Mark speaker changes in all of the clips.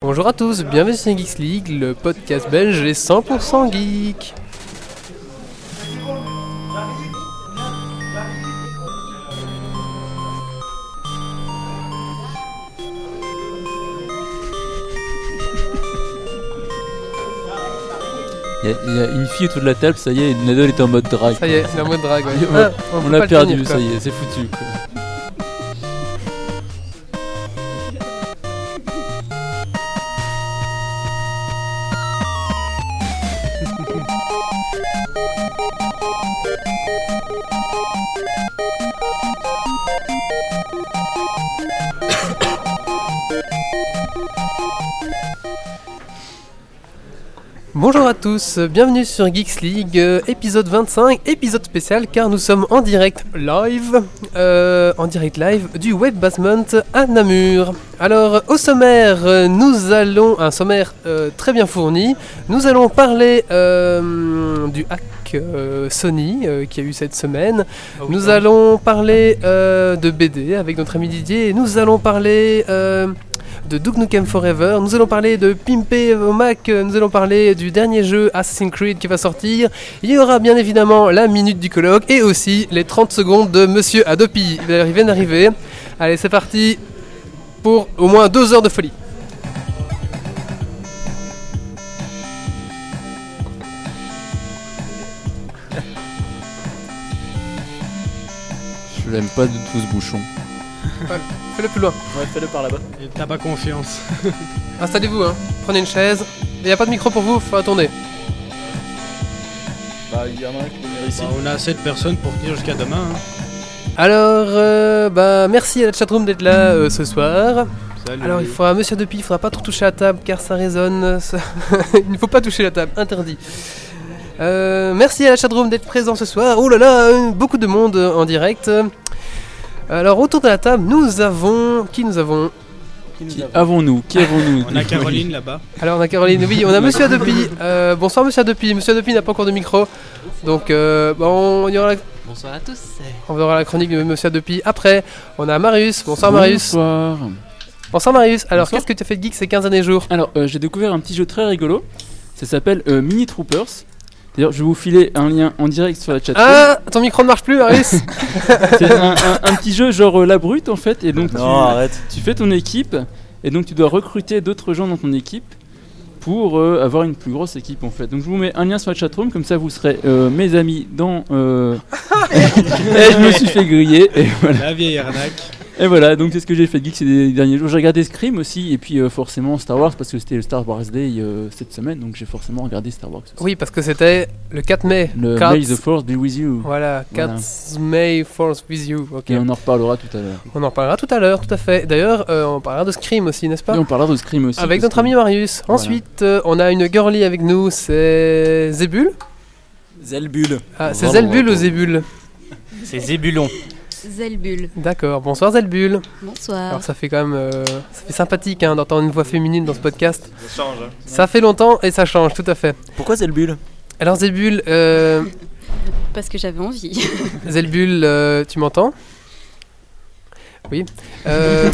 Speaker 1: Bonjour à tous, bienvenue sur Geeks League, le podcast belge et 100% geek.
Speaker 2: Il y, a- il y a une fille autour de la table, ça y est, Nadal est en mode drague.
Speaker 1: Ça y est, c'est la mode drague. ouais.
Speaker 2: On
Speaker 1: Ah,
Speaker 2: l'a- on
Speaker 1: peut pas
Speaker 2: l'a
Speaker 1: le
Speaker 2: perdu,
Speaker 1: tenir, quoi.
Speaker 2: ça y est, c'est foutu. quoi.
Speaker 1: Bonjour à tous, bienvenue sur Geeks League, euh, épisode 25, épisode spécial car nous sommes en direct live, euh, en direct live du Web Basement à Namur. Alors au sommaire, euh, nous allons, un sommaire euh, très bien fourni, nous allons parler euh, du hack euh, Sony euh, qui a eu cette semaine,
Speaker 2: Ah
Speaker 1: nous allons parler euh, de BD avec notre ami Didier, et nous allons parler... euh, de Duke Nukem Forever, nous allons parler de Pimpé au Mac, euh, nous allons parler du dernier jeu Assassin's Creed qui va sortir, il y aura bien évidemment la minute du colloque et aussi les 30 secondes de Monsieur Adopi. D'ailleurs, il vient d'arriver. Allez, c'est parti pour au moins deux heures de folie.
Speaker 2: Je l'aime pas du tout ce bouchon.
Speaker 1: Fais-le plus loin.
Speaker 3: Ouais, fais-le par là-bas.
Speaker 4: Et T'as pas confiance.
Speaker 1: Installez-vous, hein. prenez une chaise. Il n'y a pas de micro pour vous, faut attendre.
Speaker 3: Bah, il y en a un qui peut venir ici.
Speaker 4: Bah, on a assez de personnes pour tenir jusqu'à demain. hein.
Speaker 1: Alors, euh, bah, merci à la chatroom d'être là euh, ce soir.
Speaker 4: Salut.
Speaker 1: Alors il faudra, monsieur Depi, il faudra pas trop toucher à la table car ça résonne. ça- il ne faut pas toucher la table, interdit. Euh, merci à la chatroom d'être présent ce soir. Oh là là, euh, beaucoup de monde euh, en direct. Alors autour de la table, nous avons qui nous avons
Speaker 3: Qui nous
Speaker 2: Qui
Speaker 3: a-
Speaker 2: avons-nous Qui avons-nous
Speaker 4: On a Caroline là-bas.
Speaker 1: Alors on a Caroline, oui, on a Monsieur Adopi. Euh, bonsoir Monsieur Adopi. Monsieur Adopi n'a pas encore de micro, donc euh, bon, on y aura la-
Speaker 5: Bonsoir à tous.
Speaker 1: on verra la chronique de Monsieur Adopi après. On a Marius. Bonsoir Marius.
Speaker 2: Bonsoir.
Speaker 1: Bonsoir Marius. Alors
Speaker 2: Bonsoir.
Speaker 1: qu'est-ce que tu as fait de geek ces 15 derniers jours
Speaker 2: Alors, euh, j'ai découvert un petit jeu très rigolo. Ça s'appelle euh, Mini Troopers. D'ailleurs, je vais vous filer un lien en direct sur la chat.
Speaker 1: Ah, ton micro ne marche plus Marius.
Speaker 2: C'est un, un- un petit jeu genre euh, la brute en fait. Et donc, tu-
Speaker 3: Non, arrête.
Speaker 2: tu fais ton équipe et donc tu dois recruter d'autres gens dans ton équipe pour euh, avoir une plus grosse équipe en fait. Donc je vous mets un lien sur la chatroom, comme ça vous serez euh, mes amis dans... euh, et je me suis fait griller et voilà.
Speaker 4: La vieille arnaque.
Speaker 2: Et voilà, donc c'est ce que j'ai fait de geek ces derniers jours. J'ai regardé Scream aussi et puis euh, forcément Star Wars parce que c'était le Star Wars Day euh, cette semaine, donc j'ai forcément regardé Star Wars. aussi.
Speaker 1: Oui, parce que c'était le 4 mai.
Speaker 2: Le
Speaker 1: Cats-
Speaker 2: May the Force be with you.
Speaker 1: Voilà, 4 May Force with You. Ok.
Speaker 2: Et on en reparlera tout à l'heure.
Speaker 1: On en parlera tout à l'heure, tout à fait. D'ailleurs, euh, on parlera de Scream aussi, n'est-ce pas
Speaker 2: Et on parlera de Scream aussi.
Speaker 1: Avec
Speaker 2: parce
Speaker 1: notre ami
Speaker 2: que-
Speaker 1: Marius.
Speaker 2: Voilà.
Speaker 1: Ensuite, euh, on a une girly avec nous, c'est Zébul.
Speaker 3: Zelbul.
Speaker 1: Ah, c'est
Speaker 2: Bravo,
Speaker 1: Zelbul ou
Speaker 2: bravo.
Speaker 1: Zébul
Speaker 3: C'est Zébulon.
Speaker 5: Zelbul.
Speaker 1: D'accord, bonsoir Zelbul.
Speaker 5: Bonsoir.
Speaker 1: Alors ça fait quand même euh, ça fait sympathique hein, d'entendre une voix féminine dans ce podcast.
Speaker 3: Ça change. Hein.
Speaker 1: Ça fait longtemps et ça change, tout à fait.
Speaker 3: Pourquoi Zelbul
Speaker 1: Alors Zelbul, euh,
Speaker 5: Parce que j'avais envie.
Speaker 1: Zelbul, euh, tu m'entends Oui. Euh,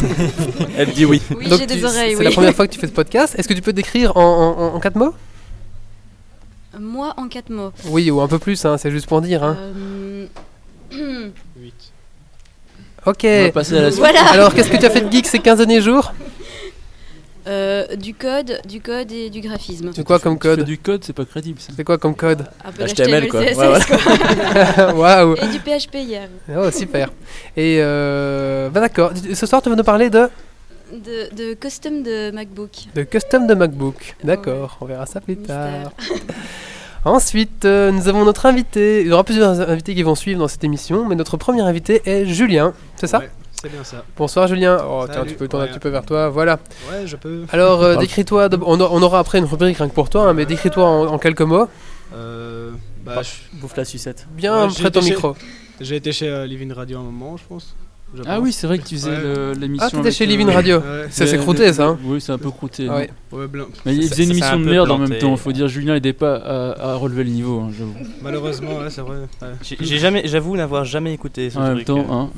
Speaker 3: Elle dit oui.
Speaker 5: Oui,
Speaker 1: Donc
Speaker 5: j'ai
Speaker 1: tu-
Speaker 5: des
Speaker 1: C'est
Speaker 5: oreilles,
Speaker 1: la
Speaker 5: oui.
Speaker 1: première fois que tu fais ce podcast. Est-ce que tu peux te décrire en, en- en- en quatre mots
Speaker 5: Moi, en quatre mots.
Speaker 1: Oui, ou un peu plus, hein, c'est juste pour dire. hein.
Speaker 5: Euh,
Speaker 4: Huit.
Speaker 1: Ok.
Speaker 2: On va passer à la suite.
Speaker 5: voilà.
Speaker 1: Alors, qu'est-ce que tu as fait de geek ces 15 derniers jours
Speaker 5: Euh, du code, du code et du graphisme.
Speaker 1: C'est quoi comme
Speaker 2: Tu fais
Speaker 1: code
Speaker 2: du code, c'est pas crédible ça.
Speaker 1: C'est quoi comme code
Speaker 5: Ah, Un peu
Speaker 3: HTML, quoi.
Speaker 5: CSS,
Speaker 3: Ouais, voilà.
Speaker 1: Waouh
Speaker 5: Et du PHP hier.
Speaker 1: Oh, super Et euh, bah d'accord, ce soir tu vas nous parler de,
Speaker 5: De, de custom de MacBook.
Speaker 1: de custom de MacBook. D'accord, on verra ça plus
Speaker 5: Oh, Mystère.
Speaker 1: tard. Ensuite, euh, nous avons notre invité. Il y aura plusieurs invités qui vont suivre dans cette émission, mais notre premier invité est Julien, c'est ça
Speaker 4: Ouais, C'est bien ça.
Speaker 1: Bonsoir Julien. Oh, tiens,
Speaker 4: Salut.
Speaker 1: tu peux tourner
Speaker 4: Ouais.
Speaker 1: un petit peu vers toi, voilà.
Speaker 4: Ouais, je peux.
Speaker 1: Alors, euh,
Speaker 2: Parle.
Speaker 1: décris-toi. d'ab- On, a- on aura après une rubrique rien que pour toi, hein, mais décris-toi en, en quelques mots.
Speaker 4: Euh, bah, je-
Speaker 3: Bouffe la sucette.
Speaker 1: Bien
Speaker 4: Ouais, j'ai
Speaker 1: près ton
Speaker 4: été chez-
Speaker 1: micro.
Speaker 4: j'ai été chez euh, Living Radio un moment, je pense. Je
Speaker 2: Ah
Speaker 4: pense.
Speaker 2: oui, c'est vrai que tu faisais
Speaker 4: Ouais.
Speaker 2: le- l'émission.
Speaker 1: Ah, t'étais
Speaker 2: avec,
Speaker 1: chez
Speaker 2: euh,
Speaker 1: Living Radio.
Speaker 4: Ouais,
Speaker 1: Ça, c'est
Speaker 2: le-
Speaker 1: croûté,
Speaker 2: le-
Speaker 1: ça, hein
Speaker 2: Oui, c'est un peu croûté.
Speaker 1: Ah ouais.
Speaker 4: ouais, blin-
Speaker 2: Mais il
Speaker 6: Ça-
Speaker 2: faisait une
Speaker 6: ça, ça
Speaker 2: émission
Speaker 6: a un
Speaker 2: de
Speaker 6: peu
Speaker 2: merde en
Speaker 6: planté.
Speaker 2: même temps. Faut dire, Julien n'aidait pas à, à relever le niveau, hein, j'avoue.
Speaker 4: malheureusement, ouais, c'est vrai. ouais.
Speaker 6: J'ai j'ai jamais, j'avoue n'avoir jamais écouté ce
Speaker 2: En même
Speaker 6: truc.
Speaker 2: temps, hein.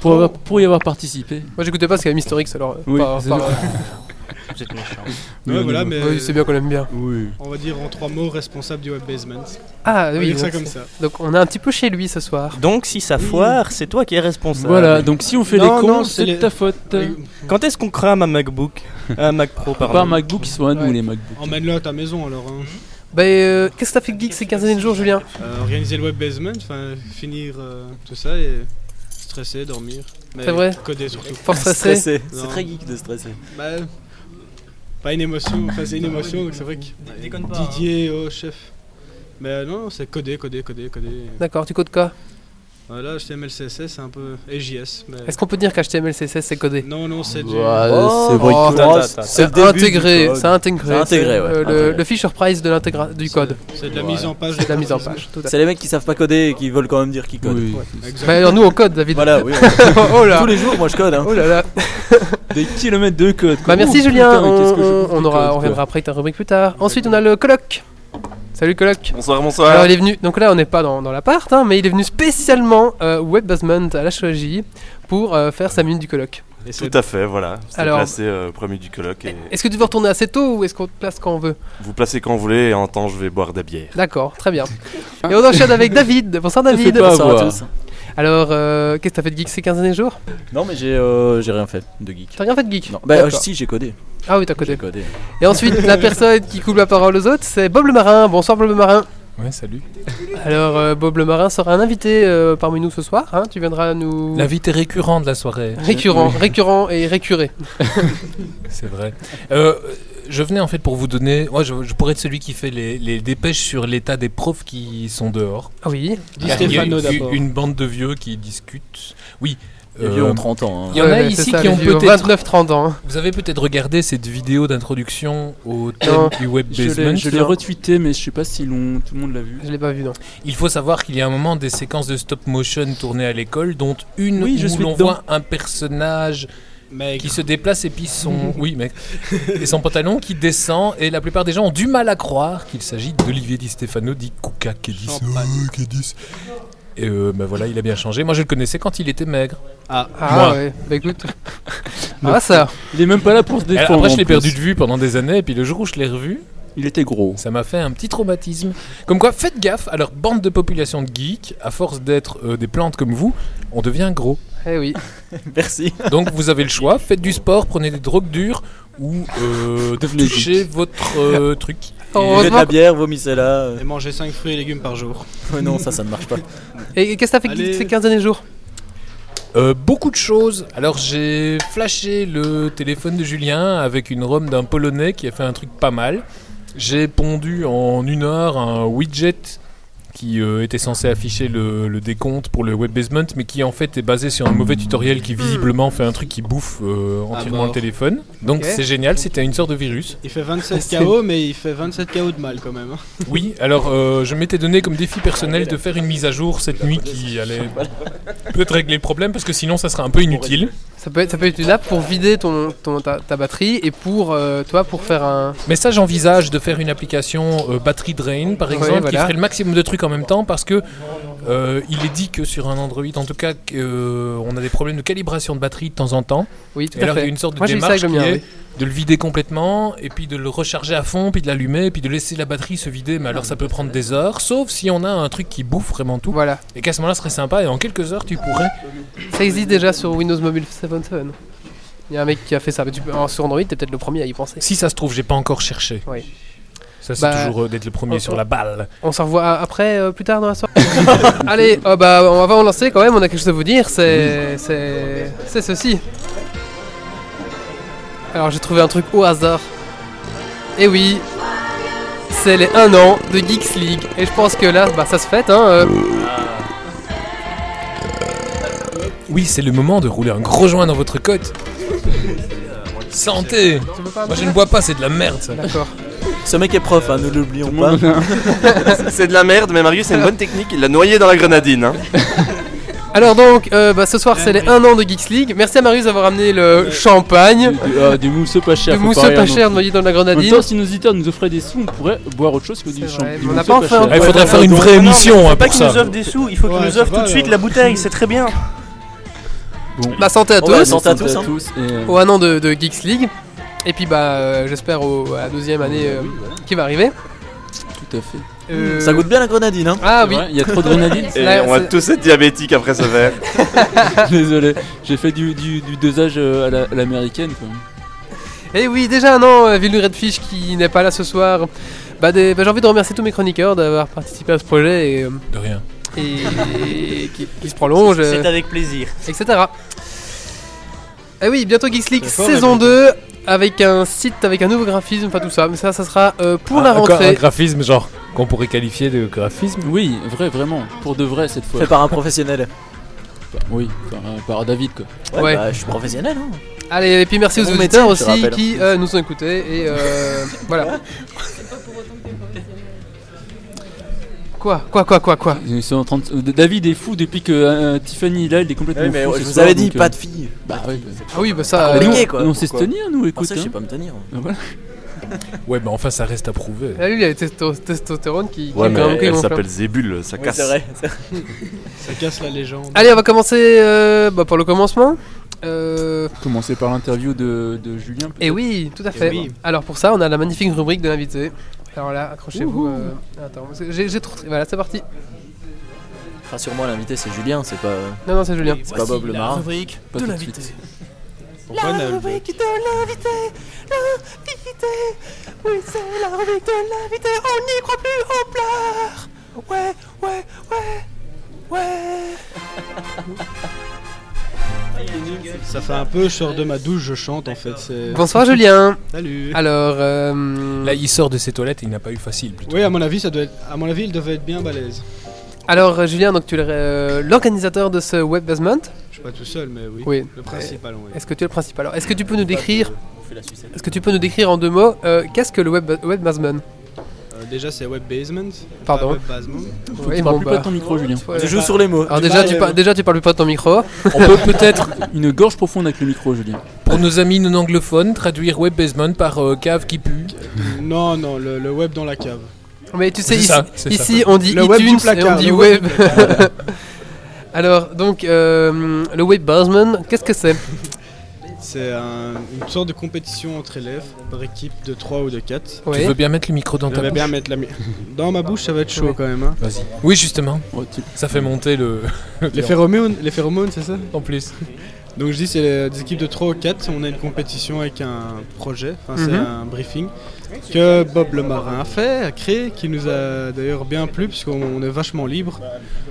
Speaker 2: Pour, avoir- pour y avoir participé.
Speaker 1: Moi, j'écoutais pas parce qu'il y avait Mysterix, alors. euh,
Speaker 2: Oui,
Speaker 1: par-
Speaker 2: c'est
Speaker 1: par-
Speaker 6: Vous êtes méchant.
Speaker 4: Ouais, voilà, mais
Speaker 1: Oui, c'est bien qu'on aime bien.
Speaker 2: Oui.
Speaker 4: on va dire en trois mots responsable du web basement.
Speaker 1: Ah
Speaker 4: On va
Speaker 1: oui,
Speaker 4: dire ça
Speaker 1: donc,
Speaker 4: comme ça.
Speaker 1: donc on est un petit peu chez lui ce soir.
Speaker 6: Donc si ça foire, c'est toi qui es responsable.
Speaker 2: Voilà, donc si on fait
Speaker 4: Non,
Speaker 2: les cons,
Speaker 4: non, c'est
Speaker 2: c'est de
Speaker 4: les-
Speaker 2: ta faute.
Speaker 6: Quand est-ce qu'on crame un MacBook Un Mac Pro, pardon.
Speaker 2: Pas un MacBook, ils sont à nous
Speaker 4: Ouais.
Speaker 2: les MacBooks.
Speaker 4: Emmène-le à ta maison alors. hein.
Speaker 1: Bah, euh, qu'est-ce que t'as fait de geek ces 15 derniers jours, Julien
Speaker 4: Euh, organiser le web basement, enfin finir euh, tout ça et stresser, dormir. Mais
Speaker 1: C'est vrai
Speaker 4: Coder surtout.
Speaker 1: Fort stressé.
Speaker 3: Stressé.
Speaker 4: Non.
Speaker 3: C'est très geek de stresser.
Speaker 4: Bah, pas une émotion, enfin c'est une émotion donc c'est vrai que
Speaker 6: Déconne pas, hein.
Speaker 4: Didier, oh chef. Mais euh, non, c'est coder, coder, coder, coder.
Speaker 1: D'accord, tu codes quoi
Speaker 4: Voilà, HTML, CSS, c'est un peu. Et JS. Mais...
Speaker 1: Est-ce qu'on peut dire qu'HTML, CSS, c'est codé
Speaker 4: Non, non, c'est du.
Speaker 1: Oh,
Speaker 2: c'est vrai
Speaker 1: oh,
Speaker 2: que-
Speaker 1: t'as-
Speaker 3: Oh,
Speaker 1: t'as-
Speaker 3: c'est-
Speaker 1: C'est
Speaker 3: le début du
Speaker 1: intégré,
Speaker 3: code.
Speaker 1: c'est intégré.
Speaker 3: C'est intégré,
Speaker 1: c'est,
Speaker 3: ouais,
Speaker 1: euh, le,
Speaker 3: intégré.
Speaker 1: le Fisher Price de, l'intégra- du code,
Speaker 4: C'est de la
Speaker 3: Voilà.
Speaker 4: mise en page.
Speaker 1: de la mise en page. Tout à fait.
Speaker 3: C'est les mecs qui savent pas coder et qui veulent quand même dire qu'ils codent.
Speaker 2: Oui.
Speaker 1: Bah,
Speaker 4: Exactement.
Speaker 1: alors nous on code, David.
Speaker 3: Voilà, oui.
Speaker 1: oh là
Speaker 3: Tous les jours, moi je code. Hein.
Speaker 1: Oh là là
Speaker 2: Des kilomètres de code. quoi.
Speaker 1: Bah merci
Speaker 2: Oh,
Speaker 1: Julien,
Speaker 2: putain, mais qu'est-ce
Speaker 1: on,
Speaker 2: que je
Speaker 1: on-
Speaker 2: bouffe
Speaker 1: on
Speaker 2: du
Speaker 1: aura,
Speaker 2: code,
Speaker 1: on
Speaker 2: quoi.
Speaker 1: reviendra après ta rubrique plus tard. Ensuite on a le coloc. Salut coloc.
Speaker 7: Bonsoir,
Speaker 1: Alors
Speaker 7: bonsoir.
Speaker 1: il est venu, donc là on n'est pas dans, dans l'appart, hein, mais il est venu spécialement euh, au Web Basement à la Choisy pour euh, faire sa minute du colloque.
Speaker 4: Et
Speaker 7: Tout
Speaker 4: c'est-
Speaker 7: à fait, voilà. Vous êtes
Speaker 1: Alors-
Speaker 7: placé euh, premier du colloque et
Speaker 1: Est-ce que tu veux retourner assez tôt ou est-ce qu'on te place quand on veut
Speaker 7: vous placez quand vous voulez et en temps je vais boire de la bière.
Speaker 1: D'accord, très bien. Et on enchaîne avec David. Bonsoir
Speaker 2: Te fais
Speaker 1: David.
Speaker 2: pas
Speaker 3: Bonsoir à
Speaker 2: avoir.
Speaker 3: tous.
Speaker 1: Alors, euh, qu'est-ce que t'as fait de geek ces 15 derniers jours
Speaker 3: Non, mais j'ai euh, j'ai rien fait de geek.
Speaker 1: T'as rien fait de geek
Speaker 3: Non. Bah euh,
Speaker 1: D'accord.
Speaker 3: si, j'ai codé.
Speaker 1: Ah oui, t'as codé.
Speaker 3: J'ai codé. Ah,
Speaker 1: Et ensuite, la personne qui coupe la parole aux autres, c'est Bob le Marin. Bonsoir Bob le Marin.
Speaker 8: Ouais, salut.
Speaker 1: Alors, euh, Bob le Marin sera un invité euh, parmi nous ce soir. hein. Tu viendras nous.
Speaker 8: L'invité récurrent de la soirée,
Speaker 1: Récurrent, récurrent et récurré.
Speaker 8: c'est vrai. Euh, je venais en fait pour vous donner. Moi, je, je pourrais être celui qui fait les, les dépêches sur l'état des profs qui sont dehors.
Speaker 1: Ah oui.
Speaker 8: Il
Speaker 4: Dis
Speaker 8: y a
Speaker 4: Stéphano
Speaker 8: une-
Speaker 4: d'abord.
Speaker 8: une bande de vieux qui discutent. Oui.
Speaker 3: Les
Speaker 8: euh,
Speaker 3: vieux ont 30 ans. hein.
Speaker 8: Il y en a
Speaker 1: Ouais,
Speaker 8: ici
Speaker 1: c'est ça,
Speaker 8: qui
Speaker 1: les
Speaker 8: ont
Speaker 1: vieux,
Speaker 8: peut-être-
Speaker 1: 29-30 ans. hein.
Speaker 8: Vous avez peut-être regardé cette vidéo d'introduction au
Speaker 1: Non.
Speaker 8: thème du web
Speaker 2: Je
Speaker 8: basement.
Speaker 2: l'ai- je l'ai retweeté, mais je sais pas si l'on- tout le monde l'a vu.
Speaker 1: Je l'ai pas vu, non.
Speaker 8: Il faut savoir qu'il y a un moment des séquences de stop motion tournées à l'école, dont une
Speaker 2: Oui, je
Speaker 8: où
Speaker 2: suis
Speaker 8: l'on
Speaker 2: dedans.
Speaker 8: voit un personnage
Speaker 4: Mec,
Speaker 8: qui se déplace et puis son oui mec et son pantalon qui descend et la plupart des gens ont du mal à croire qu'il s'agit d'Olivier Di Stefano dit Kuka Kedis
Speaker 4: Champagne.
Speaker 8: Oh, Kedis. et euh, ben voilà il a bien changé moi je le connaissais quand il était maigre
Speaker 1: Ah
Speaker 8: Moi.
Speaker 1: ouais, bah écoute. ah ça,
Speaker 2: Il est même pas là pour se
Speaker 8: Et
Speaker 2: défendre.
Speaker 8: après je
Speaker 2: en
Speaker 8: l'ai
Speaker 2: plus.
Speaker 8: perdu de vue pendant des années et puis le jour où je l'ai revu
Speaker 2: Il était gros.
Speaker 8: ça m'a fait un petit traumatisme comme quoi faites gaffe à leur bande de population de geeks à force d'être euh, des plantes comme vous on devient gros
Speaker 1: eh oui.
Speaker 3: Merci.
Speaker 8: donc vous avez le choix faites du sport prenez des drogues dures ou euh,
Speaker 2: Devenez
Speaker 8: touchez votre euh, truc
Speaker 1: Oh, Heureusement
Speaker 3: J'ai de la bière, vomissez-la. euh.
Speaker 4: et manger 5 fruits et légumes par jour.
Speaker 3: Ouais, non, ça, ça ne marche pas.
Speaker 1: Et et qu'est-ce que t'as fait
Speaker 4: Allez.
Speaker 1: ces 15 derniers jours
Speaker 8: Euh, beaucoup de choses. Alors j'ai flashé le téléphone de Julien avec une ROM d'un Polonais qui a fait un truc pas mal. J'ai pondu en une heure un widget qui euh, était censé afficher le, le décompte pour le web basement, mais qui en fait est basé sur un mauvais tutoriel
Speaker 4: Hmm.
Speaker 8: qui visiblement fait un truc qui bouffe euh, entièrement
Speaker 4: mort.
Speaker 8: le téléphone. Donc
Speaker 1: Ok.
Speaker 8: c'est génial, c'était une sorte de virus.
Speaker 4: Il fait 27 KO, mais il fait 27 KO de mal quand même. hein.
Speaker 8: Oui, alors euh, je m'étais donné comme défi personnel de faire une mise à jour cette nuit qui allait peut-être régler le problème parce que sinon ça serait un peu inutile.
Speaker 1: ça peut, être, ça peut être une app pour vider ton, ton- ta, ta batterie et pour euh, toi pour faire un.
Speaker 8: Mais ça, j'envisage de faire une application euh, batterie drain, par
Speaker 1: Ouais,
Speaker 8: exemple, qui
Speaker 1: voilà.
Speaker 8: ferait le maximum de trucs en même temps, parce que euh, il est dit que sur un Android, en tout cas, que, euh, on a des problèmes de calibration de batterie de temps en temps.
Speaker 1: Oui, tout
Speaker 8: Et
Speaker 1: à
Speaker 8: alors, il y
Speaker 1: fait.
Speaker 8: a une sorte de
Speaker 1: Moi, j'ai eu ça
Speaker 8: démarche
Speaker 1: avec
Speaker 8: qui
Speaker 1: le mien,
Speaker 8: est de le vider complètement, et puis de le recharger à fond, puis de l'allumer, puis de laisser la batterie se vider. Mais alors, ça peut prendre des heures, sauf si on a un truc qui bouffe vraiment tout.
Speaker 1: Voilà,
Speaker 8: Et qu'à ce moment-là, ce serait sympa. Et en quelques heures, tu pourrais.
Speaker 1: ça existe déjà sur Windows Mobile 77. Il y a un mec qui a fait ça. Mais tu peux- alors, sur Android, t'es peut-être le premier à y penser.
Speaker 8: Si ça se trouve, j'ai pas encore cherché.
Speaker 1: Oui.
Speaker 8: Ça, c'est
Speaker 1: Bah,
Speaker 8: toujours euh, d'être le premier
Speaker 1: on-
Speaker 8: sur la balle.
Speaker 1: On se revoit après, euh, plus tard dans la soirée. Allez, oh bah, on va en lancer quand même, on a quelque chose à vous dire, c'est. C'est. C'est ceci. Alors j'ai trouvé un truc au hasard. Et oui, c'est les 1 an de Geeks League. Et je pense que là, bah ça se fête, hein. euh.
Speaker 8: Oui, c'est le moment de rouler un gros joint dans votre cote. Santé Moi je ne bois pas, c'est de la merde ça.
Speaker 1: D'accord.
Speaker 3: Ce mec est prof, hein, ne l'oublions pas.
Speaker 7: c'est de la merde, mais Marius, c'est une bonne technique. Il l'a noyé dans la grenadine. hein.
Speaker 1: Alors donc, euh, bah, ce soir c'est les 1 an de Geeks League. Merci à Marius d'avoir amené le champagne.
Speaker 2: Du, du- ah, du mousseux pas Euh, cher.
Speaker 1: Le
Speaker 2: faut
Speaker 1: mousseux
Speaker 2: rire
Speaker 1: pas
Speaker 2: non
Speaker 1: cher
Speaker 2: plus.
Speaker 1: noyé dans la
Speaker 2: En même
Speaker 1: grenadine.
Speaker 2: temps, si nos auditeurs nous offraient des sous, on pourrait boire autre chose que du
Speaker 1: C'est vrai,
Speaker 2: champagne.
Speaker 1: mais on n'a pas enfin-
Speaker 8: Il faudrait faire une vraie
Speaker 6: Non, mais
Speaker 8: émission
Speaker 6: faut
Speaker 8: hein,
Speaker 6: pas
Speaker 8: pour
Speaker 6: qu'il nous
Speaker 8: ça.
Speaker 6: offre des sous, il faut qu'il
Speaker 4: Ouais,
Speaker 6: nous
Speaker 4: ça
Speaker 6: offre
Speaker 4: va,
Speaker 6: tout de suite
Speaker 4: alors.
Speaker 6: la bouteille, c'est très bien.
Speaker 1: Bah santé à
Speaker 3: On va
Speaker 1: tous.
Speaker 3: Santé à tous, hein.
Speaker 2: tous. et, euh,
Speaker 1: au un an de, de Geeks League. Et puis bah euh, j'espère au- à la deuxième année euh, qui va arriver.
Speaker 2: Oh, Tout à fait.
Speaker 1: Euh,
Speaker 3: Ça goûte bien la grenadine, hein
Speaker 1: Ah
Speaker 2: C'est
Speaker 1: oui.
Speaker 2: vrai, Il y a trop de grenadine
Speaker 7: Et
Speaker 1: Ouais,
Speaker 7: on va
Speaker 1: c'est-
Speaker 7: tous être diabétiques après ce verre.
Speaker 2: Désolé, j'ai fait du, du, du dosage euh, à la- à l'américaine. quoi.
Speaker 1: Et Eh oui, déjà un an, euh, Villeneuve Redfish qui n'est pas là ce soir. Bah, des- bah, j'ai envie de remercier tous mes chroniqueurs d'avoir participé à ce projet et, euh,
Speaker 8: De rien.
Speaker 1: et- et qui, qui se prolonge, euh,
Speaker 3: avec plaisir.
Speaker 1: etc. Et oui, bientôt Geeks League
Speaker 6: C'est fort,
Speaker 1: saison
Speaker 6: mais-
Speaker 1: 2 avec un site, avec un nouveau graphisme, enfin tout ça. Mais ça, ça sera euh, pour la
Speaker 2: Ah,
Speaker 8: Un- encore Un
Speaker 1: rentrée.
Speaker 8: graphisme, genre, qu'on pourrait qualifier de graphisme.
Speaker 2: Oui, vrai, vraiment. Pour de vrai cette fois.
Speaker 3: Fait par un professionnel.
Speaker 2: Oui, par, euh, par David quoi.
Speaker 1: Ouais.
Speaker 3: bah, je suis professionnel, hein.
Speaker 1: Allez, et puis merci aux
Speaker 3: Bon
Speaker 1: auditeurs
Speaker 3: métier, je
Speaker 1: aussi
Speaker 3: rappelle.
Speaker 1: qui euh, nous ont écoutés. Et euh, voilà. Quoi Quoi Quoi Quoi Quoi
Speaker 2: Ils sont en train de- David est fou depuis que euh, Tiffany est là, il est complètement
Speaker 3: Oui, mais
Speaker 2: fou. ce
Speaker 3: je vous
Speaker 2: soir,
Speaker 3: avais dit,
Speaker 2: donc, euh,
Speaker 3: pas de filles.
Speaker 2: Bah oui, bah,
Speaker 1: Ah oui, bah ça.
Speaker 3: Ah,
Speaker 1: euh,
Speaker 3: mais-
Speaker 2: nous,
Speaker 3: gay, quoi,
Speaker 2: on sait se
Speaker 3: pourquoi
Speaker 2: tenir nous,
Speaker 3: Pour
Speaker 2: écoute.
Speaker 3: ça, je sais
Speaker 2: hein.
Speaker 3: pas me tenir.
Speaker 2: Ah, voilà.
Speaker 8: Ouais, mais enfin, ça reste à prouver.
Speaker 1: Ah, lui, il a le testo- testostérone qui, qui
Speaker 7: Ouais,
Speaker 1: est quand même
Speaker 7: mais
Speaker 1: qui
Speaker 7: elle
Speaker 1: gonfle.
Speaker 7: s'appelle Zébul, ça
Speaker 3: Oui,
Speaker 7: casse.
Speaker 3: c'est vrai.
Speaker 4: Ça casse la légende.
Speaker 1: Allez, on va commencer euh, bah, par le commencement. Euh,
Speaker 2: Commencer par l'interview de, de Julien.
Speaker 1: et oui, tout à fait.
Speaker 4: oui.
Speaker 1: Alors pour ça, on a la magnifique rubrique de l'invité. Alors là, accrochez-vous. euh, attends, c'est- j'ai j'ai trop. Voilà, c'est parti.
Speaker 3: Rassure-moi, l'invité, c'est Julien, c'est pas, euh,
Speaker 1: Non, non, c'est Julien.
Speaker 3: c'est pas Bob le marin.
Speaker 2: Pas tout de suite.
Speaker 4: Pourquoi on a le- Ça fait un peu, je sors de ma douche, je chante en fait. c'est-
Speaker 1: Bonsoir Julien.
Speaker 4: Salut.
Speaker 1: Alors, euh,
Speaker 8: Là, il sort de ses toilettes et il n'a pas eu facile. plutôt.
Speaker 4: Oui, à mon avis, ça doit être. À mon avis, il devait être bien balèze.
Speaker 1: alors euh, Julien, donc tu es euh, l'organisateur de ce web basement.
Speaker 4: Je suis pas tout seul, mais oui.
Speaker 1: Oui.
Speaker 4: Le principal, oui.
Speaker 1: Est-ce que tu es le principal Alors, est-ce que tu peux nous décrire Est-ce que tu peux nous décrire en deux mots euh, qu'est-ce que le web, web basement
Speaker 4: Euh, déjà, c'est Web Basement.
Speaker 1: Pardon.
Speaker 4: Pas Web Basement.
Speaker 1: Oui,
Speaker 2: Tu
Speaker 1: bon,
Speaker 2: parles plus
Speaker 1: bah.
Speaker 2: pas de ton micro, Julien.
Speaker 1: Voilà.
Speaker 3: Tu joues sur les mots.
Speaker 1: Alors
Speaker 4: Tu
Speaker 1: déjà
Speaker 4: parles-
Speaker 1: tu, par- déjà tu parles pas de ton micro.
Speaker 2: On peut peut-être une gorge profonde avec le micro, Julien.
Speaker 8: Pour nos amis non anglophones, traduire web basement par euh, cave qui pue.
Speaker 4: Non, non, le, le web dans la cave.
Speaker 1: Mais tu sais,
Speaker 8: C'est
Speaker 1: ici,
Speaker 8: ça, c'est
Speaker 1: ici, on dit
Speaker 4: Le web
Speaker 1: iTunes
Speaker 4: du placard,
Speaker 1: et on dit
Speaker 4: le
Speaker 1: web. Alors, donc, euh, le web Basement, qu'est-ce que c'est
Speaker 4: C'est un- une sorte de compétition entre élèves, par équipe de 3 ou de 4.
Speaker 8: Tu
Speaker 1: Oui.
Speaker 8: veux bien mettre le micro dans
Speaker 4: Je
Speaker 8: ta
Speaker 4: vais
Speaker 8: bouche
Speaker 4: bien mettre la mi- Dans ma bouche, ça va être chaud
Speaker 1: Oui.
Speaker 4: quand même. Hein.
Speaker 8: Vas-y. Oui, justement.
Speaker 2: Oh, tu-
Speaker 8: Ça fait monter le.
Speaker 4: Les phéromones, les phéromones c'est ça
Speaker 8: En plus.
Speaker 4: Donc je dis, c'est les- des équipes de 3 ou 4. On a une compétition avec un projet, enfin, c'est
Speaker 1: Mhm.
Speaker 4: un briefing que Bob le marin a fait, a créé, qui nous a d'ailleurs bien plu, puisqu'on on est vachement libre.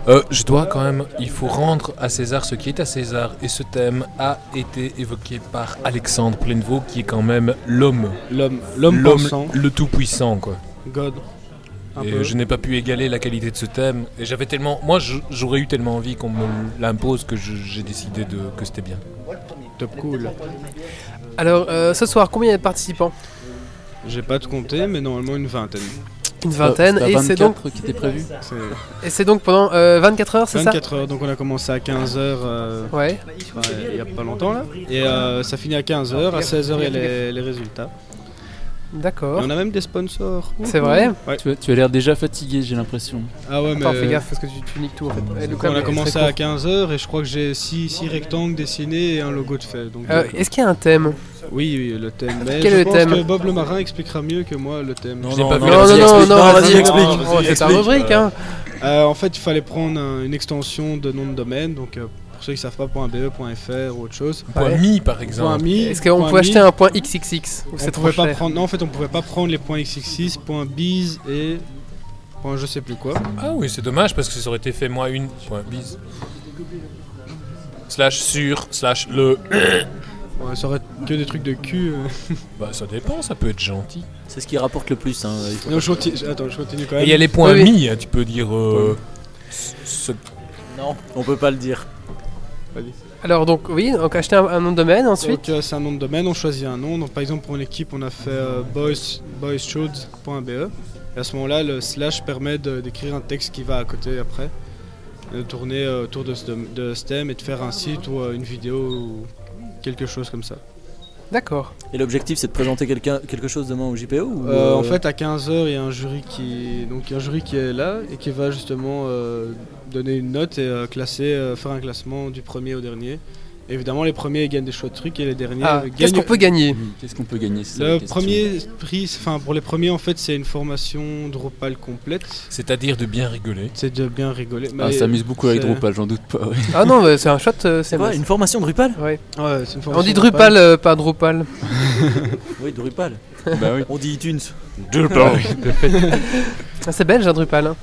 Speaker 8: Euh, je dois quand même. Il faut rendre à César ce qui est à César. Et ce thème a été évoqué par Alexandre Plainevaux, qui est quand même l'homme.
Speaker 4: L'homme, l'homme pensant,
Speaker 8: le tout-puissant, quoi.
Speaker 4: God. Un
Speaker 8: Et
Speaker 4: peu.
Speaker 8: je n'ai pas pu égaler la qualité de ce thème. Et j'avais tellement. Moi, je- j'aurais eu tellement envie qu'on me l'impose que je- j'ai décidé de... que c'était bien.
Speaker 4: Top cool.
Speaker 1: Alors, euh, ce soir, combien il y a de participants
Speaker 4: J'ai pas de compter, mais normalement une vingtaine.
Speaker 1: Une
Speaker 2: Euh,
Speaker 1: vingtaine.
Speaker 2: à
Speaker 1: et c'est donc,
Speaker 2: 24 qui était prévu.
Speaker 4: C'est
Speaker 1: et c'est donc pendant euh, 24 heures, c'est ça
Speaker 4: 24 heures, donc on a commencé à 15 heures. euh,
Speaker 1: Ouais.
Speaker 4: Ouais, il y a pas longtemps là. Et euh, ça finit à 15h, à 16h il y a les, les résultats. Et
Speaker 1: D'accord.
Speaker 4: on a même des sponsors.
Speaker 1: C'est vrai
Speaker 4: Ouais.
Speaker 2: Tu as, tu as l'air déjà fatigué, j'ai l'impression.
Speaker 4: Ah ouais, mais
Speaker 1: Attends, fais gaffe parce que tu, tu niques tout en fait. Eh, le
Speaker 4: donc
Speaker 1: câble
Speaker 4: on a
Speaker 1: est
Speaker 4: commencé
Speaker 1: très
Speaker 4: à
Speaker 1: court.
Speaker 4: 15h et je crois que j'ai 6 six, six rectangles dessinés et un logo de fait. Donc,
Speaker 1: Euh,
Speaker 4: euh,
Speaker 1: Est-ce qu'il y a un thème
Speaker 4: oui, oui, le thème. Mais
Speaker 1: Quel
Speaker 4: je
Speaker 1: est le
Speaker 4: pense
Speaker 1: thème
Speaker 4: que Bob le Marin expliquera mieux que moi le thème.
Speaker 8: Je l'ai pas vu.
Speaker 1: Non, non,
Speaker 8: Vas-y,
Speaker 1: non,
Speaker 8: explique.
Speaker 1: non,
Speaker 3: Non, vas-y,
Speaker 1: non.
Speaker 3: explique.
Speaker 1: Oh, C'est ta rubrique, hein.
Speaker 4: Euh, en fait, il fallait prendre un- une extension de nom de domaine. Donc euh, pour ceux qui savent pas, .be, .fr ou autre chose.
Speaker 8: Point
Speaker 1: Ouais.
Speaker 8: mi, par exemple.
Speaker 4: .mi,
Speaker 1: Est-ce qu'on peut
Speaker 4: .mi,
Speaker 1: acheter un point XXX Ou
Speaker 4: On
Speaker 1: c'est trop
Speaker 4: pouvait pas
Speaker 1: cher
Speaker 4: prendre, non, en fait, on pouvait pas prendre les points .xxx, points .biz et points je sais plus quoi.
Speaker 8: Ah oui, c'est dommage parce que ça aurait été fait moi une. Point bise. Slash sur, slash le.
Speaker 4: Ouais, ça aurait que des trucs de cul. euh.
Speaker 8: Bah ça dépend, ça peut être gentil.
Speaker 3: C'est ce qui rapporte le plus. Hein.
Speaker 4: Non, je continue, je- attends, je continue quand
Speaker 8: Et
Speaker 4: même.
Speaker 8: il y a les points
Speaker 1: Oui, oui.
Speaker 8: mi, hein, tu peux dire. euh, ce-
Speaker 3: Non, on peut pas le dire.
Speaker 1: Alors donc oui, donc acheter un, un nom de domaine ensuite.
Speaker 4: Donc, euh, c'est un nom de domaine, on choisit un nom. Donc, par exemple, pour l'équipe, on a fait euh, boys, boysshoots.be. E. Et à ce moment-là, le slash permet de- d'écrire un texte qui va à côté après. Et de tourner euh, autour de ce, dom- de ce thème et de faire un site ou euh, une vidéo ou quelque chose comme ça.
Speaker 1: D'accord.
Speaker 3: Et l'objectif, c'est de présenter quelqu'un quelque chose demain au JPO ou,
Speaker 4: Euh, en
Speaker 3: euh,
Speaker 4: fait, à 15h, il y a un jury qui donc il y a un jury qui est là et qui va justement euh, donner une note et euh, classer, euh, faire un classement du premier au dernier. Et évidemment, les premiers ils gagnent des chouettes trucs et les derniers
Speaker 1: Ah,
Speaker 4: euh,
Speaker 1: Qu'est-ce
Speaker 4: gagnent.
Speaker 1: qu'on peut gagner
Speaker 2: Qu'est-ce qu'on peut gagner c'est ça la
Speaker 4: Le
Speaker 2: question.
Speaker 4: premier prix, c'est- enfin pour les premiers en fait, c'est une formation Drupal complète.
Speaker 8: C'est-à-dire de bien rigoler.
Speaker 4: C'est de bien rigoler.
Speaker 2: Ah,
Speaker 4: mais-
Speaker 2: ça amuse beaucoup à
Speaker 4: c'est-
Speaker 2: Drupal, j'en doute pas. ouais.
Speaker 1: Ah non, mais c'est un shot, euh, c'est
Speaker 3: Ouais,
Speaker 1: mince.
Speaker 3: une formation Drupal
Speaker 1: Ouais.
Speaker 4: Ouais, c'est une formation
Speaker 1: On dit Drupal, euh, pas Drupal.
Speaker 3: Oui, Drupal.
Speaker 2: bah oui.
Speaker 3: On dit iTunes.
Speaker 1: Ah, c'est belge, un Drupal. hein.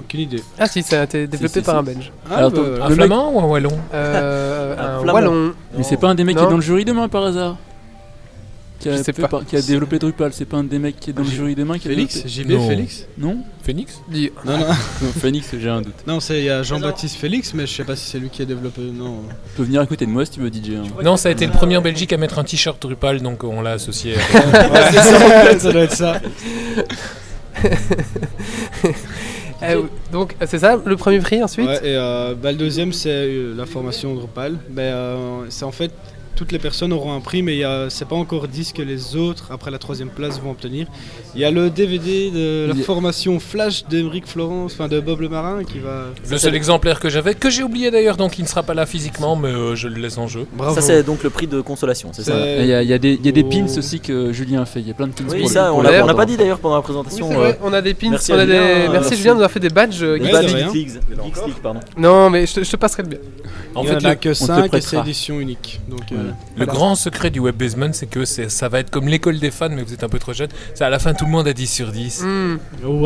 Speaker 4: Aucune idée.
Speaker 1: Ah si, ça a été
Speaker 2: Si,
Speaker 1: développé
Speaker 2: si,
Speaker 1: par
Speaker 2: si.
Speaker 1: un belge.
Speaker 4: Ah,
Speaker 2: Alors,
Speaker 4: bah,
Speaker 2: donc,
Speaker 4: voilà.
Speaker 8: Un
Speaker 2: Le mec-
Speaker 8: flamand ou un wallon
Speaker 1: Euh,
Speaker 3: Un
Speaker 1: un
Speaker 3: flamand.
Speaker 1: wallon.
Speaker 2: Mais c'est pas un des mecs qui
Speaker 1: Non.
Speaker 2: est dans le jury demain par hasard qui
Speaker 1: Je
Speaker 2: a,
Speaker 1: sais
Speaker 2: fait
Speaker 1: pas.
Speaker 2: par- qui a développé Drupal, c'est pas un des mecs qui est dans le jury demain qui a
Speaker 4: Félix,
Speaker 2: développé-
Speaker 4: JB
Speaker 8: Non.
Speaker 4: Félix.
Speaker 2: Non
Speaker 8: Phoenix
Speaker 1: Dis-
Speaker 4: Non, non,
Speaker 2: Non, Phoenix, j'ai un doute.
Speaker 4: non, c'est il y a Jean-Baptiste Félix, mais je sais pas si c'est lui qui a développé. Non.
Speaker 2: Tu peux venir à côté de moi si tu veux, DJ. hein.
Speaker 8: Non, ça a été le premier en Belgique à mettre un t-shirt Drupal, donc on l'a associé. avec-
Speaker 4: Ouais, c'est ça, en fait, ça doit être ça.
Speaker 1: Eh oui. donc euh, c'est ça, le premier prix ensuite
Speaker 4: Ouais, et euh, bah, le deuxième, c'est euh, la formation Drupal. Mais euh, c'est en fait, toutes les personnes auront un prix, mais il y a- c'est pas encore 10 que les autres, après la troisième place, vont obtenir. Il y a le DVD de la
Speaker 2: Il y a-
Speaker 4: formation Flash d'Emeric Florence, enfin de Bob le Marin, qui va.
Speaker 8: Le seul exemplaire que j'avais, que j'ai oublié d'ailleurs, donc il ne sera pas là physiquement, mais euh, je le laisse en jeu.
Speaker 4: Bravo.
Speaker 3: Ça, c'est donc le prix de consolation, c'est
Speaker 4: C'est-
Speaker 3: ça
Speaker 2: Et Il y, a- il y a des il y a des
Speaker 4: Oh.
Speaker 2: pins aussi que Julien a fait, il y a plein de pins
Speaker 3: Oui,
Speaker 2: pour le-
Speaker 3: ça,
Speaker 2: pour
Speaker 3: on
Speaker 2: le-
Speaker 3: l'a Eh, on
Speaker 1: lèvres.
Speaker 3: l'a pas dit d'ailleurs pendant la
Speaker 1: Oui,
Speaker 3: présentation. euh.
Speaker 1: c'est vrai, on a des pins,
Speaker 3: merci
Speaker 1: on a
Speaker 3: à Julien,
Speaker 1: des-
Speaker 3: euh,
Speaker 1: merci
Speaker 3: merci.
Speaker 1: Julien de nous avoir fait des badges. euh,
Speaker 3: euh,
Speaker 4: Oui,
Speaker 1: Geeks
Speaker 3: Bad
Speaker 4: c'est
Speaker 1: League.
Speaker 4: vrai.
Speaker 3: Geeks League, Geeks League, pardon.
Speaker 1: Non mais je te, je te passerai le bien.
Speaker 8: En
Speaker 4: il
Speaker 8: fait,
Speaker 4: n'y en a
Speaker 8: le,
Speaker 4: que
Speaker 2: te
Speaker 4: 5 et c'est
Speaker 2: prêtera.
Speaker 4: édition unique. Donc, euh,
Speaker 2: Voilà.
Speaker 8: le grand secret du web basement, c'est que c'est- ça va être comme l'école des fans, mais vous êtes un peu trop jeune. C'est à la fin, tout le monde a 10 sur 10.
Speaker 1: Hmm.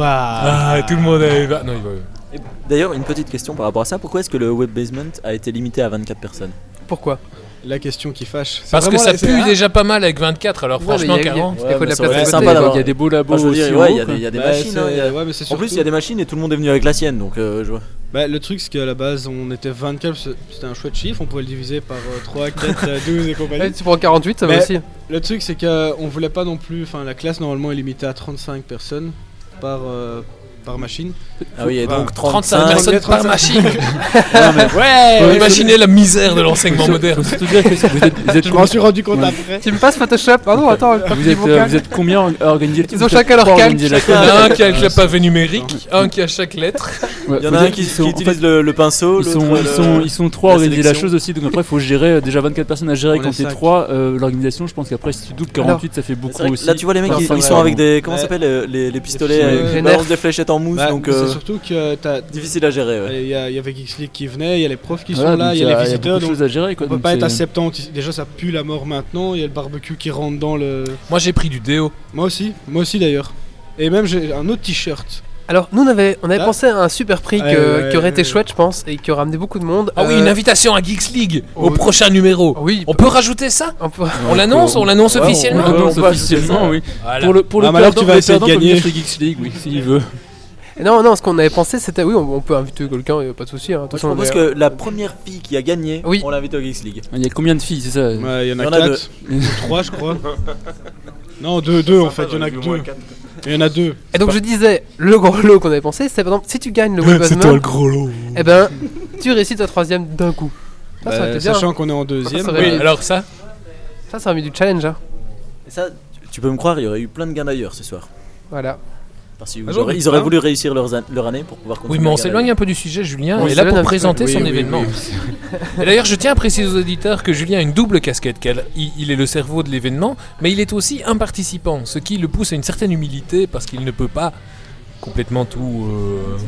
Speaker 8: Ah, tout le monde a. bah, non, il va-
Speaker 3: Et D'ailleurs, une petite question par rapport à ça. Pourquoi est-ce que le web basement a été limité à 24 personnes
Speaker 1: Pourquoi
Speaker 4: la question qui fâche. C'est
Speaker 8: Parce que
Speaker 4: vraiment
Speaker 8: ça
Speaker 4: la-
Speaker 8: pue déjà pas mal avec 24, alors
Speaker 1: Ouais,
Speaker 8: franchement,
Speaker 1: mais il y a- il y a-
Speaker 8: 40.
Speaker 1: L'école de la
Speaker 3: mais ça aurait
Speaker 1: place
Speaker 3: été
Speaker 1: de
Speaker 3: sympa
Speaker 1: côté.
Speaker 3: d'avoir-
Speaker 2: Il y a des beaux labos
Speaker 3: Enfin, je veux
Speaker 2: aussi.
Speaker 3: dire,
Speaker 2: en
Speaker 3: ouais, il
Speaker 2: haut,
Speaker 3: y a
Speaker 2: quoi.
Speaker 3: des- il y a des
Speaker 4: Bah,
Speaker 3: machines.
Speaker 4: c'est-
Speaker 3: hein, il y a-
Speaker 4: ouais, mais c'est
Speaker 3: En plus, il
Speaker 4: surtout-
Speaker 3: y a des machines et tout le monde est venu avec la sienne, donc euh, je vois.
Speaker 4: Bah, le truc, c'est qu'à la base, on était 24, parce que c'était un chouette chiffre. On pouvait le diviser par euh, 3, 4, euh, 12 et
Speaker 1: Ouais,
Speaker 4: compagnie.
Speaker 1: Eh, tu prends 48, ça va
Speaker 4: Mais-
Speaker 1: aussi.
Speaker 4: Le truc, c'est qu'on voulait pas non plus. Enfin, la classe normalement est limitée à 35 personnes par, euh, par machine.
Speaker 3: Ah oui, et
Speaker 4: Enfin,
Speaker 3: donc
Speaker 8: 35
Speaker 3: 35.
Speaker 8: personnes par
Speaker 4: 35.
Speaker 8: machine.
Speaker 4: Ouais,
Speaker 8: ouais,
Speaker 4: ouais,
Speaker 8: Eh, imaginez la misère de l'enseignement moderne.
Speaker 2: Faut surtout dire que vous êtes, vous êtes-
Speaker 4: Je m'en suis rendu compte
Speaker 2: Ouais.
Speaker 4: après.
Speaker 1: Tu me passes Photoshop Ah non, attends, j'ai pas
Speaker 2: vous
Speaker 1: fini
Speaker 2: êtes,
Speaker 1: mon
Speaker 2: euh,
Speaker 1: calque.
Speaker 2: vous êtes combien à organiser
Speaker 1: Ils
Speaker 2: le tout
Speaker 1: ont
Speaker 2: Vous êtes
Speaker 1: chacun leur
Speaker 2: trois à
Speaker 1: calque.
Speaker 2: organiser la-
Speaker 8: Il y en a un qui a
Speaker 4: Ouais,
Speaker 8: avec le pavé numérique, un qui a chaque lettre.
Speaker 2: Ouais,
Speaker 3: Il y en
Speaker 2: faut
Speaker 3: a un
Speaker 2: dire
Speaker 3: qui,
Speaker 2: qu'ils
Speaker 3: qui
Speaker 2: sont- en fait,
Speaker 3: utilise le, le pinceau.
Speaker 2: Ils
Speaker 3: l'autre,
Speaker 2: sont, ils,
Speaker 3: le-
Speaker 2: sont, ils sont trois à
Speaker 3: la
Speaker 2: organiser la
Speaker 3: sélection.
Speaker 2: chose aussi, donc après il faut gérer euh, déjà 24 personnes à gérer
Speaker 4: On
Speaker 2: quand
Speaker 4: est
Speaker 2: t'es
Speaker 4: cinq.
Speaker 2: 3. L'organisation, je pense qu'après si tu doubles 48, ça fait
Speaker 3: C'est
Speaker 2: beaucoup
Speaker 3: vrai que
Speaker 2: aussi.
Speaker 3: Là, tu vois les mecs,
Speaker 2: Enfin,
Speaker 3: ils,
Speaker 2: ça
Speaker 3: ils
Speaker 2: va,
Speaker 3: sont avec
Speaker 2: bon.
Speaker 3: des. Comment
Speaker 4: Ouais.
Speaker 3: ça s'appelle euh, les, les pistolets
Speaker 4: pistolets,
Speaker 3: euh,
Speaker 4: les
Speaker 3: qui
Speaker 1: nerfs.
Speaker 3: balancent des fléchettes en mousse,
Speaker 4: Bah,
Speaker 3: donc
Speaker 4: mais
Speaker 3: euh,
Speaker 4: C'est surtout que t'as.
Speaker 3: difficile à gérer. ouais.
Speaker 4: Il y a, il y avait Geeks League qui venait, il y a les profs qui
Speaker 2: Voilà,
Speaker 4: sont là,
Speaker 2: donc
Speaker 4: il y a les
Speaker 2: beaucoup
Speaker 4: visiteurs,
Speaker 2: de
Speaker 4: donc
Speaker 2: choses à gérer. Quoi,
Speaker 4: on peut
Speaker 2: donc
Speaker 4: pas être à
Speaker 2: c'est-
Speaker 4: 70. Déjà, ça pue la mort maintenant, il y a le barbecue qui rentre dans le.
Speaker 8: Moi j'ai pris du déo.
Speaker 4: Moi aussi, moi aussi d'ailleurs. Et même, j'ai un autre t-shirt.
Speaker 1: Alors nous on avait, on avait
Speaker 4: Là.
Speaker 1: pensé à un super prix
Speaker 4: Ouais,
Speaker 1: que-
Speaker 4: ouais,
Speaker 1: qui aurait été
Speaker 4: ouais.
Speaker 1: chouette je pense et qui aurait amené beaucoup de monde.
Speaker 8: Ah oui,
Speaker 1: Euh,
Speaker 8: une invitation à Geeks League au
Speaker 1: oui.
Speaker 8: prochain numéro.
Speaker 1: ah oui,
Speaker 8: On peut rajouter ça
Speaker 1: on peut-
Speaker 8: On l'annonce On l'annonce
Speaker 2: Ouais, on-
Speaker 8: officiellement
Speaker 2: on l'annonce
Speaker 3: On peut ajouter
Speaker 2: officiellement,
Speaker 3: ça.
Speaker 2: oui.
Speaker 8: Voilà.
Speaker 2: Pour le, pour le
Speaker 4: Ah, mais alors,
Speaker 2: perdant,
Speaker 4: tu vas
Speaker 2: le
Speaker 4: essayer de
Speaker 2: perdant peut venir
Speaker 4: gagner.
Speaker 2: chez Geeks League, oui, s'il veut.
Speaker 1: Non, non, ce qu'on avait pensé c'était oui, on, on peut inviter quelqu'un, y a pas de souci. hein,
Speaker 3: Moi, je
Speaker 1: attention, on
Speaker 3: propose
Speaker 1: est-
Speaker 3: que la première fille qui a gagné,
Speaker 1: Oui.
Speaker 3: on l'invite au Geeks League.
Speaker 2: Il y a combien de filles, c'est ça
Speaker 4: Ouais, il y en
Speaker 3: Il y
Speaker 4: a
Speaker 3: en a
Speaker 4: 4. 3, je crois. Non, 2, 2 en fait, il y en a que 2. Il y en a 2.
Speaker 1: Et donc je disais, le gros lot qu'on avait pensé, c'était par exemple, si tu gagnes le Web of Month,
Speaker 8: gros lot.
Speaker 1: eh ben, tu récites ta troisième d'un coup. Ça, ça aurait été bien.
Speaker 4: Euh, Sachant qu'on est en deuxième.
Speaker 1: Ça, ça
Speaker 8: Oui,
Speaker 1: aurait-
Speaker 4: bah,
Speaker 8: alors ça
Speaker 1: Ça, ça aurait mis du challenge, hein.
Speaker 3: Et ça, tu peux me croire, il y aurait eu plein de gains d'ailleurs ce soir.
Speaker 1: Voilà.
Speaker 3: Parce qu'ils
Speaker 4: Ah, j'en
Speaker 3: auraient,
Speaker 4: doute
Speaker 3: ils auraient
Speaker 4: pas.
Speaker 3: voulu réussir leurs an- leur année pour pouvoir
Speaker 8: Oui,
Speaker 3: continuer.
Speaker 8: mais on
Speaker 3: à gagner.
Speaker 8: s'éloigne un peu du sujet, Julien.
Speaker 1: On
Speaker 8: est là
Speaker 1: s'éloigne un
Speaker 8: pour
Speaker 1: peu.
Speaker 8: présenter
Speaker 4: Oui,
Speaker 8: son
Speaker 4: oui,
Speaker 8: événement. Et d'ailleurs, je tiens à préciser aux auditeurs que Julien a une double casquette. qu'elle- il, il est le cerveau de l'événement, mais il est aussi un participant, ce qui le pousse à une certaine humilité parce qu'il ne peut pas complètement tout. euh,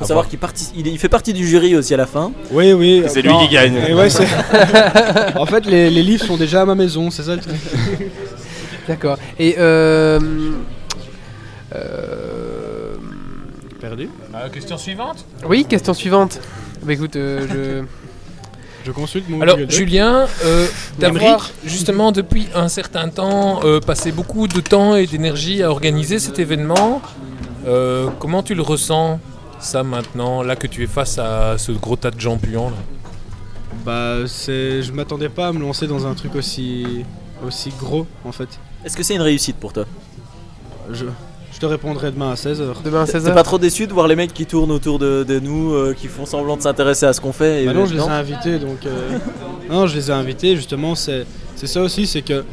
Speaker 3: Faut savoir qu'il partici- il, il fait partie du jury aussi à la fin.
Speaker 4: Oui, oui.
Speaker 7: C'est lui qui gagne.
Speaker 4: Et ouais, c'est- en fait, les, les livres sont déjà à ma maison, c'est ça le truc.
Speaker 1: D'accord. Et euh. euh,
Speaker 4: Perdu
Speaker 8: Ah, question suivante.
Speaker 1: Oui, question suivante. Bah écoute, euh,
Speaker 4: Je consulte mon
Speaker 8: Alors,
Speaker 4: Google Doc.
Speaker 8: Julien, euh, d'avoir
Speaker 4: Limerick.
Speaker 8: justement depuis un certain temps euh, passé beaucoup de temps et d'énergie à organiser cet événement, euh, comment tu le ressens ça maintenant, là que tu es face à ce gros tas de gens puants là
Speaker 4: Bah, c'est. Je m'attendais pas à me lancer dans un truc aussi. aussi gros, en fait.
Speaker 3: Est-ce que c'est une réussite pour toi
Speaker 4: Je, je te répondrai demain à 16h.
Speaker 1: je... demain à
Speaker 3: T'es
Speaker 1: 16h.
Speaker 3: t'es pas trop déçu de voir les mecs qui tournent autour de, de nous, euh, qui font semblant de s'intéresser à ce qu'on fait et
Speaker 4: Bah non, je les ai invités, donc. euh, non, je les ai invités, justement, c'est c'est ça aussi, c'est que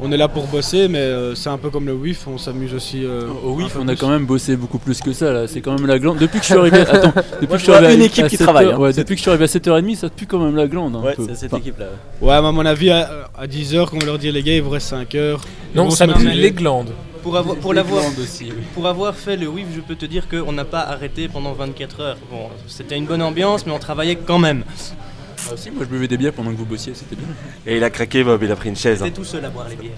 Speaker 4: on est là pour bosser, mais euh, c'est un peu comme le WIF, on s'amuse aussi. euh,
Speaker 2: Au
Speaker 4: un
Speaker 2: WIF,
Speaker 4: peu
Speaker 2: on a
Speaker 4: plus.
Speaker 2: quand même bossé beaucoup plus que ça là. C'est quand même la glande. Depuis que je suis arrivé, attends, depuis que je suis
Speaker 3: vois
Speaker 2: arrivé
Speaker 3: une
Speaker 2: à-
Speaker 3: équipe
Speaker 2: à
Speaker 3: qui
Speaker 2: 7
Speaker 3: travaille,
Speaker 2: heures-
Speaker 3: hein.
Speaker 2: ouais, depuis que je suis arrivé à 7h30, ça pue quand même la glande. un
Speaker 3: Ouais,
Speaker 2: peu.
Speaker 3: c'est cette
Speaker 2: Enfin,
Speaker 3: équipe-là. ouais.
Speaker 4: Ouais, mais à mon avis, à, 10h, quand on leur dit les gars, il vous reste 5 heures.
Speaker 8: Non,
Speaker 4: Ils vont
Speaker 8: ça
Speaker 4: se
Speaker 8: pue
Speaker 4: marrer.
Speaker 8: les glandes.
Speaker 6: Pour, avoir, pour, l'avoir,
Speaker 2: glandes aussi, oui.
Speaker 6: pour avoir fait le WIF, je peux te dire qu'on n'a pas arrêté pendant 24 heures. Bon, c'était une bonne ambiance, mais on travaillait quand même.
Speaker 2: Ah, si, moi je buvais des bières pendant que vous bossiez, c'était bien.
Speaker 7: Et il a craqué, Bob, il a pris une chaise. hein.
Speaker 6: C'était tout seul à boire les bières.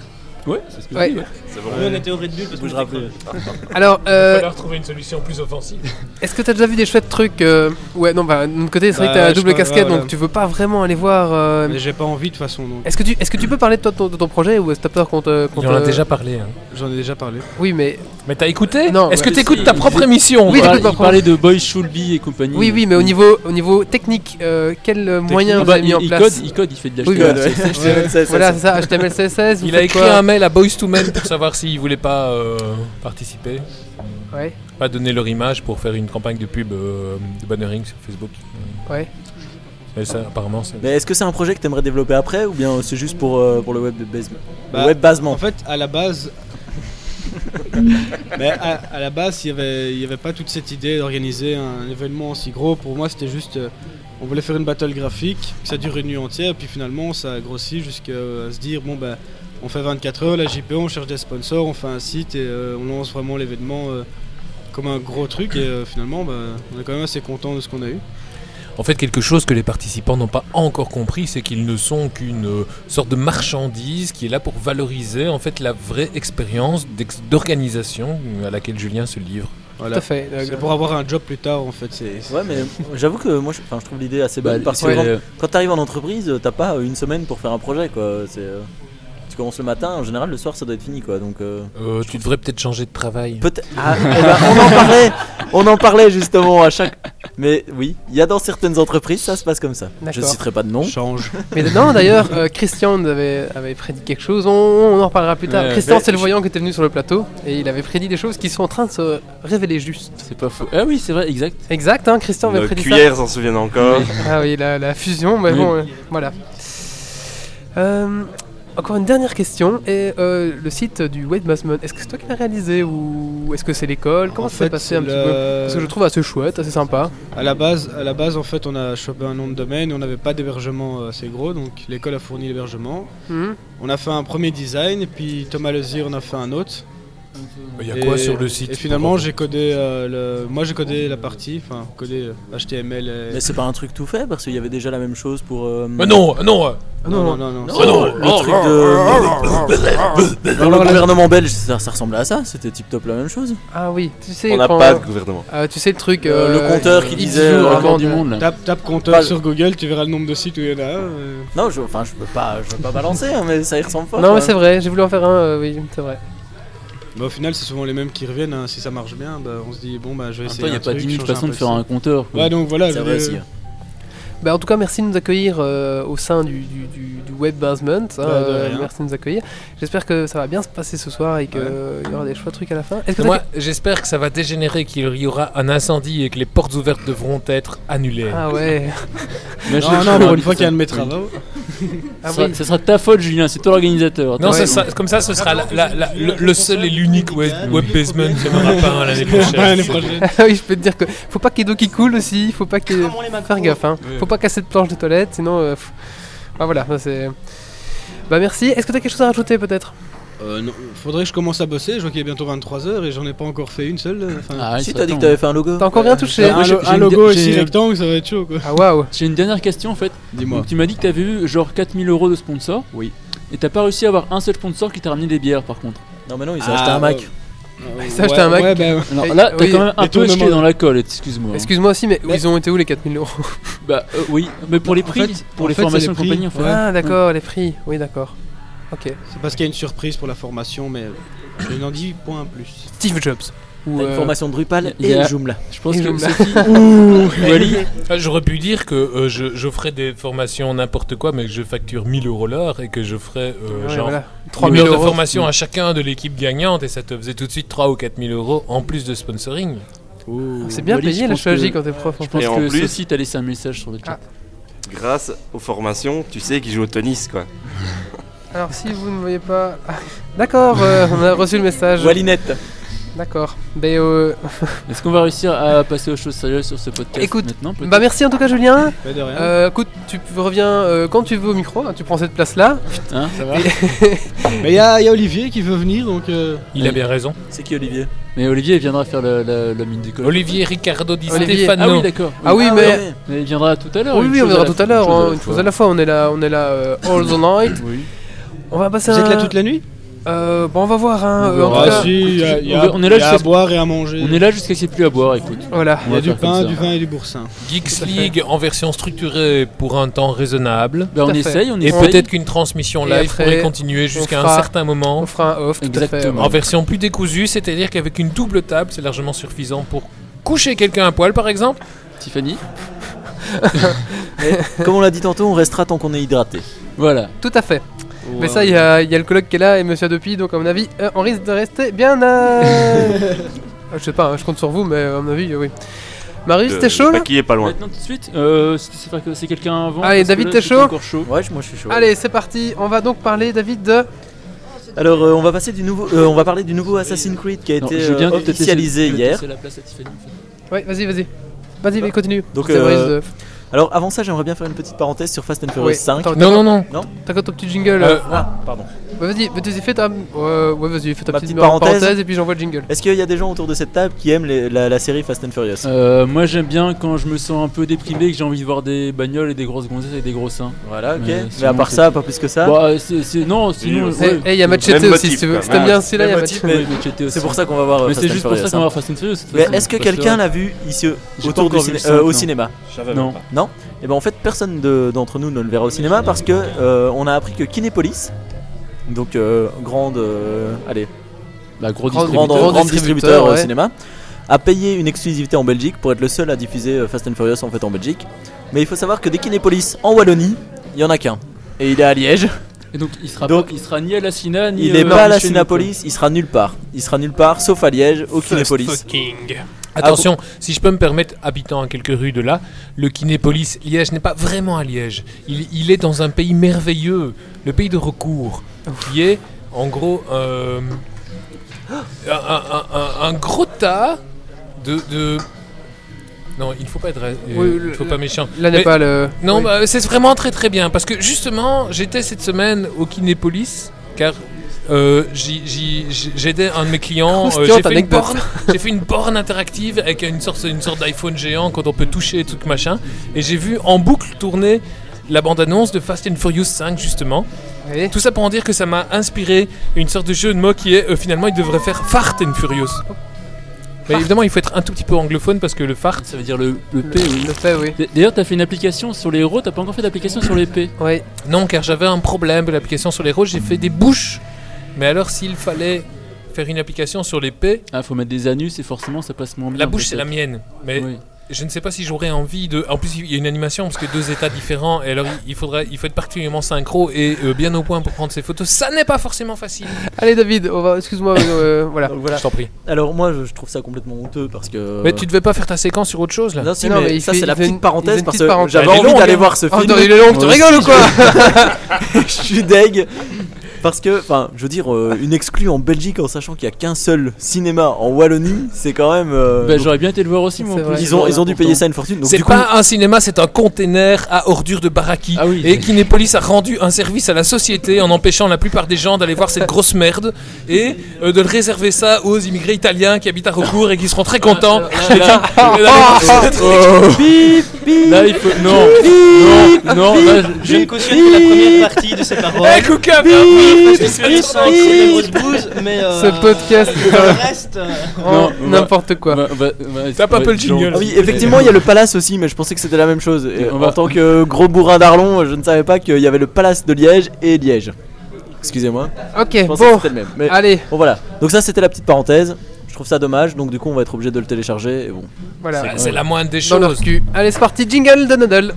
Speaker 2: Ouais, c'est ce que
Speaker 1: Ouais.
Speaker 2: je dis. ouais.
Speaker 6: Nous, on était au Red Bull parce qu'on
Speaker 3: Bougera
Speaker 6: était creux.
Speaker 1: Alors, euh,
Speaker 8: falloir trouver une solution plus offensive.
Speaker 1: Est-ce que t'as déjà vu des chouettes trucs euh, Ouais, non, bah, de mon côté, c'est vrai
Speaker 4: Bah,
Speaker 1: que t'as la
Speaker 4: je
Speaker 1: double
Speaker 4: crois- ouais,
Speaker 1: casquette, donc
Speaker 4: voilà.
Speaker 1: tu veux pas vraiment aller voir. euh,
Speaker 4: Mais j'ai pas envie de toute façon, donc
Speaker 1: Est-ce que tu, est-ce que tu peux parler de, toi- ton- de ton projet ou est-ce que t'as peur qu'on te. qu'on
Speaker 8: On en a
Speaker 1: te-
Speaker 8: déjà parlé. hein.
Speaker 4: j'en ai déjà parlé.
Speaker 1: Oui, mais
Speaker 8: Mais t'as écouté
Speaker 1: Non,
Speaker 8: Est-ce
Speaker 1: ouais.
Speaker 8: que t'écoutes
Speaker 2: Si,
Speaker 8: ta
Speaker 2: si,
Speaker 8: propre
Speaker 2: si.
Speaker 8: émission
Speaker 1: Oui,
Speaker 2: il
Speaker 1: d'accord,
Speaker 2: parlait-
Speaker 1: par
Speaker 2: il parlait de Boy Schulby et compagnie.
Speaker 1: oui, oui, mais au niveau, au niveau technique, euh, quel euh,
Speaker 2: Technique.
Speaker 1: moyen
Speaker 2: Ah
Speaker 1: vous
Speaker 2: bah,
Speaker 1: avez mis
Speaker 2: il,
Speaker 1: en
Speaker 2: il
Speaker 1: place
Speaker 2: code, il code, il fait de
Speaker 1: Oui,
Speaker 2: l'HTML.
Speaker 1: voilà.
Speaker 2: c'est- c'est-
Speaker 3: Ouais, c'est- c'est-
Speaker 1: Voilà, c'est ça, HTML, CSS. vous
Speaker 8: Il a
Speaker 1: faites
Speaker 8: écrit
Speaker 1: quoi
Speaker 8: un mail à Boys to Men pour savoir s'ils voulaient pas euh, participer.
Speaker 1: Ouais,
Speaker 8: Pas donner leur image pour faire une campagne de pub euh, de bannering sur Facebook.
Speaker 1: ouais.
Speaker 8: Mais ça, apparemment, c'est.
Speaker 3: Mais est-ce que c'est un projet que t'aimerais développer après ou bien c'est juste pour, euh, pour le web de basement
Speaker 4: Bah,
Speaker 3: Le web basement.
Speaker 4: En fait, à la base. Mais à, à la base, il n'y avait, il y avait pas toute cette idée d'organiser un événement si gros. Pour moi, c'était juste. euh, on voulait faire une battle graphique, que ça dure une nuit entière, puis finalement, ça a grossi jusqu'à à se dire bon, bah, on fait 24 heures, la JPO, on cherche des sponsors, on fait un site et euh, on lance vraiment l'événement euh, comme un gros truc. Et euh, finalement, bah, on est quand même assez content de ce qu'on a eu.
Speaker 8: En fait, quelque chose que les participants n'ont pas encore compris, c'est qu'ils ne sont qu'une euh, sorte de marchandise qui est là pour valoriser en fait la vraie expérience d'ex- d'organisation à laquelle Julien se livre.
Speaker 1: Tout à
Speaker 4: Voilà.
Speaker 1: fait.
Speaker 4: C'est pour avoir un job plus tard, en fait. c'est- c'est-
Speaker 3: Ouais, mais j'avoue que moi je, enfin, je trouve l'idée assez bonne parce que
Speaker 1: ouais.
Speaker 3: quand,
Speaker 2: euh,
Speaker 3: quand t'arrives en entreprise, euh, t'as pas euh, une semaine pour faire un projet quoi. C'est, euh, tu commences le matin, en général le soir ça doit être fini quoi. Donc euh,
Speaker 8: Euh, tu devrais peut-être changer de travail.
Speaker 3: peut ah, eh ben, on en parlait, on en parlait justement à chaque. Mais oui, il y a dans certaines entreprises ça se passe comme ça. Je ne
Speaker 1: D'accord.
Speaker 3: citerai pas de nom.
Speaker 4: Change.
Speaker 1: Mais non, d'ailleurs, euh, Christian avait, avait prédit quelque chose. On, on en reparlera plus tard.
Speaker 2: Ouais,
Speaker 1: Christian,
Speaker 3: mais
Speaker 1: c'est le
Speaker 3: je-
Speaker 1: voyant qui était venu sur le plateau et il avait prédit des choses qui sont en train de se révéler justes.
Speaker 2: c'est pas faux. Ah oui, c'est vrai, exact.
Speaker 1: Exact, hein, Christian avait
Speaker 7: Nos
Speaker 1: prédit ça.
Speaker 7: cuillères s'en souviennent encore.
Speaker 1: Ah oui, la, la fusion, mais
Speaker 2: Oui.
Speaker 1: bon, euh, voilà. Euh, encore une dernière question. Et euh, le site du Wade Bassman, est-ce que c'est toi qui l'as réalisé ou est-ce que c'est l'école Comment
Speaker 4: En
Speaker 1: ça
Speaker 4: fait,
Speaker 1: s'est passé un
Speaker 4: c'est
Speaker 1: petit peu
Speaker 4: le-
Speaker 1: Parce que je trouve assez chouette, assez sympa.
Speaker 4: À la base, à la base, en fait, on a chopé un nom de domaine et on n'avait pas d'hébergement euh, assez gros, donc l'école a fourni l'hébergement.
Speaker 1: Mhm.
Speaker 4: On a fait un premier design, et puis Thomas Lezier en a fait un autre.
Speaker 8: Il y a
Speaker 4: Et-
Speaker 8: quoi sur le site
Speaker 4: Et finalement,
Speaker 8: pour-
Speaker 4: j'ai codé euh, le, moi j'ai codé la partie, enfin codé euh, HTML. Et...
Speaker 3: Mais c'est pas un truc tout fait parce qu'il y avait déjà la même chose pour. euh,
Speaker 8: Mais non, non, euh,
Speaker 1: Ah
Speaker 4: non non non, non,
Speaker 3: Oh non, le truc
Speaker 1: Oh,
Speaker 3: de. Dans le
Speaker 1: Alors là-
Speaker 3: gouvernement belge, ça, ça ressemblait à ça, c'était tip top la même chose.
Speaker 1: Ah oui, tu sais,
Speaker 7: On n'a
Speaker 1: quand-
Speaker 7: pas de gouvernement.
Speaker 4: Ah.
Speaker 1: euh, tu sais le truc.
Speaker 3: Euh, le compteur qui
Speaker 1: il
Speaker 3: disait,
Speaker 1: joue
Speaker 3: euh,
Speaker 1: avant
Speaker 2: Record du
Speaker 1: de-
Speaker 2: monde là.
Speaker 4: Tape, tape compteur
Speaker 3: Pas-
Speaker 4: sur Google, tu verras le nombre de sites où il y en a. un, euh.
Speaker 3: Non, je, enfin, je peux pas, je peux pas balancer, hein, mais ça y ressemble pas.
Speaker 1: Non,
Speaker 3: quoi.
Speaker 1: mais c'est vrai, j'ai voulu en faire un, euh, oui, c'est vrai.
Speaker 4: Mais au final, c'est souvent les mêmes qui reviennent. hein. Si ça marche bien, bah, on se dit bon bah
Speaker 2: En
Speaker 4: je vais
Speaker 2: même
Speaker 4: essayer.
Speaker 2: temps, il n'y a
Speaker 4: un
Speaker 2: pas
Speaker 4: truc,
Speaker 2: 10 000
Speaker 4: changer un
Speaker 2: façons de
Speaker 4: peu
Speaker 2: faire
Speaker 4: ça.
Speaker 2: un compteur. quoi.
Speaker 4: Ouais donc voilà.
Speaker 3: C'est
Speaker 4: je
Speaker 3: vrai
Speaker 4: voulais-
Speaker 3: aussi.
Speaker 8: hein.
Speaker 2: hein.
Speaker 1: Bah, en tout cas, merci de nous accueillir euh, au sein du, du, du- du Web Basement. hein,
Speaker 4: Bah, de
Speaker 1: euh,
Speaker 4: rien.
Speaker 1: merci de nous accueillir. J'espère que ça va bien se passer ce soir et qu'il y aura des chouettes trucs à la fin. Est-ce que t'as
Speaker 8: moi j'espère que ça va dégénérer, qu'il y aura un incendie et que les portes ouvertes devront être annulées.
Speaker 1: Ah ouais.
Speaker 2: Mais je-
Speaker 4: Non
Speaker 2: je-
Speaker 4: non,
Speaker 2: je-
Speaker 4: pour une fois qu'il y a un de mes
Speaker 2: ça-
Speaker 4: travaux.
Speaker 1: Ah
Speaker 2: Ça
Speaker 1: oui.
Speaker 2: sera- ça sera de ta faute, Julien, c'est toi l'organisateur.
Speaker 8: Non,
Speaker 2: Attends,
Speaker 8: ça, ça- comme ça, ce sera la- la- la- le, le seul et l'unique web, web basement qu'il n'y en aura pas un l'année
Speaker 4: L'année
Speaker 8: prochaine.
Speaker 4: prochaine.
Speaker 1: Ah oui, je peux te dire que faut pas qu'il y ait d'eau qui coule aussi, faut pas qu'il y ait-
Speaker 6: Comment les macros
Speaker 1: faire gaffe hein.
Speaker 8: Oui.
Speaker 1: Faut pas casser de planche de toilette, sinon euh, pff. Ah voilà, ça, c'est Bah merci. Est-ce que t'as quelque chose à rajouter peut-être
Speaker 4: Euh, non, faudrait que je commence à bosser. Je vois qu'il est bientôt 23h et j'en ai pas encore fait une seule. euh, enfin,
Speaker 2: Ah,
Speaker 3: Si
Speaker 2: il
Speaker 3: t'as dit
Speaker 2: s'attend.
Speaker 3: que t'avais fait un logo.
Speaker 1: T'as encore rien touché
Speaker 2: Euh,
Speaker 4: un,
Speaker 2: j'ai-
Speaker 4: lo-
Speaker 2: j'ai
Speaker 4: un
Speaker 2: une-
Speaker 4: logo
Speaker 2: j'ai-
Speaker 4: aussi rectangle, ça va être chaud quoi.
Speaker 1: Ah waouh.
Speaker 2: J'ai une dernière question en fait.
Speaker 4: Dis-moi.
Speaker 2: Donc, tu m'as dit que t'avais eu genre 4000 euros de sponsors.
Speaker 4: Oui.
Speaker 2: Et t'as pas réussi à avoir un seul sponsor qui t'a ramené des bières par contre.
Speaker 3: Non, mais non, ils ont
Speaker 4: Ah,
Speaker 3: acheté un Mac.
Speaker 4: ouais.
Speaker 1: Il s'est acheté un Mac.
Speaker 4: Ouais, bah,
Speaker 2: Alors
Speaker 1: Eh,
Speaker 2: là, t'as
Speaker 1: oui,
Speaker 2: quand même un
Speaker 4: les
Speaker 2: peu jeté
Speaker 4: tournements.
Speaker 2: dans la colle, excuse-moi. hein.
Speaker 1: Excuse-moi aussi, mais
Speaker 4: Mais-
Speaker 1: ils ont été où les 4000 euros
Speaker 2: Bah euh, oui, mais pour les
Speaker 4: En
Speaker 2: prix,
Speaker 4: fait,
Speaker 2: pour
Speaker 4: en
Speaker 2: les
Speaker 4: fait,
Speaker 2: formations et
Speaker 4: c'est les prix.
Speaker 2: compagnie en fait.
Speaker 1: Ah d'accord, les prix. Oui, d'accord. OK.
Speaker 4: c'est parce qu'il y a une surprise pour la formation, mais je n'en dis point plus.
Speaker 1: Steve Jobs ou
Speaker 3: T'as une
Speaker 1: euh,
Speaker 3: formation Drupal
Speaker 2: il y a-
Speaker 3: et Joomla.
Speaker 2: Je pense
Speaker 1: Et
Speaker 2: que
Speaker 1: Joomla.
Speaker 2: Sophie ou Ali,
Speaker 8: Ah, J'aurais pu dire que euh, je, je ferais des formations n'importe quoi, mais que je facture 1000 euros l'heure et que je ferais euh,
Speaker 1: ouais,
Speaker 8: genre
Speaker 1: voilà.
Speaker 8: 3000
Speaker 1: 3000
Speaker 8: euros de
Speaker 1: euros.
Speaker 8: formation à chacun de l'équipe gagnante et ça te faisait tout de suite 3 ou 4000 euros en plus de sponsoring.
Speaker 1: C'est bien
Speaker 2: Wally, je
Speaker 1: payé la
Speaker 2: pense
Speaker 1: chirurgie
Speaker 2: que-
Speaker 1: quand t'es prof. en Ah,
Speaker 2: je pense
Speaker 7: Et en
Speaker 2: que
Speaker 7: plus-
Speaker 2: Sophie t'a laissé un message sur le chat.
Speaker 7: Grâce aux formations, tu sais qui joue au tennis, quoi.
Speaker 1: Alors si vous ne voyez pas... Ah, D'accord, euh, on a reçu le message.
Speaker 3: Wallinette.
Speaker 1: D'accord. Ben, euh,
Speaker 2: Est-ce qu'on va réussir à passer aux choses sérieuses sur ce podcast
Speaker 1: Écoute,
Speaker 2: maintenant peut-être
Speaker 1: Bah merci en tout cas Julien.
Speaker 4: Pas Bah, de rien.
Speaker 1: Euh, écoute, tu reviens euh, quand tu veux au micro, hein, tu prends cette place là.
Speaker 2: Hein, ça va
Speaker 4: Mais il y, a y a Olivier qui veut venir, donc euh,
Speaker 8: Il a bien raison.
Speaker 3: C'est qui Olivier
Speaker 2: Mais Olivier il viendra faire le- le- l'homme indécole.
Speaker 8: Olivier Ricardo Di
Speaker 1: Olivier.
Speaker 2: Ah oui,
Speaker 8: Stefano.
Speaker 2: d'accord.
Speaker 1: Ah oui, mais...
Speaker 2: Mais il viendra tout à l'heure.
Speaker 1: Oui,
Speaker 2: une
Speaker 1: oui, on
Speaker 2: chose
Speaker 1: verra
Speaker 2: la-
Speaker 1: tout à l'heure, hein, une chose à
Speaker 2: fois.
Speaker 1: la fois, on est là, on est là euh, all the night.
Speaker 2: Oui.
Speaker 1: On va passer
Speaker 4: vous
Speaker 1: un...
Speaker 4: êtes là toute la nuit
Speaker 1: Euh, bon, on va voir, hein,
Speaker 2: On
Speaker 1: euh, en
Speaker 2: verra.
Speaker 1: tout cas,
Speaker 4: Ah si, il y a, y a-
Speaker 2: on est là
Speaker 4: y a à
Speaker 2: jusqu'à-
Speaker 4: boire et à manger.
Speaker 2: On est là jusqu'à ce qu'il n'y ait plus à boire, écoute.
Speaker 1: voilà.
Speaker 2: On
Speaker 4: Il y
Speaker 2: va
Speaker 4: a du
Speaker 2: faire comme
Speaker 4: pain,
Speaker 2: ça.
Speaker 4: du vin et du boursin.
Speaker 8: Geeks League en version structurée pour un temps raisonnable.
Speaker 2: Bah,
Speaker 1: Tout
Speaker 2: on
Speaker 1: à fait.
Speaker 2: essaye, on
Speaker 8: Et
Speaker 2: essaye.
Speaker 8: peut-être qu'une transmission
Speaker 1: Et
Speaker 8: live
Speaker 1: après,
Speaker 8: pourrait continuer jusqu'à
Speaker 1: fera-
Speaker 8: un certain moment.
Speaker 1: On fera un off, tout à fait.
Speaker 2: Exactement.
Speaker 8: En version plus décousue, c'est-à-dire qu'avec une double table, c'est largement suffisant pour coucher quelqu'un à poil, par exemple.
Speaker 2: Tiffany.
Speaker 3: Comme on l'a dit tantôt, on restera tant qu'on est hydraté.
Speaker 2: Voilà.
Speaker 1: Tout à fait. Mais
Speaker 4: Ouais.
Speaker 1: ça, il y, a il y a le colloque qui est là et Monsieur Adopi, donc à mon avis, euh, on risque de rester bien. euh, je sais pas, hein, je compte sur vous, mais à mon avis, euh, oui. Marius,
Speaker 3: Euh,
Speaker 1: t'es chaud là
Speaker 7: Qui est pas loin.
Speaker 2: Maintenant tout de suite, euh, si tu sais pas que c'est quelqu'un avant.
Speaker 1: Allez,
Speaker 2: parce que
Speaker 1: David,
Speaker 2: là,
Speaker 1: t'es
Speaker 2: je suis
Speaker 1: chaud
Speaker 2: encore chaud.
Speaker 3: Ouais, moi je suis chaud.
Speaker 1: Allez, c'est parti. On va donc parler, David, de.
Speaker 3: Alors euh, on va passer du nouveau, euh, on va parler du nouveau Assassin's Creed qui a
Speaker 2: Non,
Speaker 3: été
Speaker 2: je viens
Speaker 3: euh,
Speaker 2: de te laisser-
Speaker 3: officialisé
Speaker 2: je vais te
Speaker 3: hier.
Speaker 2: laisser la place à Tiffany, en fait.
Speaker 1: Ouais, vas-y, vas-y. Vas-y, mais continue.
Speaker 3: Donc,
Speaker 1: C'est
Speaker 3: euh,
Speaker 1: Marius de-
Speaker 3: Alors avant ça, j'aimerais bien faire une petite parenthèse sur Fast and Furious
Speaker 1: Oui,
Speaker 3: 5.
Speaker 1: attends,
Speaker 8: Non, non, non.
Speaker 1: T'as quoi ton petit jingle
Speaker 8: Euh,
Speaker 3: Ah, pardon.
Speaker 1: Ouais, Vas-y, mais tu fais ta. Ouais, ouais, vas-y, fais ta
Speaker 3: Ma
Speaker 1: petite,
Speaker 3: petite
Speaker 1: parenthèse.
Speaker 3: parenthèse
Speaker 1: et puis j'envoie le jingle.
Speaker 3: Est-ce qu'il y a des gens autour de cette table qui aiment les- la, la série Fast and Furious
Speaker 2: Euh, moi j'aime bien quand je me sens un peu déprimé et que j'ai envie de voir des bagnoles et des grosses gonzesses et des gros seins.
Speaker 3: Voilà, ok.
Speaker 2: mais
Speaker 3: Mais,
Speaker 2: sinon,
Speaker 3: à part
Speaker 2: c'est-
Speaker 3: ça, pas plus que ça.
Speaker 2: Bah, c'est- c'est- non, sinon.
Speaker 7: Oui,
Speaker 1: Et
Speaker 2: ouais.
Speaker 1: et il y a Machete
Speaker 7: Même
Speaker 1: aussi,
Speaker 7: motif,
Speaker 1: si tu veux.
Speaker 7: quand
Speaker 1: C'était
Speaker 7: même.
Speaker 1: bien celui-là, il y a
Speaker 3: Même
Speaker 1: Machete.
Speaker 2: Oui, Machete aussi.
Speaker 3: C'est pour ça qu'on va voir. euh,
Speaker 2: Mais
Speaker 3: Fast
Speaker 2: c'est
Speaker 3: and
Speaker 2: juste pour ça
Speaker 3: Furious,
Speaker 2: qu'on
Speaker 3: hein.
Speaker 2: va voir Fast and Furious. de toute
Speaker 3: Mais
Speaker 2: façon,
Speaker 3: est-ce que
Speaker 2: parce
Speaker 3: quelqu'un l'a vu ici euh,
Speaker 2: J'ai pas
Speaker 3: autour du
Speaker 2: encore vu
Speaker 3: ciné-
Speaker 2: le cinq,
Speaker 3: euh,
Speaker 2: non.
Speaker 3: au cinéma
Speaker 2: Non.
Speaker 3: Et ben en fait personne de- d'entre nous ne le verra au cinéma parce que euh, on a appris que Kinépolis, donc euh, grande, euh, allez,
Speaker 2: Bah, gros
Speaker 1: Grand-
Speaker 3: grand,
Speaker 2: distributeur.
Speaker 1: Distributeur.
Speaker 3: grand distributeur euh,
Speaker 1: ouais.
Speaker 3: cinéma, a payé une exclusivité en Belgique pour être le seul à diffuser euh, Fast and Furious en fait en Belgique. Mais il faut savoir que des Kinépolis en Wallonie, il y en a qu'un. Et il est à Liège.
Speaker 2: Et donc il sera,
Speaker 3: Donc,
Speaker 2: pas- il sera ni à la Sina ni.
Speaker 3: Il
Speaker 2: euh,
Speaker 3: n'est pas à la
Speaker 2: chez nous,
Speaker 3: Cinépolis, il sera nulle part. Il sera nulle part, sauf à Liège, au Kinépolis.
Speaker 8: Attention, si je peux me permettre, habitant à quelques rues de là, le Kinépolis Liège n'est pas vraiment à Liège. Il, il est dans un pays merveilleux, le pays de recours, qui est en gros euh, un, un- un- un gros tas de. de- Non, il ne faut pas être, euh,
Speaker 1: Oui, le-
Speaker 8: il faut pas méchant.
Speaker 1: Là n'est
Speaker 8: Mais-
Speaker 1: pas le.
Speaker 8: Non,
Speaker 1: Oui.
Speaker 8: bah, c'est vraiment très très bien parce que justement, j'étais cette semaine au Kinépolis car euh, j'y- j'y- j'y- j'aidais un de mes clients. euh, j'ai,
Speaker 1: Croustillante
Speaker 8: fait une
Speaker 1: anecdote.
Speaker 8: borne, j'ai fait une borne interactive avec une sorte, une sorte d'iPhone géant quand on peut toucher et tout le machin. Et j'ai vu en boucle tourner la bande-annonce de Fast and Furious 5 justement.
Speaker 1: Oui.
Speaker 8: Tout ça pour en dire que ça m'a inspiré une sorte de jeu de mots qui est euh, finalement il devrait faire Fart and Furious. Mais évidemment, il faut être un tout petit peu anglophone parce que le fart,
Speaker 2: quoi. Ça veut dire le, le P, oui.
Speaker 1: Le, le fait, oui.
Speaker 2: D- D'ailleurs, t'as fait une application sur les héros, t'as pas encore fait d'application sur les P.
Speaker 1: Oui.
Speaker 8: Non, car j'avais un problème de l'application sur les roses, j'ai fait des bouches. Mais alors, s'il fallait faire une application sur les P,
Speaker 2: Ah, faut mettre des anus et forcément ça passe moins bien.
Speaker 8: la bouche c'est la
Speaker 2: peut-être.
Speaker 8: mienne. Mais
Speaker 2: Oui.
Speaker 8: je ne sais pas si j'aurais envie de. En plus, il y a une animation parce que deux états différents, et alors il- il faudrait, il faut être particulièrement synchro et euh, bien au point pour prendre ces photos. Ça n'est pas forcément facile.
Speaker 1: Allez, David, on va. Excuse-moi, mais, euh, voilà.
Speaker 3: Donc voilà.
Speaker 8: Je t'en prie.
Speaker 3: Alors moi je je trouve ça complètement honteux parce que.
Speaker 8: Mais tu devais pas faire ta séquence sur autre chose là.
Speaker 3: Non, si,
Speaker 1: Non,
Speaker 3: mais,
Speaker 1: mais il
Speaker 3: ça
Speaker 1: fait-
Speaker 3: c'est
Speaker 1: il
Speaker 3: la
Speaker 1: fait
Speaker 3: petite
Speaker 1: une- il
Speaker 3: parenthèse
Speaker 1: fait une
Speaker 3: parce
Speaker 1: petite
Speaker 3: que
Speaker 1: parenthèse.
Speaker 3: j'avais
Speaker 1: Elle est
Speaker 3: envie
Speaker 1: longue,
Speaker 3: d'aller
Speaker 1: hein.
Speaker 3: voir ce
Speaker 1: Oh,
Speaker 3: film.
Speaker 1: attends, il est long, tu
Speaker 3: Moi
Speaker 1: rigoles ou
Speaker 3: aussi,
Speaker 1: quoi
Speaker 3: je suis deg parce que, enfin, je veux dire, euh, une exclue en Belgique en sachant qu'il y a qu'un seul cinéma en Wallonie, c'est quand même. euh,
Speaker 2: Bah,
Speaker 3: donc,
Speaker 2: j'aurais bien été le voir aussi, moi. en
Speaker 1: C'est
Speaker 2: plus.
Speaker 1: vrai.
Speaker 3: ils ont, ils ont dû
Speaker 2: Pourtant.
Speaker 3: payer ça une fortune. Donc
Speaker 8: C'est
Speaker 3: du coup,
Speaker 8: pas un cinéma, c'est un container à ordures de Baraki.
Speaker 2: Ah oui.
Speaker 8: Et Kinépolis a rendu un service à la société en empêchant la plupart des gens d'aller voir cette grosse merde et euh, de le réserver ça aux immigrés italiens qui habitent à Recours et qui seront très contents. d'aller voir cette-
Speaker 2: Là, il faut. Oh. Non, non, non, là, je-
Speaker 6: Je ne cautionne que la première partie de ces
Speaker 8: Eh,
Speaker 6: paroles.
Speaker 8: Kouka,
Speaker 6: Je suis le sang, c'est la grosse bouse, mais. euh,
Speaker 1: Ce podcast, euh,
Speaker 6: Le reste. euh,
Speaker 1: en
Speaker 8: Oh,
Speaker 2: Non, on va-
Speaker 1: n'importe
Speaker 2: on
Speaker 1: quoi.
Speaker 2: va- on va- on va-
Speaker 8: Tape un peu le jingle.
Speaker 3: Ah oui, effectivement, il y a le palace aussi, mais je pensais que c'était la même chose. Et
Speaker 2: On
Speaker 3: en
Speaker 2: va-
Speaker 3: tant que gros bourrin d'Arlon, je ne savais pas qu'il y avait le palace de Liège et Liège. Excusez-moi,
Speaker 1: Ok,
Speaker 3: je pensais que
Speaker 1: bon.
Speaker 3: c'était le même. Mais
Speaker 1: Allez,
Speaker 3: bon, voilà. Donc, ça, c'était la petite parenthèse. Je trouve ça dommage, donc du coup, on va être obligé de le télécharger. Et bon.
Speaker 1: voilà.
Speaker 8: Ah, C'est la moindre des
Speaker 1: Dans leur
Speaker 8: choses.
Speaker 1: cul. Allez, c'est parti, jingle de Noddle.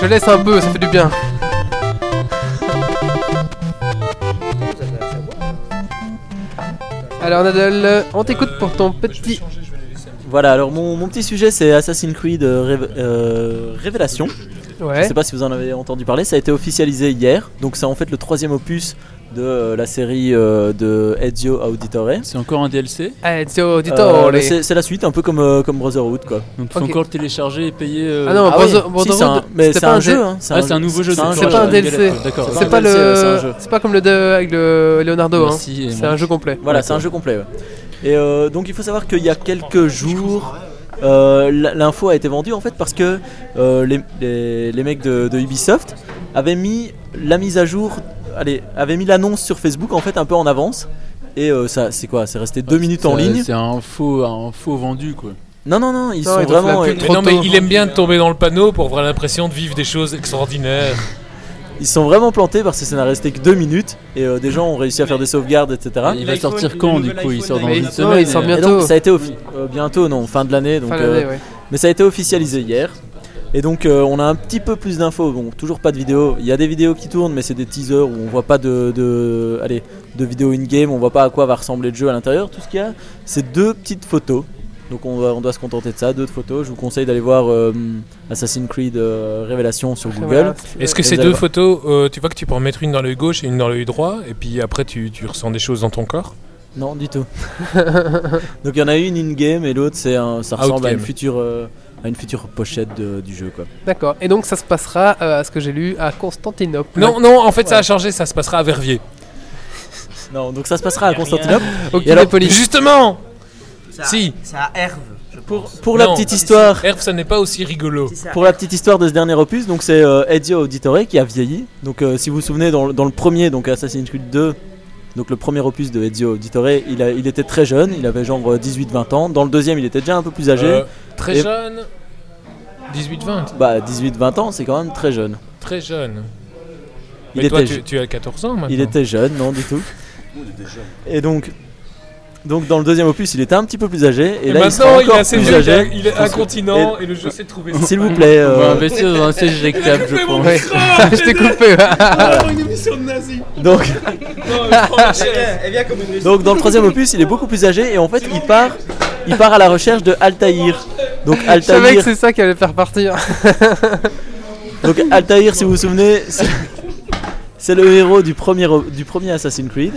Speaker 1: Je laisse un peu, ça fait du bien. Alors Nadal, on t'écoute pour
Speaker 2: Euh,
Speaker 1: ton petit.
Speaker 3: Voilà, alors mon, mon petit sujet c'est Assassin's Creed euh, Réve- euh, Révélation. Je
Speaker 1: Ouais.
Speaker 3: sais pas si vous en avez entendu parler, ça a été officialisé hier. Donc c'est en fait le troisième opus de euh, la série euh, de Ezio Auditore.
Speaker 2: C'est encore un DLC
Speaker 1: Eh, zio, dis
Speaker 3: Euh,
Speaker 1: donc, les-
Speaker 3: c'est c'est la suite, un peu comme, euh, comme Brotherhood quoi.
Speaker 2: Donc il faut
Speaker 1: Ok.
Speaker 2: encore le télécharger et payer. euh,
Speaker 1: Ah non,
Speaker 3: ouais,
Speaker 1: Brother-
Speaker 3: si,
Speaker 1: Brotherhood,
Speaker 3: c'est un- mais c'est
Speaker 1: c'était pas
Speaker 3: un,
Speaker 1: un
Speaker 3: jeu.
Speaker 1: jeu.
Speaker 3: hein,
Speaker 2: Ah, c'est un nouveau jeu. donc
Speaker 1: c'est
Speaker 2: ouais,
Speaker 1: pas un
Speaker 2: j'ai-
Speaker 1: DLC.
Speaker 2: Ah, D'accord.
Speaker 1: C'est
Speaker 3: un
Speaker 1: pas
Speaker 3: DLC, ouais, c'est un
Speaker 1: le.
Speaker 3: jeu.
Speaker 1: C'est pas comme le de avec le Leonardo. hein.
Speaker 2: Merci, et
Speaker 1: C'est
Speaker 2: moi.
Speaker 1: un jeu complet.
Speaker 3: Voilà, c'est un jeu complet. ouais. Et euh, donc il faut savoir qu'il y a quelques jours, euh, l- l'info a été vendue en fait parce que euh, les, les- les mecs de, de Ubisoft avaient mis la mise à jour, allez, avaient mis l'annonce sur Facebook en fait un peu en avance. Et euh, ça, c'est quoi C'est resté deux minutes en
Speaker 2: Ah, C'est-
Speaker 3: ligne.
Speaker 2: C'est un faux, un faux vendu quoi.
Speaker 3: Non, non, non, ils
Speaker 1: Non,
Speaker 3: sont
Speaker 1: ils ont fait la
Speaker 3: vraiment,
Speaker 1: pub.
Speaker 3: euh,
Speaker 8: Mais
Speaker 1: Trop
Speaker 8: non, mais
Speaker 1: tôt.
Speaker 8: il aime bien de tomber dans le panneau pour avoir l'impression de vivre des choses extraordinaires.
Speaker 3: ils sont vraiment plantés parce que ça n'a resté que deux minutes et euh, des gens ont réussi à faire des sauvegardes, etc.
Speaker 2: il va
Speaker 6: l'iPhone-
Speaker 2: sortir
Speaker 6: le
Speaker 2: quand du
Speaker 6: nouvel
Speaker 2: coup Il
Speaker 6: iPhone
Speaker 2: sort dans
Speaker 1: Mais
Speaker 2: une
Speaker 1: non,
Speaker 2: semaine. euh.
Speaker 1: il sort
Speaker 2: et-
Speaker 1: bien.
Speaker 3: Et
Speaker 1: Bientôt.
Speaker 3: donc ça a été offi- euh, bientôt, non, fin de l'année. Donc,
Speaker 1: Fin
Speaker 3: euh,
Speaker 1: d'année, ouais.
Speaker 3: Mais ça a été officialisé hier. Et donc euh, on a un petit peu plus d'infos. Bon, toujours pas de vidéo. Il y a des vidéos qui tournent, mais c'est des teasers où on voit pas de, de, allez, de vidéo in-game, on voit pas à quoi va ressembler le jeu à l'intérieur. Tout ce qu'il y a, c'est deux petites photos. Donc on, va- on doit se contenter de ça, deux photos. Je vous conseille d'aller voir euh, Assassin's Creed euh, Révélation sur Google.
Speaker 1: Voilà.
Speaker 8: Est-ce que
Speaker 3: Vous
Speaker 8: ces
Speaker 3: allez
Speaker 8: deux
Speaker 3: voir.
Speaker 8: photos, euh, tu vois que tu peux en mettre une dans l'œil gauche et une dans l'œil droit, et puis après tu, tu ressens des choses dans ton corps
Speaker 3: Non, du tout. donc il y en a une in-game et l'autre, c'est un, ça ressemble à une,
Speaker 8: Outgame.
Speaker 3: future, euh, à une future pochette de- du jeu. quoi.
Speaker 1: D'accord. Et donc ça se passera, euh, à ce que j'ai lu, à Constantinople.
Speaker 8: Non, non, en fait ça
Speaker 1: Ouais.
Speaker 8: a changé, ça se passera à Verviers.
Speaker 3: Non, donc ça se passera à
Speaker 6: Y a rien.
Speaker 3: Constantinople.
Speaker 1: Au
Speaker 3: Et alors-
Speaker 1: Kinépolis.
Speaker 8: Justement
Speaker 9: Ça-
Speaker 8: Si.
Speaker 9: Ça herve, je
Speaker 3: Pour,
Speaker 9: pense.
Speaker 3: pour la
Speaker 8: Non.
Speaker 3: petite histoire,
Speaker 8: Herve, ça n'est pas aussi rigolo.
Speaker 9: C'est ça.
Speaker 3: Pour la petite histoire de ce dernier opus, donc c'est euh, Ezio Auditore qui a vieilli. Donc euh, si vous vous souvenez, dans, le- dans le premier, donc Assassin's Creed 2, donc le premier opus de Ezio Auditore, il, a- il était très jeune, il avait genre 18-20 ans. Dans le deuxième, il était déjà un peu plus âgé.
Speaker 8: Euh, très
Speaker 3: Et-
Speaker 8: jeune. 18-20,
Speaker 3: Bah 18-20 ans, c'est quand même très jeune.
Speaker 8: très jeune.
Speaker 3: Il
Speaker 8: Mais toi,
Speaker 3: était
Speaker 8: tu,
Speaker 3: je-
Speaker 8: tu as 14 ans maintenant.
Speaker 3: Il était jeune, non du tout. Et donc, donc dans le deuxième opus, il était un petit peu plus âgé. Et,
Speaker 8: Et
Speaker 3: là, il sera
Speaker 8: maintenant, il est
Speaker 3: encore
Speaker 8: assez
Speaker 3: plus
Speaker 8: vieux, il, a-
Speaker 3: âgé.
Speaker 8: il est incontinent et, le jeu s'est trouvé.
Speaker 3: S'il vous plaît.
Speaker 2: On va
Speaker 3: euh,
Speaker 2: investir dans un siège éjectable, je pense.
Speaker 1: Ouais. je t'ai coupé.
Speaker 8: Oh,
Speaker 3: donc,
Speaker 4: Oh,
Speaker 9: Eh bien, eh bien, comme une
Speaker 3: Donc dans le troisième opus, il est beaucoup plus âgé et en fait il part, il part à la recherche de Altaïr. Donc
Speaker 1: Je savais que
Speaker 3: Altaïr,
Speaker 1: c'est ça qui allait faire partir.
Speaker 3: donc Altaïr, si vous vous souvenez, c'est- c'est le héros du premier du premier Assassin's Creed.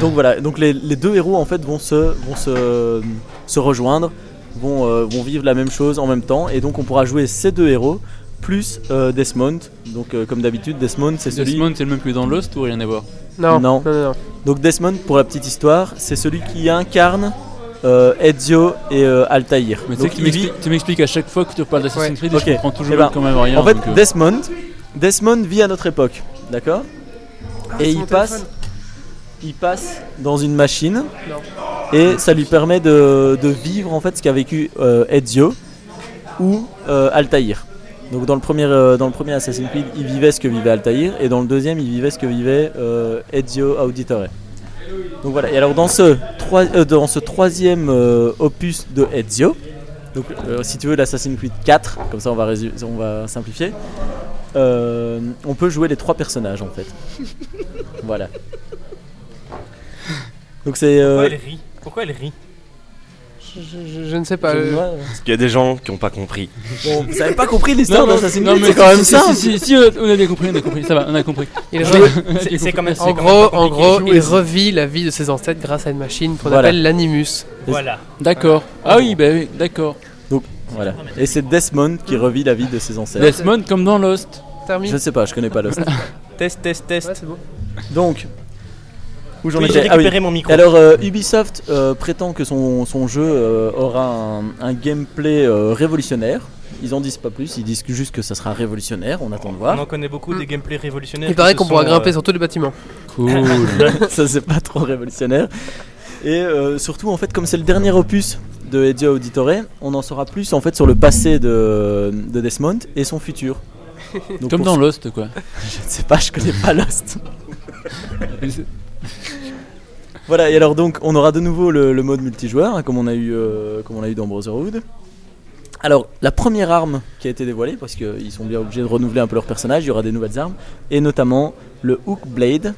Speaker 3: Donc voilà, donc les, les deux héros en fait vont se vont se, se rejoindre, vont euh, vont vivre la même chose en même temps et donc on pourra jouer ces deux héros plus euh, Desmond. Donc euh, comme d'habitude, Desmond c'est celui
Speaker 2: Desmond, c'est le même que dans Lost ou rien à voir
Speaker 1: Non.
Speaker 3: Non.
Speaker 1: non, non.
Speaker 3: Donc Desmond, pour la petite histoire, c'est celui qui incarne euh, Ezio et euh, Altaïr.
Speaker 2: Mais tu sais
Speaker 3: Donc,
Speaker 2: que tu
Speaker 3: il vit-
Speaker 2: m'expliques- tu m'expliques à chaque fois que tu parles d'Assassin's
Speaker 1: Ouais.
Speaker 2: Creed
Speaker 3: Ok.
Speaker 2: et je comprends toujours
Speaker 3: Eh ben,
Speaker 2: quand même rien.
Speaker 3: En fait,
Speaker 2: donc, euh,
Speaker 3: Desmond, Desmond vit à notre époque, d'accord
Speaker 1: Ah,
Speaker 3: Et il passe, il passe dans une machine et ça lui permet de, de vivre en fait ce qu'a vécu euh, Ezio ou euh, Altaïr. Donc dans le premier euh, dans le premier Assassin's Creed, il vivait ce que vivait Altaïr et dans le deuxième, il vivait ce que vivait euh, Ezio Auditore. Donc voilà. Et alors dans ce trois- euh, dans ce troisième euh, opus de Ezio, donc euh, si tu veux l'Assassin's Creed 4, comme ça on va résu- on va simplifier. euh, on peut jouer les trois personnages en fait. voilà. Donc c'est euh,
Speaker 9: Pourquoi elle rit Pourquoi elle rit
Speaker 1: Je, je- je- je ne sais pas.
Speaker 3: je-
Speaker 1: euh,
Speaker 3: ouais.
Speaker 7: Parce qu'il y a des gens qui n'ont pas compris.
Speaker 3: Bon, vous avez pas compris l'histoire
Speaker 2: non,
Speaker 3: d'Assassin's
Speaker 2: non,
Speaker 3: Creed,
Speaker 2: mais
Speaker 3: c'est quand
Speaker 2: si,
Speaker 3: même
Speaker 2: si,
Speaker 3: simple.
Speaker 2: Si, si, si, euh, on a bien compris, on a compris, ça va, on a compris.
Speaker 1: il
Speaker 2: Je-
Speaker 1: re-
Speaker 2: C'est- c'est quand même-
Speaker 1: En gros, en gros, il revit la vie de ses ancêtres grâce à une machine qu'on
Speaker 3: Voilà.
Speaker 1: appelle l'animus.
Speaker 9: Voilà.
Speaker 2: D'accord. Ah oui, bah oui, d'accord.
Speaker 3: Voilà. Et c'est Desmond qui revit la vie de ses ancêtres.
Speaker 2: Desmond comme dans Lost.
Speaker 1: Termine.
Speaker 3: Je sais pas, je connais pas Lost.
Speaker 9: Test, test,
Speaker 1: Ouais,
Speaker 9: test.
Speaker 1: c'est bon.
Speaker 3: Donc où j'en
Speaker 9: Oui,
Speaker 3: étais
Speaker 9: j'ai
Speaker 3: Ah oui.
Speaker 9: récupéré mon micro.
Speaker 3: Alors euh, Ubisoft euh, prétend que son, son jeu euh, aura un, un gameplay euh, révolutionnaire. Ils en disent pas plus, ils disent que- juste que ça sera révolutionnaire, on attend de
Speaker 9: On
Speaker 3: voir.
Speaker 9: en connaît beaucoup des gameplays révolutionnaires.
Speaker 1: Mm. Il paraît
Speaker 9: qui
Speaker 1: qu'on
Speaker 9: se
Speaker 1: pourra
Speaker 9: sont,
Speaker 1: grimper
Speaker 9: euh,
Speaker 1: sur tous les bâtiments.
Speaker 2: Cool.
Speaker 3: ça c'est pas trop révolutionnaire. Et euh, surtout en fait comme c'est le dernier opus de Ezio Auditore, on en saura plus en fait sur le passé de, de Desmond et son futur. Donc,
Speaker 2: Comme
Speaker 3: pour
Speaker 2: dans Lost, quoi.
Speaker 3: Je ne sais pas, je connais pas Lost. Voilà, et alors donc on aura de nouveau le, le mode multijoueur, hein, comme, on a eu, euh, comme on a eu dans Brotherhood. Alors, la première arme qui a été dévoilée, parce qu'ils sont bien obligés de renouveler un peu leurs personnages, il y aura des nouvelles armes, et notamment le Hook Blade,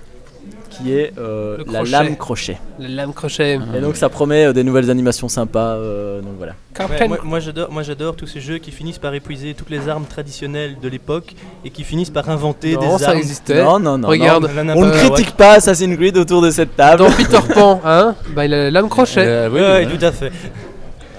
Speaker 3: qui est euh,
Speaker 1: Le
Speaker 3: la
Speaker 1: crochet.
Speaker 3: lame crochet.
Speaker 1: La lame crochet.
Speaker 3: Et donc ça promet euh, des nouvelles animations sympas. euh, donc voilà.
Speaker 1: Captain.
Speaker 9: moi, moi, j'adore, moi j'adore tous ces jeux qui finissent par épuiser toutes les armes traditionnelles de l'époque et qui finissent par inventer
Speaker 1: Non,
Speaker 9: des
Speaker 1: ça
Speaker 9: armes.
Speaker 1: existait.
Speaker 3: Non, non, non.
Speaker 1: Regarde.
Speaker 9: La
Speaker 3: non.
Speaker 9: nana-
Speaker 3: On ne
Speaker 1: Euh,
Speaker 3: critique pas Assassin's Creed autour de cette table.
Speaker 1: Dans Peter Pan, hein Bah, il a la lame crochet.
Speaker 8: Euh, oui,
Speaker 9: Ouais,
Speaker 8: oui,
Speaker 9: tout à fait.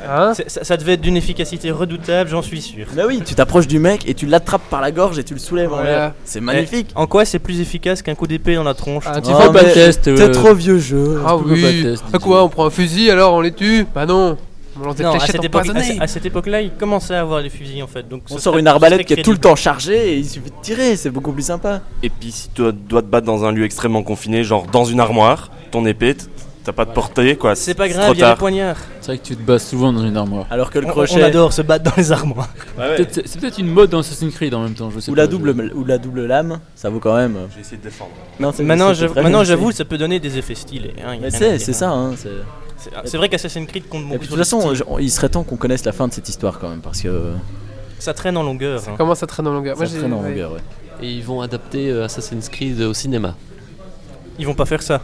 Speaker 1: Hein
Speaker 9: C'est- Ça, ça devait être d'une efficacité redoutable, j'en suis sûr.
Speaker 3: Bah oui, tu t'approches du mec et tu l'attrapes par la gorge et tu le soulèves en
Speaker 1: Voilà.
Speaker 3: l'air. C'est magnifique.
Speaker 9: Eh, En quoi c'est plus efficace qu'un coup d'épée dans la tronche
Speaker 1: Ah, tu
Speaker 3: Oh,
Speaker 1: fais
Speaker 3: mais
Speaker 1: pas-
Speaker 2: test,
Speaker 3: T'es
Speaker 2: euh,
Speaker 3: trop vieux jeu.
Speaker 1: Ah
Speaker 2: peux pas
Speaker 1: oui.
Speaker 2: tester,
Speaker 1: Ah quoi, on prend un fusil alors on les tue Bah non. On lance des
Speaker 9: Non, à
Speaker 1: fléchettes
Speaker 9: cette, époque, à,
Speaker 1: empoisonnées.
Speaker 9: à cette époque-là, ils commençaient à avoir des fusils en fait. Donc
Speaker 3: On
Speaker 9: ce
Speaker 3: sort
Speaker 9: serait-
Speaker 3: une
Speaker 9: ce
Speaker 3: arbalète
Speaker 9: serait
Speaker 3: qui est tout le
Speaker 9: crédible.
Speaker 3: temps chargée et il suffit de tirer, c'est beaucoup plus sympa.
Speaker 7: Et puis si tu dois te battre dans un lieu extrêmement confiné, genre dans une armoire, ton épée, t- t'as pas de portée, quoi.
Speaker 9: C'est pas
Speaker 7: trop
Speaker 9: grave, il y a
Speaker 7: tard.
Speaker 9: les poignards.
Speaker 2: C'est vrai que tu te bases souvent dans une armoire.
Speaker 3: Alors que le
Speaker 9: On-
Speaker 3: crochet
Speaker 9: On adore se battre dans les armoires.
Speaker 2: Peut-être- c'est c'est peut-être une mode dans Assassin's Creed en même temps, je sais
Speaker 3: ou
Speaker 2: pas.
Speaker 3: la
Speaker 2: je-
Speaker 3: double ou la double lame, ça vaut quand même. euh,
Speaker 7: J'ai essayé de défendre.
Speaker 3: Non, c'est-
Speaker 9: Maintenant,
Speaker 3: c'est
Speaker 9: j'avoue-
Speaker 3: très bien
Speaker 9: maintenant,
Speaker 3: aussi.
Speaker 9: j'avoue, ça peut donner des effets stylés. hein, y a
Speaker 3: Mais
Speaker 9: rien à
Speaker 3: c'est,
Speaker 9: dire,
Speaker 3: c'est
Speaker 9: hein.
Speaker 3: ça. Hein, c'est-
Speaker 9: C'est- ah, C'est vrai qu'Assassin's Creed compte
Speaker 3: Et
Speaker 9: beaucoup
Speaker 3: puis, de
Speaker 9: sur
Speaker 3: toute
Speaker 9: le
Speaker 3: façon,
Speaker 9: style.
Speaker 3: je- on- il serait temps qu'on connaisse la fin de cette histoire quand même, parce que euh,
Speaker 9: ça traîne en longueur. hein.
Speaker 1: Comment ça traîne en longueur
Speaker 3: ça
Speaker 1: Moi, j'ai-
Speaker 3: traîne en
Speaker 1: ouais.
Speaker 3: longueur. ouais.
Speaker 10: Et ils vont adapter euh, Assassin's Creed au cinéma.
Speaker 9: Ils vont pas faire ça.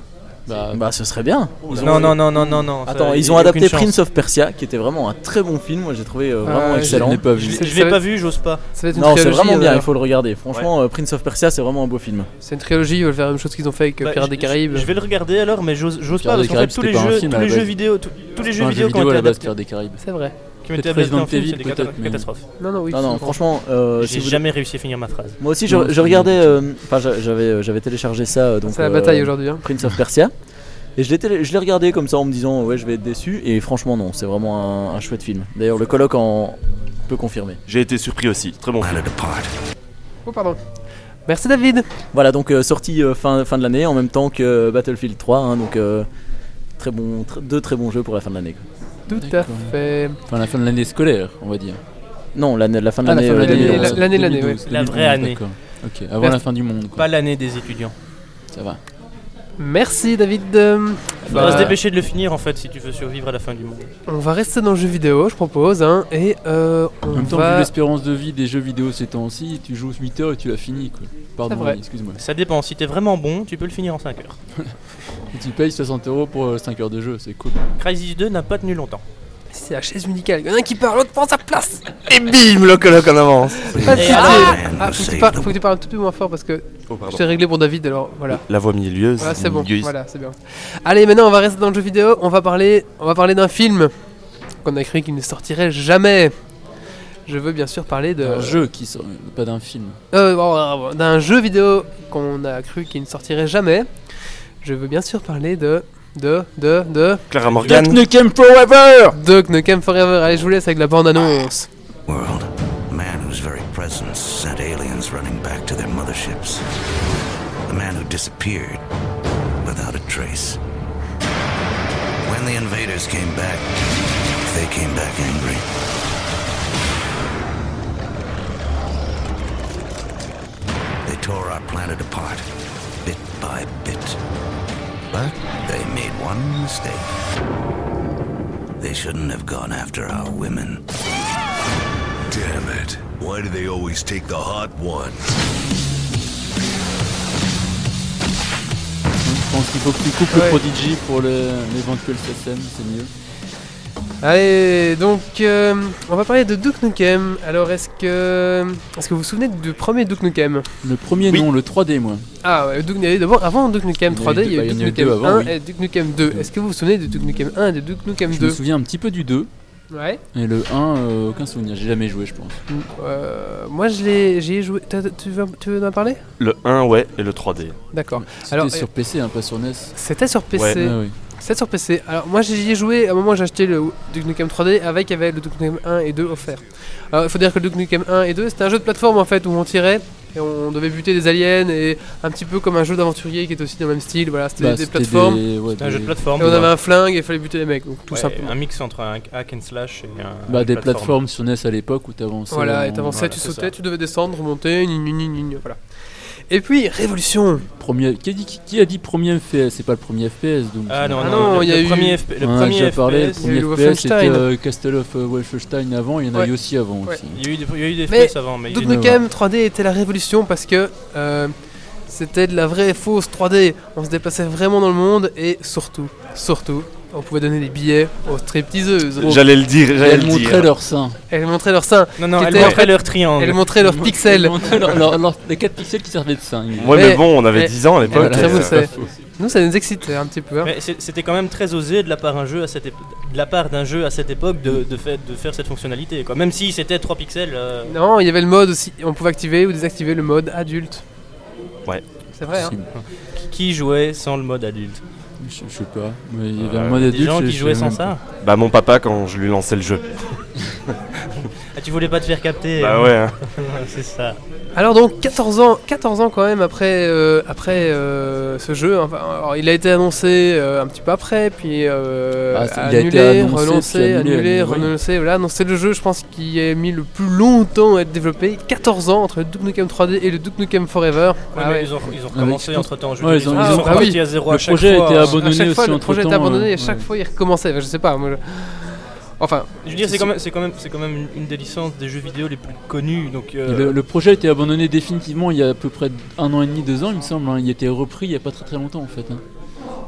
Speaker 2: Bah,
Speaker 3: Bah, ce serait bien. Ils ont-
Speaker 9: Non, non, non, non, non, non. ça,
Speaker 3: Attends,
Speaker 9: il y
Speaker 3: ils
Speaker 9: a
Speaker 3: ont
Speaker 9: aucune
Speaker 3: adapté
Speaker 9: chance.
Speaker 3: Prince of Persia, qui était vraiment un très bon film. Moi, j'ai trouvé euh, vraiment
Speaker 1: Ah, je
Speaker 2: je
Speaker 3: excellent.
Speaker 2: n'ai pas vu.
Speaker 9: Je l'ai- je
Speaker 1: Ça-
Speaker 9: l'ai pas vu, j'ose pas.
Speaker 1: Ça va être une
Speaker 3: Non, c'est
Speaker 1: trilogie.
Speaker 3: vraiment bien.
Speaker 1: euh,
Speaker 3: Il faut le regarder. Franchement, euh, Prince of Persia, c'est vraiment un beau film.
Speaker 1: C'est une trilogie, ils veulent faire la même chose qu'ils ont fait avec euh,
Speaker 9: Bah,
Speaker 1: Pirates
Speaker 9: je-
Speaker 1: des Caraïbes.
Speaker 9: Je, je vais le regarder alors, mais j'ose, j'ose pas parce qu'en
Speaker 2: Pirates des
Speaker 9: fait
Speaker 2: Caraïbes,
Speaker 9: tous les
Speaker 2: c'était pas un
Speaker 9: jeux,
Speaker 2: film,
Speaker 9: tous
Speaker 2: à la
Speaker 9: les jeux
Speaker 2: base.
Speaker 9: vidéo, tous tous les
Speaker 2: c'est
Speaker 9: jeux
Speaker 2: pas un jeu
Speaker 9: vidéo qui ont
Speaker 2: vidéo
Speaker 9: été
Speaker 2: à la base,
Speaker 9: adaptés,
Speaker 2: Pirates des Caraïbes.
Speaker 1: C'est vrai.
Speaker 9: qui ont été
Speaker 2: Peut-être
Speaker 9: adaptés en
Speaker 2: Resident
Speaker 9: film,
Speaker 2: Evil,
Speaker 9: c'est des
Speaker 2: peut-être,
Speaker 9: cata-
Speaker 2: mais-
Speaker 9: catastrophes.
Speaker 1: Non, non, oui.
Speaker 3: Non,
Speaker 1: je
Speaker 3: non,
Speaker 1: comprends.
Speaker 3: franchement, euh, si
Speaker 9: J'ai
Speaker 3: vous-
Speaker 9: jamais réussi à finir ma phrase.
Speaker 3: moi aussi,
Speaker 2: Non,
Speaker 3: je,
Speaker 2: c'est
Speaker 3: je regardais.
Speaker 2: bon.
Speaker 3: euh, Enfin, j'a- j'avais, euh, j'avais téléchargé ça. euh, donc,
Speaker 1: C'est la
Speaker 3: euh,
Speaker 1: bataille aujourd'hui. hein.
Speaker 3: Prince of Persia. Et je l'ai, télé- je l'ai regardé comme ça en me disant ouais je vais être déçu et franchement non c'est vraiment un, un chouette film. D'ailleurs le colloque en peut confirmer.
Speaker 7: J'ai été surpris aussi. Très bon film.
Speaker 1: Oh, pardon. Merci David.
Speaker 3: Voilà donc euh, sorti euh, fin, fin de l'année en même temps que euh, Battlefield 3 hein, donc euh, très bon tr- deux très bons jeux pour la fin de l'année. quoi.
Speaker 1: Tout à
Speaker 2: D'accord.
Speaker 1: fait.
Speaker 2: Enfin, la fin de l'année scolaire, on va dire.
Speaker 3: Non l'année- la fin de
Speaker 2: Ah, la
Speaker 3: l'année.
Speaker 2: fin de
Speaker 3: euh,
Speaker 1: l'année,
Speaker 3: 2011.
Speaker 1: la- l'année, l'année,
Speaker 2: 2012,
Speaker 9: ouais. La
Speaker 2: 2012,
Speaker 9: vraie année.
Speaker 2: d'accord. Ok, avant
Speaker 9: La-
Speaker 2: la fin du monde, quoi.
Speaker 9: Pas l'année des étudiants.
Speaker 2: Ça va.
Speaker 1: Merci David. Euh,
Speaker 9: Il
Speaker 1: Bah,
Speaker 9: faudra se dépêcher de le finir en fait si tu veux survivre à la fin du monde.
Speaker 1: On va rester dans le jeu vidéo, je propose. hein, et euh, on
Speaker 2: En même temps, vu
Speaker 1: va.
Speaker 2: l'espérance de vie des jeux vidéo ces temps-ci, tu joues 8 heures et tu l'as fini, quoi. Pardon,
Speaker 1: vrai.
Speaker 2: excuse-moi.
Speaker 9: Ça dépend, si t'es vraiment bon, tu peux le finir en 5 heures.
Speaker 2: Et tu payes 60 euros pour 5 heures de jeu, c'est cool.
Speaker 9: Crisis 2 n'a pas tenu longtemps.
Speaker 1: C'est la chaise musicale. Il y en a un qui parle, l'autre prend sa place.
Speaker 7: Et bim, le coloc en avance.
Speaker 1: Pas de
Speaker 9: Et
Speaker 1: pitié.
Speaker 9: ah
Speaker 1: Ah, faut, que tu parles, faut que tu parles un tout petit peu moins fort parce que je
Speaker 7: Oh, pardon.
Speaker 1: t'ai réglé pour David, alors voilà.
Speaker 7: La voix milieuuse.
Speaker 1: Voilà, c'est bon.
Speaker 7: milieuuse.
Speaker 1: Voilà, c'est bien. Allez, maintenant, on va rester dans le jeu vidéo. On va parler, on va parler d'un film qu'on a cru qu'il ne sortirait jamais. Je veux bien sûr parler de.
Speaker 7: Euh,
Speaker 2: Un jeu qui sort, pas d'un film.
Speaker 1: Euh, bon, bon, bon, d'un jeu vidéo qu'on a cru qu'il ne sortirait jamais. Je veux bien sûr parler de. de. de. de.
Speaker 7: Clara Morgan.
Speaker 2: Nukem Forever
Speaker 1: Doc Nukem Forever. Allez, je vous laisse avec la bande annonce.
Speaker 10: World, a man whose very presence sent aliens running back to their motherships. The man who disappeared without a trace. When the invaders came back, they came back angry. They tore our planet apart, bit by bit. But they made one mistake. They shouldn't have gone after our women. Damn it. Why do they always take the hot one?
Speaker 2: Je pense qu'il faut que tu coupes
Speaker 1: Ouais.
Speaker 2: le Prodigy pour le- l'éventuel CSM, c'est mieux.
Speaker 1: Allez, donc euh, on va parler de Duke Nukem. Alors, est-ce que est-ce que vous vous souvenez du premier Duke Nukem
Speaker 2: Le premier
Speaker 7: Oui.
Speaker 2: non, le 3D, moi.
Speaker 1: Ah, ouais, Duke, il y avait d'abord avant Duke Nukem
Speaker 2: Il y en a
Speaker 1: 3D,
Speaker 2: eu
Speaker 1: il y a eu
Speaker 2: deux,
Speaker 1: Duke
Speaker 2: bah, il
Speaker 1: Nukem
Speaker 2: y en a eu deux
Speaker 1: 1
Speaker 2: avant, oui.
Speaker 1: et Duke Nukem 2. Est-ce que vous vous souvenez de Duke Nukem 1 et de Duke Nukem
Speaker 2: Je me
Speaker 1: 2
Speaker 2: souviens un petit peu du 2,
Speaker 1: Ouais.
Speaker 2: et le 1, euh, aucun souvenir, j'ai jamais joué, je pense.
Speaker 1: Euh, moi, je l'ai, j'y ai joué. T'as- t'as- Tu veux, tu veux en parler
Speaker 7: Le 1, ouais, et le 3D.
Speaker 1: D'accord.
Speaker 2: C'était
Speaker 1: Alors,
Speaker 2: sur PC, hein, pas sur NES.
Speaker 1: C'était sur PC.
Speaker 2: Ah oui.
Speaker 1: C'était sur PC. Alors moi j'y ai joué à un moment j'ai acheté le Duke Nukem 3D avec avait le Duke Nukem 1 et 2 offert. Alors il faut dire que le Duke Nukem 1 et 2 c'était un jeu de plateforme en fait où on tirait et on devait buter des aliens et un petit peu comme un jeu d'aventurier qui était aussi dans le même style. Voilà c'était
Speaker 2: Bah,
Speaker 1: des
Speaker 2: c'était
Speaker 1: plateformes
Speaker 2: des- ouais,
Speaker 9: C'est un
Speaker 2: des-
Speaker 9: jeu de plateforme.
Speaker 1: et on avait un flingue et il fallait buter les mecs donc tout
Speaker 9: Ouais,
Speaker 1: simplement.
Speaker 9: Un mix entre un hack and slash et un.
Speaker 2: Bah,
Speaker 9: une
Speaker 2: des
Speaker 9: plateforme.
Speaker 2: plateformes sur NES à l'époque où t'avançais.
Speaker 1: Voilà
Speaker 2: en-
Speaker 1: et t'avançais,
Speaker 9: voilà,
Speaker 1: tu
Speaker 9: c'est
Speaker 1: sautais,
Speaker 9: ça.
Speaker 1: tu devais descendre, remonter, gn, gn, gn, gn, voilà. Et puis révolution.
Speaker 2: Premier... Qui, a dit, qui a dit premier FPS C'est pas le premier FPS donc.
Speaker 9: Ah non,
Speaker 1: Ah
Speaker 9: non,
Speaker 1: non,
Speaker 9: le-
Speaker 1: il y a
Speaker 9: le
Speaker 1: eu-
Speaker 9: premier FP le
Speaker 2: On en a
Speaker 9: premier
Speaker 2: déjà parlé, le
Speaker 9: FPS.
Speaker 1: il y a eu le
Speaker 2: premier FPS c'était
Speaker 1: Wolfenstein.
Speaker 2: euh, Castle of euh, Wolfenstein avant, il y en a eu
Speaker 1: Ouais.
Speaker 2: aussi avant
Speaker 1: Ouais.
Speaker 2: aussi.
Speaker 9: Il y a eu des- il y a eu des
Speaker 1: Mais-
Speaker 9: FPS avant, mais. il y a
Speaker 1: Duke
Speaker 9: eu-
Speaker 2: Innovant.
Speaker 1: Nukem 3D était la révolution parce que euh, C'était de la vraie fausse 3D. On se déplaçait vraiment dans le monde et surtout, surtout, on pouvait donner des billets aux stripteaseuses.
Speaker 7: J'allais le dire, j'allais
Speaker 2: Elles le dire. montraient leurs seins.
Speaker 1: Elles montraient leurs seins.
Speaker 2: Non, non,
Speaker 1: qui
Speaker 2: elles
Speaker 1: étaient-
Speaker 2: montraient leurs triangles.
Speaker 1: Elles montraient leurs
Speaker 2: Elles
Speaker 1: pixels.
Speaker 2: montraient leur- leur- leur- les quatre pixels qui servaient de seins.
Speaker 7: Ouais, mais bon, on avait 10 ans à l'époque,
Speaker 1: ça
Speaker 7: euh,
Speaker 1: vous
Speaker 7: c'est
Speaker 1: sait. Nous, ça nous excitait un petit peu. hein.
Speaker 6: Mais c'est- C'était quand même très osé de la part un jeu à cette ép- de la part d'un jeu à cette époque de, de, fait- de faire cette fonctionnalité. Quoi. Même si c'était 3 pixels. euh,
Speaker 1: Non, il y avait le mode aussi. On pouvait activer ou désactiver le mode adulte.
Speaker 7: Ouais.
Speaker 1: C'est vrai. hein.
Speaker 6: Qui- Qui jouait sans le mode adulte
Speaker 2: je, sais pas. Mais il y avait
Speaker 7: Euh,
Speaker 2: un mode
Speaker 7: des
Speaker 2: adulte.
Speaker 6: gens qui
Speaker 2: je-
Speaker 6: jouaient
Speaker 2: je sais
Speaker 6: sans
Speaker 2: même
Speaker 6: ça.
Speaker 2: pas.
Speaker 7: Bah, mon papa quand je lui lançais le jeu.
Speaker 6: Ah, tu voulais pas te faire capter
Speaker 7: Bah
Speaker 6: hein.
Speaker 7: ouais, hein.
Speaker 6: c'est ça.
Speaker 1: Alors donc 14 ans, 14 ans quand même après, euh, après euh, ce jeu. Enfin, alors, il a été annoncé euh, un petit peu après, puis euh,
Speaker 2: Ah, ça- il a
Speaker 1: annulé,
Speaker 2: été annoncé,
Speaker 1: relancé,
Speaker 2: puis annulé,
Speaker 1: annulé,
Speaker 2: annulé,
Speaker 1: relancé. Voilà, non, c'est le jeu, je pense, qui a mis le plus longtemps à être développé. 14 ans entre le Duke Nukem 3D et le Duke Nukem Forever. Ah
Speaker 6: Ouais, mais ils ont- ils ont recommencé entre-temps, je veux
Speaker 2: Ah Ouais,
Speaker 6: dire,
Speaker 2: ils ont-
Speaker 6: ils
Speaker 2: ils
Speaker 6: sont
Speaker 2: ont-
Speaker 6: repartis à zéro à
Speaker 2: Le
Speaker 6: chaque
Speaker 2: projet
Speaker 6: fois. hein.
Speaker 2: a été
Speaker 6: À
Speaker 1: à
Speaker 2: abandonné
Speaker 1: chaque fois,
Speaker 2: aussi
Speaker 1: le projet était
Speaker 2: entre-temps.
Speaker 1: abandonné
Speaker 2: euh,
Speaker 1: et chaque
Speaker 2: ouais.
Speaker 1: fois il recommençait. Enfin, je sais pas. Moi, je- Enfin,
Speaker 6: Je veux dire, c'est quand même, c'est quand même, c'est quand même une- une des licences des jeux vidéo les plus connues. Donc, euh,
Speaker 2: Le, le projet a été abandonné définitivement il y a à peu près un an et demi, deux ans, il me semble. hein. Il a été repris il y a pas très très longtemps en fait. hein.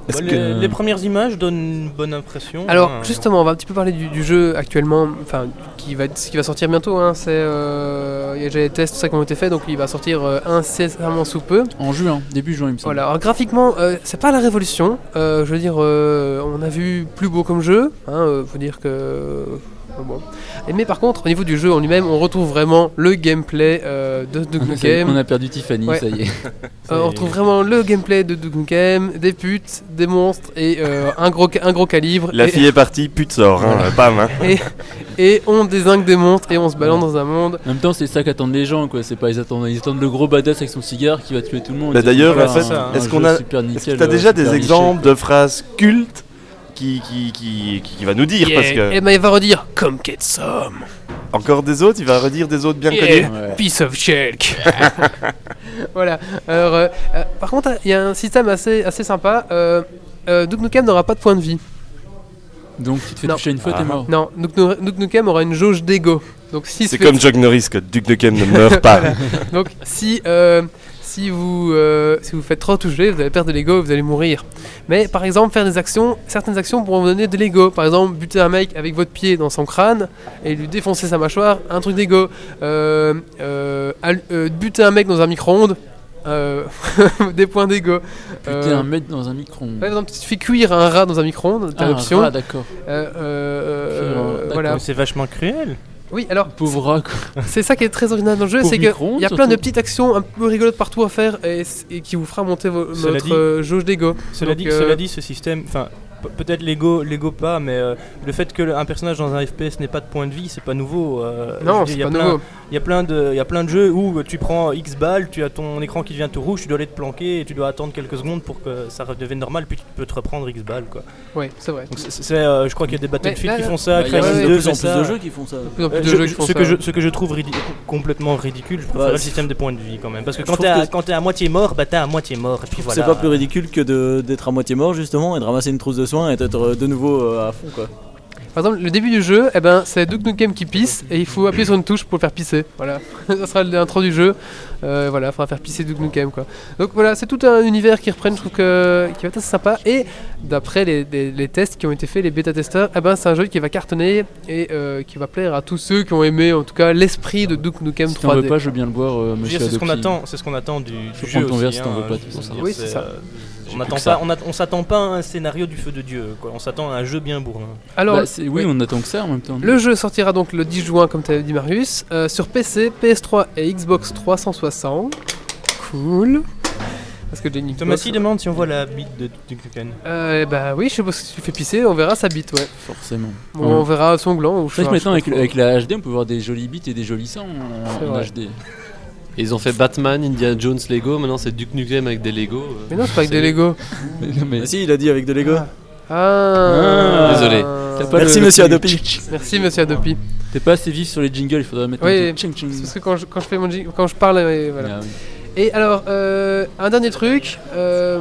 Speaker 6: bah, les, les premières images donnent une bonne impression.
Speaker 1: Alors
Speaker 6: hein.
Speaker 1: justement, on va un petit peu parler du, du jeu actuellement, enfin qui va qui va sortir bientôt. hein, c'est euh, il y a déjà les tests, tout ça qui ont été faits, donc il va sortir euh, incessamment sous peu.
Speaker 2: En juin, hein, début juin, il me semble.
Speaker 1: Voilà. Alors graphiquement, euh, c'est pas la révolution. Euh, je veux dire, euh, on a vu plus beau comme jeu. Hein, euh, faut dire que euh, bon. Et mais par contre, au niveau du jeu en lui-même, on retrouve vraiment le gameplay euh, de Duke
Speaker 2: Ça y est,
Speaker 1: Nukem.
Speaker 2: on a perdu Tiffany,
Speaker 1: Ouais.
Speaker 2: ça y est.
Speaker 1: Euh, on retrouve vraiment le gameplay de Duke Nukem, des putes, des monstres et euh, un gros un gros calibre.
Speaker 7: La
Speaker 1: Et-
Speaker 7: fille est partie, pute sort, hein, bam. hein.
Speaker 1: et, et on désingue des monstres et on se balance dans un monde.
Speaker 2: En même temps, c'est ça qu'attendent les gens, quoi. C'est pas ils attendent, ils attendent le gros badass avec son cigare qui va tuer tout le monde.
Speaker 7: Bah,
Speaker 2: Ils
Speaker 7: D'ailleurs,
Speaker 2: attendent
Speaker 7: en
Speaker 2: pas
Speaker 7: fait,
Speaker 2: un-
Speaker 7: est-ce
Speaker 2: un
Speaker 7: qu'on
Speaker 2: jeu
Speaker 7: a,
Speaker 2: super
Speaker 7: est-ce que
Speaker 2: nickel,
Speaker 7: t'as
Speaker 2: euh,
Speaker 7: déjà
Speaker 2: super
Speaker 7: des
Speaker 2: niché,
Speaker 7: exemples
Speaker 2: quoi.
Speaker 7: de phrases cultes qui qui qui qui, qui va nous dire
Speaker 1: Yeah.
Speaker 7: parce que
Speaker 1: Et ben il va redire Come get some,
Speaker 7: encore des autres, il va redire des autres bien
Speaker 1: Yeah.
Speaker 7: connus.
Speaker 1: piece of chalk. voilà. Alors, euh, euh, par contre, il y a un système assez, assez sympa. Euh, euh, Duke Nukem n'aura pas de point de vie.
Speaker 2: Donc tu te fais
Speaker 1: Non.
Speaker 2: toucher une
Speaker 7: Ah.
Speaker 2: fois, t'es mort.
Speaker 1: Non, Duke, Nu- Duke Nukem aura une jauge d'ego. Donc si
Speaker 7: C'est comme Chuck Norris que Duke Nukem ne meurt pas.
Speaker 1: Donc si euh, si vous euh, si vous faites trop toucher, vous allez perdre de l'ego et vous allez mourir. Mais par exemple, faire des actions, certaines actions pourront vous donner de l'ego. Par exemple, buter un mec avec votre pied dans son crâne et lui défoncer sa mâchoire, un truc d'ego. Euh, euh, al- euh, buter un mec dans un micro-ondes, euh, des points d'ego.
Speaker 2: Putain,
Speaker 1: Euh,
Speaker 2: un mec dans un micro.
Speaker 1: par exemple, si tu fais cuire un rat dans un micro-ondes, t'as
Speaker 2: Ah,
Speaker 1: l'option.
Speaker 2: ah, d'accord.
Speaker 1: Euh, euh,
Speaker 2: Cuire un-
Speaker 1: euh,
Speaker 2: d'accord.
Speaker 1: voilà.
Speaker 6: Mais C'est vachement cruel.
Speaker 1: Oui, alors
Speaker 2: Pauvre rat, quoi.
Speaker 1: c'est ça qui est très original dans le jeu,
Speaker 2: Pour
Speaker 1: c'est qu'il
Speaker 2: micro-ondes,
Speaker 1: y a plein de
Speaker 2: surtout.
Speaker 1: petites actions un peu rigolotes partout à faire et, et qui vous fera monter vo-
Speaker 6: Cela
Speaker 1: votre
Speaker 6: dit-
Speaker 1: euh, jauge d'ego.
Speaker 6: Cela
Speaker 1: Donc,
Speaker 6: dit,
Speaker 1: euh,
Speaker 6: cela dit, ce système, enfin, pe- peut-être l'ego, l'ego pas, mais euh, le fait que le- un personnage dans un FPS n'ait pas de point de vie, c'est pas nouveau. euh, je veux
Speaker 1: Non,
Speaker 6: dire,
Speaker 1: c'est
Speaker 6: il y a
Speaker 1: pas
Speaker 6: plein-
Speaker 1: nouveau.
Speaker 6: Il y a plein de, il y a plein de jeux où tu prends X balles, tu as ton écran qui devient tout rouge, tu dois aller te planquer et tu dois attendre quelques secondes pour que ça redevienne normal, puis tu peux te reprendre X balles quoi.
Speaker 1: Oui, c'est vrai.
Speaker 6: Donc c'est, c'est, euh, je crois qu'il y a des
Speaker 1: là,
Speaker 6: Battlefield qui
Speaker 1: là-
Speaker 6: font ça,
Speaker 1: Bah, il y a
Speaker 6: Crysis
Speaker 1: ouais,
Speaker 6: 2
Speaker 3: plus en
Speaker 6: fait ça.
Speaker 3: plus de jeux qui font ça.
Speaker 1: De plus en plus
Speaker 6: Euh,
Speaker 1: de
Speaker 6: je-
Speaker 1: jeux
Speaker 6: je-
Speaker 1: qui font
Speaker 6: ce,
Speaker 1: ça.
Speaker 6: que je, ce que je trouve ridi- complètement ridicule, je préfère le
Speaker 3: Bah, c'est-
Speaker 6: système des points de vie quand même. Parce que
Speaker 3: Je
Speaker 6: quand
Speaker 3: trouve
Speaker 6: t'es, à,
Speaker 3: que-
Speaker 6: quand t'es à moitié mort, bah t'es à moitié mort. Et puis voilà.
Speaker 3: C'est pas plus ridicule que de- d'être à moitié mort justement et de ramasser une trousse de soins et d'être euh, de nouveau euh, à fond quoi.
Speaker 1: Par exemple, le début du jeu, eh ben, c'est Duke Nukem qui pisse et il faut appuyer sur une touche pour le faire pisser. Voilà, ça sera l'intro du jeu. Euh, voilà, faudra faire pisser Duke Nukem quoi. Donc voilà, c'est tout un univers qui reprennent, je trouve que qui va être assez sympa. Et d'après les, les- les tests qui ont été faits, les bêta testeurs, eh ben, c'est un jeu qui va cartonner et euh, qui va plaire à tous ceux qui ont aimé en tout cas l'esprit de Duke Nukem
Speaker 2: Si t'en
Speaker 1: 3D.
Speaker 2: veux pas, je veux bien le boire, euh,
Speaker 6: Je veux
Speaker 2: monsieur
Speaker 6: dire, c'est ce qu'on
Speaker 2: Adopi.
Speaker 6: attend, c'est ce qu'on attend du, du
Speaker 2: Je
Speaker 6: jeu.
Speaker 2: prends ton verre
Speaker 6: aussi,
Speaker 2: si t'en
Speaker 6: hein,
Speaker 2: veux pas,
Speaker 6: je
Speaker 2: tout
Speaker 6: veux
Speaker 2: ça.
Speaker 6: dire,
Speaker 1: Oui, c'est ça.
Speaker 6: euh,
Speaker 2: J'ai
Speaker 6: On
Speaker 2: plus
Speaker 6: n'attend
Speaker 2: que ça.
Speaker 6: pas, on, att- on s'attend pas à un scénario du feu de Dieu. Quoi. On s'attend à un jeu bien bourrin.
Speaker 1: Alors,
Speaker 2: Bah, c'est- oui, on attend que ça en même temps.
Speaker 1: Le jeu sortira donc le 10 juin, comme tu dit Marius, euh, sur PC, PS3 et Xbox 360. Cool. Parce que j'ai une
Speaker 6: Thomas
Speaker 1: Xbox.
Speaker 6: il demande si on voit la bite de Duke Nukem.
Speaker 1: Euh, bah oui, je sais pas si tu fais pisser, on verra sa bite, ouais.
Speaker 2: Forcément.
Speaker 1: Bon,
Speaker 2: Ouais.
Speaker 1: On verra son gland. Ou je
Speaker 2: C'est vrai que
Speaker 1: sais
Speaker 2: maintenant
Speaker 1: pas, je
Speaker 2: avec,
Speaker 1: sais pas
Speaker 2: avec la HD on peut voir des jolies bites et des jolis seins
Speaker 1: C'est
Speaker 2: en, en
Speaker 1: vrai.
Speaker 2: HD.
Speaker 11: Et Ils ont fait Batman, Indiana Jones, Lego, maintenant c'est Duke Nukem avec des Lego.
Speaker 1: trop. Mais non, c'est pas avec des Lego.
Speaker 2: Mais non, mais-
Speaker 3: Ah si, il a dit avec de l'ego.
Speaker 1: Ah.
Speaker 11: Désolé.
Speaker 2: T'as pas
Speaker 3: Merci
Speaker 2: le-
Speaker 3: monsieur
Speaker 2: le-
Speaker 3: Adopi.
Speaker 1: Merci monsieur Adopi.
Speaker 2: T'es pas assez vif sur les jingles, il faudrait mettre
Speaker 1: Oui,
Speaker 2: un petit tching tching.
Speaker 1: C'est parce que quand je, quand je fais mon jing- quand je parle, euh, voilà.
Speaker 2: Ah oui.
Speaker 1: Et alors, euh, un dernier truc. euh,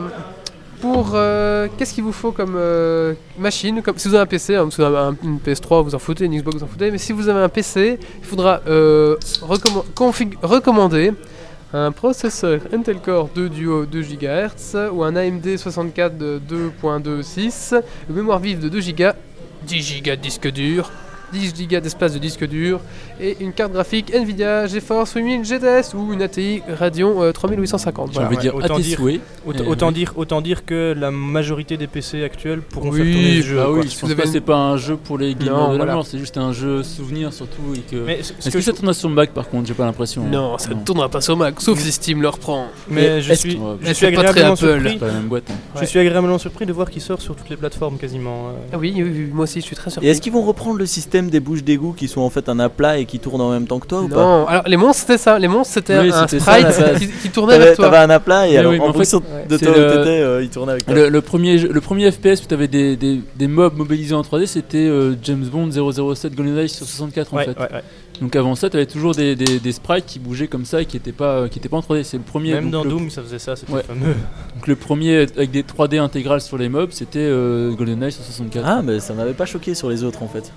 Speaker 1: pour euh, qu'est-ce qu'il vous faut comme euh, machine comme, Si vous avez un PC, hein, si vous avez un- une PS3, vous en foutez, une Xbox, vous en foutez. Mais si vous avez un PC, il faudra euh, recommand- config- recommander un processeur Intel Core 2 Duo 2 GHz ou un AMD 64 de 2.26, une mémoire vive de 2 Go, 10 Go de disque dur, 10 Go d'espace de disque dur et une carte graphique Nvidia GeForce 8000 GTS ou une ATI Radeon euh, 3850.
Speaker 2: J'ai envie de dire à
Speaker 6: autant
Speaker 2: tes
Speaker 6: dire,
Speaker 2: souhaits.
Speaker 6: autant,
Speaker 2: Et
Speaker 6: autant
Speaker 2: oui.
Speaker 6: dire, autant dire que la majorité des PC actuels pourront faire tourner
Speaker 2: Oui,
Speaker 6: ce jeu.
Speaker 2: bah
Speaker 6: quoi.
Speaker 2: oui, je pense pas que c'est pas un jeu pour les gamers
Speaker 6: Non,
Speaker 2: de la
Speaker 6: voilà.
Speaker 2: mort, c'est juste un jeu souvenir surtout et que.
Speaker 6: Mais ce- ce
Speaker 2: Est-ce
Speaker 6: que
Speaker 2: que,
Speaker 6: je-
Speaker 2: ça tourne sur Mac par contre, j'ai pas l'impression. hein.
Speaker 1: Non, ça ne tournera pas sur Mac, sauf si Steam le reprend.
Speaker 6: Mais je
Speaker 1: est-ce
Speaker 6: suis,
Speaker 1: que-
Speaker 6: je
Speaker 1: est-ce
Speaker 6: suis
Speaker 1: que pas très
Speaker 6: agréablement
Speaker 1: Apple
Speaker 6: surpris.
Speaker 2: Pas la même boîte, hein.
Speaker 6: Je
Speaker 1: Ouais.
Speaker 6: suis agréablement surpris de voir qu'il sort sur toutes les plateformes quasiment. euh.
Speaker 1: Ah oui, oui, oui, moi aussi je suis très
Speaker 3: Et
Speaker 1: surpris.
Speaker 3: est-ce qu'ils vont reprendre le système des bouches d'égout qui sont en fait un aplat et qui tournent en même temps que toi ou pas
Speaker 1: Non, alors les monstres c'était ça, les monstres c'était
Speaker 2: Oui,
Speaker 1: un
Speaker 2: c'était ça,
Speaker 1: sprite
Speaker 2: la base.
Speaker 1: qui, qui tournait
Speaker 3: T'avais-
Speaker 1: vers toi.
Speaker 3: t'avais un aplat et
Speaker 2: Mais
Speaker 3: alors
Speaker 2: oui, mais
Speaker 3: en
Speaker 2: en fait,
Speaker 3: fonction de
Speaker 2: c'est
Speaker 3: toi où
Speaker 2: le-
Speaker 3: t'étais, euh, il tournait avec toi.
Speaker 2: Le, le premier, jeu- le premier FPS où tu avais des, des, des mobs mobilisés en 3D, c'était euh, James Bond 007 GoldenEye sur 64
Speaker 6: Ouais,
Speaker 2: en fait.
Speaker 6: ouais, ouais.
Speaker 2: Donc avant ça, tu avais toujours des, des, des sprites qui bougeaient comme ça et qui n'étaient pas, qui étaient pas en 3D. C'est le premier.
Speaker 6: Même
Speaker 2: donc
Speaker 6: dans
Speaker 2: le-
Speaker 6: Doom, ça faisait ça, c'était
Speaker 2: Ouais.
Speaker 6: fameux.
Speaker 2: Donc le premier avec des 3D intégrales sur les mobs, c'était euh, GoldenEye sur 64.
Speaker 3: Ah, mais ça m'avait pas choqué sur les autres en fait.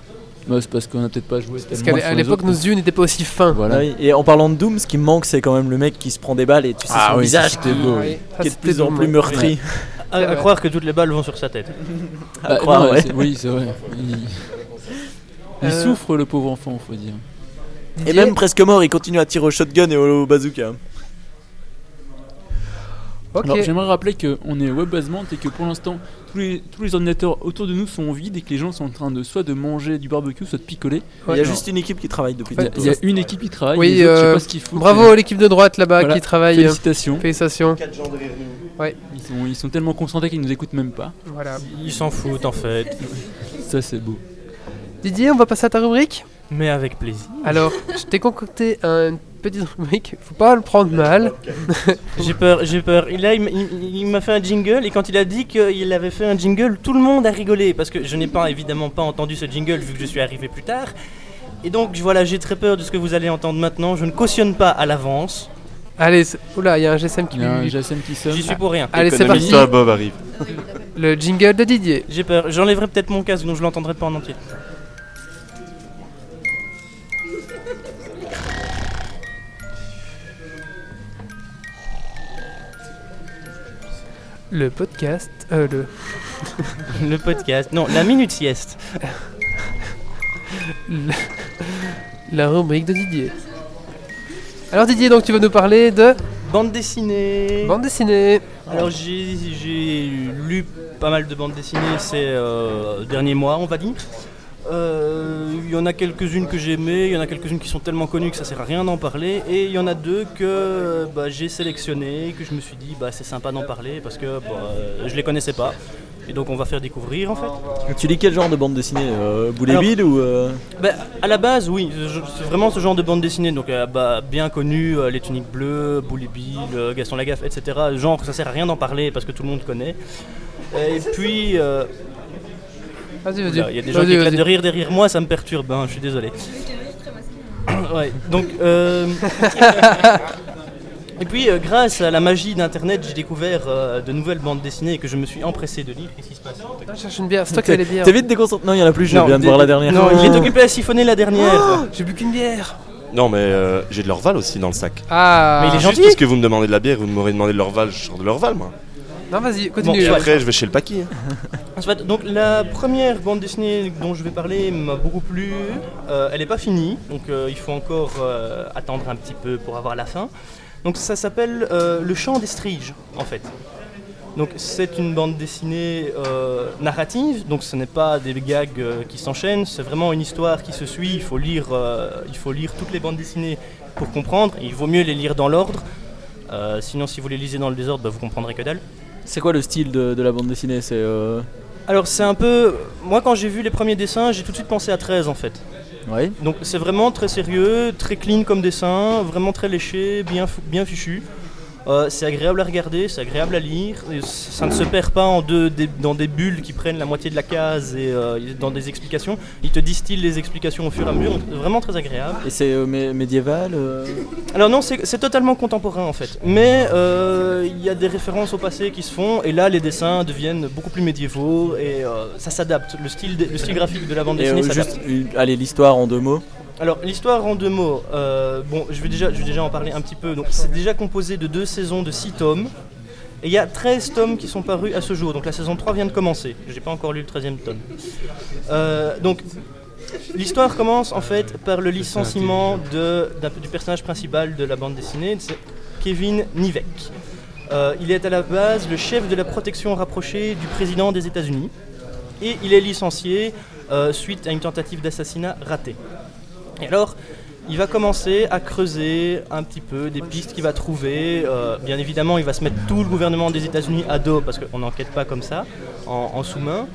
Speaker 2: Bah, c'est parce qu'on a peut-être pas joué.
Speaker 1: Parce
Speaker 2: tellement
Speaker 1: qu'à à
Speaker 2: sur les
Speaker 1: l'époque
Speaker 2: autres.
Speaker 1: nos yeux n'étaient pas aussi fins.
Speaker 2: Voilà.
Speaker 3: Ah oui, Et en parlant de Doom, ce qui me manque, c'est quand même le mec qui se prend des balles et tu sais
Speaker 2: Ah
Speaker 3: son
Speaker 2: oui, ça,
Speaker 3: visage qui,
Speaker 2: c'était beau,
Speaker 1: oui. Ça,
Speaker 3: qui est de
Speaker 1: c'était
Speaker 3: plus en
Speaker 1: Doom,
Speaker 3: plus
Speaker 1: ouais.
Speaker 3: meurtri.
Speaker 6: À, à
Speaker 1: vrai.
Speaker 6: croire que toutes les balles vont sur sa tête.
Speaker 3: À
Speaker 2: Bah,
Speaker 3: croire,
Speaker 2: non,
Speaker 3: ouais.
Speaker 2: c'est- Oui, c'est vrai. Il, il
Speaker 1: Euh,
Speaker 2: souffre le pauvre enfant, faut dire.
Speaker 3: Et
Speaker 1: Didier,
Speaker 3: même presque mort, il continue à tirer au shotgun et au bazooka.
Speaker 1: ok.
Speaker 2: Alors j'aimerais rappeler qu'on est web basement et que pour l'instant tous les, tous les ordinateurs autour de nous sont vides et que les gens sont en train de soit de manger du barbecue, soit de picoler.
Speaker 3: Il y a
Speaker 1: Ouais.
Speaker 3: juste une équipe qui travaille depuis
Speaker 2: Il y a-
Speaker 3: tantôt.
Speaker 2: il y a une équipe qui travaille,
Speaker 1: Oui,
Speaker 2: les autres, je
Speaker 1: euh,
Speaker 2: sais pas ce qu'ils foutent.
Speaker 1: Bravo à l'équipe de droite là-bas
Speaker 2: Voilà.
Speaker 1: qui travaille.
Speaker 2: Félicitations.
Speaker 1: Félicitations.
Speaker 2: Ils sont, ils sont tellement concentrés qu'ils nous écoutent même pas.
Speaker 1: Voilà.
Speaker 6: Ils s'en foutent en fait.
Speaker 2: Ça c'est beau.
Speaker 1: Didier, on va passer à ta rubrique.
Speaker 6: Mais avec plaisir.
Speaker 1: Alors, je t'ai concocté une petite rubrique. Faut pas le prendre mal.
Speaker 6: J'ai peur, j'ai peur. Et là, il, m- il- il m'a fait un jingle et quand il a dit qu'il avait fait un jingle, tout le monde a rigolé parce que je n'ai pas évidemment pas entendu ce jingle vu que je suis arrivé plus tard. Et donc voilà, j'ai très peur de ce que vous allez entendre maintenant. Je ne cautionne pas à l'avance.
Speaker 1: Allez, c'est- oula, il y a un GSM qui.
Speaker 2: Il y a un JSM qui sonne.
Speaker 6: J'y suis pour rien.
Speaker 1: Allez, c'est parti.
Speaker 7: Économiste Bob arrive.
Speaker 1: Le jingle de Didier.
Speaker 6: J'ai peur. J'enlèverai peut-être mon casque donc je l'entendrai pas en entier.
Speaker 1: Le podcast. euh, le,
Speaker 6: Le podcast. Non, la minute sieste.
Speaker 1: le- la rubrique de Didier. Alors, Didier, donc tu vas nous parler de
Speaker 6: Bande dessinée.
Speaker 1: bande dessinée.
Speaker 6: Alors j'ai j'ai lu pas mal de bandes dessinées ces euh, derniers mois, on va dire. Euh, Il y en a quelques-unes que j'ai aimées, il y en a quelques-unes qui sont tellement connues que ça sert à rien d'en parler, et il y en a deux que euh, bah, j'ai sélectionnées, que je me suis dit bah, c'est sympa d'en parler parce que bah, euh, je les connaissais pas, et donc on va faire découvrir en fait.
Speaker 3: Tu lis quel genre de bande dessinée euh, Boulet
Speaker 6: Alors-
Speaker 3: Bill ou. euh,
Speaker 6: Bah, à la base, oui, je- c'est vraiment ce genre de bande dessinée, donc euh, bah, bien connu, euh, les tuniques bleues, Bully Bill, euh, Gaston Lagaffe, etc. Genre, que ça sert à rien d'en parler parce que tout le monde connaît. Et puis, euh,
Speaker 1: Vas-y, vas-y.
Speaker 6: oula, il y a des gens qui
Speaker 1: Vas-y,
Speaker 6: éclatent de
Speaker 1: vas-y.
Speaker 6: rire derrière moi, ça me perturbe, hein, je suis désolé. Ouais, donc, euh, et puis, euh, grâce à la magie d'Internet, j'ai découvert euh, de nouvelles bandes dessinées que je me suis empressé de lire. Qu'est-ce qui se passe
Speaker 1: Ah, je cherche une bière. C'est toi qui as
Speaker 3: T'es
Speaker 1: les bières.
Speaker 3: t'es vite déconcentré. Non, il y en a plus, je
Speaker 6: Non,
Speaker 3: viens de
Speaker 6: des-
Speaker 3: voir la dernière.
Speaker 6: Non, il est occupé à siphonner la dernière.
Speaker 1: Oh, J'ai bu qu'une bière.
Speaker 7: Non, mais euh, j'ai de l'Orval aussi dans le sac.
Speaker 1: Ah.
Speaker 6: Mais il est
Speaker 7: Juste
Speaker 6: gentil.
Speaker 7: parce que vous me demandez de la bière, vous m'aurez demandé de l'Orval, je sors de l'Orval moi.
Speaker 1: Non, vas-y, continue.
Speaker 7: Et après, je vais chez le Paquis. hein.
Speaker 6: En fait, donc la première bande dessinée dont je vais parler m'a beaucoup plu. Euh, elle n'est pas finie, donc euh, il faut encore euh, attendre un petit peu pour avoir la fin. Donc ça s'appelle euh, Le chant des striges, en fait. Donc c'est une bande dessinée euh, narrative, donc ce n'est pas des gags euh, qui s'enchaînent, c'est vraiment une histoire qui se suit. Il faut lire, euh, il faut lire toutes les bandes dessinées pour comprendre. Il vaut mieux les lire dans l'ordre. Euh, sinon, si vous les lisez dans le désordre, bah, vous comprendrez que dalle.
Speaker 3: C'est quoi le style de, de la bande dessinée C'est. euh,
Speaker 6: Alors c'est un peu... Moi quand j'ai vu les premiers dessins, j'ai tout de suite pensé à 13 en fait.
Speaker 3: Ouais.
Speaker 6: Donc c'est vraiment très sérieux, très clean comme dessin, vraiment très léché, bien, fou- bien fichu. Euh, c'est agréable à regarder, c'est agréable à lire, et c- ça ne se perd pas en deux, des- dans des bulles qui prennent la moitié de la case et euh, dans des explications. Ils te distillent les explications au fur et à mesure, donc c'est vraiment très agréable.
Speaker 3: Et c'est euh, mé- médiéval euh,
Speaker 6: Alors non, c'est c'est totalement contemporain en fait. Mais euh, il y a des références au passé qui se font et là les dessins deviennent beaucoup plus médiévaux et euh, ça s'adapte. Le style, de- le style graphique de la bande
Speaker 3: Et
Speaker 6: dessinée
Speaker 3: euh,
Speaker 6: s'adapte.
Speaker 3: juste, une- allez, l'histoire en deux mots.
Speaker 6: Alors l'histoire en deux mots. euh, bon, je vais déjà, je vais déjà en parler un petit peu. Donc c'est déjà composé de deux saisons de six tomes. Et il y a 13 tomes qui sont parus à ce jour. Donc la saison 3 vient de commencer. J'ai pas encore lu le 13e tome. Euh, donc l'histoire commence en fait par le licenciement de- d'un- du personnage principal de la bande dessinée, c'est Kevin Nivek. Euh, il est à la base le chef de la protection rapprochée du président des États-Unis. Et il est licencié euh, suite à une tentative d'assassinat ratée. Et alors, il va commencer à creuser un petit peu des pistes qu'il va trouver. Euh, bien évidemment, il va se mettre tout le gouvernement des États-Unis à dos parce qu'on n'enquête pas comme ça, en, en sous-main.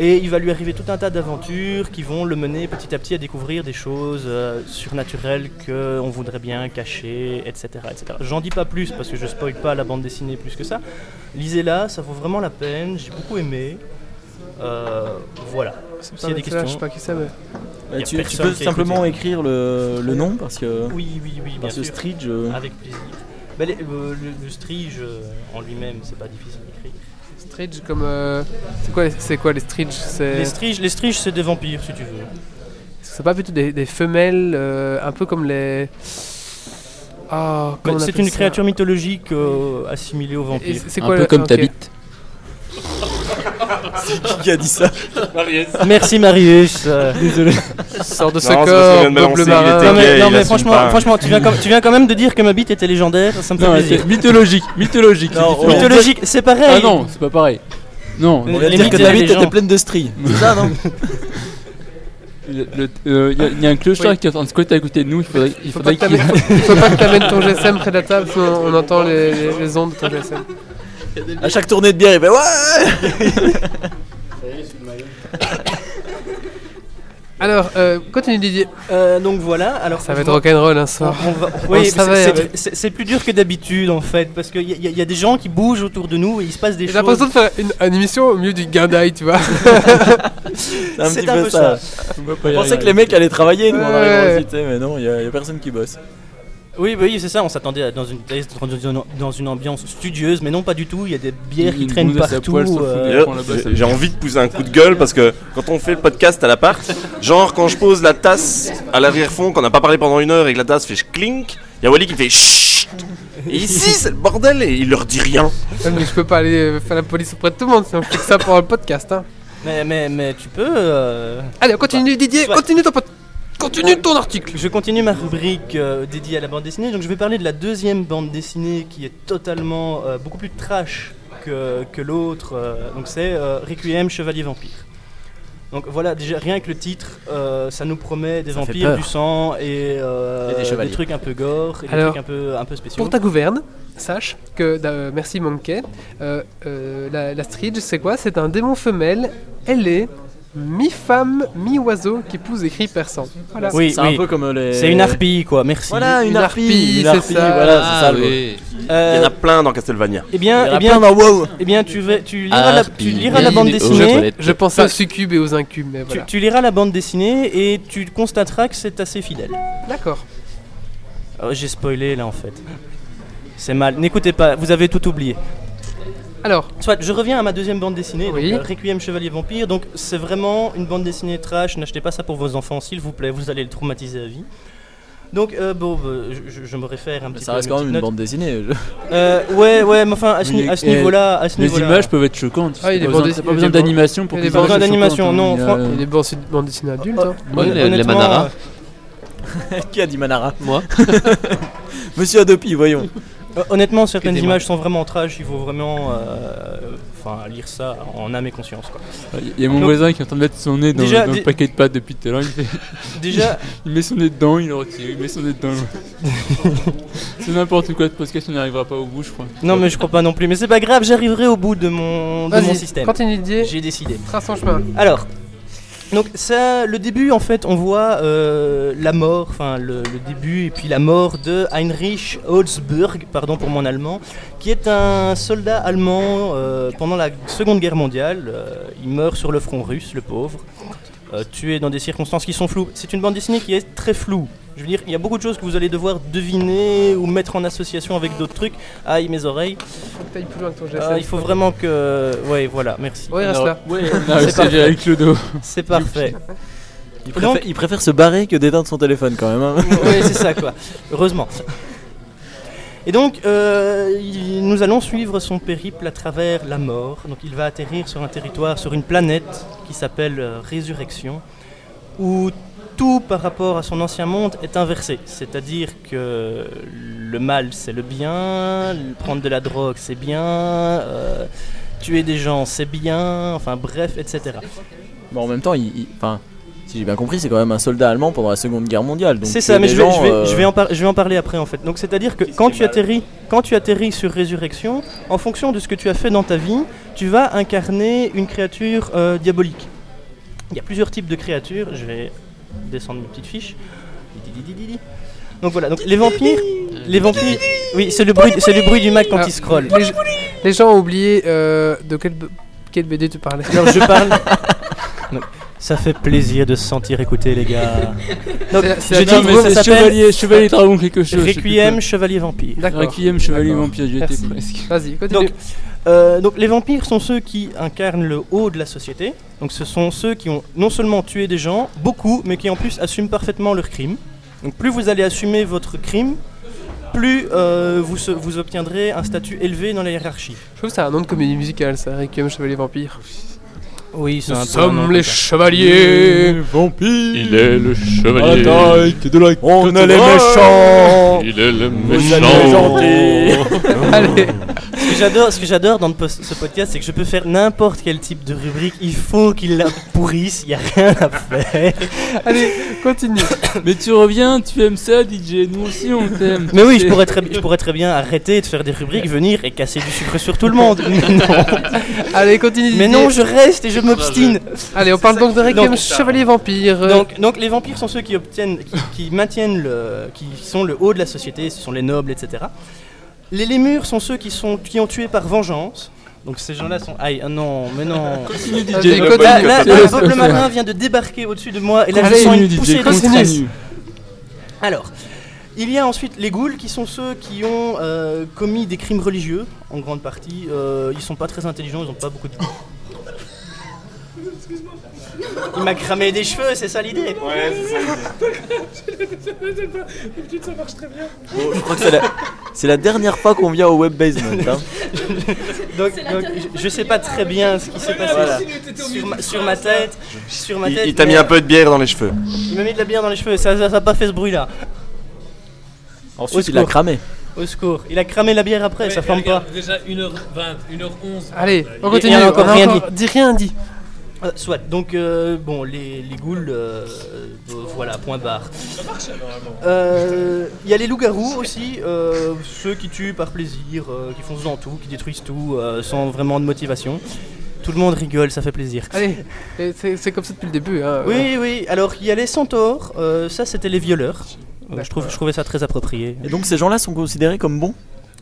Speaker 6: Et il va lui arriver tout un tas d'aventures qui vont le mener petit à petit à découvrir des choses euh, surnaturelles qu'on voudrait bien cacher, etc. etc. J'en dis pas plus parce que je spoil pas la bande dessinée plus que ça. Lisez-la, ça vaut vraiment la peine, j'ai beaucoup aimé. Euh, voilà.
Speaker 1: C'est
Speaker 6: S'il y a
Speaker 1: pas
Speaker 6: des
Speaker 1: un flash,
Speaker 6: questions.
Speaker 1: pas que ça, mais-
Speaker 3: Bah,
Speaker 6: Y
Speaker 3: tu,
Speaker 6: a
Speaker 3: tu
Speaker 6: personne
Speaker 3: peux
Speaker 6: qui a
Speaker 3: simplement
Speaker 6: écouté.
Speaker 3: écrire le, le nom parce que.
Speaker 6: Oui, oui, oui,
Speaker 3: Parce
Speaker 6: bien
Speaker 3: que
Speaker 6: sûr.
Speaker 3: Stridge. euh,
Speaker 6: Avec plaisir. Bah, les- le, le- le strige euh, en lui-même, c'est pas difficile à écrire.
Speaker 1: Stridge comme. euh, C'est quoi, c'est quoi les Stridge C'est
Speaker 6: Les striges, les striges, c'est des vampires, si tu veux.
Speaker 1: c'est pas plutôt des, des femelles, euh, un peu comme les. Ah,
Speaker 6: Bah,
Speaker 1: comment on
Speaker 6: c'est
Speaker 1: appelle
Speaker 6: une
Speaker 1: ça
Speaker 6: créature mythologique euh, assimilée aux
Speaker 1: Et
Speaker 6: vampires.
Speaker 1: c'est- c'est quoi le- ok.
Speaker 3: C'est qui qui a dit ça
Speaker 7: Marius.
Speaker 6: Merci Marius. euh,
Speaker 3: Désolé.
Speaker 1: Sors de
Speaker 6: Non,
Speaker 1: ce
Speaker 6: c'est parce
Speaker 1: corps,
Speaker 6: qu'on vient de
Speaker 1: double
Speaker 6: balancer, il
Speaker 1: marin.
Speaker 6: était Non, mais- gay, non, il mais assume franchement- pas. franchement, tu viens quand- tu viens quand même de dire que ma bite était légendaire, ça me fait
Speaker 2: Non,
Speaker 6: plaisir.
Speaker 2: c'est mythologique, mythologique.
Speaker 6: Non,
Speaker 2: c'est différent.
Speaker 6: mythologique, c'est pareil.
Speaker 2: Ah non, c'est pas pareil. Non,
Speaker 6: On
Speaker 2: non.
Speaker 6: va Les dire mythes que et ta les bite était légendes. pleine de stries. C'est ça, non
Speaker 2: euh, Il y, a un clochard
Speaker 1: Oui.
Speaker 2: qui est en train de squatter à côté de nous. Il faudrait, il
Speaker 1: Faut pas
Speaker 2: faudrait
Speaker 1: que t'amènes-
Speaker 2: qu'il-
Speaker 1: faut pas que t'amènes ton GSM près de la table, sinon on entend les, les- les ondes de ton GSM.
Speaker 3: À chaque tournée de bière, il fait Ouais
Speaker 1: Alors, euh, continue Didier.
Speaker 6: Euh, donc voilà, alors
Speaker 1: Ça va être rock'n'roll un soir.
Speaker 6: On- on va-
Speaker 1: On le
Speaker 6: oui, mais c'est-
Speaker 1: savait,
Speaker 6: c'est-
Speaker 1: hein.
Speaker 6: c'est c'est plus dur que d'habitude en fait, parce qu'il y, a- y a- y a des gens qui bougent autour de nous et il se passe des
Speaker 1: J'ai
Speaker 6: choses.
Speaker 1: l'impression de faire une, une émission au milieu du guindaille, tu vois.
Speaker 3: C'est un petit peu, ça. Je pensais que les mecs allaient travailler, nous, en arrivant aussi, tu sais, mais non, il n'y a, y a personne qui bosse.
Speaker 6: Oui, bah oui, c'est ça. On s'attendait à- dans une, dans une- dans une ambiance studieuse, mais non pas du tout. Il y a des bières qui
Speaker 2: Une
Speaker 6: traînent
Speaker 2: bouillasse à
Speaker 6: partout.
Speaker 2: poil sur le fond
Speaker 6: euh,
Speaker 7: D'ailleurs, j'ai- J'ai envie de pousser un coup de gueule parce que quand on fait le podcast à l'appart, genre quand je pose la tasse à l'arrière-fond, qu'on n'a pas parlé pendant une heure et que la tasse fait clink, il y a Wally qui fait chut. Et ici, c'est le bordel et il leur dit rien.
Speaker 1: Ouais, mais je peux pas aller euh, faire la police auprès de tout le monde, sinon je fais que ça pour le podcast. Hein.
Speaker 6: Mais, mais, mais tu peux. euh,
Speaker 1: Allez, continue Didier, continue ton podcast. Continue ton article.
Speaker 6: Je continue ma rubrique euh, dédiée à la bande dessinée. Donc je vais parler de la deuxième bande dessinée qui est totalement euh, beaucoup plus trash que, que l'autre. euh, donc c'est euh, Requiem Chevalier Vampire. Donc voilà, déjà rien que le titre, euh, ça nous promet des
Speaker 9: Ça fait
Speaker 6: vampires,
Speaker 9: peur.
Speaker 6: du sang et, euh,
Speaker 9: Et des chevaliers.
Speaker 6: trucs un peu gore, et des
Speaker 1: Alors,
Speaker 6: trucs un peu, un peu spéciaux.
Speaker 1: Pour ta gouverne, sache que, euh, merci Monkey, euh, euh, la, la Stridge, c'est quoi C'est un démon femelle, elle est mi-femme, mi-oiseau, qui épouse écrit persan. Voilà.
Speaker 6: Oui,
Speaker 3: C'est un
Speaker 6: oui.
Speaker 3: peu comme les-
Speaker 6: C'est une harpie, quoi, merci.
Speaker 3: Voilà, une, harpie, une
Speaker 6: c'est
Speaker 3: harpie,
Speaker 6: ça.
Speaker 3: voilà, c'est ça le
Speaker 6: Euh,
Speaker 7: Il y en a plein dans Castlevania.
Speaker 6: Eh bien,
Speaker 3: Il y en a
Speaker 6: eh bien,
Speaker 3: plein dans WoW.
Speaker 6: eh bien, tu, vas- tu
Speaker 3: Ah,
Speaker 6: liras, la, tu
Speaker 7: Harpie,
Speaker 6: liras la bande
Speaker 7: bienvenue aux
Speaker 6: dessinée.
Speaker 7: toilettes.
Speaker 1: Je pense aux
Speaker 6: Parce-
Speaker 1: succubes et aux incubes, mais
Speaker 6: tu,
Speaker 1: voilà.
Speaker 6: tu liras la bande dessinée et tu constateras que c'est assez fidèle.
Speaker 1: D'accord.
Speaker 6: Oh, J'ai spoilé là en fait. C'est mal. N'écoutez pas, vous avez tout oublié.
Speaker 1: Alors,
Speaker 6: soit je reviens à ma deuxième bande dessinée,
Speaker 1: Oui.
Speaker 6: donc, euh, Requiem Chevalier Vampire. Donc c'est vraiment une bande dessinée trash. N'achetez pas ça pour vos enfants, s'il vous plaît. Vous allez le traumatiser à vie. Donc euh, bon, bah, je- je, je me réfère un petit
Speaker 3: Ça
Speaker 6: peu. à
Speaker 3: reste
Speaker 6: mes
Speaker 3: quand même une
Speaker 6: petites
Speaker 3: bande
Speaker 6: notes.
Speaker 3: dessinée.
Speaker 6: Euh, ouais, ouais, mais enfin à ce, ni- à ce
Speaker 2: Et
Speaker 6: niveau-là, à ce
Speaker 2: Les
Speaker 6: niveau-là.
Speaker 2: images peuvent être choquantes.
Speaker 1: Ah, il
Speaker 2: T'as
Speaker 1: est
Speaker 2: pas
Speaker 1: bandé-
Speaker 2: besoin- t'as
Speaker 1: il
Speaker 2: pas
Speaker 1: est
Speaker 2: besoin
Speaker 1: bandé-
Speaker 2: d'animation pour
Speaker 1: il
Speaker 2: que
Speaker 1: est
Speaker 2: les
Speaker 1: bandé-
Speaker 2: images soient
Speaker 6: d'animation,
Speaker 2: choquantes,
Speaker 6: non,
Speaker 2: hein.
Speaker 6: franc-
Speaker 2: Il y
Speaker 1: Il
Speaker 2: a-
Speaker 1: est bon, c'est une bande dessinée adulte. hein.
Speaker 6: Hon-
Speaker 11: les- les
Speaker 6: honnêtement, euh,
Speaker 11: Manara.
Speaker 3: qui a dit Manara
Speaker 11: Moi.
Speaker 3: Monsieur Adopi, voyons.
Speaker 6: Euh, Honnêtement, certaines
Speaker 3: Excusez-moi.
Speaker 6: images sont vraiment trash, il faut vraiment euh, enfin, lire ça en âme et conscience. Quoi.
Speaker 2: Il y a mon
Speaker 6: Donc,
Speaker 2: voisin qui est en train de mettre son nez dans,
Speaker 6: Déjà,
Speaker 2: dans
Speaker 6: dé-
Speaker 2: le paquet de pâtes depuis tout à l'heure. Il fait.
Speaker 6: Déjà-
Speaker 2: il met son nez dedans, il le retire, il met son nez dedans. C'est n'importe quoi, ce podcast, on n'y arrivera pas au bout, je crois.
Speaker 6: Non, mais je crois pas non plus, mais c'est pas grave, j'arriverai au bout de mon, de
Speaker 1: Vas-y,
Speaker 6: mon système.
Speaker 1: Continue Didier.
Speaker 6: J'ai décidé.
Speaker 1: Trace son chemin.
Speaker 6: Alors, donc ça, le début en fait, on voit euh, la mort, enfin le, le début et puis la mort de Heinrich Holzberg, pardon pour mon allemand, qui est un soldat allemand euh, pendant la Seconde Guerre mondiale. Euh, il meurt sur le front russe, le pauvre, euh, tué dans des circonstances qui sont floues. C'est une bande dessinée qui est très floue. Je veux dire, il y a beaucoup de choses que vous allez devoir deviner ou mettre en association avec d'autres trucs. Aïe, mes oreilles.
Speaker 1: T'ailles plus loin que ton
Speaker 6: Ah,
Speaker 1: GSM.
Speaker 6: il faut vraiment que. Euh, Ouais, voilà, merci.
Speaker 1: Ouais, reste là.
Speaker 3: Ah
Speaker 2: Ouais, on a réussi à gérer avec le dos.
Speaker 6: C'est parfait.
Speaker 3: Il préfère, il préfère se barrer que d'éteindre son téléphone quand même. hein.
Speaker 6: oui, c'est ça, quoi. Heureusement. Et donc, euh, il- nous allons suivre son périple à travers la mort. Donc, il va atterrir sur un territoire, sur une planète qui s'appelle euh, Résurrection, où tout par rapport à son ancien monde est inversé. C'est-à-dire que le mal, c'est le bien, le- prendre de la drogue, c'est bien, euh, tuer des gens, c'est bien, enfin bref, etc.
Speaker 3: Bon, en même temps, il, il- enfin, si j'ai bien compris, c'est quand même un soldat allemand pendant la Seconde Guerre mondiale. donc
Speaker 6: C'est ça,
Speaker 3: les
Speaker 6: mais je vais,
Speaker 3: gens,
Speaker 6: je, vais,
Speaker 3: euh,
Speaker 6: je vais en par- je vais en parler après en fait. Donc c'est-à-dire que quand tu, atterris, quand tu atterris sur Résurrection, en fonction de ce que tu as fait dans ta vie, tu vas incarner une créature euh, diabolique. Il y a plusieurs types de créatures, je vais descendre mes petites fiches. Donc voilà, donc les vampires, les vampires, oui c'est le bruit, c'est le bruit du Mac quand
Speaker 1: Alors,
Speaker 6: il scrolle.
Speaker 1: Les, les gens ont oublié euh, de quel, b- quel BD tu parlais.
Speaker 6: Alors je parle. Donc, ça fait plaisir de se sentir écouté, les gars. Donc,
Speaker 1: C'est- c'est
Speaker 6: je
Speaker 1: la
Speaker 6: dis
Speaker 1: même-
Speaker 6: que
Speaker 1: c'est
Speaker 6: ça s'appelle
Speaker 2: Chevalier- Chevalier Dragon quelque chose, je sais plus
Speaker 6: Requiem
Speaker 2: quoi.
Speaker 6: Chevalier Vampire.
Speaker 2: D'accord. Requiem Chevalier
Speaker 6: D'accord.
Speaker 2: Vampire, j'y étais
Speaker 6: Merci.
Speaker 2: presque.
Speaker 1: Vas-y, continue.
Speaker 6: Donc, euh, donc les vampires sont ceux qui incarnent le haut de la société. Donc ce sont ceux qui ont non seulement tué des gens, beaucoup, mais qui en plus assument parfaitement leurs crimes. Donc plus vous allez assumer votre crime, plus euh, vous, se- vous obtiendrez un statut élevé dans la hiérarchie.
Speaker 1: Je trouve que c'est un nom de comédie musicale, ça, Requiem Chevalier Vampire.
Speaker 6: Oui,
Speaker 1: Nous sommes les chevaliers
Speaker 3: vampires.
Speaker 1: Il est le
Speaker 2: chevalier.
Speaker 3: On est les méchants. Oh, Il est le Oh.
Speaker 6: Vous allez les gentils. Ce que j'adore, ce que j'adore dans le post- ce podcast, c'est que je peux faire n'importe quel type de rubrique. Il faut qu'il la pourrisse. Il y a rien à faire.
Speaker 1: Allez, continue.
Speaker 2: Mais tu reviens, tu aimes ça, DJ. Nous aussi, on t'aime.
Speaker 6: Mais oui, je pourrais, très, bi- je pourrais très bien arrêter de faire des rubriques, venir et casser du sucre sur tout le monde. Mais non.
Speaker 1: Allez, continue.
Speaker 6: Mais non, je reste et je
Speaker 1: Didier.
Speaker 6: m'obstine.
Speaker 1: Allez, on
Speaker 6: C'est
Speaker 1: parle
Speaker 6: ça
Speaker 1: donc
Speaker 6: qui-
Speaker 1: de Requiem Chevalier Vampire.
Speaker 6: Donc, donc les vampires sont ceux qui obtiennent, qui, qui maintiennent le, qui sont le haut de la société, ce sont les nobles, etc. Les lémures sont ceux qui sont, qui ont tué par vengeance. Donc ces gens-là sont, aïe, ah non, mais non.
Speaker 2: Continue, DJ.
Speaker 6: Là,
Speaker 2: Continue.
Speaker 6: là, là,
Speaker 2: Continue.
Speaker 6: le peuple marin vient de débarquer au-dessus de moi et là je
Speaker 2: Continue,
Speaker 6: sens une
Speaker 2: DJ,
Speaker 6: poussée de
Speaker 2: continue.
Speaker 6: stress. Alors, il y a ensuite les ghouls qui sont ceux qui ont euh, commis des crimes religieux, en grande partie. Euh, ils sont pas très intelligents, ils ont pas beaucoup de. Il m'a cramé des cheveux, c'est ça l'idée Ouais,
Speaker 12: ça marche très bien.
Speaker 3: Bon, Oh, je crois que c'est la, c'est la dernière fois qu'on vient au web basement. hein.
Speaker 6: donc, donc, je- je sais pas très bien ce qui s'est passé
Speaker 3: Voilà.
Speaker 6: sur, ma, sur ma tête. Sur ma
Speaker 7: Il-
Speaker 6: tête
Speaker 7: il t'a mis
Speaker 6: mais-
Speaker 7: un peu de bière dans les cheveux.
Speaker 6: Il m'a mis de la bière dans les cheveux, ça ça- ça a pas fait ce bruit là.
Speaker 3: Ensuite, il a cramé.
Speaker 6: Au secours, il a cramé la bière après, ça flambe pas.
Speaker 8: Déjà 1h20, 1h11.
Speaker 1: Allez, on
Speaker 6: Et-
Speaker 1: continue.
Speaker 6: et on a encore
Speaker 1: on a
Speaker 6: rien
Speaker 1: encore-
Speaker 6: dit.
Speaker 1: Dis rien dit.
Speaker 6: Euh, soit, donc euh, bon, les, les ghouls, euh, euh, voilà, point barre. Euh, Il y a les loups-garous aussi, euh, ceux qui tuent par plaisir, euh, qui foncent dans tout, qui détruisent tout, euh, sans vraiment de motivation. Tout le monde rigole, ça fait plaisir.
Speaker 1: Allez, et c'est c'est comme ça depuis le début. hein.
Speaker 6: Oui, oui, alors il y a les centaures, euh, ça c'était les violeurs. Euh, je, trouve, je trouvais ça très approprié.
Speaker 3: Et donc, ces gens-là sont considérés comme bons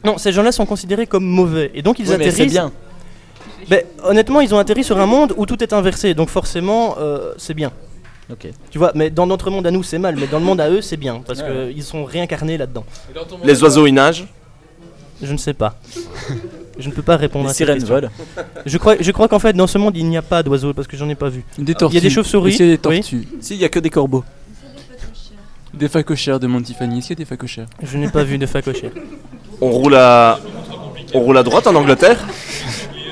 Speaker 6: Non, ces gens-là sont considérés comme mauvais. Et donc ils
Speaker 3: Oui, mais
Speaker 6: atterrissent.
Speaker 3: c'est bien.
Speaker 6: Ben, honnêtement, ils ont atterri sur un monde où tout est inversé. Donc forcément, euh, c'est bien.
Speaker 3: Ok.
Speaker 6: Tu vois, mais dans notre monde à nous, c'est mal. Mais dans le monde à eux, c'est bien. Parce
Speaker 3: Ouais,
Speaker 6: qu'ils sont réincarnés là-dedans.
Speaker 7: Les oiseaux, ils nagent.
Speaker 6: Je ne sais pas. Je ne peux pas répondre
Speaker 3: Les
Speaker 6: à cette
Speaker 3: sirènes
Speaker 6: question.
Speaker 3: volent.
Speaker 6: Je crois, je crois qu'en fait, dans ce monde, il n'y a pas d'oiseaux parce que j'en ai pas vu.
Speaker 3: Euh,
Speaker 2: Des
Speaker 6: Il y a
Speaker 2: tortues.
Speaker 6: des chauves-souris.
Speaker 2: Est-ce qu'il y a des
Speaker 6: oui.
Speaker 2: tortues
Speaker 3: Si, il y a que des corbeaux.
Speaker 2: Des facochères, demande Tiffany. Est-ce qu'il y a des facochères
Speaker 6: Je n'ai pas vu de facochères.
Speaker 7: On roule à. On roule à droite en Angleterre.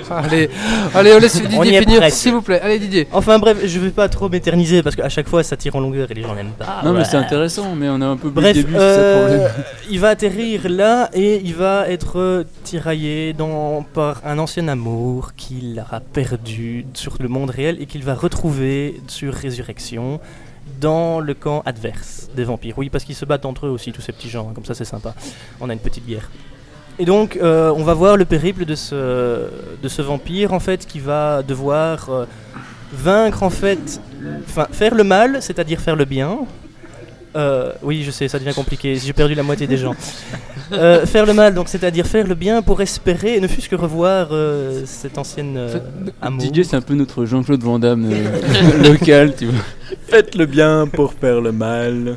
Speaker 1: Allez, allez, on laisse
Speaker 6: On y
Speaker 1: Didier
Speaker 6: est
Speaker 1: finir,
Speaker 6: presque.
Speaker 1: s'il vous plaît. Allez, Didier.
Speaker 6: Enfin bref, je vais pas trop m'éterniser parce qu'à chaque fois, ça tire en longueur et les gens n'aiment pas.
Speaker 2: Non, mais
Speaker 6: Ouais.
Speaker 2: c'est intéressant, mais on a un peu bu le
Speaker 6: Bref,
Speaker 2: début, c'est ça le
Speaker 6: euh,
Speaker 2: problème.
Speaker 6: il va atterrir là et il va être euh, tiraillé dans, par un ancien amour qu'il aura perdu sur le monde réel et qu'il va retrouver sur Résurrection dans le camp adverse des vampires. Oui, parce qu'ils se battent entre eux aussi, tous ces petits gens, hein, comme ça c'est sympa. On a une petite bière. Et donc, euh, on va voir le périple de ce, de ce vampire, en fait, qui va devoir euh, vaincre, en fait, enfin, faire le mal, c'est-à-dire faire le bien. Euh, oui, je sais, ça devient compliqué, j'ai perdu la moitié des gens. Euh, faire le mal, donc, c'est-à-dire faire le bien pour espérer, et ne fût-ce que revoir euh, cette ancienne euh, amour.
Speaker 2: DJ, c'est un peu notre Jean-Claude Van Damme euh, local, tu vois.
Speaker 3: Faites le bien pour faire le mal.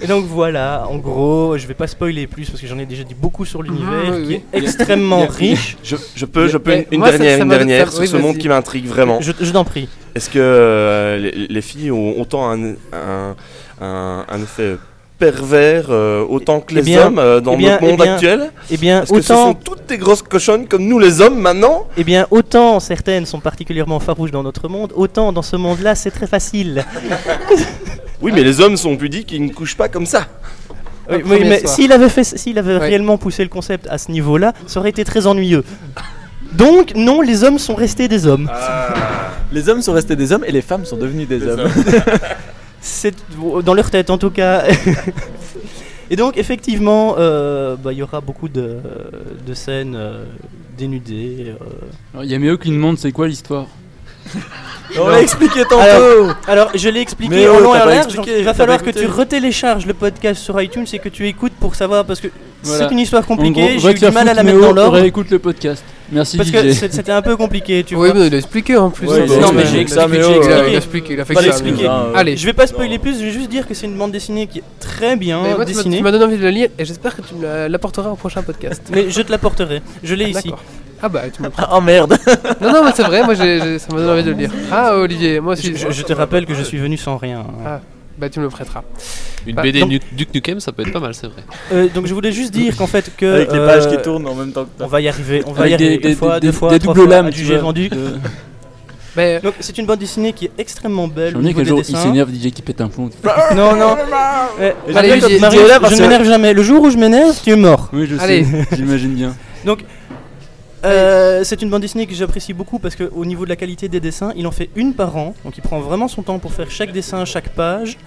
Speaker 6: Et donc voilà, en gros, je vais pas spoiler plus parce que j'en ai déjà dit beaucoup sur l'univers
Speaker 1: Mhm, oui,
Speaker 6: qui
Speaker 1: oui.
Speaker 6: est extrêmement riche.
Speaker 7: Je, je peux, je peux
Speaker 1: Mais
Speaker 7: une
Speaker 1: moi, ça-
Speaker 7: dernière,
Speaker 1: ça
Speaker 7: une
Speaker 1: m'a- ça-
Speaker 7: dernière sur
Speaker 1: oui,
Speaker 7: ce
Speaker 1: vas-y.
Speaker 7: monde qui m'intrigue vraiment.
Speaker 6: Je, je t'en prie.
Speaker 7: Est-ce que euh, les, les filles ont autant un, un, un- un effet pervers euh, autant que
Speaker 6: Eh
Speaker 7: les
Speaker 6: bien,
Speaker 7: hommes euh, dans
Speaker 6: eh bien,
Speaker 7: notre monde
Speaker 6: eh bien,
Speaker 7: actuel
Speaker 6: eh bien,
Speaker 7: Est-ce que ce
Speaker 6: autant-
Speaker 7: sont toutes des grosses cochonnes comme nous les hommes maintenant
Speaker 6: Eh bien, autant certaines sont particulièrement farouches dans notre monde, autant dans ce monde-là, c'est très facile.
Speaker 7: Oui, mais les hommes sont pudiques, ils ne couchent pas comme ça.
Speaker 6: Oui, oui, mais s'il avait, fait, s'il avait réellement poussé le concept à ce niveau-là, ça aurait été très ennuyeux. Donc, non, les hommes sont restés des hommes.
Speaker 3: Les hommes sont restés des hommes et Ah. les femmes sont devenues des hommes.
Speaker 6: C'est dans leur tête en tout cas. Et donc effectivement, euh, bah, il y aura beaucoup de, de scènes euh, dénudées.
Speaker 2: Il y a Méo qui demande c'est quoi l'histoire
Speaker 6: On
Speaker 3: l'a expliqué tantôt.
Speaker 6: Alors, alors, je l'ai expliqué
Speaker 3: Mais
Speaker 6: en
Speaker 3: oh,
Speaker 6: long et
Speaker 3: t'as
Speaker 6: en
Speaker 3: pas
Speaker 6: large.
Speaker 3: expliqué,
Speaker 6: donc il va
Speaker 3: t'as
Speaker 6: falloir
Speaker 3: pas
Speaker 6: que
Speaker 3: écouté.
Speaker 6: tu retélécharges le podcast sur iTunes et que tu écoutes pour savoir parce que
Speaker 2: Voilà.
Speaker 6: c'est une histoire
Speaker 2: En gros,
Speaker 6: compliquée.
Speaker 2: va
Speaker 6: J'ai eu
Speaker 2: te faire
Speaker 6: du mal à
Speaker 2: foutre,
Speaker 6: la mettre
Speaker 2: Méo,
Speaker 6: dans l'ordre.
Speaker 2: Réécoute le podcast. Merci
Speaker 6: Parce que
Speaker 2: DJ.
Speaker 6: c'est- c'était un peu compliqué, tu
Speaker 1: Oui,
Speaker 6: vois.
Speaker 1: mais il a expliqué en plus.
Speaker 2: Ouais,
Speaker 1: Non, mais j'ai expliqué, j'ai expliqué.
Speaker 2: euh,
Speaker 1: Il a expliqué, il a fait
Speaker 6: Pas
Speaker 1: que ça,
Speaker 6: l'expliquer.
Speaker 1: mais bon. Allez.
Speaker 6: Bah, je vais pas spoiler plus, je vais juste dire que c'est une bande dessinée qui est très bien
Speaker 1: Mais moi, tu m'as-
Speaker 6: dessinée.
Speaker 1: tu m'as donné envie de le lire et j'espère que tu me la- l'apporteras au prochain podcast.
Speaker 6: Mais je te l'apporterai, je l'ai
Speaker 1: Ah,
Speaker 6: ici.
Speaker 1: d'accord. Ah bah tu me
Speaker 3: Oh merde
Speaker 1: Non, non, mais c'est vrai, moi j'ai- j'ai- ça m'a donné envie de le lire. Ah Olivier, moi aussi.
Speaker 6: Je, je te rappelle que je suis venu sans rien.
Speaker 1: Ah, bah tu me le prêteras.
Speaker 11: Une
Speaker 1: Bah,
Speaker 11: BD
Speaker 1: donc-
Speaker 11: Duke Duke Nukem, ça peut être pas mal, c'est vrai.
Speaker 6: Euh, donc je voulais juste dire qu'en fait que euh,
Speaker 3: Avec les pages qui tournent en même temps que t'as.
Speaker 6: on va y arriver, on va
Speaker 3: Avec
Speaker 6: y
Speaker 3: des-
Speaker 6: arriver
Speaker 3: des-
Speaker 6: une fois,
Speaker 3: des-
Speaker 6: deux fois,
Speaker 3: des
Speaker 6: trois
Speaker 3: doubles
Speaker 6: fois,
Speaker 3: lames,
Speaker 6: ah,
Speaker 3: tu
Speaker 6: tu j'ai
Speaker 3: vois.
Speaker 6: vendu.
Speaker 3: Euh.
Speaker 6: Donc c'est une bande dessinée qui est extrêmement belle.
Speaker 2: J'en
Speaker 6: au
Speaker 2: ai
Speaker 6: niveau
Speaker 2: qu'un
Speaker 6: des
Speaker 2: jour, il
Speaker 6: dessins.
Speaker 2: s'énerve, DJ qui pète un plomb.
Speaker 6: Non non. Ouais.
Speaker 2: Et
Speaker 6: Allez,
Speaker 2: j'aime bien
Speaker 6: Olivier,
Speaker 2: quand
Speaker 6: Marie,
Speaker 2: tu dis là, parce
Speaker 6: je
Speaker 2: que-
Speaker 6: m'énerve jamais. Le jour où je m'énerve, tu es mort.
Speaker 2: Oui, je
Speaker 6: Allez.
Speaker 2: sais, j'imagine bien.
Speaker 6: Donc, euh, c'est une bande dessinée que j'apprécie beaucoup parce qu'au niveau de la qualité des dessins, il en fait une par an. Donc, il prend vraiment son temps pour faire chaque dessin, chaque page.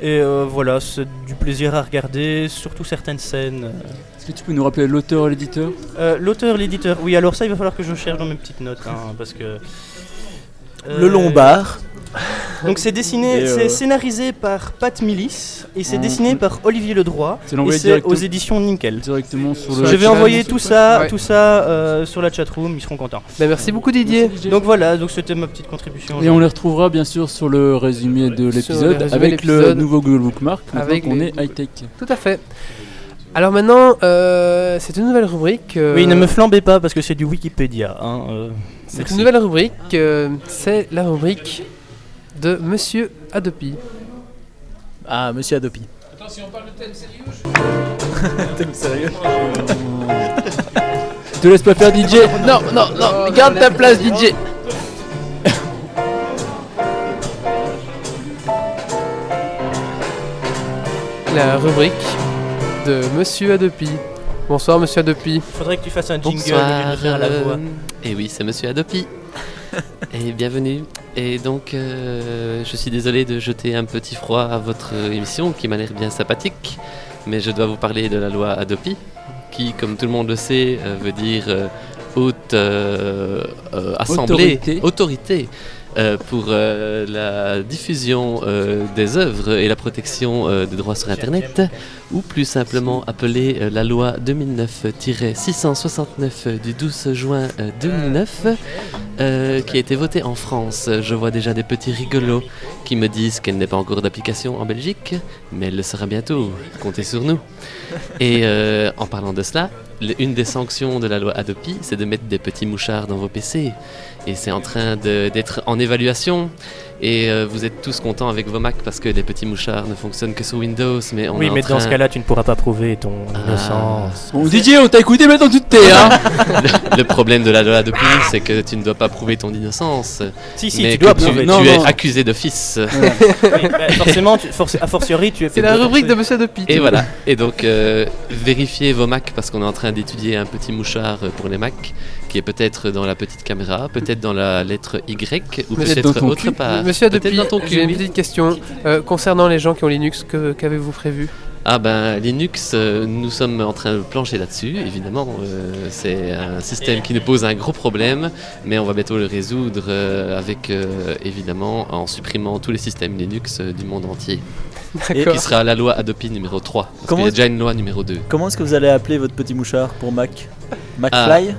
Speaker 6: Et euh, voilà, c'est du plaisir à regarder, surtout certaines scènes.
Speaker 2: Est-ce que tu peux nous rappeler l'auteur et l'éditeur
Speaker 6: Euh, L'auteur, l'éditeur, oui, alors ça, il va falloir que je cherche dans mes petites notes hein, parce que. euh,
Speaker 3: Le Lombard.
Speaker 6: Donc, c'est dessiné,
Speaker 3: Et, euh,
Speaker 6: c'est scénarisé par Pat Millis et
Speaker 13: Mhm.
Speaker 6: c'est
Speaker 2: On-
Speaker 6: dessiné par Olivier Ledroit.
Speaker 2: C'est
Speaker 6: et
Speaker 2: l'envoyer
Speaker 6: c'est
Speaker 2: direct-
Speaker 6: aux éditions Nickel.
Speaker 2: Directement sur le.
Speaker 6: Je vais envoyer tout ça,
Speaker 2: Ouais.
Speaker 6: tout ça euh, sur la chatroom, ils seront contents.
Speaker 1: merci beaucoup Didier.
Speaker 6: Donc voilà, donc c'était ma petite contribution.
Speaker 2: Et on les retrouvera bien sûr sur le résumé de
Speaker 1: le
Speaker 2: l'épisode
Speaker 1: résumé de
Speaker 2: avec le
Speaker 1: l'épisode.
Speaker 2: nouveau Google Bookmark. Maintenant
Speaker 1: Avec
Speaker 2: qu'on
Speaker 1: les
Speaker 2: est high-tech.
Speaker 1: Tout à fait. Alors maintenant, euh, c'est une nouvelle rubrique. euh,
Speaker 6: Oui, ne me flambez pas parce que c'est du Wikipédia. hein, euh,
Speaker 1: C'est
Speaker 6: merci.
Speaker 1: une nouvelle rubrique. euh, c'est la rubrique de Monsieur Adopi.
Speaker 3: Ah, monsieur Adopi.
Speaker 12: Attends, si on parle de thème sérieux,
Speaker 3: T'es sérieux
Speaker 2: Te laisse pas faire DJ Non, non, non, garde ta place DJ
Speaker 1: La rubrique de Monsieur Adopi. Bonsoir Monsieur Adopi. euh,
Speaker 6: Faudrait que tu fasses un jingle au lieu
Speaker 11: Bonsoir.
Speaker 6: de faire la voix.
Speaker 11: Et oui, c'est Monsieur Adopi. et bienvenue. Et donc, euh, je suis désolé de jeter un petit froid à votre euh, émission qui m'a l'air bien sympathique, mais je dois vous parler de la loi Adopi, qui, comme tout le monde le sait, euh, veut dire euh, haute euh, euh, assemblée,
Speaker 2: Autorité.
Speaker 11: autorité, euh, pour euh, la diffusion euh, des œuvres et la protection euh, des droits sur Internet, ou plus simplement appelée euh, la loi 2009-669 du 12 juin euh, 2009, euh, qui a été votée en France. Je vois déjà des petits rigolos qui me disent qu'elle n'est pas encore d'application en Belgique, mais elle le sera bientôt. Comptez sur nous. Et euh, en parlant de cela, le- une des sanctions de la loi Adopi, c'est de mettre des petits mouchards dans vos PC. Et c'est en train de- d'être en évaluation. Et euh, vous êtes tous contents avec vos Mac parce que les petits mouchards ne fonctionnent que sous Windows. Mais on
Speaker 6: Oui,
Speaker 11: est en
Speaker 6: mais dans ce
Speaker 11: train- Ah.
Speaker 6: cas-là, tu ne pourras pas prouver ton innocence.
Speaker 2: Bon, DJ, on t'a écouté maintenant tu te tais, hein
Speaker 11: le, le problème de la loi Adopi, c'est que tu ne dois pas prouver ton innocence.
Speaker 6: Si, si,
Speaker 11: mais
Speaker 6: tu
Speaker 11: que
Speaker 6: dois prouver.
Speaker 11: Tu,
Speaker 6: Non,
Speaker 11: tu
Speaker 6: non.
Speaker 11: es accusé d'office.
Speaker 6: Oui, bah, forcément, tu, forc- a fortiori, tu es
Speaker 1: C'est la rubrique de Monsieur Adopi.
Speaker 11: Et voilà. Et donc, euh, vérifiez vos Macs parce qu'on est en train d'étudier un petit mouchard euh, pour les Macs qui est peut-être dans la petite caméra, peut-être dans la lettre Y ou
Speaker 1: Monsieur-
Speaker 11: peut-être autre part.
Speaker 1: Monsieur
Speaker 11: Peut-être
Speaker 1: Adopi,
Speaker 11: dans ton
Speaker 1: j'ai
Speaker 11: cul,
Speaker 1: une
Speaker 11: oui.
Speaker 1: petite question euh, concernant les gens qui ont Linux. que- Qu'avez-vous prévu
Speaker 11: Ah ben Linux, euh, nous sommes en train de plancher là-dessus, évidemment. euh, c'est un système qui nous pose un gros problème, mais on va bientôt le résoudre euh, avec, euh, évidemment, en supprimant tous les systèmes Linux euh, du monde entier. Et
Speaker 3: D'accord.
Speaker 11: qui sera la loi Adopi numéro 3. Parce
Speaker 3: Comment
Speaker 11: qu'il y a déjà une loi numéro 2.
Speaker 3: Comment est-ce que vous allez appeler votre petit mouchard pour Mac
Speaker 11: Ah.
Speaker 3: MacFly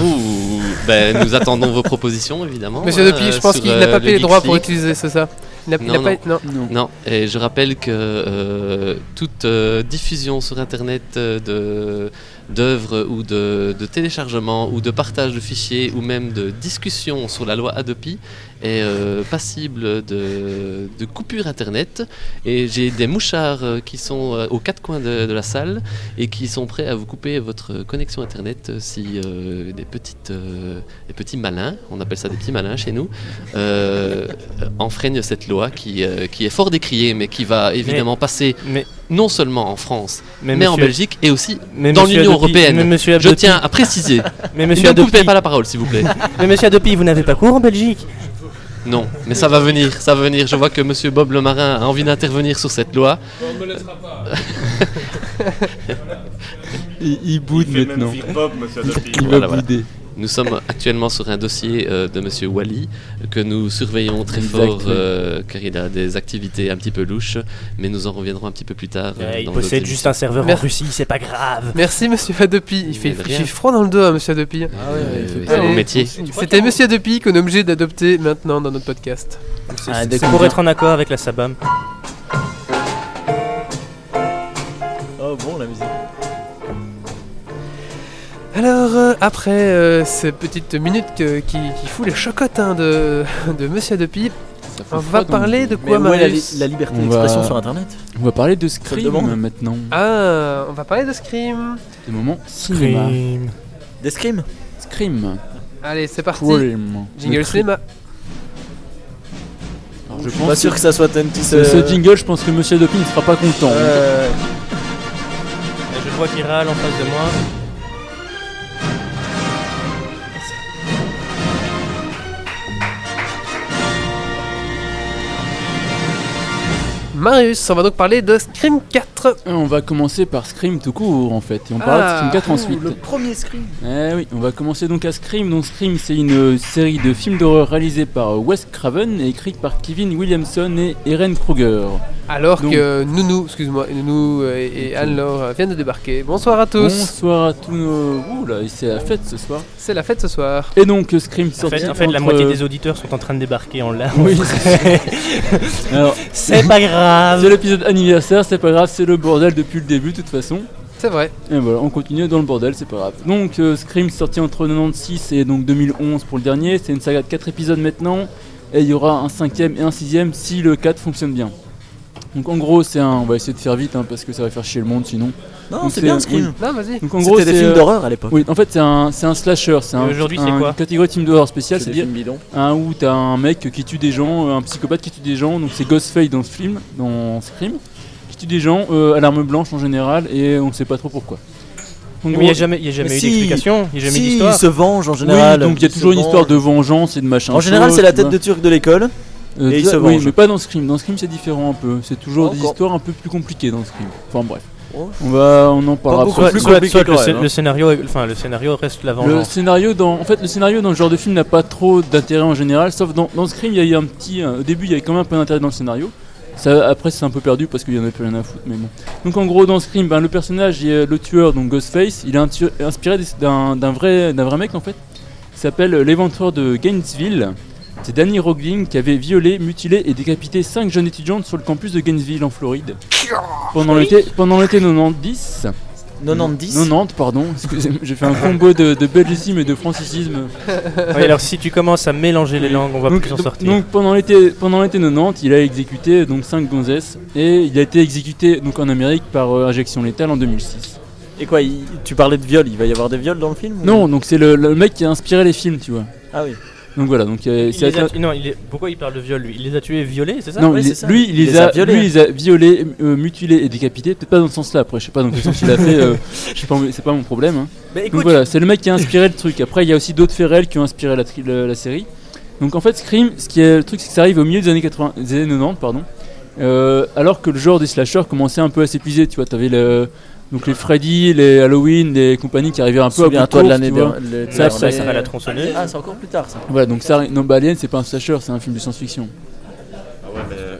Speaker 11: Ouh, ben, nous attendons vos propositions évidemment.
Speaker 1: Monsieur
Speaker 11: hein,
Speaker 1: Adopi, je
Speaker 11: euh,
Speaker 1: pense
Speaker 11: sur,
Speaker 1: qu'il
Speaker 11: euh,
Speaker 1: n'a pas
Speaker 11: le
Speaker 1: payé les droits pour
Speaker 11: Geeks League.
Speaker 1: utiliser, c'est ça Il a- il a pas- non.
Speaker 11: Non. et je rappelle que euh, toute euh, diffusion sur Internet euh, de d'œuvres ou de, de téléchargement ou de partage de fichiers ou même de discussion sur la loi Adopi est euh, passible de, de coupure Internet. Et j'ai des mouchards euh, qui sont euh, aux quatre coins de, de la salle et qui sont prêts à vous couper votre connexion Internet euh, si euh, des, petites, euh, des petits malins, on appelle ça des petits malins chez nous, euh, enfreignent cette loi qui, euh, qui est fort décriée mais qui va évidemment passer non seulement en France mais,
Speaker 6: Mais
Speaker 11: en
Speaker 6: monsieur-
Speaker 11: Belgique et aussi
Speaker 6: mais
Speaker 11: dans
Speaker 6: monsieur
Speaker 11: l'Union
Speaker 6: Adopi-
Speaker 11: Européenne.
Speaker 6: mais monsieur
Speaker 11: Je
Speaker 6: Adopi-
Speaker 11: tiens à préciser.
Speaker 6: Mais monsieur
Speaker 11: ne
Speaker 6: Adopi-
Speaker 11: coupez pas la parole s'il vous plaît.
Speaker 6: Mais monsieur Adopi, vous n'avez pas cours en Belgique
Speaker 11: Non, mais ça va venir, ça va venir. Je vois que Monsieur Bob le Marin a envie d'intervenir sur cette loi.
Speaker 12: On me laissera pas.
Speaker 2: Il, il
Speaker 11: boude
Speaker 2: Il fait maintenant. même Fear Bob, monsieur Adopi. Il va bouder.
Speaker 11: Nous sommes actuellement sur un dossier euh, de Monsieur Wally que nous surveillons très
Speaker 2: Exact,
Speaker 11: fort
Speaker 2: oui.
Speaker 11: euh, car il a des activités un petit peu louches, mais nous en reviendrons un petit peu plus tard. euh,
Speaker 6: Ouais, il
Speaker 11: dans
Speaker 6: possède
Speaker 11: d'autres
Speaker 6: juste un serveur en
Speaker 11: Merci.
Speaker 6: Russie, c'est pas grave.
Speaker 1: Merci Monsieur Adopi. Il fait
Speaker 11: Mais de
Speaker 1: il
Speaker 11: rien.
Speaker 1: fait froid dans le dos, hein, Monsieur Adopi.
Speaker 11: ouais, ouais, il fait pas
Speaker 1: Allez,
Speaker 11: bon métier.
Speaker 1: C'était Monsieur Adopi qu'on est obligé d'adopter maintenant dans notre podcast.
Speaker 6: C'est c'est Ah, pour être en accord avec la Sabam.
Speaker 3: Oh bon la musique.
Speaker 1: Alors, euh, après euh, ces petites minutes que- qui, qui fout les chocottes hein, de, de Monsieur Adopi, on va parler de quoi,
Speaker 3: Mais où est la
Speaker 1: Marius
Speaker 3: li- la liberté
Speaker 2: On
Speaker 3: d'expression
Speaker 2: va-
Speaker 3: sur Internet
Speaker 2: On va parler de
Speaker 3: Ça le demande.
Speaker 2: Scream maintenant.
Speaker 1: Ah, on va parler de Scream.
Speaker 2: Des moments cinéma.
Speaker 3: Des Scream
Speaker 2: Scream.
Speaker 1: Allez, c'est parti.
Speaker 2: Scream. Le
Speaker 1: Jingle
Speaker 2: cri-
Speaker 1: cinéma.
Speaker 2: Alors,
Speaker 3: Je suis pas sûr que ça soit un petit,
Speaker 2: Ce,
Speaker 3: euh,
Speaker 2: ce jingle, je pense que Monsieur Adopi ne sera pas content.
Speaker 3: Euh,
Speaker 6: Et Je vois qu'il râle en face de moi.
Speaker 1: Marius, on va donc parler de Scream 4.
Speaker 2: Ah, On va commencer par Scream tout court en fait, et on parlera
Speaker 1: Ah.
Speaker 2: de Scream 4 ensuite.
Speaker 3: Ah, Le premier Scream.
Speaker 2: Eh oui, on va commencer donc à Scream. Donc Scream, c'est une euh, série de films d'horreur réalisée par euh, Wes Craven et écrite par Kevin Williamson et Eren Kruger.
Speaker 1: Alors
Speaker 2: Donc-
Speaker 1: que Nounou, excuse-moi, Nounou euh, et, et Anne-Laure euh, viennent de débarquer. Bonsoir à tous.
Speaker 2: Bonsoir à tous nos. Ouh là, c'est la fête ce soir.
Speaker 1: C'est la fête ce soir.
Speaker 2: Et donc euh, Scream
Speaker 6: En
Speaker 2: sorti
Speaker 6: fait, en fait, la
Speaker 2: entre- euh,
Speaker 6: moitié des auditeurs sont en train de débarquer en larmes.
Speaker 2: Oui. Alors-
Speaker 6: c'est pas grave.
Speaker 2: C'est l'épisode anniversaire, c'est pas grave, c'est le bordel depuis le début de toute façon.
Speaker 1: C'est vrai.
Speaker 2: Et voilà, on continue dans le bordel, c'est pas grave. Donc euh, Scream sorti entre 96 et donc 2011 pour le dernier, c'est une saga de 4 épisodes maintenant, et il y aura un cinquième et un sixième si le 4 fonctionne bien. Donc en gros c'est un, on va essayer de faire vite hein, parce que ça va faire chier le monde sinon.
Speaker 3: Non,
Speaker 2: Donc, euh,
Speaker 3: c'est bien, Scream.
Speaker 2: oui.
Speaker 1: Non, vas-y.
Speaker 2: Donc en
Speaker 3: C'était
Speaker 2: gros
Speaker 3: des
Speaker 2: c'est,
Speaker 3: films
Speaker 2: euh,
Speaker 3: d'horreur à l'époque.
Speaker 2: Oui, en fait c'est un, c'est un slasher, c'est un,
Speaker 6: Et aujourd'hui, c'est
Speaker 2: un-
Speaker 6: quoi
Speaker 2: une catégorie de film d'horreur spécial,
Speaker 3: C'est des
Speaker 2: c'est-à-dire
Speaker 3: films bidons.
Speaker 2: un où t'as un mec qui tue des gens, euh, un psychopathe qui tue des gens, donc c'est Ghostface dans ce film, dans Scream, qui tue des gens euh, à l'arme blanche en général et on sait pas trop pourquoi. En
Speaker 6: Mais
Speaker 2: gros-
Speaker 6: il n'y a jamais, il y a jamais
Speaker 3: Mais
Speaker 6: eu
Speaker 3: si,
Speaker 6: d'explication, il n'y a jamais
Speaker 3: si,
Speaker 6: d'histoire.
Speaker 3: il se venge en général.
Speaker 2: Oui, donc il y a
Speaker 3: Il
Speaker 2: toujours
Speaker 3: se
Speaker 2: une histoire
Speaker 3: venge.
Speaker 2: de vengeance et de machin.
Speaker 3: En général,
Speaker 2: chose,
Speaker 3: c'est la
Speaker 2: tu
Speaker 3: tête
Speaker 2: vois.
Speaker 3: de Turc de l'école.
Speaker 2: Euh,
Speaker 3: et il
Speaker 2: tu
Speaker 3: se
Speaker 2: vois, oui,
Speaker 3: venge.
Speaker 2: mais pas dans Scream. Dans Scream, c'est différent un peu. C'est toujours des
Speaker 3: Encore.
Speaker 2: histoires un peu plus compliquées dans Scream. Enfin bref.
Speaker 3: Oh.
Speaker 2: On va, on en parlera
Speaker 3: beaucoup
Speaker 2: après.
Speaker 3: plus
Speaker 6: Soit- soit-
Speaker 3: compliqué
Speaker 6: soit
Speaker 3: quand
Speaker 6: le,
Speaker 3: même,
Speaker 6: scén-
Speaker 3: hein.
Speaker 6: le scénario, enfin le scénario reste la
Speaker 2: Le
Speaker 6: vengeance.
Speaker 2: scénario dans, en fait, le scénario dans ce genre de film n'a pas trop d'intérêt en général, sauf dans, dans Scream, il y a eu un petit, euh, au début, il y avait quand même un peu d'intérêt dans le scénario. Ça, après, c'est un peu perdu parce qu'il y en avait plus rien à foutre, mais bon. Donc en gros, dans Scream, ben, le personnage, il est le tueur, donc Ghostface, il est intu- inspiré des- d'un d'un vrai, d'un vrai mec en fait. Il s'appelle l'éventreur de Gainesville. C'est Danny Rogling qui avait violé, mutilé et décapité 5 jeunes étudiantes sur le campus de Gainesville en Floride pendant l'été pendant l'été 90.
Speaker 3: 90.
Speaker 2: 90, pardon, excusez-moi, j'ai fait un combo de, de belgicisme et de francisisme.
Speaker 6: Oui, alors si tu commences à mélanger les langues, on va plus s'en sortir.
Speaker 2: Donc pendant l'été pendant l'été 90, il a exécuté donc 5 gonzesses et il a été exécuté donc en Amérique par euh, injection létale en 2006.
Speaker 3: Et quoi, il- tu parlais de viol, il va y avoir des viols dans le film ou-
Speaker 2: Non, donc c'est le, le mec qui a inspiré les films, tu vois.
Speaker 3: Ah oui.
Speaker 2: Donc voilà, donc euh,
Speaker 6: Il
Speaker 2: c'est
Speaker 6: les a-
Speaker 2: un-
Speaker 6: non, il est- pourquoi il parle de viol lui Il les a tués et violés, c'est ça
Speaker 2: Non,
Speaker 6: Ouais,
Speaker 2: il
Speaker 6: c'est
Speaker 2: les-
Speaker 6: ça.
Speaker 2: lui, il les, a,
Speaker 6: violés.
Speaker 2: lui, il les a violés, euh, mutilés et décapités. Peut-être pas dans ce sens-là. Après, je sais pas dans quel sens il a fait. euh, je sais pas, mais c'est pas mon problème. hein.
Speaker 6: Mais écoute-
Speaker 2: Donc voilà, c'est le mec qui a inspiré le truc. Après, il y a aussi d'autres faits réels qui ont inspiré la, tri- la- la série. Donc en fait, Scream, ce qui est le truc, c'est que ça arrive au milieu des années 80, des années 90, pardon. Euh, alors que le genre des slashers commençait un peu à s'épuiser. Tu vois, t'avais le donc les Freddy, les Halloween, les compagnies qui arrivaient un peu à bout de
Speaker 3: Souviens-toi de
Speaker 2: course,
Speaker 3: l'année
Speaker 2: tu vois.
Speaker 3: dernière- le- de
Speaker 2: Ça,
Speaker 3: l'année
Speaker 2: ça-
Speaker 3: dernière.
Speaker 6: Ça va la tronçonneuse.
Speaker 3: Ah, c'est encore plus tard ça.
Speaker 2: Voilà, donc ça, non, bah, Alien, c'est pas un slasher, c'est un film de science-fiction.
Speaker 7: Ah euh,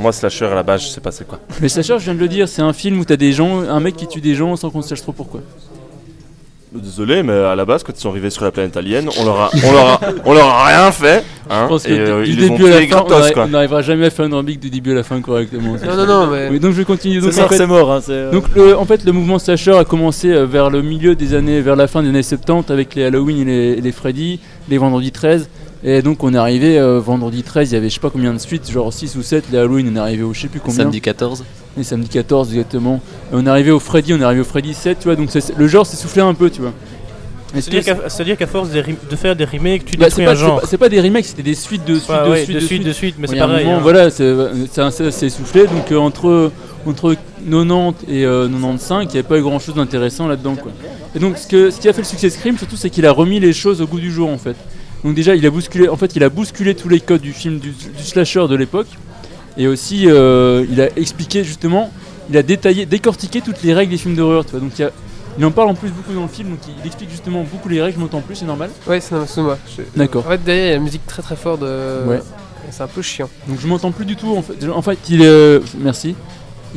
Speaker 7: Moi, slasher à la base, je sais pas c'est quoi.
Speaker 2: Mais slasher, je viens de le dire, c'est un film où t'as des gens, un mec qui tue des gens sans qu'on sache trop pourquoi.
Speaker 7: Désolé, mais à la base, quand ils sont arrivés sur la planète alien, on leur a, on leur a, on leur a rien fait. hein. Hein,
Speaker 2: je pense que
Speaker 7: et, euh,
Speaker 2: du
Speaker 7: ils les ont
Speaker 2: début à la
Speaker 7: tués
Speaker 2: fin, on
Speaker 7: gratos,
Speaker 2: arri-
Speaker 7: quoi.
Speaker 2: on n'arrivera jamais à faire une rambique du début à la fin correctement.
Speaker 1: Non, non, non, mais-
Speaker 2: Oui, donc je vais continuer. Donc,
Speaker 3: C'est
Speaker 2: en
Speaker 3: mort,
Speaker 2: fait-
Speaker 3: c'est mort, hein, c'est, euh,
Speaker 2: Donc le- en fait, le mouvement slasher a commencé euh, vers le milieu des années, vers la fin des années 70 avec les Halloween et les, et les Freddy, les Vendredi 13. Et donc on est arrivé euh, vendredi 13, il y avait je sais pas combien de suites, genre 6 ou 7, les Halloween on est arrivé au je sais plus combien.
Speaker 11: Samedi 14.
Speaker 2: Et samedi 14 exactement. Et on est arrivé au Freddy, on est arrivé au Freddy 7, tu vois, donc c'est- le genre s'est soufflé un peu, tu vois. Est-ce
Speaker 6: C'est-à-dire
Speaker 2: que-
Speaker 6: qu'à- C'est-à-dire qu'à force de, rim- de faire des remakes, tu
Speaker 2: bah,
Speaker 6: détruis
Speaker 2: c'est pas-
Speaker 6: un genre.
Speaker 2: c'est pas- C'est pas des remakes, c'était des suites de suites
Speaker 6: Ouais,
Speaker 2: de
Speaker 6: ouais,
Speaker 2: suites
Speaker 6: de suite, de suite, mais
Speaker 2: Bon,
Speaker 6: c'est
Speaker 2: il y a un
Speaker 6: pareil,
Speaker 2: moment,
Speaker 6: hein.
Speaker 2: Voilà, c'est c'est un- c'est- c'est essoufflé. Donc euh, entre entre 90 et euh, 95, il n'y avait pas eu grand chose d'intéressant là-dedans. quoi. Et donc ce, que, ce qui a fait le succès de Scream, surtout, c'est qu'il a remis les choses au goût du jour en fait. Donc déjà, il a bousculé, en fait, il a bousculé tous les codes du film du, du slasher de l'époque. Et aussi, euh, il a expliqué justement, il a détaillé, décortiqué toutes les règles des films d'horreur. tu vois. Donc il y a- il en parle en plus beaucoup dans le film, donc il explique justement beaucoup les règles, je m'entends plus, c'est normal.
Speaker 1: Ouais, c'est normal, excuse-moi. Je-
Speaker 2: D'accord.
Speaker 1: En fait, derrière, il y a la musique très très forte de.
Speaker 2: Ouais.
Speaker 1: Et C'est un peu chiant.
Speaker 2: Donc je m'entends plus du tout en fait. En fait, il euh, merci.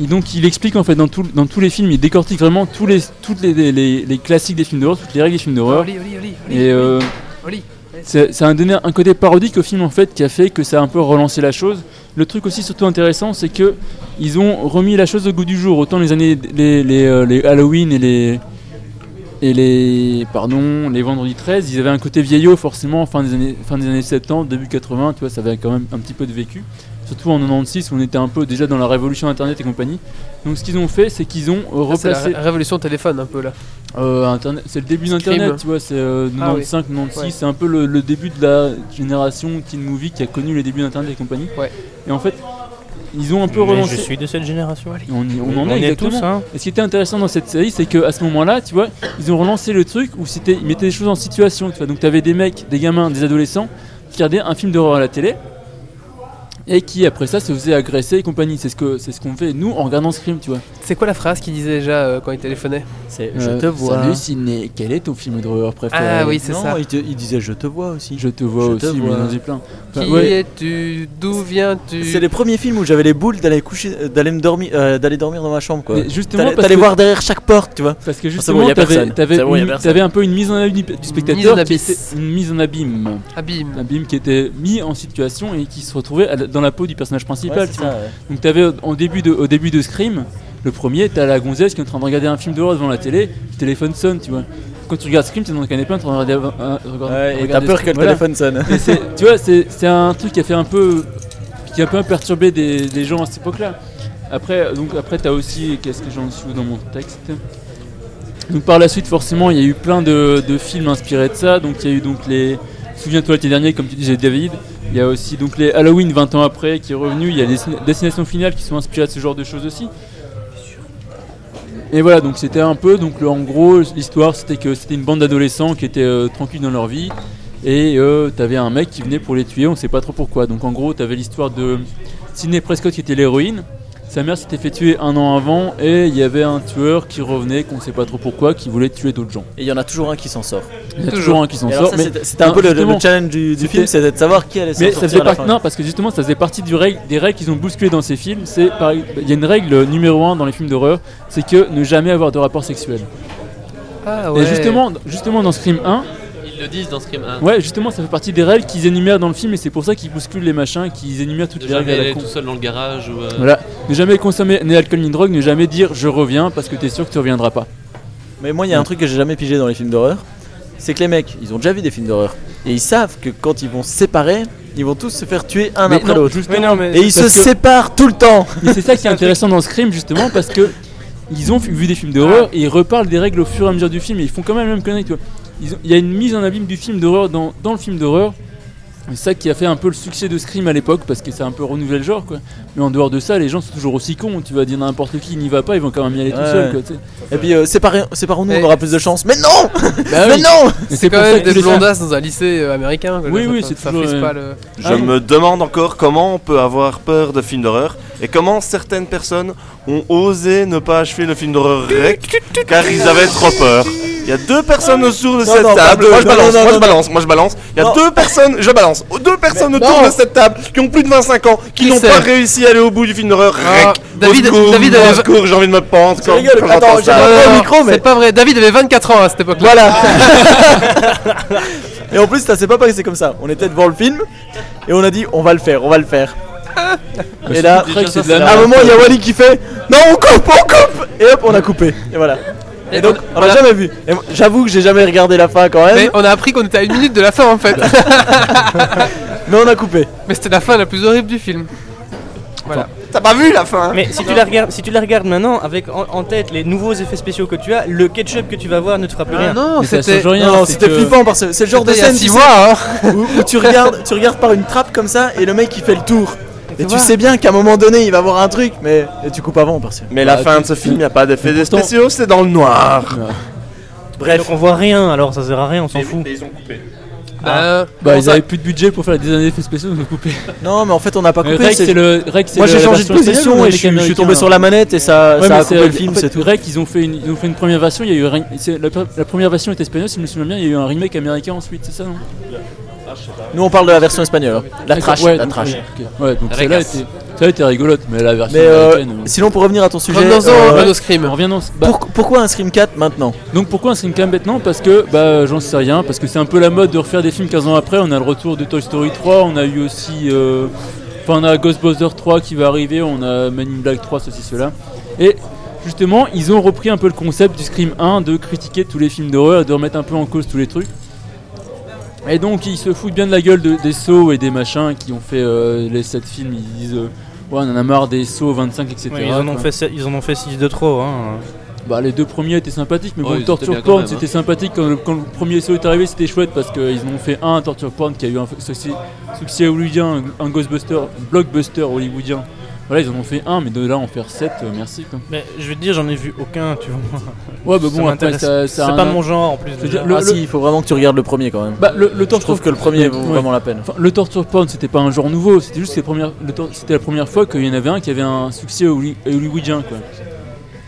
Speaker 2: Et donc il explique en fait dans, tout- dans tous les films, il décortique vraiment tous les toutes les, les- les- les classiques des films d'horreur, toutes les règles des films d'horreur.
Speaker 1: Oli, Oli, Oli, Oli,
Speaker 2: Et euh,
Speaker 1: Oli.
Speaker 2: c'est c'est un donné un côté parodique au film en fait qui a fait que ça a un peu relancé la chose. Le truc aussi surtout intéressant, c'est que ils ont remis la chose au goût du jour. Autant les années les, les, euh, les Halloween et les et les pardon les vendredis 13 ils avaient un côté vieillot forcément fin des années fin des années 70 début 80 tu vois ça avait quand même un petit peu de vécu surtout en 96 où on était un peu déjà dans la révolution internet et compagnie donc ce qu'ils ont fait c'est qu'ils ont euh,
Speaker 1: Ah, c'est
Speaker 2: replacé
Speaker 1: la ré- révolution téléphone un peu là.
Speaker 2: euh, Internet- c'est le début
Speaker 1: Scream.
Speaker 2: d'internet tu vois c'est euh,
Speaker 1: Ah oui.
Speaker 2: 95 96
Speaker 1: Ouais.
Speaker 2: c'est un peu le, le début de la génération teen movie qui a connu les débuts d'internet et compagnie et en fait ils ont un peu
Speaker 6: Mais
Speaker 2: relancé
Speaker 6: je suis de cette génération.
Speaker 2: on, y- on en
Speaker 6: On
Speaker 2: est,
Speaker 6: y est
Speaker 2: exactement.
Speaker 6: tous, hein.
Speaker 2: Et ce qui était intéressant dans cette série, c'est qu'à ce moment-là, tu vois, ils ont relancé le truc où c'était, ils mettaient des choses en situation. Tu vois, donc t'avais des mecs, des gamins, des adolescents qui regardaient un film d'horreur à la télé et qui après ça se faisaient agresser et compagnie. C'est ce que c'est ce qu'on fait nous en regardant Scream, tu vois.
Speaker 1: C'est quoi la phrase qu'il disait déjà euh, quand il téléphonait
Speaker 3: C'est
Speaker 2: Euh, Salut Sidney, quel est ton film d'horreur préféré
Speaker 1: Ah oui, c'est
Speaker 3: Non,
Speaker 1: ça.
Speaker 3: Il, te- il disait je te vois aussi.
Speaker 2: Je te vois aussi, mais il en dit plein. Enfin,
Speaker 1: Qui
Speaker 2: ouais.
Speaker 1: es-tu D'où viens-tu
Speaker 3: C'est les premiers films où j'avais les boules d'aller coucher, euh, d'aller me dormir, euh, d'aller dormir dans ma chambre quoi.
Speaker 2: Mais justement,
Speaker 3: T'allais-
Speaker 2: parce
Speaker 3: t'allais
Speaker 2: que-
Speaker 3: voir derrière chaque porte, tu vois.
Speaker 2: Parce que
Speaker 3: Ah, c'est
Speaker 2: justement,
Speaker 3: bon, y a
Speaker 2: t'avais,
Speaker 3: personne.
Speaker 2: t'avais
Speaker 3: C'est bon, y a
Speaker 2: une-
Speaker 3: personne.
Speaker 2: t'avais un peu une mise en abîme du du spectateur,
Speaker 1: Mise en
Speaker 2: qui
Speaker 1: abysse.
Speaker 2: était une mise en abîme.
Speaker 1: Abîme.
Speaker 2: Abîme qui était mis en situation et qui se retrouvait à la- dans la peau du personnage principal.
Speaker 3: Ouais, c'est
Speaker 2: tu vois.
Speaker 3: ça, ouais.
Speaker 2: Donc t'avais au- en début de, au début de Scream, le premier, t'as la gonzesse qui est en train de regarder un film d'horreur devant la télé, le téléphone sonne, tu vois. Quand tu regardes Scream, t'es dans le canapé en train de regarder. euh, regarder-
Speaker 3: Ouais, et
Speaker 2: regarder
Speaker 3: t'as peur
Speaker 2: Scream,
Speaker 3: que le téléphone sonne.
Speaker 2: Et c'est- tu vois, c'est c'est un truc qui a fait un peu. qui a un peu perturbé des, des gens à cette époque-là. Après, donc après, t'as aussi. Qu'est-ce que j'en suis dans mon texte donc par la suite, forcément, il y a eu plein de, de films inspirés de ça. Donc il y a eu donc les Souviens-toi l'été dernier, comme tu disais David. Il y a aussi donc les Halloween 20 ans après qui est revenu. Il y a les destinations finales qui sont inspirées de ce genre de choses aussi. Et voilà, donc c'était un peu, donc le- en gros, l'histoire c'était que c'était une bande d'adolescents qui étaient euh, tranquilles dans leur vie et euh, t'avais un mec qui venait pour les tuer, on sait pas trop pourquoi. Donc en gros, t'avais l'histoire de Sidney Prescott qui était l'héroïne, sa mère s'était fait tuer un an avant et il y avait un tueur qui revenait, qu'on sait pas trop pourquoi, qui voulait tuer d'autres gens.
Speaker 3: Et il y en a toujours un qui s'en sort.
Speaker 2: Il y a toujours un qui s'en
Speaker 3: Et alors
Speaker 2: sort.
Speaker 3: ça,
Speaker 2: mais-
Speaker 3: c'était- C'était un
Speaker 2: Non,
Speaker 3: peu le- le,
Speaker 2: justement,
Speaker 3: challenge du, du
Speaker 2: c'était-
Speaker 3: film, c'était de savoir qui allait s'en
Speaker 2: mais
Speaker 3: sortir.
Speaker 2: ça faisait
Speaker 3: à la
Speaker 2: pas-
Speaker 3: fin.
Speaker 2: Non, parce que justement, ça faisait partie du règle, des règles qu'ils ont bousculées dans ces films. C'est par- il y a une règle numéro un dans les films d'horreur, c'est que ne jamais avoir de rapport sexuel.
Speaker 1: Ah
Speaker 2: Et
Speaker 1: ouais.
Speaker 2: justement, justement dans Scream 1,
Speaker 11: Ils le disent dans Scream 1.
Speaker 2: ouais, justement, ça fait partie des règles qu'ils énumèrent dans le film, et c'est pour ça qu'ils bousculent les machins, qu'ils énumèrent toutes
Speaker 11: De
Speaker 2: les règles
Speaker 11: jamais
Speaker 2: à la
Speaker 11: aller
Speaker 2: con.
Speaker 11: tout seul dans le garage ou. euh,
Speaker 2: Voilà, ne jamais consommer ni alcool ni drogue, ne jamais dire je reviens parce que t'es sûr que tu reviendras pas.
Speaker 3: Mais moi, il y a un truc que j'ai jamais pigé dans les films d'horreur, c'est que les mecs, ils ont déjà vu des films d'horreur et ils savent que quand ils vont se séparer, ils vont tous se faire tuer un
Speaker 2: Mais
Speaker 3: après
Speaker 2: non,
Speaker 3: l'autre.
Speaker 2: justement. Mais non, mais-
Speaker 3: Et ils se
Speaker 2: parce que-
Speaker 3: séparent tout le temps.
Speaker 2: Mais c'est ça qui est intéressant dans Scream justement parce que ils ont vu des films d'horreur
Speaker 3: Ah.
Speaker 2: et ils reparlent des règles au fur et à mesure du film et ils font quand même la même connerie. tu vois. Ils ont- Il y a une mise en abîme du film d'horreur dans, dans le film d'horreur. C'est ça qui a fait un peu le succès de Scream à l'époque parce que c'est un peu renouvelé le genre quoi. Mais en dehors de ça, les gens sont toujours aussi cons. Tu vas dire n'importe qui n'y va pas, ils vont quand même y aller tout
Speaker 3: Ouais.
Speaker 2: seuls. quoi, tu sais.
Speaker 3: Et puis euh, séparez- séparons-nous,
Speaker 1: Et-
Speaker 3: on aura plus de chance. Mais non
Speaker 2: Bah
Speaker 3: Mais
Speaker 2: oui.
Speaker 3: non
Speaker 2: Mais
Speaker 1: C'est quand
Speaker 2: pour ça
Speaker 1: même
Speaker 2: que
Speaker 1: des
Speaker 2: les gens-
Speaker 1: blondasses dans un lycée euh, américain. quoi,
Speaker 2: Oui,
Speaker 1: là, ça-
Speaker 2: oui,
Speaker 1: ça-
Speaker 2: c'est
Speaker 1: ça
Speaker 2: toujours,
Speaker 1: frise
Speaker 2: euh,
Speaker 1: pas le. Ah
Speaker 7: Je
Speaker 3: Ah
Speaker 7: me demande encore comment on peut avoir peur de films d'horreur et comment certaines personnes ont osé ne pas achever le film d'horreur REC car ils avaient trop peur. Il y a deux personnes autour de
Speaker 3: Ah Non,
Speaker 7: cette
Speaker 3: non, pas
Speaker 7: table.
Speaker 3: deux.
Speaker 7: Moi je
Speaker 3: Non,
Speaker 7: balance,
Speaker 3: non,
Speaker 7: moi
Speaker 3: non,
Speaker 7: je balance, moi je balance. Il y a
Speaker 3: Non.
Speaker 7: deux personnes, je balance, deux personnes autour
Speaker 3: non.
Speaker 7: de cette table qui ont plus de 25 ans, qui
Speaker 1: Qui
Speaker 7: n'ont
Speaker 1: c'est
Speaker 7: pas réussi à aller au bout du film d'horreur
Speaker 1: Ah,
Speaker 7: REC.
Speaker 1: David-
Speaker 7: au secours,
Speaker 1: David
Speaker 7: au
Speaker 1: avait-
Speaker 7: secours, j'ai envie de me pendre. quand-
Speaker 3: rigole,
Speaker 7: quand j'entends
Speaker 3: euh, attends,
Speaker 7: ça.
Speaker 3: j'ai- Ah, pas au micro, mais-
Speaker 1: C'est pas vrai, David avait 24 ans à cette époque-là.
Speaker 3: Voilà Et en plus, ça s'est pas passé comme ça. On était devant le film et on a dit on va le faire, on va le faire. Et là,
Speaker 2: Déjà, ça, c'est de la
Speaker 3: à un
Speaker 2: merde.
Speaker 3: moment, il y a Wally qui fait Non, on coupe, on coupe Et hop, on a coupé. Et voilà. Et donc, on l'a jamais vu. Et moi, J'avoue que j'ai jamais regardé la fin
Speaker 2: Euh,
Speaker 3: quand même.
Speaker 1: Mais oh, on a appris qu'on était à une minute de la fin en fait.
Speaker 3: Mais on a coupé.
Speaker 1: Mais c'était la fin la plus horrible du film. Voilà.
Speaker 7: T'as pas vu la
Speaker 2: hein.
Speaker 7: fin
Speaker 6: Mais si tu, la regardes, si tu la regardes maintenant, avec en, en tête les nouveaux effets spéciaux que tu as, le ketchup que tu vas voir ne te fera plus
Speaker 1: Ah
Speaker 6: rien.
Speaker 1: non, Mais ça c'était- change rien,
Speaker 3: Non,
Speaker 1: c'est
Speaker 3: c'était
Speaker 1: que-
Speaker 3: flippant parce que c'est le genre de
Speaker 1: C'était il y a
Speaker 3: scène
Speaker 1: six
Speaker 3: tu sais,
Speaker 1: mois, hein.
Speaker 3: où, où tu regardes, tu regardes par une trappe comme ça et le mec il fait le tour. Et tu
Speaker 7: voir.
Speaker 3: sais bien qu'à un moment donné il va voir un truc, mais et tu coupes avant parce que. Bah,
Speaker 7: Mais la fin de ce film, il a pas d'effets spéciaux, c'est dans le noir.
Speaker 6: Bref, on voit rien alors ça sert à rien, on s'en fout.
Speaker 7: Ils ont coupé.
Speaker 1: Bah,
Speaker 2: bah ils avaient plus de budget pour faire des années d'effets spéciaux, donc ils ont coupé.
Speaker 3: Non, mais en fait on n'a pas
Speaker 2: Mais
Speaker 3: coupé.
Speaker 2: Rex, c'est le- Rex, c'est
Speaker 3: Moi
Speaker 2: le-
Speaker 3: j'ai
Speaker 2: la
Speaker 3: changé de
Speaker 2: version espagnole
Speaker 3: position
Speaker 2: ou
Speaker 3: et je suis- je suis
Speaker 2: américaine,
Speaker 3: tombé
Speaker 2: hein
Speaker 3: sur la manette et ça,
Speaker 2: Ouais,
Speaker 3: ça
Speaker 2: mais
Speaker 3: a coupé
Speaker 2: euh,
Speaker 3: le film,
Speaker 2: en fait,
Speaker 3: c'est tout.
Speaker 2: Rec, ils ont fait une, ils ont fait une première version. Il y a eu un- c'est- la, pre- la première version était espagnole, si je me souviens bien. Il y a eu un remake américain ensuite, c'est ça non
Speaker 3: Nous on parle de la version espagnole, hein. la
Speaker 2: D'accord,
Speaker 3: trash,
Speaker 2: ouais,
Speaker 3: la
Speaker 2: donc,
Speaker 3: trash.
Speaker 2: ouais, ok. Ouais, donc celle-là était, celle-là était rigolote, mais la version
Speaker 3: Mais euh,
Speaker 2: américaine. euh,
Speaker 3: sinon pour revenir à ton sujet,
Speaker 2: Revenons-en
Speaker 3: euh,
Speaker 2: à nos screams. On revient dans- bah-
Speaker 3: pour- pourquoi un scream 4 maintenant
Speaker 2: Donc pourquoi un screencam maintenant Parce que bah j'en sais rien, parce que c'est un peu la mode de refaire des films 15 ans après. On a le retour de Toy Story 3, on a eu aussi, euh, enfin on a Ghostbusters 3 qui va arriver, on a Men in Black 3, ceci cela. Et justement, ils ont repris un peu le concept du Scream 1 de critiquer tous les films d'horreur et de remettre un peu en cause tous les trucs. Et donc ils se foutent bien de la gueule de- des sauts et des machins qui ont fait euh, les 7 films. Ils disent euh, ouais on en a marre des sauts 25 etc.
Speaker 6: Ouais, ils, en ont
Speaker 2: quoi.
Speaker 6: fait, se- ils en ont fait 6 de trop. Hein.
Speaker 2: Bah les deux premiers étaient sympathiques, mais
Speaker 6: Ouais,
Speaker 2: bon,
Speaker 6: ils
Speaker 2: le
Speaker 6: étaient
Speaker 2: Torture
Speaker 6: bien quand
Speaker 2: Porn
Speaker 6: même, hein.
Speaker 2: c'était sympathique quand le, quand le premier saut est arrivé, c'était chouette parce qu'ils ont fait un Torture Porn qui a eu un succès, succès hollywoodien, un, un Ghostbuster, un blockbuster hollywoodien. Voilà, ils en ont fait un, mais de là en faire sept, euh, merci quoi.
Speaker 6: Mais je veux te dire, j'en ai vu aucun, tu vois.
Speaker 2: Ouais, bah
Speaker 6: Ça
Speaker 2: bon, après
Speaker 6: m'intéresse.
Speaker 2: ça.
Speaker 6: C'est pas mon genre en plus. déjà.
Speaker 3: Ah si, il faut vraiment que tu regardes le premier quand même.
Speaker 2: Bah, le, le
Speaker 3: je trouve que le premier vaut
Speaker 2: Ouais.
Speaker 3: vraiment la peine.
Speaker 2: Enfin, le torture porn, c'était pas un genre nouveau, c'était juste que les premières- le tor- c'était la première fois qu'il y en avait un qui avait un succès holly- hollywoodien, quoi.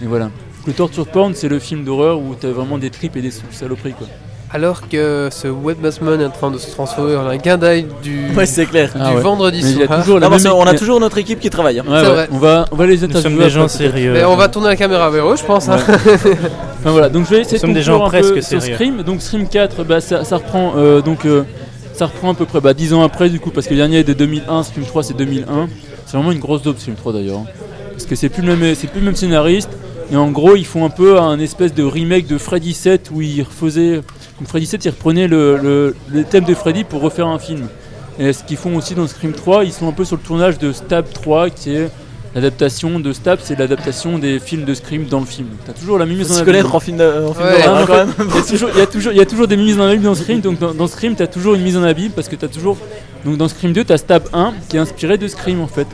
Speaker 2: Et voilà. Le torture porn, c'est le film d'horreur où t'as vraiment des tripes et des saloperies, quoi.
Speaker 1: Alors que ce Webbassman est en train de se transformer en un guindaille du,
Speaker 3: Ouais, c'est clair.
Speaker 1: du vendredi
Speaker 2: Mais il y a
Speaker 1: soir.
Speaker 2: toujours la
Speaker 3: Ah, parce
Speaker 2: même-
Speaker 3: qu'on a toujours notre équipe qui travaille. hein.
Speaker 2: Ouais,
Speaker 1: C'est
Speaker 2: ouais.
Speaker 1: vrai.
Speaker 2: On va, on va les
Speaker 1: Nous
Speaker 2: interviewer.
Speaker 1: sommes des gens
Speaker 2: après, peut-être.
Speaker 1: sérieux. Mais on va tourner la caméra vers eux, je pense, hein.
Speaker 2: enfin voilà, donc je vais essayer
Speaker 1: Nous sommes
Speaker 2: de
Speaker 1: des
Speaker 2: conclure
Speaker 1: gens
Speaker 2: un peu
Speaker 1: presque
Speaker 2: sur
Speaker 1: sérieux.
Speaker 2: Scream. Donc Scream 4, bah, ça, ça reprend euh, donc euh, ça reprend à peu près bah, 10 ans après du coup parce que le dernier est de 2001, Scream 3 c'est 2001. C'est vraiment une grosse dope Scream 3 d'ailleurs. Parce que c'est plus le même c'est plus le même scénariste et en gros ils font un peu un espèce de remake de Freddy 7 où ils refaisaient donc Freddy 7 ils reprenaient le, le- le thème de Freddy pour refaire un film. Et ce qu'ils font aussi dans Scream 3, ils sont un peu sur le tournage de Stab 3 qui est L'adaptation de Stab, c'est l'adaptation des films de Scream dans le film. T'as toujours la même mise
Speaker 3: Faut
Speaker 2: en
Speaker 3: s'y
Speaker 2: abîme.
Speaker 3: connaître en film de- en film
Speaker 2: Ouais,
Speaker 3: d'horreur,
Speaker 2: non,
Speaker 3: hein,
Speaker 2: mais
Speaker 3: quand
Speaker 2: en fait, Il
Speaker 3: même.
Speaker 2: y a toujours- il y, a toujours- il y a toujours des mises en abîme dans Scream. Donc dans, dans Scream, t'as toujours une mise en abîme parce que t'as toujours. Donc dans Scream 2, t'as Stab 1 qui est inspiré de Scream en fait.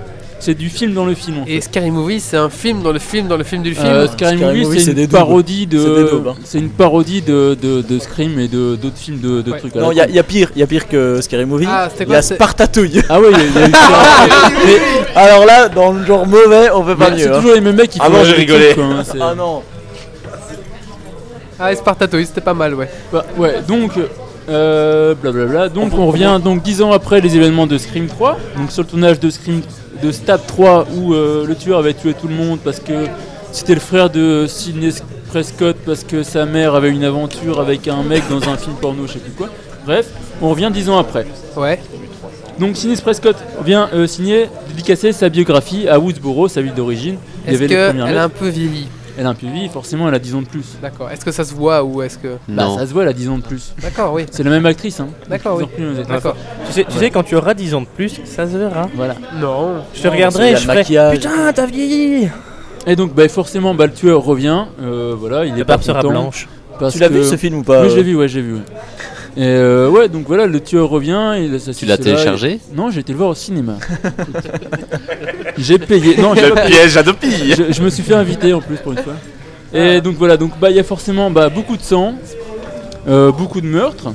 Speaker 2: C'est du film dans le film. En fait.
Speaker 1: Et Scary Movie, c'est un film dans le film dans le film du film.
Speaker 2: Euh, Scary Movie, c'est une parodie de,
Speaker 3: hein.
Speaker 2: c'est une parodie de, de, de Scream et de d'autres films de, de
Speaker 1: Ouais.
Speaker 2: trucs. à la
Speaker 3: Non, il y, a- il y a pire, il y a pire que Scary Movie.
Speaker 1: Ah, c'était
Speaker 3: Il y
Speaker 1: quoi,
Speaker 3: a
Speaker 1: c'est-
Speaker 3: Spartatouille.
Speaker 2: Ah ouais, il y a- il y a eu
Speaker 3: eu Alors là, dans le genre mauvais, on peut pas
Speaker 2: Mais
Speaker 3: mieux.
Speaker 2: c'est
Speaker 3: hein.
Speaker 2: toujours les mêmes mecs qui Ah font non, la j'ai même rigolé. truc, quoi, hein, c'est-
Speaker 3: Ah non.
Speaker 1: Ah, et Spartatoid, c'était pas mal, ouais.
Speaker 2: Bah, ouais, donc, euh, blablabla. Donc, on revient donc 10 ans après les événements de Scream 3. Donc, sur le tournage de Scream de Stab 3, où euh, le tueur avait tué tout le monde parce que c'était le frère de Sidney Prescott, parce que sa mère avait une aventure avec un mec dans un film porno, je sais plus quoi. Bref, on revient 10 ans après.
Speaker 1: Ouais.
Speaker 2: Donc, Sidney Prescott vient euh, signer, dédicacer sa biographie à Woodsboro, sa ville d'origine. Il y
Speaker 1: Est-ce
Speaker 2: avait les
Speaker 1: qu'elle
Speaker 2: premières
Speaker 1: a un
Speaker 2: lettres.
Speaker 1: peu vieilli
Speaker 2: Elle a un peu vieilli, forcément, elle a 10 ans de plus.
Speaker 1: D'accord. Est-ce que ça se voit ou est-ce que.
Speaker 2: Bah, ça se voit, elle a 10 ans de plus.
Speaker 1: D'accord, oui.
Speaker 2: C'est la même actrice, hein.
Speaker 1: D'accord, oui.
Speaker 2: Ils ont repris nos états.
Speaker 1: D'accord.
Speaker 6: Tu sais, tu sais, quand tu auras 10 ans de plus, ça se verra.
Speaker 2: Voilà.
Speaker 1: Non.
Speaker 6: Je te regarderai et je ferai. Putain,
Speaker 2: t'as vieilli Et donc, bah, forcément, bah, le tueur revient. euh, voilà, il est pas
Speaker 6: barbe sera
Speaker 2: content
Speaker 6: blanche.
Speaker 2: parce
Speaker 3: Tu l'as vu,
Speaker 2: que-
Speaker 3: ce film, ou pas,
Speaker 2: Oui, je l'ai
Speaker 3: euh
Speaker 2: vu, ouais, j'ai vu. ouais. Et euh, ouais, donc voilà, le tueur revient. Et
Speaker 11: Tu l'as téléchargé
Speaker 2: Non, j'ai été le voir au cinéma. j'ai payé. Non, j'ai
Speaker 7: Le
Speaker 2: pas payé.
Speaker 7: piège à deux pilles.
Speaker 2: Je, je me suis fait inviter en plus pour une fois. Et donc voilà, donc bah il y a forcément bah, beaucoup de sang, euh, beaucoup de meurtres.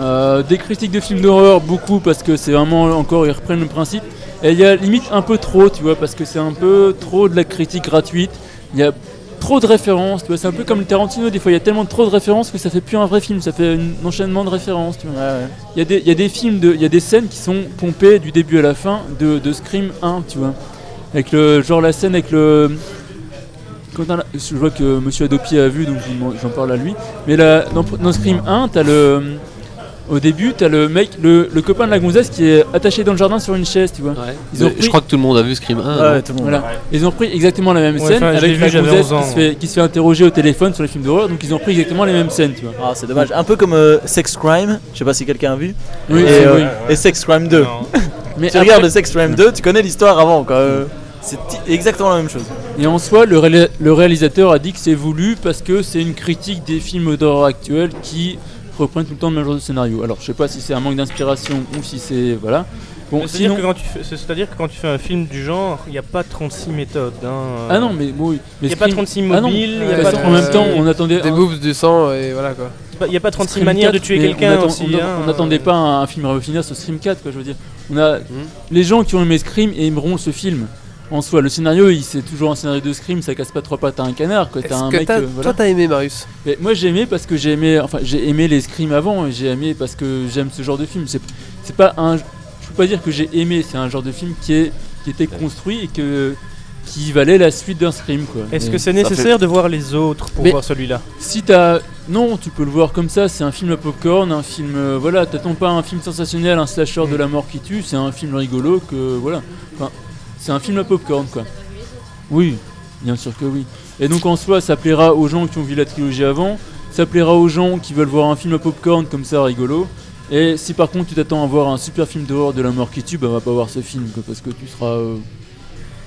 Speaker 2: Euh, des critiques de films d'horreur, beaucoup parce que c'est vraiment encore ils reprennent le principe. Et il y a limite un peu trop, tu vois, parce que c'est un peu trop de la critique gratuite. Il y a trop de références, tu vois. C'est un peu comme le Tarantino. Des fois, il y a tellement trop de références que ça fait plus un vrai film. Ça fait un enchaînement de références, tu vois. Il y a des- il y, a des films, de- il y a des scènes qui sont pompées du début à la fin de, de Scream 1, tu vois. Avec le genre la scène avec le quand on a- je vois que Monsieur Adopi a vu, donc je lui demande- j'en parle à lui. Mais là, dans, dans Scream 1, t'as le Au début, t'as le mec, le, le copain de la gonzesse qui est attaché dans le jardin sur une chaise, tu vois.
Speaker 11: Mais je crois que tout le monde a vu Scream 1,
Speaker 2: Ouais,
Speaker 11: non
Speaker 2: tout le monde. Voilà. Ils ont repris exactement la même
Speaker 11: Ouais,
Speaker 2: scène
Speaker 11: enfin, je l'ai
Speaker 2: avec
Speaker 11: vu,
Speaker 2: la
Speaker 11: j'avais
Speaker 2: gonzesse
Speaker 11: 11 ans,
Speaker 2: qui se, fait, qui se fait interroger au téléphone sur les films d'horreur, donc ils ont repris exactement les mêmes scènes, tu vois.
Speaker 3: Ah, c'est dommage. Un peu comme euh, Sex Crime, je sais pas si quelqu'un a vu.
Speaker 2: Oui,
Speaker 3: et, euh,
Speaker 2: oui, oui.
Speaker 3: et Sex Crime 2.
Speaker 2: Mais
Speaker 3: tu
Speaker 2: après- Mm.
Speaker 3: regardes le Sex Crime 2, tu connais l'histoire avant quoi. Euh, C'est ti- exactement la même chose.
Speaker 2: Et en soi, le, réla- le réalisateur a dit que c'est voulu parce que c'est une critique des films d'horreur actuels qui reprennent tout le temps le même genre de scénario. Alors, je sais pas si c'est un manque d'inspiration ou si c'est. Voilà. Bon,
Speaker 6: Mais
Speaker 2: sinon.
Speaker 6: C'est-à-dire que, quand tu fais- c'est-à-dire que quand tu fais un film du genre, il n'y a pas 36 méthodes. hein.
Speaker 2: Ah non, mais bon, oui.
Speaker 6: Il
Speaker 2: Mais
Speaker 6: n'y a pas
Speaker 2: Scream-
Speaker 6: 36
Speaker 2: Ah non.
Speaker 6: mobiles, il n'y a
Speaker 2: Parce
Speaker 6: pas
Speaker 2: qu'en même temps, on attendait.
Speaker 1: Des
Speaker 2: un-
Speaker 1: boobs, du sang et voilà quoi.
Speaker 6: Il n'y a pas 36
Speaker 2: Scream
Speaker 6: manières
Speaker 2: 4,
Speaker 6: de tuer
Speaker 2: mais
Speaker 6: quelqu'un
Speaker 2: on attend-
Speaker 6: aussi,
Speaker 2: on-
Speaker 6: hein.
Speaker 2: On n'attendait pas un, un film Rafinha sur Scream 4, quoi, je veux dire. On a les gens qui ont aimé Scream et aimeront ce film. En soi, le scénario, il c'est toujours un scénario de Scream, ça casse pas trois pattes à un canard. Quoi. T'as
Speaker 1: Est-ce
Speaker 2: un
Speaker 1: que
Speaker 2: mec,
Speaker 1: t'as-
Speaker 2: euh, voilà.
Speaker 1: toi t'as aimé Marius
Speaker 2: Mais moi j'ai aimé parce que j'ai aimé, enfin j'ai aimé les Scream avant et j'ai aimé parce que j'aime ce genre de film. C'est, c'est pas un, je peux pas dire que j'ai aimé, c'est un genre de film qui est, qui était construit et que qui valait la suite d'un Scream quoi.
Speaker 6: Est-ce
Speaker 2: Mais-
Speaker 6: que c'est nécessaire de voir les autres pour
Speaker 2: Mais
Speaker 6: voir celui-là
Speaker 2: Si t'as, non, tu peux le voir comme ça. C'est un film à popcorn, un film, euh, voilà, t'attends pas un film sensationnel, un slasher de la mort qui tue. C'est un film rigolo que, voilà, enfin, c'est un film à popcorn quoi. Oui, bien sûr que oui. Et donc en soi, ça plaira aux gens qui ont vu la trilogie avant, ça plaira aux gens qui veulent voir un film à popcorn comme ça rigolo. Et si par contre tu t'attends à voir un super film dehors de la mort qui tue, bah va pas voir ce film quoi, parce que tu seras, euh,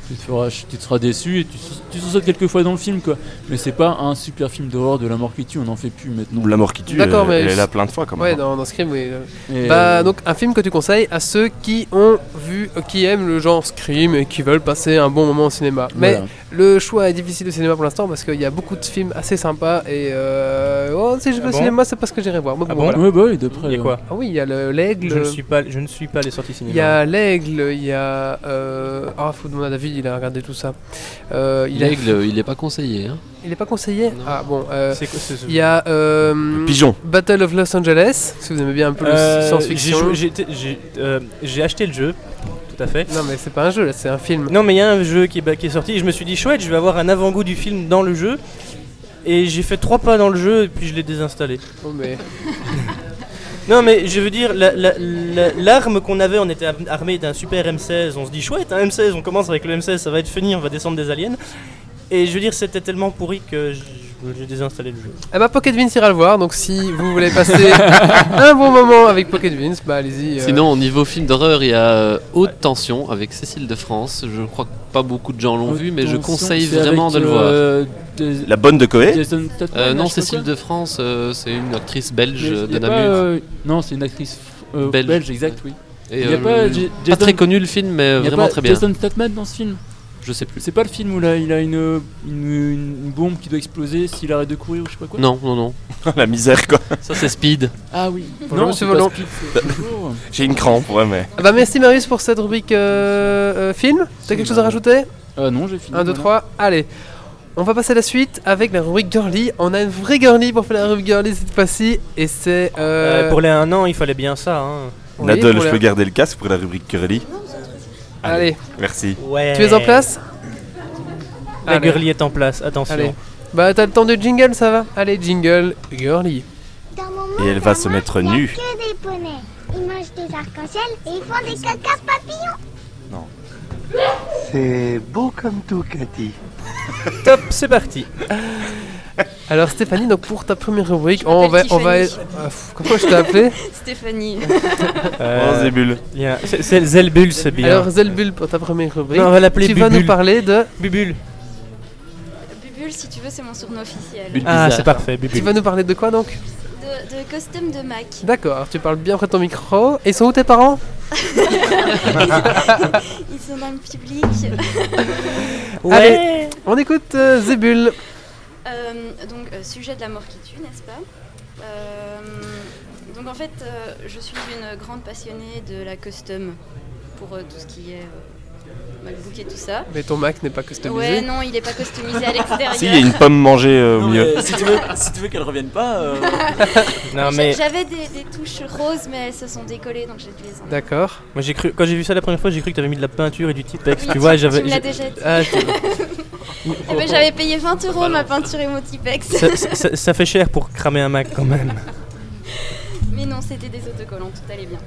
Speaker 2: tu, te feras ch- tu te seras déçu et tu, s- tu sautes quelques fois dans le film quoi. Mais c'est pas un super film dehors de la mort qui tue, on en fait plus maintenant.
Speaker 7: La mort qui tue, euh,
Speaker 1: D'accord, mais
Speaker 7: elle, elle est là plein de fois quand même.
Speaker 1: Ouais, dans, dans Scream, oui.
Speaker 2: Et,
Speaker 1: bah,
Speaker 2: euh,
Speaker 1: donc, un film que tu conseilles à ceux qui ont vu, euh, qui aiment le genre Scream et qui veulent passer un bon moment au cinéma. Mais
Speaker 2: Voilà.
Speaker 1: le choix est difficile au cinéma pour l'instant parce qu'il y a beaucoup de films assez sympas et. euh, oh, si je vais
Speaker 6: Ah
Speaker 1: au
Speaker 6: bon
Speaker 1: cinéma, c'est parce que j'irai voir. Bon,
Speaker 6: Ah
Speaker 1: bon,
Speaker 6: bon
Speaker 1: voilà.
Speaker 2: Ouais, bah oui, de près,
Speaker 6: Il y a
Speaker 2: ouais.
Speaker 6: quoi
Speaker 1: Ah oui, il y a le- l'aigle.
Speaker 6: Je ne suis pas, je ne suis pas les sorties cinéma.
Speaker 1: Il y a l'aigle, il y a. euh, Ah, faut demander à David, il a regardé tout ça. Euh, il a-
Speaker 11: L'aigle, il n'est pas conseillé. hein.
Speaker 1: Il n'est pas conseillé Ah bon. euh,
Speaker 6: C'est quoi ce- ce-
Speaker 1: Il y a. euh,
Speaker 11: pigeon.
Speaker 1: Battle of Los Angeles, si vous aimez bien un peu le
Speaker 6: Euh, j'ai
Speaker 1: science-fiction.
Speaker 6: joué- j'ai été- J'ai euh, j'ai acheté le jeu, tout à fait.
Speaker 1: Non mais c'est pas un jeu, là, c'est un film.
Speaker 6: Non mais il y a un jeu qui est, ba- qui est sorti et je me suis dit chouette, je vais avoir un avant-goût du film dans le jeu. Et j'ai fait trois pas dans le jeu et puis je l'ai désinstallé.
Speaker 1: Oh, mais-
Speaker 6: non mais je veux dire, la- la- la- l'arme qu'on avait, on était am- armé d'un super M16, on se dit chouette, un M16, on commence avec le M16, ça va être fini, on va descendre des aliens. Et je veux dire, c'était tellement pourri que j- j'ai désinstallé le jeu.
Speaker 1: Ah bah Pocket Vince ira le voir, donc si vous voulez passer un bon moment avec Pocket Vince, bah allez-y. euh,
Speaker 11: Sinon, au niveau film d'horreur, il y a euh, Haute Tension avec Cécile de France. Je crois que pas beaucoup de gens l'ont
Speaker 2: Haute
Speaker 11: vu, mais je
Speaker 2: Tension,
Speaker 11: conseille
Speaker 2: c'est
Speaker 11: vraiment
Speaker 2: avec,
Speaker 11: de le voir.
Speaker 2: euh, des- La bonne de Coé Jason Statham,
Speaker 11: Euh, Non,
Speaker 2: je sais pas
Speaker 11: Cécile de France, euh, c'est une actrice belge
Speaker 2: Mais
Speaker 11: euh,
Speaker 2: y
Speaker 11: de
Speaker 2: a pas,
Speaker 11: Namur.
Speaker 2: euh, non, c'est une actrice f- euh, belge.
Speaker 11: Belge.
Speaker 2: exact, oui.
Speaker 11: Et,
Speaker 2: Y a
Speaker 11: euh,
Speaker 2: pas,
Speaker 11: le-
Speaker 2: J-
Speaker 11: pas
Speaker 2: Jason-
Speaker 11: très connu le film,
Speaker 2: Y
Speaker 11: mais
Speaker 2: a
Speaker 11: vraiment
Speaker 2: pas
Speaker 11: très bien.
Speaker 2: Jason Statham dans ce film
Speaker 11: Je sais plus.
Speaker 2: C'est pas le film où là, il a une, une, une bombe qui doit exploser s'il arrête de courir ou je sais pas quoi
Speaker 11: Non, non, non.
Speaker 7: La misère quoi.
Speaker 11: Ça, c'est Speed.
Speaker 2: Ah oui.
Speaker 1: Volant,
Speaker 2: Non,
Speaker 1: c'est
Speaker 2: c'est
Speaker 1: volant.
Speaker 2: pas Speed, c'est-
Speaker 7: Bah, J'ai une crampe, ouais, mais.
Speaker 1: Ah bah merci Marius pour cette rubrique euh, euh, film. T'as quelque chose à rajouter
Speaker 2: Euh, non, j'ai fini,
Speaker 1: 1, 2,
Speaker 2: voilà.
Speaker 1: 3, allez. On va passer à la suite avec la rubrique girly. On a une vraie girly pour faire la rubrique girly cette fois-ci. Et c'est... euh,
Speaker 6: Euh, pour les 1 an, il fallait bien ça. Hein.
Speaker 1: Oui,
Speaker 7: Nadal,
Speaker 1: pour
Speaker 7: je
Speaker 1: la-
Speaker 7: peux garder le casque pour la rubrique Curly
Speaker 1: Allez.
Speaker 7: Merci.
Speaker 6: Ouais.
Speaker 1: Tu es en place
Speaker 6: Eh, La
Speaker 1: Allez.
Speaker 6: girly est en place, attention.
Speaker 1: Allez. Bah t'as le temps de jingle, ça va Allez, jingle, girly.
Speaker 7: Et elle va se mettre nue.
Speaker 12: Que des poneys. Ils mangent des arcs-en-ciel et ils font des cacas papillons.
Speaker 10: C'est beau comme tout, Cathy.
Speaker 6: Top, c'est parti.
Speaker 1: Alors Stéphanie, donc pour ta première rubrique, on va... On va Ah, pff, comment je t'ai appelé
Speaker 5: Stéphanie.
Speaker 6: Euh,
Speaker 7: Oh, Zébul.
Speaker 6: bien. C'est- c'est- Zelbul, c'est bien.
Speaker 1: Alors Zelbul pour ta première rubrique.
Speaker 6: Non, on va l'appeler
Speaker 1: Tu vas
Speaker 6: Bubul.
Speaker 1: nous parler de...
Speaker 6: Bubul.
Speaker 5: Bubule, si tu veux, c'est mon surnom officiel.
Speaker 6: Ah, c'est parfait, Bubul.
Speaker 1: Tu vas nous parler de quoi donc
Speaker 5: De, de costume de Mac.
Speaker 1: D'accord, tu parles bien près de ton micro. Et sont où tes parents
Speaker 5: Ils sont dans le public.
Speaker 1: Allez, on écoute euh, Zébul.
Speaker 5: Euh, donc, euh, sujet de la mort qui tue, n'est-ce pas Euh, Donc, en fait, euh, je suis une grande passionnée de la custom pour euh, tout ce qui est euh, MacBook et tout ça.
Speaker 1: Mais ton Mac n'est pas customisé.
Speaker 5: Ouais, non, il n'est pas customisé à l'extérieur.
Speaker 7: Si, il y a une pomme mangée euh, au
Speaker 3: Non,
Speaker 7: milieu.
Speaker 3: mais si tu veux, si tu veux qu'elle revienne pas. euh,
Speaker 5: J'a-
Speaker 6: Non, mais-
Speaker 5: J'avais des, des touches roses, mais elles se sont décollées, donc j'ai dû les enlever.
Speaker 1: D'accord.
Speaker 6: Moi j'ai cru quand j'ai vu ça la première fois, j'ai cru que t'avais mis de la peinture et du Tipex,
Speaker 5: Oui,
Speaker 6: tu vois,
Speaker 5: tu-
Speaker 6: j'avais
Speaker 5: tu me l'as
Speaker 6: j'ai-
Speaker 5: déjà dit.
Speaker 6: Ah, je t'ai-
Speaker 5: Eh ben, j'avais payé 20 euros ma peinture et mon Tipex.
Speaker 6: ça, ça- ça fait cher pour cramer un Mac quand même.
Speaker 5: Mais non, non, c'était des autocollants, tout allait bien.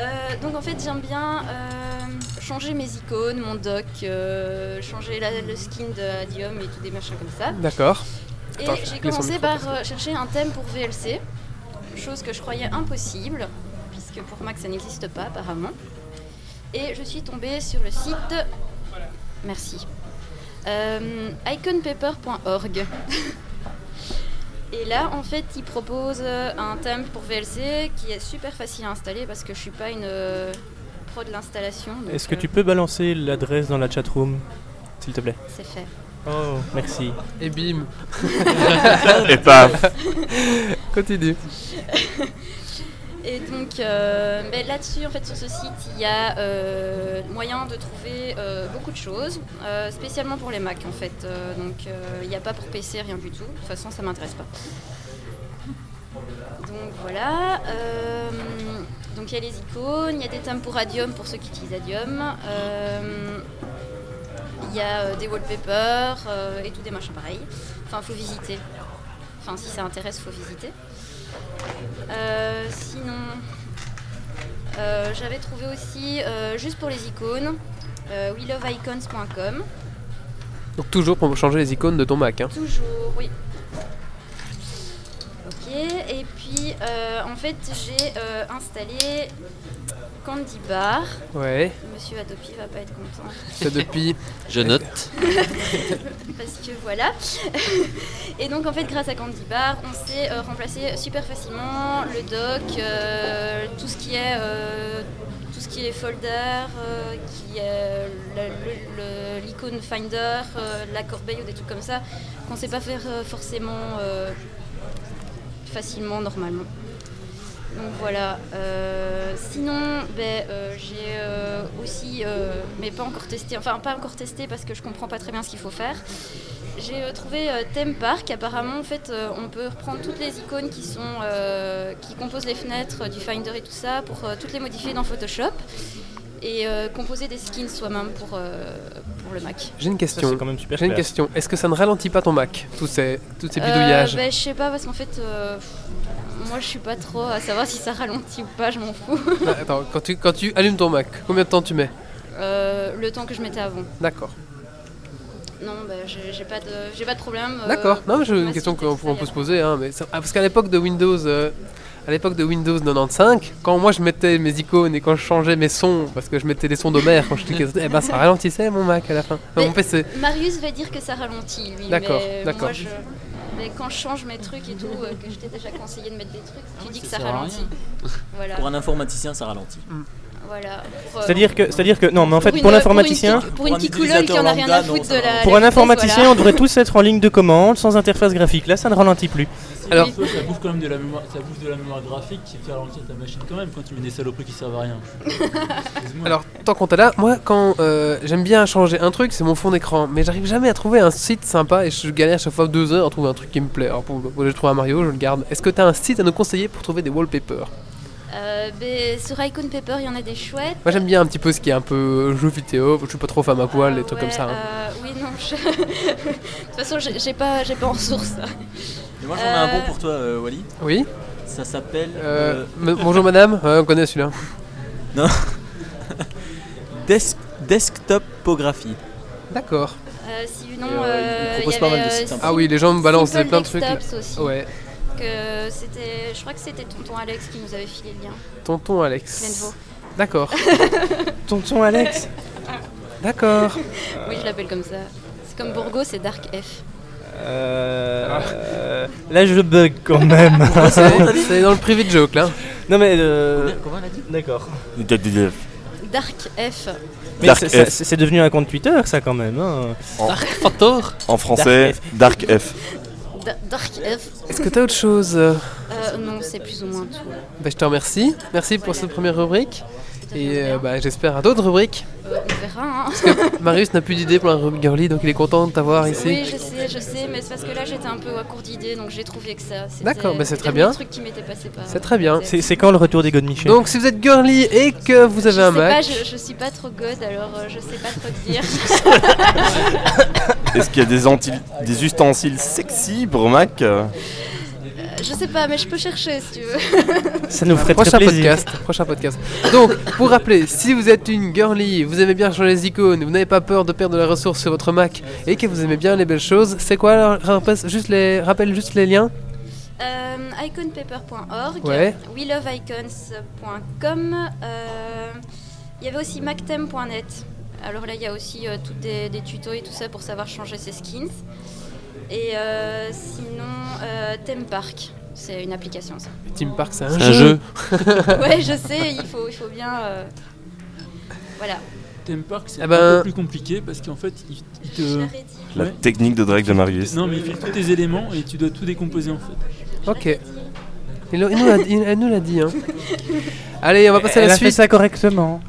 Speaker 5: Euh, donc en fait j'aime bien euh, changer mes icônes, mon doc, euh, changer la- le skin de Adium et tout des machins comme ça.
Speaker 1: D'accord.
Speaker 5: Et
Speaker 1: Attends, je vais
Speaker 5: j'ai
Speaker 1: couper son
Speaker 5: commencé
Speaker 1: micro
Speaker 5: par
Speaker 1: parce que-
Speaker 5: euh, chercher un thème pour VLC, chose que je croyais impossible, puisque pour Mac ça n'existe pas apparemment. Et je suis tombée sur le site. Merci. Euh, iconpaper.org. Et là, en fait, ils proposent un thème pour VLC qui est super facile à installer parce que je suis pas une euh, pro de l'installation. donc,
Speaker 9: Est-ce que
Speaker 5: euh,
Speaker 9: tu peux balancer l'adresse dans la chatroom, s'il te plaît
Speaker 5: C'est fait.
Speaker 9: Oh, merci.
Speaker 1: Et bim.
Speaker 9: Et paf.
Speaker 1: Continue.
Speaker 5: Et donc, euh, mais là-dessus, en fait, sur ce site, il y a euh, moyen de trouver euh, beaucoup de choses, euh, spécialement pour les Mac, en fait. Euh, donc, euh, il n'y a pas pour PC, rien du tout. De toute façon, ça m'intéresse pas. Donc voilà. euh, donc il y a les icônes, il y a des thèmes pour Adium pour ceux qui utilisent Adium. euh, Il y a euh, des wallpapers euh, et tout des machins pareils. Enfin, faut visiter. Enfin, si ça intéresse, faut visiter. Euh, sinon, euh, j'avais trouvé aussi, euh, juste pour les icônes, euh, weloveicons.com.
Speaker 1: Donc toujours pour changer les icônes de ton Mac. Hein.
Speaker 5: Toujours, oui. Ok, et puis euh, en fait j'ai euh, installé Candy Bar.
Speaker 1: Ouais.
Speaker 5: Monsieur Adopi va pas être content.
Speaker 1: C'est depuis.
Speaker 11: Je note.
Speaker 5: Parce que voilà. Et donc en fait grâce à Candy Bar, on sait euh, remplacer super facilement le doc, euh, tout ce qui est euh, tout ce qui est folder, euh, qui est la- le- le- l'icône Finder, euh, la corbeille ou des trucs comme ça qu'on sait pas faire euh, forcément euh, facilement normalement. Donc voilà. Euh, sinon, ben, euh, j'ai euh, aussi, euh, mais pas encore testé, enfin pas encore testé parce que je comprends pas très bien ce qu'il faut faire. J'ai euh, trouvé euh, Theme Park. Apparemment, en fait, euh, on peut reprendre toutes les icônes qui sont, euh, qui composent les fenêtres euh, du Finder et tout ça pour euh, toutes les modifier dans Photoshop et euh, composer des skins soi-même pour, euh, pour le Mac.
Speaker 1: J'ai une question.
Speaker 9: c'est quand même super
Speaker 1: J'ai une
Speaker 9: clair.
Speaker 1: question. Est-ce que ça ne ralentit pas ton Mac tous ces tous ces
Speaker 5: Euh,
Speaker 1: bidouillages
Speaker 5: ben, Je sais pas, parce qu'en fait, euh, moi je suis pas trop à savoir si ça ralentit ou pas, je m'en fous.
Speaker 1: Ah, Attends, quand tu quand tu allumes ton Mac, combien de temps tu mets
Speaker 5: Euh, le temps que je mettais avant.
Speaker 1: D'accord.
Speaker 5: Non, bah, j'ai j'ai pas, de- j'ai pas de problème. euh,
Speaker 1: D'accord. Non, mais j'ai
Speaker 5: ma
Speaker 1: une question
Speaker 5: suite,
Speaker 1: qu'on
Speaker 5: etc.
Speaker 1: on peut se poser. hein, mais ça- ah, parce qu'à l'époque de Windows, euh, à l'époque de Windows 95, quand moi je mettais mes icônes et quand je changeais mes sons, parce que je mettais des sons d'Homère quand je cliquais, eh ben ça ralentissait mon Mac à la fin. Enfin,
Speaker 5: Mais
Speaker 1: mon PC.
Speaker 5: Marius va dire que ça ralentit, lui.
Speaker 1: D'accord,
Speaker 5: mais
Speaker 1: d'accord.
Speaker 5: moi, je- mais quand je change mes trucs et tout, euh, que je t'ai déjà conseillé de mettre des trucs, tu dis que ça
Speaker 3: Ah sert à
Speaker 5: ralentit. Voilà. Mm.
Speaker 3: Pour un informaticien, ça ralentit.
Speaker 5: Voilà. Pour, euh,
Speaker 9: C'est-à-dire que, c'est-à-dire que, non, mais en fait,
Speaker 5: une-
Speaker 9: pour l'informaticien,
Speaker 5: Pour, une petite coulole qui en a rien à foutre de la.
Speaker 9: pour
Speaker 5: la
Speaker 9: un
Speaker 5: vitesse,
Speaker 9: informaticien,
Speaker 5: voilà.
Speaker 9: on devrait tous être en ligne de commande, sans interface graphique. Là, ça ne ralentit plus.
Speaker 2: Alors, ça bouffe quand même de la mémoire, ça bouffe de la mémoire graphique qui fait ralentir ta machine quand même quand tu mets des saloperies qui servent à rien.
Speaker 1: Alors, tant qu'on est là, moi, quand euh, j'aime bien changer un truc, c'est mon fond d'écran. Mais j'arrive jamais à trouver un site sympa et je galère chaque fois deux heures à trouver un truc qui me plaît. Alors, pour, pour- je trouve un Mario, je le garde. Est-ce que t'as un site à nous conseiller pour trouver des wallpapers
Speaker 5: Euh, ben, sur Icon Paper, il y en a des chouettes.
Speaker 1: Moi, j'aime bien un petit peu ce qui est un peu jeu vidéo. Je suis pas trop femme à poil, les trucs
Speaker 5: Ouais,
Speaker 1: comme ça. hein.
Speaker 5: euh, oui, non. je- de toute façon, j'ai j'ai pas, j'ai pas en source.
Speaker 3: Et moi, j'en ai un bon pour toi, euh, Wally.
Speaker 1: Oui.
Speaker 3: Ça s'appelle.
Speaker 1: Euh,
Speaker 3: euh,
Speaker 1: m- bonjour madame, Ouais, on connaît celui-là.
Speaker 3: Non. Desk- desktopography.
Speaker 1: D'accord.
Speaker 5: Euh, sinon,
Speaker 3: Et, euh,
Speaker 5: euh,
Speaker 3: il
Speaker 5: il
Speaker 3: propose
Speaker 5: y
Speaker 3: pas
Speaker 5: avait,
Speaker 3: mal de
Speaker 5: euh,
Speaker 3: sites, hein.
Speaker 1: Ah oui, les gens me balancent
Speaker 5: Simple
Speaker 1: plein de trucs, là.
Speaker 5: Desktops aussi.
Speaker 1: Ouais.
Speaker 5: Que c'était, je crois que c'était tonton Alex qui nous avait filé le lien.
Speaker 1: Tonton Alex.
Speaker 5: Lenvo.
Speaker 1: D'accord.
Speaker 9: Tonton Alex
Speaker 1: D'accord.
Speaker 5: Oui, je l'appelle comme ça. C'est comme Bourgo, c'est Dark F.
Speaker 9: Euh, euh, là, je bug quand même.
Speaker 1: C'est c'est dans le privé de joke là.
Speaker 9: non, mais. euh,
Speaker 3: Comment elle a dit
Speaker 9: D'accord.
Speaker 5: Dark F.
Speaker 9: Mais
Speaker 7: Dark
Speaker 9: c'est- c'est
Speaker 7: F.
Speaker 9: c'est devenu un compte Twitter, ça, quand même. hein.
Speaker 11: Fantor
Speaker 7: En français, Dark F.
Speaker 5: Da- Dark F.
Speaker 1: Est-ce que t'as autre chose euh
Speaker 5: Euh, non, c'est plus ou moins tout.
Speaker 1: Bah, Je te remercie. Merci pour cette première rubrique. Et euh, bah, j'espère à d'autres rubriques.
Speaker 5: Euh, on verra. Hein.
Speaker 1: Marius n'a plus d'idée pour la rubrique girly, donc il est content de t'avoir ici.
Speaker 5: Oui, je sais, je sais, mais c'est parce que là j'étais un peu à court d'idées, donc j'ai trouvé que ça. C'était-
Speaker 1: D'accord, bah, c'est
Speaker 5: c'était
Speaker 1: très
Speaker 5: le
Speaker 1: bien.
Speaker 5: truc qui m'était passé par.
Speaker 1: C'est très bien.
Speaker 9: C'est c'est quand le retour des God Michel
Speaker 1: Donc si vous êtes girly et que vous avez
Speaker 5: Je
Speaker 1: un
Speaker 5: sais pas,
Speaker 1: Mac,
Speaker 5: je, je suis pas trop god, alors euh, je sais pas trop te dire.
Speaker 7: Est-ce qu'il y a des, antil- des ustensiles sexy pour Mac euh
Speaker 5: Euh, Je sais pas, mais je peux chercher si tu veux.
Speaker 1: Ça nous ferait prochain podcast, prochain podcast. Donc, pour rappeler, si vous êtes une girly, vous aimez bien changer les icônes, vous n'avez pas peur de perdre de la ressource sur votre Mac et que vous aimez bien les belles choses, c'est quoi alors, repasse juste les, Rappelle juste les liens.
Speaker 5: Euh, iconpaper.org,
Speaker 1: Ouais.
Speaker 5: weloveicons.com, euh, il y avait aussi mactem.net. Alors là, il y a aussi euh, toutes des, des tutos et tout ça pour savoir changer ses skins. Et euh, sinon, euh, Themepark, c'est une application ça.
Speaker 1: Team Park, c'est un,
Speaker 11: C'est un jeu.
Speaker 5: ouais, je sais, il faut, il faut bien. euh, Voilà.
Speaker 2: Theme Park, c'est
Speaker 1: Ah
Speaker 2: un
Speaker 1: ben-
Speaker 2: peu plus compliqué parce qu'en fait, il, il te.
Speaker 7: La technique de Drake de Marius.
Speaker 2: Non, mais il fait tous tes éléments et tu dois tout décomposer en fait.
Speaker 1: Ok. Il, nous- il nous l'a- il- elle nous l'a dit. Hein. Allez, on va passer à
Speaker 14: Elle
Speaker 1: la
Speaker 14: a fait
Speaker 1: suite.
Speaker 14: ça correctement.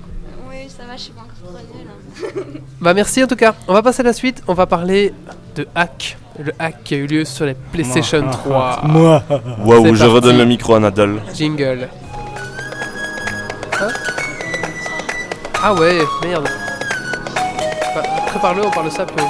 Speaker 5: Oui, ça va, je suis pas encore trop nulle. hein.
Speaker 1: Bah merci en tout cas. On va passer à la suite. On va parler de hack. Le hack qui a eu lieu sur les PlayStation
Speaker 7: Moi.
Speaker 1: 3.
Speaker 7: Moi. Waouh,
Speaker 1: C'est
Speaker 7: je
Speaker 1: parti.
Speaker 7: redonne le micro à Nadal.
Speaker 1: Jingle. Hein ah ouais, merde. Bah, Prépare-le, on parle de ça plus.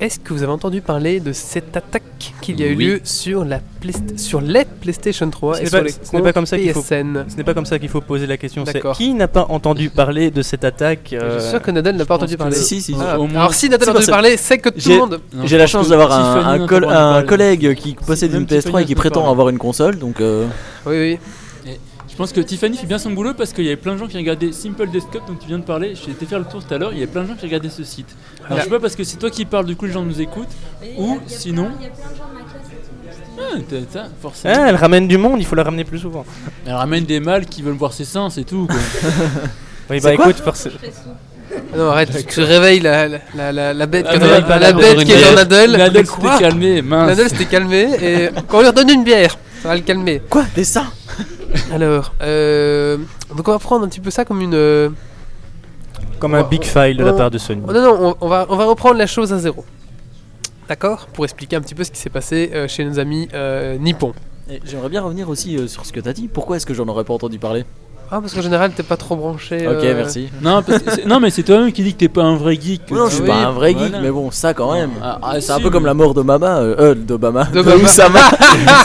Speaker 1: Est-ce que vous avez entendu parler de cette attaque qu'il y a eu
Speaker 6: Oui.
Speaker 1: lieu sur, la Playst- sur les PlayStation 3
Speaker 6: Ce
Speaker 1: et
Speaker 6: n'est
Speaker 1: sur
Speaker 6: pas-
Speaker 1: les
Speaker 6: ce n'est pas comme ça qu'il faut-
Speaker 1: PSN
Speaker 6: Ce n'est pas comme ça qu'il faut poser la question. C'est
Speaker 1: D'accord.
Speaker 6: qui n'a pas entendu parler de cette attaque euh,
Speaker 1: Je suis sûr que Nadal n'a pas entendu parler.
Speaker 3: Si, si, si.
Speaker 1: Ah,
Speaker 3: Au moins-
Speaker 1: Alors si Nadal
Speaker 3: C'est
Speaker 1: a
Speaker 3: pour
Speaker 1: entendu
Speaker 3: ça.
Speaker 1: parler, c'est que tout
Speaker 3: J'ai-
Speaker 1: le monde.
Speaker 3: J'ai la chance d'avoir un, un col- un
Speaker 2: euh,
Speaker 3: collègue qui possède une PS3 et qui prétend avoir
Speaker 2: hein.
Speaker 3: une console, donc. euh,
Speaker 1: Oui,
Speaker 2: oui. Je pense que Tiffany fait bien son boulot parce qu'il y avait plein de gens qui regardaient Simple Death Cup dont tu viens de parler. J'étais faire le tour tout à l'heure, il y avait plein de gens qui regardaient ce site. Alors
Speaker 1: Là.
Speaker 2: je sais pas parce que c'est toi qui parles, du coup les gens nous écoutent. Ou sinon. Ah, t'as- t'as- forcément.
Speaker 6: Ah, elle ramène du monde, il faut la ramener plus souvent.
Speaker 2: Elle ramène des mâles qui veulent voir ses seins, c'est tout. Quoi.
Speaker 6: Oui, bah écoute, forcément.
Speaker 1: Non, arrête, tu réveilles la, la, la, la, la bête,
Speaker 2: Ah,
Speaker 1: qui est
Speaker 2: mais
Speaker 1: dans-
Speaker 2: pas
Speaker 1: la
Speaker 2: la
Speaker 1: bête
Speaker 2: brune.
Speaker 1: qui est dans Nadal.
Speaker 2: Nadal
Speaker 1: Mais
Speaker 2: s'était
Speaker 1: quoi
Speaker 2: calmé, mince.
Speaker 1: Nadal s'était calmé et qu'on lui redonne une bière, ça va le calmer.
Speaker 3: Quoi Des ça
Speaker 1: Alors, euh, donc on va prendre un petit peu ça comme une. euh,
Speaker 6: Comme
Speaker 1: on
Speaker 6: un
Speaker 1: va-
Speaker 6: big
Speaker 1: on-
Speaker 6: file de la
Speaker 1: on-
Speaker 6: part de Sony.
Speaker 1: Non, non, on, on va, on va reprendre la chose à zéro. D'accord Pour expliquer un petit peu ce qui s'est passé euh, chez nos amis euh, nippons.
Speaker 3: et J'aimerais bien revenir aussi euh, sur ce que t'as dit. Pourquoi est-ce que j'en aurais pas entendu parler
Speaker 1: Ah, parce qu'en général, t'es pas trop branché.
Speaker 3: Ok,
Speaker 1: euh,
Speaker 3: merci.
Speaker 2: Non, parce que c'est- non, mais c'est toi-même qui dis que t'es pas un vrai geek. euh,
Speaker 3: Non, je suis
Speaker 2: Oui,
Speaker 3: pas un vrai geek,
Speaker 2: voilà.
Speaker 3: mais bon, ça quand même.
Speaker 2: Ah, ah,
Speaker 3: c'est un
Speaker 2: si,
Speaker 3: peu comme
Speaker 2: mais-
Speaker 3: la mort d'Obama. Euh, euh, d'Obama. De
Speaker 2: D'Obama.
Speaker 3: Oussama.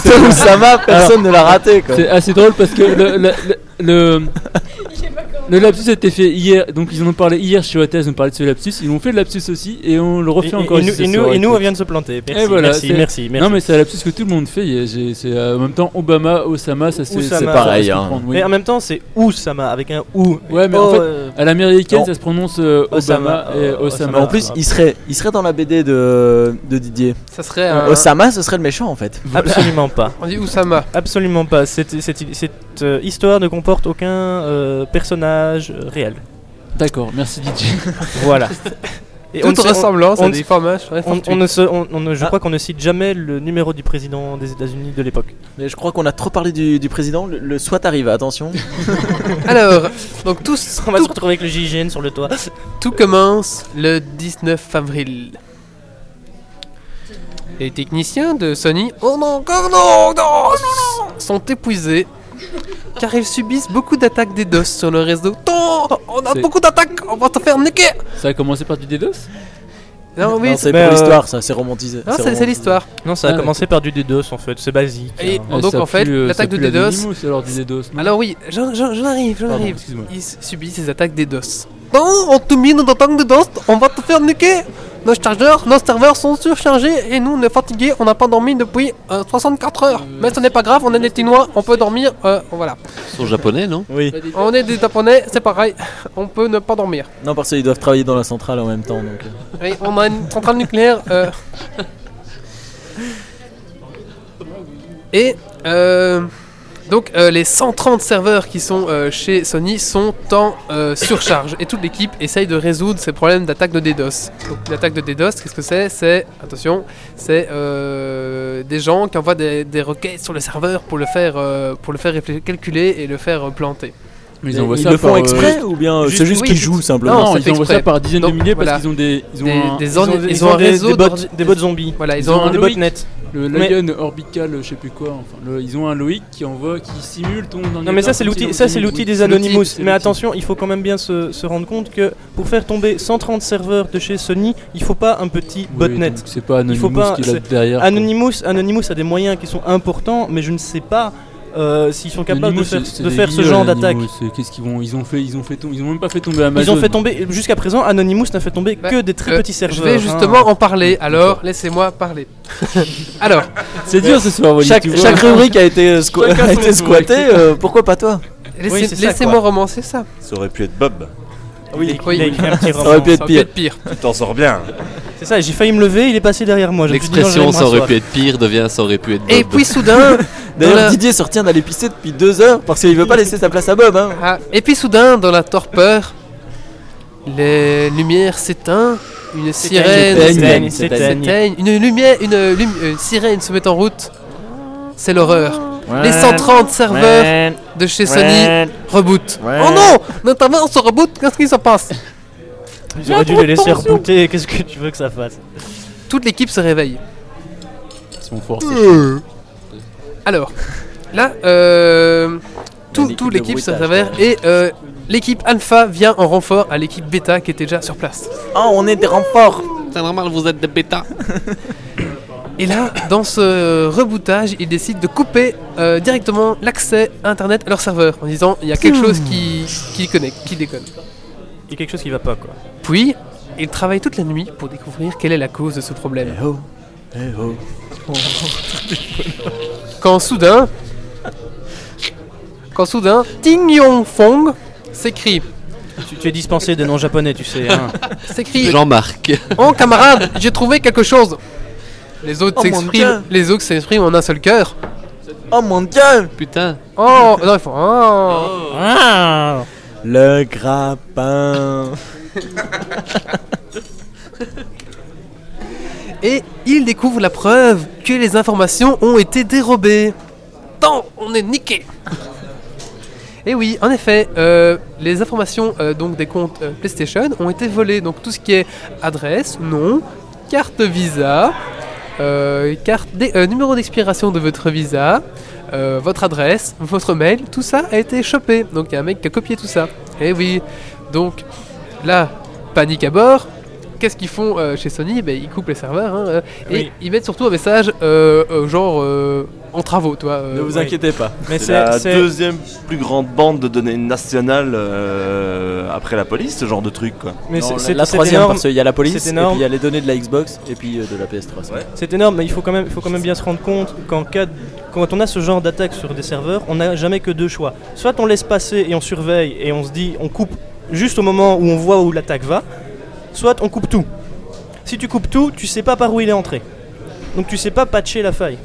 Speaker 3: De Oussama, personne ne l'a raté quoi.
Speaker 2: C'est assez drôle parce que le, le, le, le, le lapsus a été fait hier, donc ils en ont parlé hier chez Wattez, ils ont parlé de ce lapsus, ils ont fait le lapsus aussi et on le refait
Speaker 6: Et- et-
Speaker 2: encore
Speaker 6: et
Speaker 2: ici
Speaker 6: nous-
Speaker 2: ce
Speaker 6: et nous-
Speaker 2: soir
Speaker 6: et nous,
Speaker 2: tout.
Speaker 6: on vient de se planter. Merci,
Speaker 2: Et voilà,
Speaker 6: merci,
Speaker 2: c'est-
Speaker 6: merci, merci.
Speaker 2: Non mais c'est un lapsus que tout le monde fait, et j'ai- c'est euh, en même temps Obama, Osama, ça c'est
Speaker 6: Oussama.
Speaker 2: ça, ça se comprend, oui.
Speaker 6: Mais en même temps, c'est Oussama avec un ou. Oh, euh.
Speaker 2: Ouais, mais en fait, à l'américaine, ça se prononce euh,
Speaker 6: Osama,
Speaker 2: Obama et
Speaker 6: euh,
Speaker 2: Oh, euh, Osama.
Speaker 3: Mais en plus, il serait, il serait dans la BD de, de Didier.
Speaker 1: Ça serait un-
Speaker 3: Osama, ce serait le méchant en fait.
Speaker 6: Absolument pas.
Speaker 1: On dit Oussama.
Speaker 6: Absolument pas. Cette, cette- cette, euh, histoire ne comporte aucun euh, personnage euh, réel.
Speaker 2: D'accord, merci DJ.
Speaker 6: Voilà.
Speaker 1: Toute
Speaker 6: ne-
Speaker 1: ressemblance à
Speaker 6: ne-
Speaker 1: des formages, ouais,
Speaker 6: on-
Speaker 1: fortuits.
Speaker 6: on ne se- on- on ne- je
Speaker 1: Ah.
Speaker 6: crois qu'on ne cite jamais le numéro du président des États-Unis de l'époque.
Speaker 3: Mais je crois qu'on a trop parlé du, du président. Le, le SWAT arrive, attention.
Speaker 1: Alors, donc tous.
Speaker 6: On va se retrouver avec le JGN sur le toit.
Speaker 1: Tout commence le 19 avril. Les techniciens de Sony oh non, encore non, non, non, sont épuisés car ils subissent beaucoup d'attaques des DOS sur le réseau. Tant, on a
Speaker 2: C'est-
Speaker 1: beaucoup d'attaques, on va se faire niquer.
Speaker 2: Ça a commencé par du DDoS
Speaker 1: Non, oui,
Speaker 3: Non, c'est pour l'histoire, ça, c'est romantisé.
Speaker 1: Non, c'est- c'est l'histoire.
Speaker 6: euh, Non, ça a commencé par du DDoS en fait, c'est basique.
Speaker 1: Et
Speaker 6: hein.
Speaker 1: donc
Speaker 6: ça
Speaker 1: en fait,
Speaker 6: pue, euh,
Speaker 1: l'attaque de
Speaker 6: ça pue la
Speaker 1: DDoS.
Speaker 6: Mimousse,
Speaker 2: alors, du DDoS, non
Speaker 1: Alors oui, j'en j'en- j'en arrive, j'en
Speaker 2: Pardon,
Speaker 1: arrive.
Speaker 2: excuse-moi.
Speaker 1: Ils subissent des attaques DDoS. Non, on te mine dans l'attaque DDoS, on va te faire niquer. Nos chargeurs, nos serveurs sont surchargés et nous on est fatigués, on n'a pas dormi depuis euh, 64 heures. Mais ce n'est pas grave, on est des Tinois, on peut dormir, euh, voilà.
Speaker 11: Ils sont japonais, non
Speaker 3: Oui.
Speaker 1: On est des Japonais, c'est pareil, on peut ne pas dormir.
Speaker 3: Non, parce qu'ils doivent travailler dans la centrale en même temps. Donc. euh.
Speaker 1: Oui, on a une centrale nucléaire. euh. Et euh, Donc euh, les 130 serveurs qui sont euh, chez Sony sont en euh, surcharge et toute l'équipe essaye de résoudre ces problèmes d'attaque de DDoS. Donc l'attaque de DDoS, qu'est-ce que c'est C'est, attention, c'est euh, des gens qui envoient des, des requêtes sur le serveur pour le faire, euh, pour le faire réflé- calculer et le faire euh, planter.
Speaker 2: Mais ils envoient ça par, euh,
Speaker 1: oui,
Speaker 2: Non,
Speaker 1: ça fait
Speaker 2: ils envoient
Speaker 1: exprès.
Speaker 2: ça par dizaines
Speaker 1: Donc,
Speaker 2: de milliers
Speaker 1: voilà.
Speaker 2: parce qu'ils ont des. Ils ont
Speaker 1: Des-
Speaker 2: un,
Speaker 1: des ordi- ils ont un réseau d'ordi- Voilà, ils, ont, un Loïc.
Speaker 2: Le
Speaker 1: Mais-
Speaker 2: Lion Orbical, je sais plus quoi. Enfin, le- ils ont un Loïc qui envoie, qui simule ton.
Speaker 6: Non mais ça c'est l'outil, ça c'est l'outil des Anonymous. Mais attention, il faut quand même bien se, se rendre compte que pour faire tomber 130 serveurs de chez Sony, il faut pas un petit
Speaker 2: Oui,
Speaker 6: botnet.
Speaker 2: donc c'est pas
Speaker 6: Il faut
Speaker 2: Anonymous qui l'a
Speaker 6: c'est-
Speaker 2: derrière, quoi.
Speaker 6: Anonymous, Anonymous a des moyens qui sont importants, mais je ne sais pas euh, s'ils sont capables de faire, de faire ce genre d'attaque.
Speaker 2: Qu'est-ce qu'ils vont Ils ont fait, ils ont fait, tom- ils ont même pas fait tomber
Speaker 6: Ils
Speaker 2: Amazon.
Speaker 6: ont fait tomber jusqu'à présent Anonymous n'a fait tomber que des très
Speaker 1: Euh,
Speaker 6: petits serveurs. hein.
Speaker 1: Je vais justement en parler, alors laissez-moi parler. alors.
Speaker 2: C'est dur ce soir, Wally,
Speaker 3: Chaque-
Speaker 2: tu vois.
Speaker 3: chaque rubrique a été, euh, squa- Chacun a été son tour. squattée, euh, pourquoi pas toi
Speaker 1: Laissez-
Speaker 3: Oui, c'est ça,
Speaker 1: Laissez-moi
Speaker 3: quoi.
Speaker 1: romancer ça.
Speaker 7: Ça aurait pu être Bob.
Speaker 6: Oui, il a- il a écrit un petit
Speaker 7: Ça
Speaker 6: roman.
Speaker 7: aurait pu
Speaker 6: Ça
Speaker 7: être
Speaker 6: aurait
Speaker 7: pire.
Speaker 6: pu être pire.
Speaker 7: Tu t'en sors bien.
Speaker 6: C'est ça, j'ai failli me lever, il est passé derrière moi. je me suis dit, non, je vais
Speaker 11: L'expression
Speaker 6: me
Speaker 11: ça aurait
Speaker 6: rasseoir.
Speaker 11: pu être pire devient ça aurait pu être
Speaker 6: Et
Speaker 11: Bob.
Speaker 1: Puis soudain,
Speaker 3: D'ailleurs,
Speaker 1: dans la-
Speaker 3: Didier se retient d'aller pisser depuis deux heures parce qu'il veut pas laisser sa place à Bob. Hein.
Speaker 1: Ah, et puis soudain, dans la torpeur, les lumières s'éteignent, une
Speaker 3: S'éteignent,
Speaker 1: sirène
Speaker 3: s'éteignent,
Speaker 1: s'éteigne,
Speaker 3: s'éteignent.
Speaker 1: s'éteignent, une lumière, une, lumi- une sirène se met en route. C'est l'horreur.
Speaker 14: Ouais.
Speaker 1: Les 130 serveurs
Speaker 14: Ouais.
Speaker 1: de chez
Speaker 14: Ouais.
Speaker 1: Sony reboot.
Speaker 14: Ouais.
Speaker 1: Oh non Notamment on se reboot, qu'est-ce qui se passe
Speaker 6: Ils auraient dû les laisser rebooter, qu'est-ce que tu veux que ça fasse
Speaker 1: Toute l'équipe se réveille.
Speaker 2: Ils sont forts.
Speaker 1: Euh. Alors, là, euh, tout, toute l'équipe se réveille et euh, l'équipe alpha vient en renfort à l'équipe bêta qui était déjà sur place.
Speaker 3: Oh, on est des renforts
Speaker 1: C'est normal, vous êtes des bêta. Et là, dans ce rebootage, ils décident de couper euh, directement l'accès Internet à leur serveur en disant il y a quelque chose qui, qui, connecte, qui déconne.
Speaker 6: Il y a quelque chose qui va pas quoi.
Speaker 1: Puis, ils travaillent toute la nuit pour découvrir quelle est la cause de ce problème. Quand soudain, quand soudain, Ting Yong Fong s'écrit.
Speaker 6: Tu, tu es dispensé des noms japonais, tu sais. Hein.
Speaker 1: S'écrit.
Speaker 11: Jean-Marc.
Speaker 1: Oh camarade, j'ai trouvé quelque chose. Les autres
Speaker 6: Oh, mon
Speaker 1: s'expriment,
Speaker 6: Dieu.
Speaker 1: les autres s'expriment en un seul cœur.
Speaker 3: Oh mon dieu
Speaker 11: Putain.
Speaker 1: Oh non, ils font oh.
Speaker 3: Le grappin.
Speaker 1: Et ils découvrent la preuve que les informations ont été dérobées. Tant, on est niqué. Et Eh oui, en effet, euh, les informations euh, donc des comptes euh, PlayStation ont été volées. Donc tout ce qui est adresse, nom, carte Visa, euh, carte dé- euh, numéro d'expiration de votre Visa, euh, votre adresse, votre mail, tout ça a été chopé. Donc il y a un mec qui a copié tout ça. Et oui, donc là, panique à bord. Qu'est-ce qu'ils font euh, chez Sony ben, Ils coupent les serveurs hein, euh, et
Speaker 6: Oui.
Speaker 1: ils mettent surtout un message euh, euh, genre euh, en travaux, toi. euh,
Speaker 3: Ne vous
Speaker 1: ouais.
Speaker 3: inquiétez pas.
Speaker 6: Mais
Speaker 7: c'est
Speaker 6: c'est-
Speaker 7: la
Speaker 6: c'est-
Speaker 7: deuxième plus grande bande de données nationales euh, après la police, ce genre de truc quoi.
Speaker 6: Mais
Speaker 3: Non,
Speaker 6: c'est-
Speaker 3: la-
Speaker 6: c'est-
Speaker 3: la
Speaker 6: c'est
Speaker 3: troisième
Speaker 6: énorme.
Speaker 3: parce qu'il y a la police,
Speaker 6: C'est
Speaker 3: et puis
Speaker 6: énorme.
Speaker 3: il y a les données de la Xbox et puis euh, de la PS3.
Speaker 6: C'est énorme, mais il faut quand même, il faut quand même bien se rendre compte qu'en cas, de- quand on a ce genre d'attaque sur des serveurs, on n'a jamais que deux choix. Soit on laisse passer et on surveille et on se dit, on coupe juste au moment où on voit où l'attaque va. Soit on coupe tout. Si tu coupes tout, tu sais pas par où il est entré. Donc tu sais pas patcher la faille.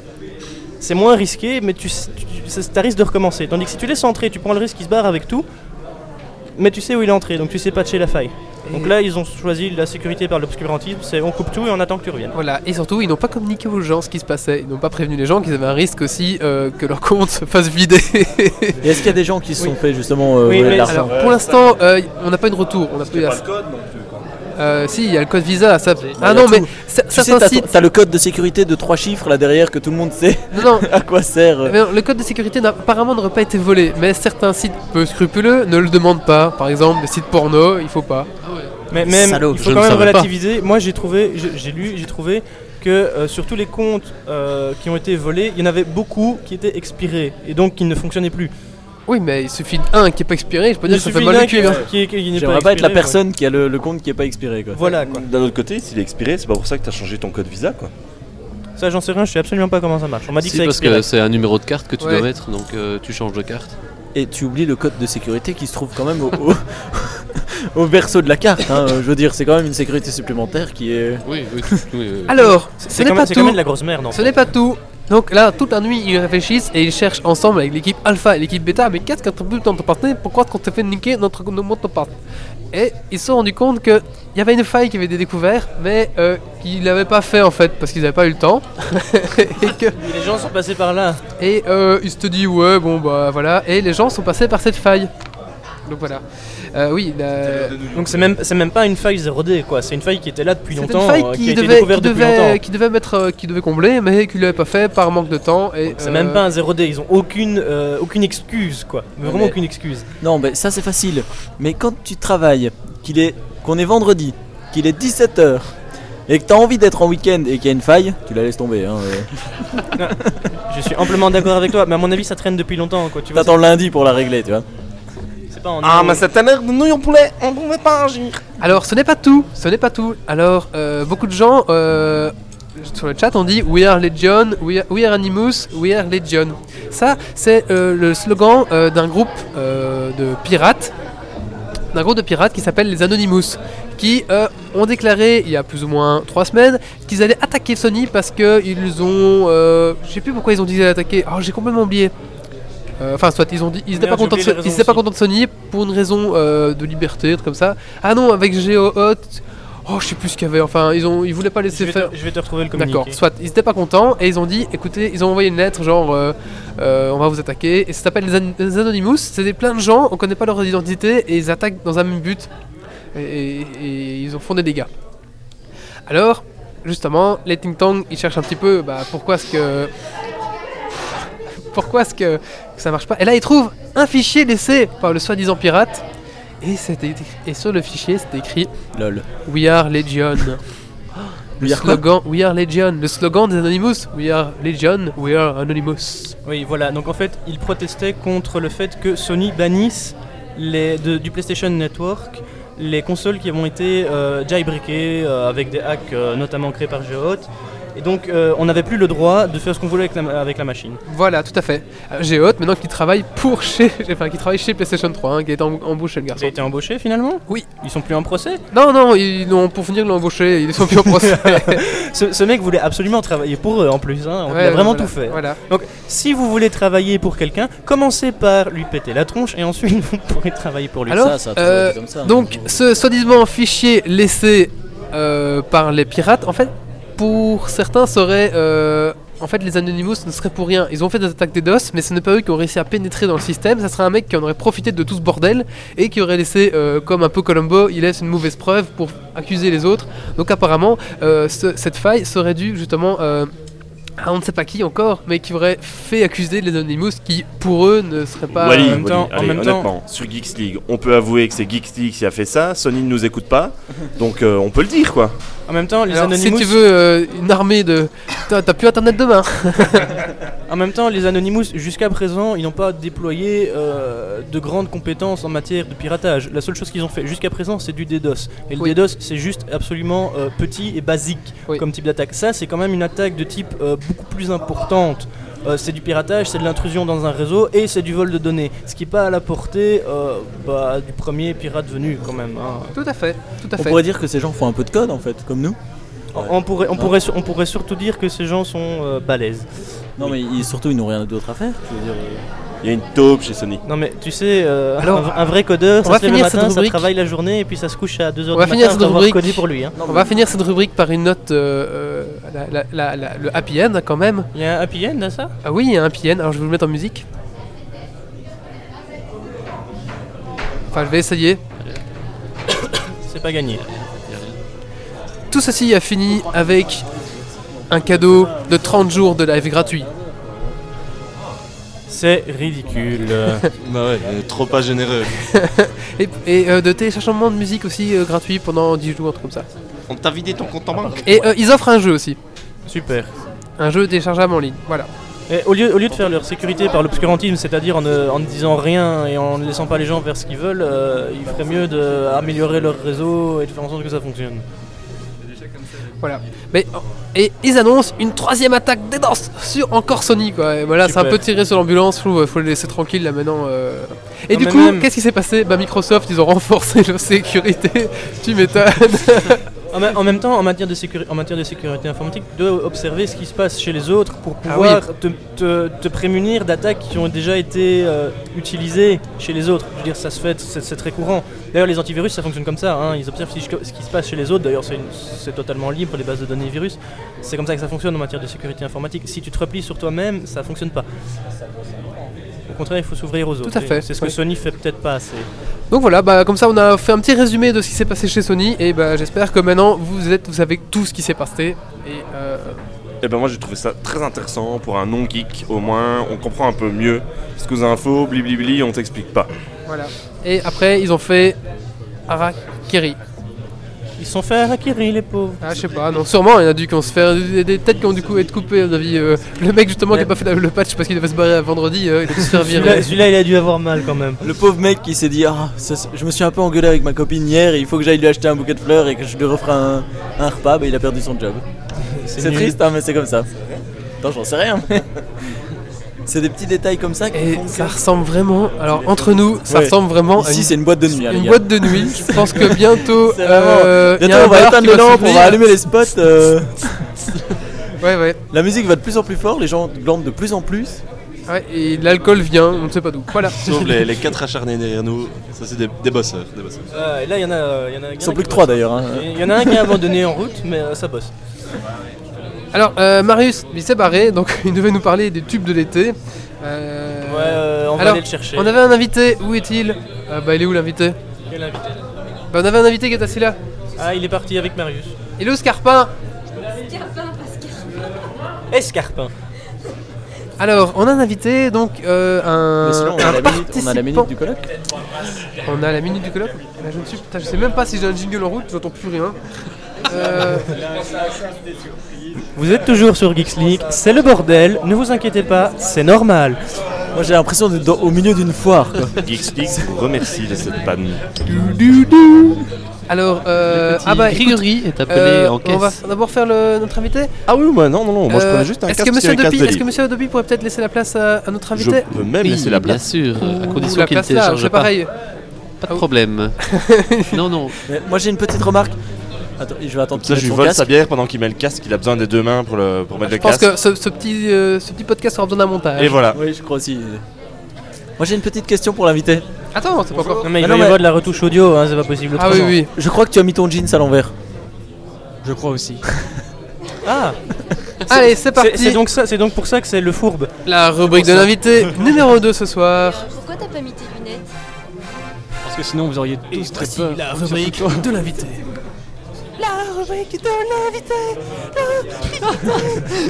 Speaker 6: C'est moins risqué, mais tu, s- tu, tu- ça- ça risque de recommencer. Tandis que si tu laisses entrer, tu prends le risque qu'il se barre avec tout, mais tu sais où il est entré, donc tu sais patcher la faille. Donc là, ils ont choisi la sécurité par l'obscurantisme, c'est on coupe tout et on attend que tu reviennes.
Speaker 1: Voilà, et surtout, ils n'ont pas communiqué aux gens ce qui se passait. Ils n'ont pas prévenu les gens qu'ils avaient un risque aussi euh, que leur compte se fasse vider.
Speaker 3: Et est-ce qu'il y a des gens qui se sont fait justement euh,
Speaker 1: Oui,
Speaker 3: voler
Speaker 1: mais
Speaker 3: de l'argent
Speaker 1: alors, pour l'instant, euh, on n'a pas eu de retour. On n'a pas eu la- Euh, si, il y a le code Visa. ça- Ah
Speaker 3: Il y a
Speaker 1: non, mais
Speaker 3: tout.
Speaker 1: ça-
Speaker 3: Tu sais,
Speaker 1: certains
Speaker 3: t'as-
Speaker 1: sites.
Speaker 3: T'as le code de sécurité de trois chiffres là derrière que tout le monde sait
Speaker 1: Non,
Speaker 3: à quoi sert. euh.
Speaker 1: Mais non, Eh le code de sécurité n'a- apparemment n'aurait pas été volé, mais certains sites peu scrupuleux ne le demandent pas. Par exemple, les sites porno, il faut pas.
Speaker 6: Mais même, il faut quand même relativiser. Moi, j'ai trouvé, j'ai j'ai lu, j'ai trouvé que euh, sur tous les comptes euh, qui ont été volés, il y en avait beaucoup qui étaient expirés et donc qui ne fonctionnaient plus.
Speaker 1: Oui, mais il suffit d'un qui est pas expiré, je peux dire
Speaker 6: Il
Speaker 1: que ça fait
Speaker 6: suffit
Speaker 1: mal
Speaker 6: d'un
Speaker 1: au cul.
Speaker 6: qui-
Speaker 1: hein.
Speaker 6: qui- qui- qui n'est
Speaker 3: J'aimerais pas être la
Speaker 6: expiré,
Speaker 3: personne qui a le, le compte qui est pas expiré quoi.
Speaker 6: Voilà, quoi.
Speaker 7: D'un autre côté, s'il est expiré, c'est pas pour ça que t'as changé ton code Visa quoi.
Speaker 6: Ça, j'en sais rien. Je sais absolument pas comment ça marche. On m'a dit
Speaker 11: Si,
Speaker 6: que ça
Speaker 11: parce
Speaker 6: expirait.
Speaker 11: que c'est un numéro de carte que tu
Speaker 6: Ouais.
Speaker 11: dois mettre, donc euh, tu changes de carte.
Speaker 3: Et tu oublies le code de sécurité qui se trouve quand même au, au- au verso de la carte. hein. Je veux dire, c'est quand même une sécurité supplémentaire qui est.
Speaker 11: Oui, oui,
Speaker 1: Alors, ce
Speaker 3: c'est
Speaker 1: n'est
Speaker 6: Euh,
Speaker 3: quand
Speaker 1: pas tout.
Speaker 3: même- c'est quand même de la grosse merde, en
Speaker 1: Ce
Speaker 3: fait.
Speaker 1: n'est pas tout. Donc là, toute la nuit, ils réfléchissent et ils cherchent ensemble avec l'équipe Alpha et l'équipe Beta. Mais qu'est-ce qu'on trouve dans ton partenaire Pourquoi est-ce qu'on te fait niquer notre nos motoparts Et ils se sont rendus compte que il y avait une faille qui avait été découverte, mais euh, qu'ils n'avaient pas fait en fait parce qu'ils n'avaient pas eu le temps. et que
Speaker 6: Les gens sont passés par là.
Speaker 1: et euh, il se te dit ouais bon bah voilà et les gens sont passés par cette faille. Donc voilà. Euh, oui. la-
Speaker 6: Donc c'est même, c'est même pas une faille 0D quoi, c'est une faille qui était là depuis
Speaker 1: C'était
Speaker 6: longtemps,
Speaker 1: une faille
Speaker 6: euh,
Speaker 1: qui,
Speaker 6: qui, a été
Speaker 1: devait, qui,
Speaker 6: découverte depuis
Speaker 1: devait,
Speaker 6: longtemps.
Speaker 1: qui devait mettre, euh, qui devait combler, mais qui ne l'avait pas fait par manque de temps. Et
Speaker 6: C'est même
Speaker 1: euh,
Speaker 6: pas un 0D, ils ont aucune, euh, aucune excuse quoi, Mais vraiment aucune excuse.
Speaker 3: Non, mais ça c'est facile. Mais quand tu travailles, qu'il est, qu'on est vendredi, qu'il est 17h, et que t'as envie d'être en week-end et qu'il y a une faille, tu la laisses tomber. Hein, euh.
Speaker 6: Je suis amplement d'accord avec toi, mais à mon avis ça traîne depuis longtemps quoi, tu vois.
Speaker 3: T'attends lundi pour la régler, tu vois.
Speaker 6: c'est pas en-
Speaker 7: Ah, mais cette année, nous, on pouvait, on pouvait pas agir.
Speaker 1: Alors, ce n'est pas tout, ce n'est pas tout. Alors, euh, beaucoup de gens euh, sur le chat ont dit We are Legion, we are, we are Animus, we are Legion. Ça, c'est euh, le slogan euh, d'un groupe euh, de pirates, d'un groupe de pirates qui s'appelle les Anonymous, qui euh, ont déclaré il y a plus ou moins trois semaines qu'ils allaient attaquer Sony parce que ils ont, euh, je sais plus pourquoi ils ont dit qu'ils allaient attaquer. Oh, j'ai complètement oublié. Euh, Enfin, soit ils ont dit, ils n'étaient
Speaker 6: Merde,
Speaker 1: pas
Speaker 6: j'ai
Speaker 1: contents de,
Speaker 6: oublié
Speaker 1: Sony-
Speaker 6: les
Speaker 1: ils étaient pas contents de Sony pour une raison euh, de liberté, un truc comme ça. Ah non, avec Geo Hot, oh je sais plus ce qu'il y avait. Enfin, ils ont, ils voulaient pas laisser
Speaker 6: Je vais,
Speaker 1: faire.
Speaker 6: te, je vais te retrouver le communiqué.
Speaker 1: D'accord, soit ils étaient pas contents et ils ont dit écoutez, ils ont envoyé une lettre genre euh, euh, on va vous attaquer et ça s'appelle les, An- les Anonymous, c'est des plein de gens, on connaît pas leur identité et ils attaquent dans un même but et, et- et ils ont font des dégâts. Alors, justement, les Ting Tang ils cherchent un petit peu bah, pourquoi est-ce que. Pourquoi est-ce que ça marche pas Et là ils trouvent un fichier laissé par le soi-disant pirate et, c'était- et sur le fichier c'était écrit
Speaker 3: Lol.
Speaker 1: We are Legion. Le
Speaker 3: We are quoi
Speaker 1: slogan We are Legion, le slogan des Anonymous. We are Legion, we are Anonymous.
Speaker 6: Oui, voilà. Donc en fait, ils protestaient contre le fait que Sony bannisse les, de- du PlayStation Network les consoles qui ont été euh, jailbreakées euh, avec des hacks euh, notamment créés par GeoHot. Et donc, euh, on n'avait plus le droit de faire ce qu'on voulait avec la, avec la machine.
Speaker 1: Voilà, tout à fait. Euh, J'ai hâte maintenant qu'il travaille pour chez, enfin qu'il travaille chez PlayStation 3, hein, qui est embauché le garçon.
Speaker 6: Il a été embauché finalement
Speaker 1: Oui.
Speaker 6: Ils sont plus en procès
Speaker 1: Non, non, ils l'ont pour finir de l'embaucher, ils sont plus en procès.
Speaker 6: ce, ce mec voulait absolument travailler pour eux en plus. hein. On
Speaker 1: Ouais,
Speaker 6: il a vraiment
Speaker 1: voilà,
Speaker 6: tout fait.
Speaker 1: voilà.
Speaker 6: Donc, si vous voulez travailler pour quelqu'un, commencez par lui péter la tronche et ensuite vous pourrez travailler pour lui.
Speaker 1: Alors, euh,
Speaker 6: hein.
Speaker 1: donc ce soi-disant fichier laissé euh, par les pirates, en fait, pour certains serait, euh, en fait, les Anonymous ne seraient pour rien. Ils ont fait des attaques des DOS, mais ce n'est pas eux qui ont réussi à pénétrer dans le système. Ça serait un mec qui en aurait profité de tout ce bordel et qui aurait laissé, euh, comme un peu Colombo, il laisse une mauvaise preuve pour accuser les autres. Donc apparemment, euh, ce- cette faille serait due justement. euh, à on ne sait pas qui encore, mais qui aurait fait accuser les Anonymous qui, pour eux, ne seraient pas.
Speaker 7: Wally, Wally, allez, honnêtement, sur Geeks League, on peut avouer que c'est Geeks League qui a fait ça. Sony ne nous écoute pas, donc euh, on peut le dire, quoi.
Speaker 6: En même temps, les
Speaker 1: Alors,
Speaker 6: Anonymous.
Speaker 1: Si tu veux euh, une armée de. Putain, T'as plus internet demain
Speaker 6: En même temps, les Anonymous, jusqu'à présent, ils n'ont pas déployé euh, de grandes compétences en matière de piratage. La seule chose qu'ils ont fait jusqu'à présent, c'est du DDoS. Et le
Speaker 1: Oui.
Speaker 6: DDoS, c'est juste absolument euh, petit et basique
Speaker 1: Oui.
Speaker 6: comme type d'attaque. Ça, c'est quand même une attaque de type euh, beaucoup plus importante. Euh, c'est du piratage, c'est de l'intrusion dans un réseau et c'est du vol de données. Ce qui n'est pas à la portée euh, bah, du premier pirate venu quand même. hein.
Speaker 1: Tout à fait, tout à
Speaker 3: On
Speaker 1: fait.
Speaker 3: pourrait dire que ces gens font un peu de code en fait, comme nous.
Speaker 6: On- On, pourrait, on,
Speaker 3: Non.
Speaker 6: pourrait, sur- on pourrait surtout dire que ces gens sont euh, balèzes.
Speaker 3: Non, mais ils- surtout ils n'ont rien d'autre à faire. je veux dire, euh.
Speaker 7: Il y a une taupe chez Sony.
Speaker 6: Non mais tu sais, euh,
Speaker 1: Alors,
Speaker 6: un, un vrai codeur,
Speaker 1: on
Speaker 6: ça
Speaker 1: va
Speaker 6: se lève le
Speaker 1: finir cette
Speaker 6: matin, ça
Speaker 1: rubrique.
Speaker 6: travaille la journée et puis ça se couche à 2h du
Speaker 1: On
Speaker 6: matin
Speaker 1: va finir
Speaker 6: après
Speaker 1: cette
Speaker 6: avoir
Speaker 1: rubrique.
Speaker 6: codé pour lui. hein.
Speaker 1: On va finir cette rubrique par une note. euh, euh, la- la- la- la- le happy end quand même.
Speaker 6: Il y a un happy end à ça
Speaker 1: Ah oui, il y a un happy end, alors je vais vous le mettre en musique. Enfin, je vais essayer.
Speaker 6: C'est pas gagné.
Speaker 1: Tout ceci a fini avec un cadeau de 30 jours de live gratuit.
Speaker 6: C'est ridicule.
Speaker 14: Bah ouais, euh, trop pas généreux.
Speaker 1: Et, et, euh, de téléchargement de musique aussi euh, gratuit pendant 10 jours, un truc comme ça.
Speaker 14: On t'a vidé ton compte en banque
Speaker 1: Et euh, ils offrent un jeu aussi.
Speaker 6: Super.
Speaker 1: Un jeu téléchargeable en ligne. Voilà.
Speaker 6: Et au, lieu, au lieu de faire leur sécurité par l'obscurantisme, c'est-à-dire en, ne- en ne disant rien et en ne laissant pas les gens vers ce qu'ils veulent, euh, il ferait mieux d'améliorer leur réseau et de faire en sorte que ça fonctionne.
Speaker 1: Voilà. Mais, et ils annoncent une troisième attaque des danses sur encore Sony, quoi. Et voilà, c'est un
Speaker 6: Super.
Speaker 1: peu tiré sur l'ambulance, je trouve. euh, Faut les laisser tranquilles là maintenant. euh. Et
Speaker 6: Non,
Speaker 1: du
Speaker 6: mais
Speaker 1: coup,
Speaker 6: même-
Speaker 1: qu'est-ce qui s'est passé Bah, Microsoft, ils ont renforcé leur sécurité. tu m'étonnes.
Speaker 6: En, ma- en même temps, en matière, de sécuri- en matière de sécurité informatique, tu dois observer ce qui se passe chez les autres pour
Speaker 4: Ah
Speaker 6: pouvoir te, te- te prémunir d'attaques qui ont déjà été euh, utilisées chez les autres. Je veux dire, ça se fait, c'est c'est très courant. D'ailleurs, les antivirus, ça fonctionne comme ça. hein. Ils observent si- ce qui se passe chez les autres. D'ailleurs, c'est une- c'est totalement libre, les bases de données virus. C'est comme ça que ça fonctionne en matière de sécurité informatique. Si tu te replies sur toi-même, ça fonctionne pas. Au contraire, il faut s'ouvrir aux autres.
Speaker 1: à fait,
Speaker 6: Et C'est ce que
Speaker 1: ouais.
Speaker 6: Sony fait peut-être pas assez.
Speaker 1: Donc voilà, bah, comme ça on a fait un petit résumé de ce qui s'est passé chez Sony et bah, j'espère que maintenant vous êtes, vous savez tout ce qui s'est passé. Et euh,
Speaker 7: Et ben moi j'ai trouvé ça très intéressant pour un non geek au moins on comprend un peu mieux parce qu'aux infos bliblibli on t'explique pas.
Speaker 1: voilà. Et après ils ont fait Harakiri.
Speaker 6: Ils se sont fait Harakiri les pauvres.
Speaker 1: Ah je sais pas, non sûrement il y en a dû qui vont se faire des, des têtes qui ont du coup être coupées à mon avis. euh, le mec justement qui a pas fait la- le patch parce qu'il devait se barrer à vendredi, euh, il a dû se faire virer.
Speaker 6: Celui-là, celui-là, il a dû avoir mal quand même.
Speaker 3: Le pauvre mec qui s'est dit Ah, ça, c'est- je me suis un peu engueulé avec ma copine hier, et il faut que j'aille lui acheter un bouquet de fleurs et que je lui referai un, un repas, bah, il a perdu son job.
Speaker 6: C'est
Speaker 3: C'est
Speaker 6: nul.
Speaker 3: triste, hein, mais c'est comme ça. Attends, j'en sais rien. mais c'est des petits détails comme ça.
Speaker 1: Et ça ressemble vraiment, alors entre nous, ça ressemble vraiment à
Speaker 3: Ici,
Speaker 1: une-
Speaker 3: c'est une boîte de nuit. hein, les
Speaker 1: une
Speaker 3: gars.
Speaker 1: boîte de nuit. Je pense que bientôt,
Speaker 3: C'est vraiment-
Speaker 1: euh, y a
Speaker 3: bientôt,
Speaker 1: un
Speaker 3: on va
Speaker 1: bar
Speaker 3: éteindre
Speaker 1: qui
Speaker 3: les
Speaker 1: va
Speaker 3: lampes, on va
Speaker 1: s'ouvrir.
Speaker 3: allumer les spots. euh.
Speaker 1: Ouais, ouais.
Speaker 3: La musique va de plus en plus fort, les gens glandent de plus en plus.
Speaker 1: Ouais, et l'alcool vient, on ne sait pas d'où. Voilà.
Speaker 15: Sauf les, les quatre acharnés derrière nous, ça c'est des, des bosseurs. Des bosseurs.
Speaker 6: Ah, et là, il y en a. euh, il y en a il y en a
Speaker 3: Ils sont
Speaker 6: qui
Speaker 3: plus que
Speaker 6: bossent.
Speaker 3: trois, d'ailleurs, hein.
Speaker 6: Il y en a un qui a abandonné en route, mais euh, ça bosse.
Speaker 1: Alors, euh, Marius, il s'est barré, donc il devait nous parler des tubes de l'été. Euh,
Speaker 6: Ouais, euh, on va
Speaker 1: alors,
Speaker 6: aller le chercher.
Speaker 1: On avait un invité, où est-il Euh, Bah, il est où l'invité
Speaker 6: Quel invité
Speaker 1: Bah, on avait un invité qui est assis là.
Speaker 6: Ah, il est parti avec Marius.
Speaker 1: Il est où Scarpin
Speaker 5: Scarpin, pas Scarpin.
Speaker 6: Escarpin.
Speaker 1: Alors, on a un invité, donc euh, un.
Speaker 3: Mais sinon, on a
Speaker 1: un
Speaker 3: la minute- on a la minute
Speaker 1: participant.
Speaker 3: du colloque
Speaker 1: On a la minute du colloque Là, je, ne suis... putain, je sais même pas si j'ai un jingle en route, j'entends plus rien. Euh,
Speaker 6: Vous êtes toujours sur Geeks League, c'est le bordel, ne vous inquiétez pas, c'est normal.
Speaker 3: Moi j'ai l'impression d'être dans- au milieu d'une foire. quoi.
Speaker 7: Geekspeak vous remercie de cette panne.
Speaker 1: Alors, euh,
Speaker 11: petit
Speaker 1: ah bah,
Speaker 11: Grigori
Speaker 1: écoute,
Speaker 11: est appelé
Speaker 1: euh,
Speaker 11: en
Speaker 1: On va
Speaker 11: caisse.
Speaker 1: d'abord faire le- notre invité Euh,
Speaker 7: Ah oui, bah non, non, non, moi je prenais juste un
Speaker 1: est-ce
Speaker 7: casque
Speaker 1: que monsieur
Speaker 7: qui a un casque
Speaker 1: Adopi-
Speaker 7: de
Speaker 1: Est-ce que
Speaker 7: lit.
Speaker 1: monsieur Adopi pourrait peut-être laisser la place à, à notre
Speaker 7: Je
Speaker 1: invité
Speaker 7: peux même laisser la
Speaker 11: bien
Speaker 7: place.
Speaker 11: sûr, à
Speaker 1: Ouh,
Speaker 11: condition
Speaker 1: la
Speaker 11: qu'il ne
Speaker 1: place là,
Speaker 11: télécharge
Speaker 1: c'est
Speaker 11: pas.
Speaker 1: pareil.
Speaker 11: Pas de problème. non, non.
Speaker 3: Mais moi j'ai une petite remarque. Attends, je vais attendre
Speaker 7: Comme ça, je
Speaker 3: qu'il mette
Speaker 7: lui
Speaker 3: son
Speaker 7: vole
Speaker 3: casque.
Speaker 7: sa bière pendant qu'il met le casque. Il a besoin des deux mains pour, le, pour mettre
Speaker 1: Je
Speaker 7: le
Speaker 1: pense
Speaker 7: casque.
Speaker 1: que ce, ce petit, euh, ce petit podcast aura besoin d'un montage.
Speaker 7: Et voilà.
Speaker 3: Oui, je crois aussi. Moi j'ai une petite question pour l'invité.
Speaker 1: Attends, c'est pas encore.
Speaker 6: Non, mais il
Speaker 3: Ah
Speaker 6: va
Speaker 3: non,
Speaker 6: y
Speaker 3: mais-
Speaker 6: avoir de la retouche audio, hein, c'est pas possible.
Speaker 1: Ah oui,
Speaker 6: autrement.
Speaker 1: oui.
Speaker 3: Je crois que tu as mis ton jeans à l'envers.
Speaker 16: Je crois aussi.
Speaker 6: Ah
Speaker 1: Allez, c'est parti.
Speaker 6: C'est donc, ça- c'est donc pour ça que c'est le fourbe.
Speaker 1: La rubrique de
Speaker 6: C'est pour ça.
Speaker 1: l'invité numéro 2 ce soir.
Speaker 5: Pourquoi t'as pas mis tes lunettes
Speaker 16: Parce que sinon vous auriez tous très peur.
Speaker 4: la
Speaker 16: Surtout
Speaker 4: rubrique
Speaker 16: toi.
Speaker 4: de l'invité.
Speaker 10: La rubrique de l'invité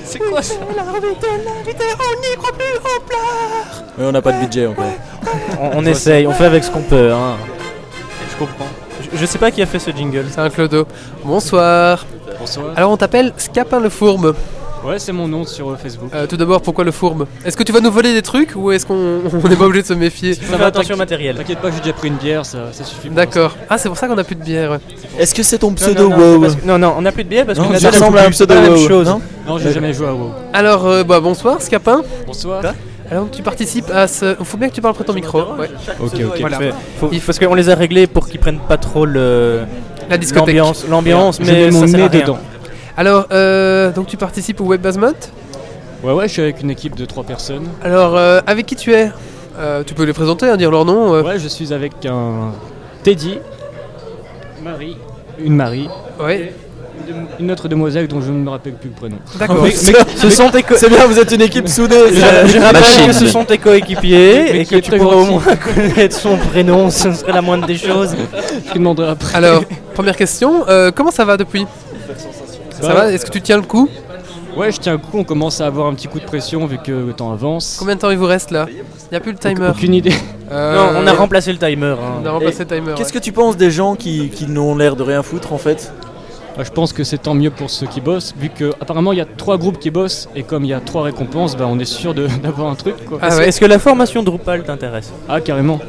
Speaker 10: C'est quoi ça La rubrique de l'invité, on n'y croit plus, on pleure
Speaker 3: Mais on n'a pas de budget encore.
Speaker 6: On, on essaye, on fait avec ce qu'on peut. hein.
Speaker 16: Je comprends.
Speaker 6: Je, je sais pas qui a fait ce jingle.
Speaker 1: C'est un clodo. Bonsoir.
Speaker 16: Bonsoir.
Speaker 1: Alors on t'appelle Scapin le fourbe.
Speaker 16: Ouais, c'est mon nom sur euh, Facebook.
Speaker 1: Euh, tout d'abord, pourquoi le fourbe Est-ce que tu vas nous voler des trucs ou est-ce qu'on on n'est pas obligé de se méfier
Speaker 6: Faut faire attention au matériel.
Speaker 16: T'inquiète pas, j'ai déjà pris une bière, ça, ça suffit. pour
Speaker 1: D'accord. Ah, c'est pour ça qu'on a plus de bière. ouais.
Speaker 3: Est-ce que c'est ton
Speaker 6: Non,
Speaker 3: pseudo
Speaker 6: non, non, c'est
Speaker 3: WoW
Speaker 6: parce que- non, non, on a plus de billets parce
Speaker 3: Non,
Speaker 6: qu'on a
Speaker 3: ça ressemble à un pseudo
Speaker 6: la même
Speaker 3: WoW,
Speaker 6: chose.
Speaker 3: non
Speaker 16: moi. Non, j'ai jamais joué à WoW.
Speaker 1: Alors, euh, bah bonsoir Scapin.
Speaker 16: Bonsoir.
Speaker 1: Alors tu participes à ce. Faut bien que tu parles près de ton micro. Ouais.
Speaker 16: Ok, ok.
Speaker 1: Voilà.
Speaker 6: Fait- faut- parce qu'on les a réglés pour qu'ils prennent pas trop le
Speaker 1: La discothèque.
Speaker 6: l'ambiance, l'ambiance,
Speaker 16: Je
Speaker 6: mais
Speaker 16: mets mon
Speaker 6: ça sert à
Speaker 16: nez
Speaker 6: rien.
Speaker 16: dedans.
Speaker 1: Alors, euh, donc tu participes au Web Basement.
Speaker 16: Ouais, ouais, je suis avec une équipe de trois personnes.
Speaker 1: Alors, euh, avec qui tu es Euh, Tu peux les présenter, hein, dire leur nom. euh.
Speaker 16: Ouais, je suis avec un Teddy, Marie, une Marie,
Speaker 1: Ouais.
Speaker 16: une dem- une autre demoiselle dont je ne me rappelle plus le prénom.
Speaker 1: D'accord.
Speaker 6: Ce sont tes co-
Speaker 3: C'est bien, vous êtes une équipe soudée.
Speaker 6: Je, je rappelle
Speaker 11: Machine.
Speaker 6: que ce sont tes coéquipiers
Speaker 16: Mais
Speaker 6: et
Speaker 16: qui
Speaker 6: que
Speaker 16: est
Speaker 6: tu
Speaker 16: très
Speaker 6: pourrais au
Speaker 16: gentil.
Speaker 6: moins connaître son prénom,
Speaker 1: Ah
Speaker 6: ce serait la moindre des choses.
Speaker 16: Je te demanderai après.
Speaker 1: Alors, première question. euh, comment ça va depuis Ça va Est-ce que tu tiens le coup
Speaker 16: Ouais, je tiens le coup, on commence à avoir un petit coup de pression vu que le temps avance.
Speaker 1: Combien de temps il vous reste là Il n'y a plus le timer.
Speaker 16: Aucune idée.
Speaker 1: Euh,
Speaker 6: Non, on a remplacé le timer. hein.
Speaker 1: on a remplacé le timer.
Speaker 3: Qu'est-ce que tu penses des gens qui, qui n'ont l'air de rien foutre en fait
Speaker 16: Bah, je pense que c'est tant mieux pour ceux qui bossent, vu que apparemment il y a trois groupes qui bossent et comme il y a trois récompenses, bah, on est sûr de- d'avoir un truc. Quoi.
Speaker 1: Ah
Speaker 6: Est-ce
Speaker 1: ouais.
Speaker 6: est-ce que la formation Drupal t'intéresse
Speaker 16: Ah, carrément.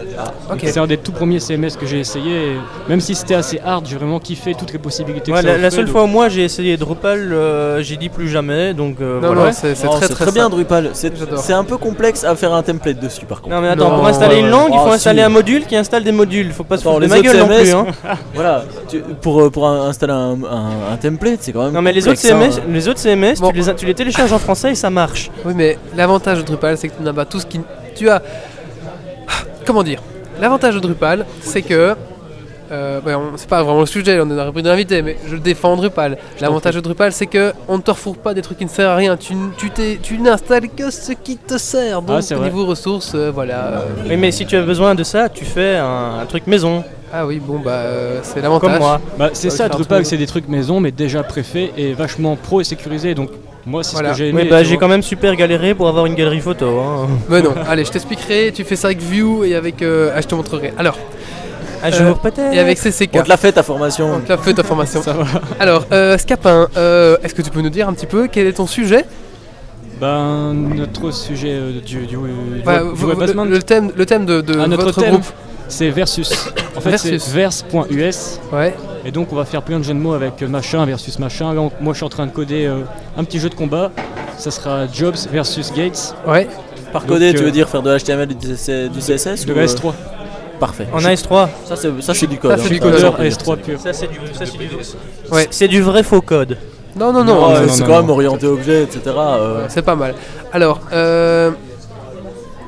Speaker 1: Ok.
Speaker 16: C'est un des tout premiers CMS que j'ai essayé. et même si c'était assez hard, j'ai vraiment kiffé toutes les possibilités.
Speaker 6: Ouais,
Speaker 16: que ça
Speaker 6: la, la
Speaker 16: offrait,
Speaker 6: seule
Speaker 16: donc-
Speaker 6: fois où moi j'ai essayé Drupal, euh, j'ai dit plus jamais, donc euh,
Speaker 1: Non,
Speaker 6: voilà.
Speaker 1: non, c'est c'est
Speaker 3: Non,
Speaker 1: très,
Speaker 3: c'est
Speaker 1: très,
Speaker 3: bien
Speaker 1: simple.
Speaker 3: Drupal. C'est
Speaker 1: J'adore.
Speaker 3: c'est un peu complexe à faire un template dessus par contre.
Speaker 6: Non mais attends,
Speaker 1: Non,
Speaker 6: pour installer
Speaker 1: ouais,
Speaker 6: une
Speaker 1: ouais.
Speaker 6: langue, il
Speaker 3: Oh,
Speaker 6: faut
Speaker 3: si.
Speaker 6: installer un module qui installe des modules, faut pas se
Speaker 3: Attends,
Speaker 6: foutre de
Speaker 3: les
Speaker 6: ma
Speaker 3: autres
Speaker 6: gueule non
Speaker 3: CMS,
Speaker 6: plus. hein.
Speaker 3: Voilà, tu- pour, euh, pour un- installer un, un un, un template, c'est quand même.
Speaker 6: Non mais les autres
Speaker 3: complexe,
Speaker 6: CMS,
Speaker 3: hein.
Speaker 6: les autres CMS tu, les, as- tu les télécharges en français et ça marche.
Speaker 1: Oui, mais l'avantage de Drupal, c'est que tu n'as pas tout ce qui. Tu as. Comment dire L'avantage de Drupal, c'est que. euh, ouais, on- c'est pas vraiment le sujet, on aurait pris de l'invité, mais je défends Drupal. L'avantage de Drupal, c'est que on ne te refourre pas des trucs qui ne servent à rien. Tu, n- tu, t'es- tu n'installes que ce qui te sert. Donc,
Speaker 6: Ah, c'est
Speaker 1: au
Speaker 6: vrai.
Speaker 1: niveau ressources, euh, voilà. euh,
Speaker 6: Oui mais si tu as besoin de ça, tu fais un, un truc maison.
Speaker 1: Ah oui bon bah c'est l'avantage.
Speaker 6: Comme moi.
Speaker 16: Bah, c'est
Speaker 1: Bah,
Speaker 16: ça,
Speaker 1: faire un
Speaker 16: Drupal,
Speaker 1: truc.
Speaker 16: c'est des trucs maison, mais déjà préfet et vachement pro et sécurisé. Donc, moi, c'est ce que j'ai aimé.
Speaker 6: Mais bah
Speaker 16: tu
Speaker 6: j'ai
Speaker 16: vois.
Speaker 6: quand même super galéré pour avoir une galerie photo. hein.
Speaker 1: Mais Bah, Ben non, allez, je t'expliquerai. Tu fais ça avec Vue et avec. euh, ah, je te montrerai. Alors. Euh,
Speaker 6: Un jour peut-être.
Speaker 1: Et avec CCK.
Speaker 3: On te l'a fait ta formation.
Speaker 1: On te l'a fait ta formation. Alors, euh, Scapin, euh, est-ce que tu peux nous dire un petit peu quel est ton sujet
Speaker 16: Ben, notre sujet euh, du, du, du
Speaker 1: Bah,
Speaker 16: web- du
Speaker 1: vous-
Speaker 16: web
Speaker 1: le-
Speaker 16: basement.
Speaker 1: le thème- le thème de- de
Speaker 16: Ah, notre
Speaker 1: votre
Speaker 16: thème,
Speaker 1: groupe.
Speaker 16: C'est Versus. En fait, c'est
Speaker 1: Versus.
Speaker 16: verse.us.
Speaker 1: Ouais.
Speaker 16: Et donc, on va faire plein de jeux de mots avec euh, machin versus machin. Là, on- moi, je suis en train de coder euh, un petit jeu de combat. Ça sera Jobs versus Gates. euh,
Speaker 1: Ouais.
Speaker 3: Par coder, tu veux dire faire de HTML et du, CC du CSS
Speaker 16: de
Speaker 3: ou,
Speaker 16: la
Speaker 3: euh,
Speaker 16: S3.
Speaker 3: Parfait.
Speaker 6: En AS3.
Speaker 3: Ça, c'est ça, c'est du code. hein. Ça,
Speaker 16: S3 pur.
Speaker 6: Ça c'est du, ça, c'est du-
Speaker 1: Ouais.
Speaker 6: c'est du vrai faux code.
Speaker 1: Non, non, non.
Speaker 3: Ouais, c'est quand même orienté objet, etc. euh,
Speaker 1: C'est pas mal. Alors, euh,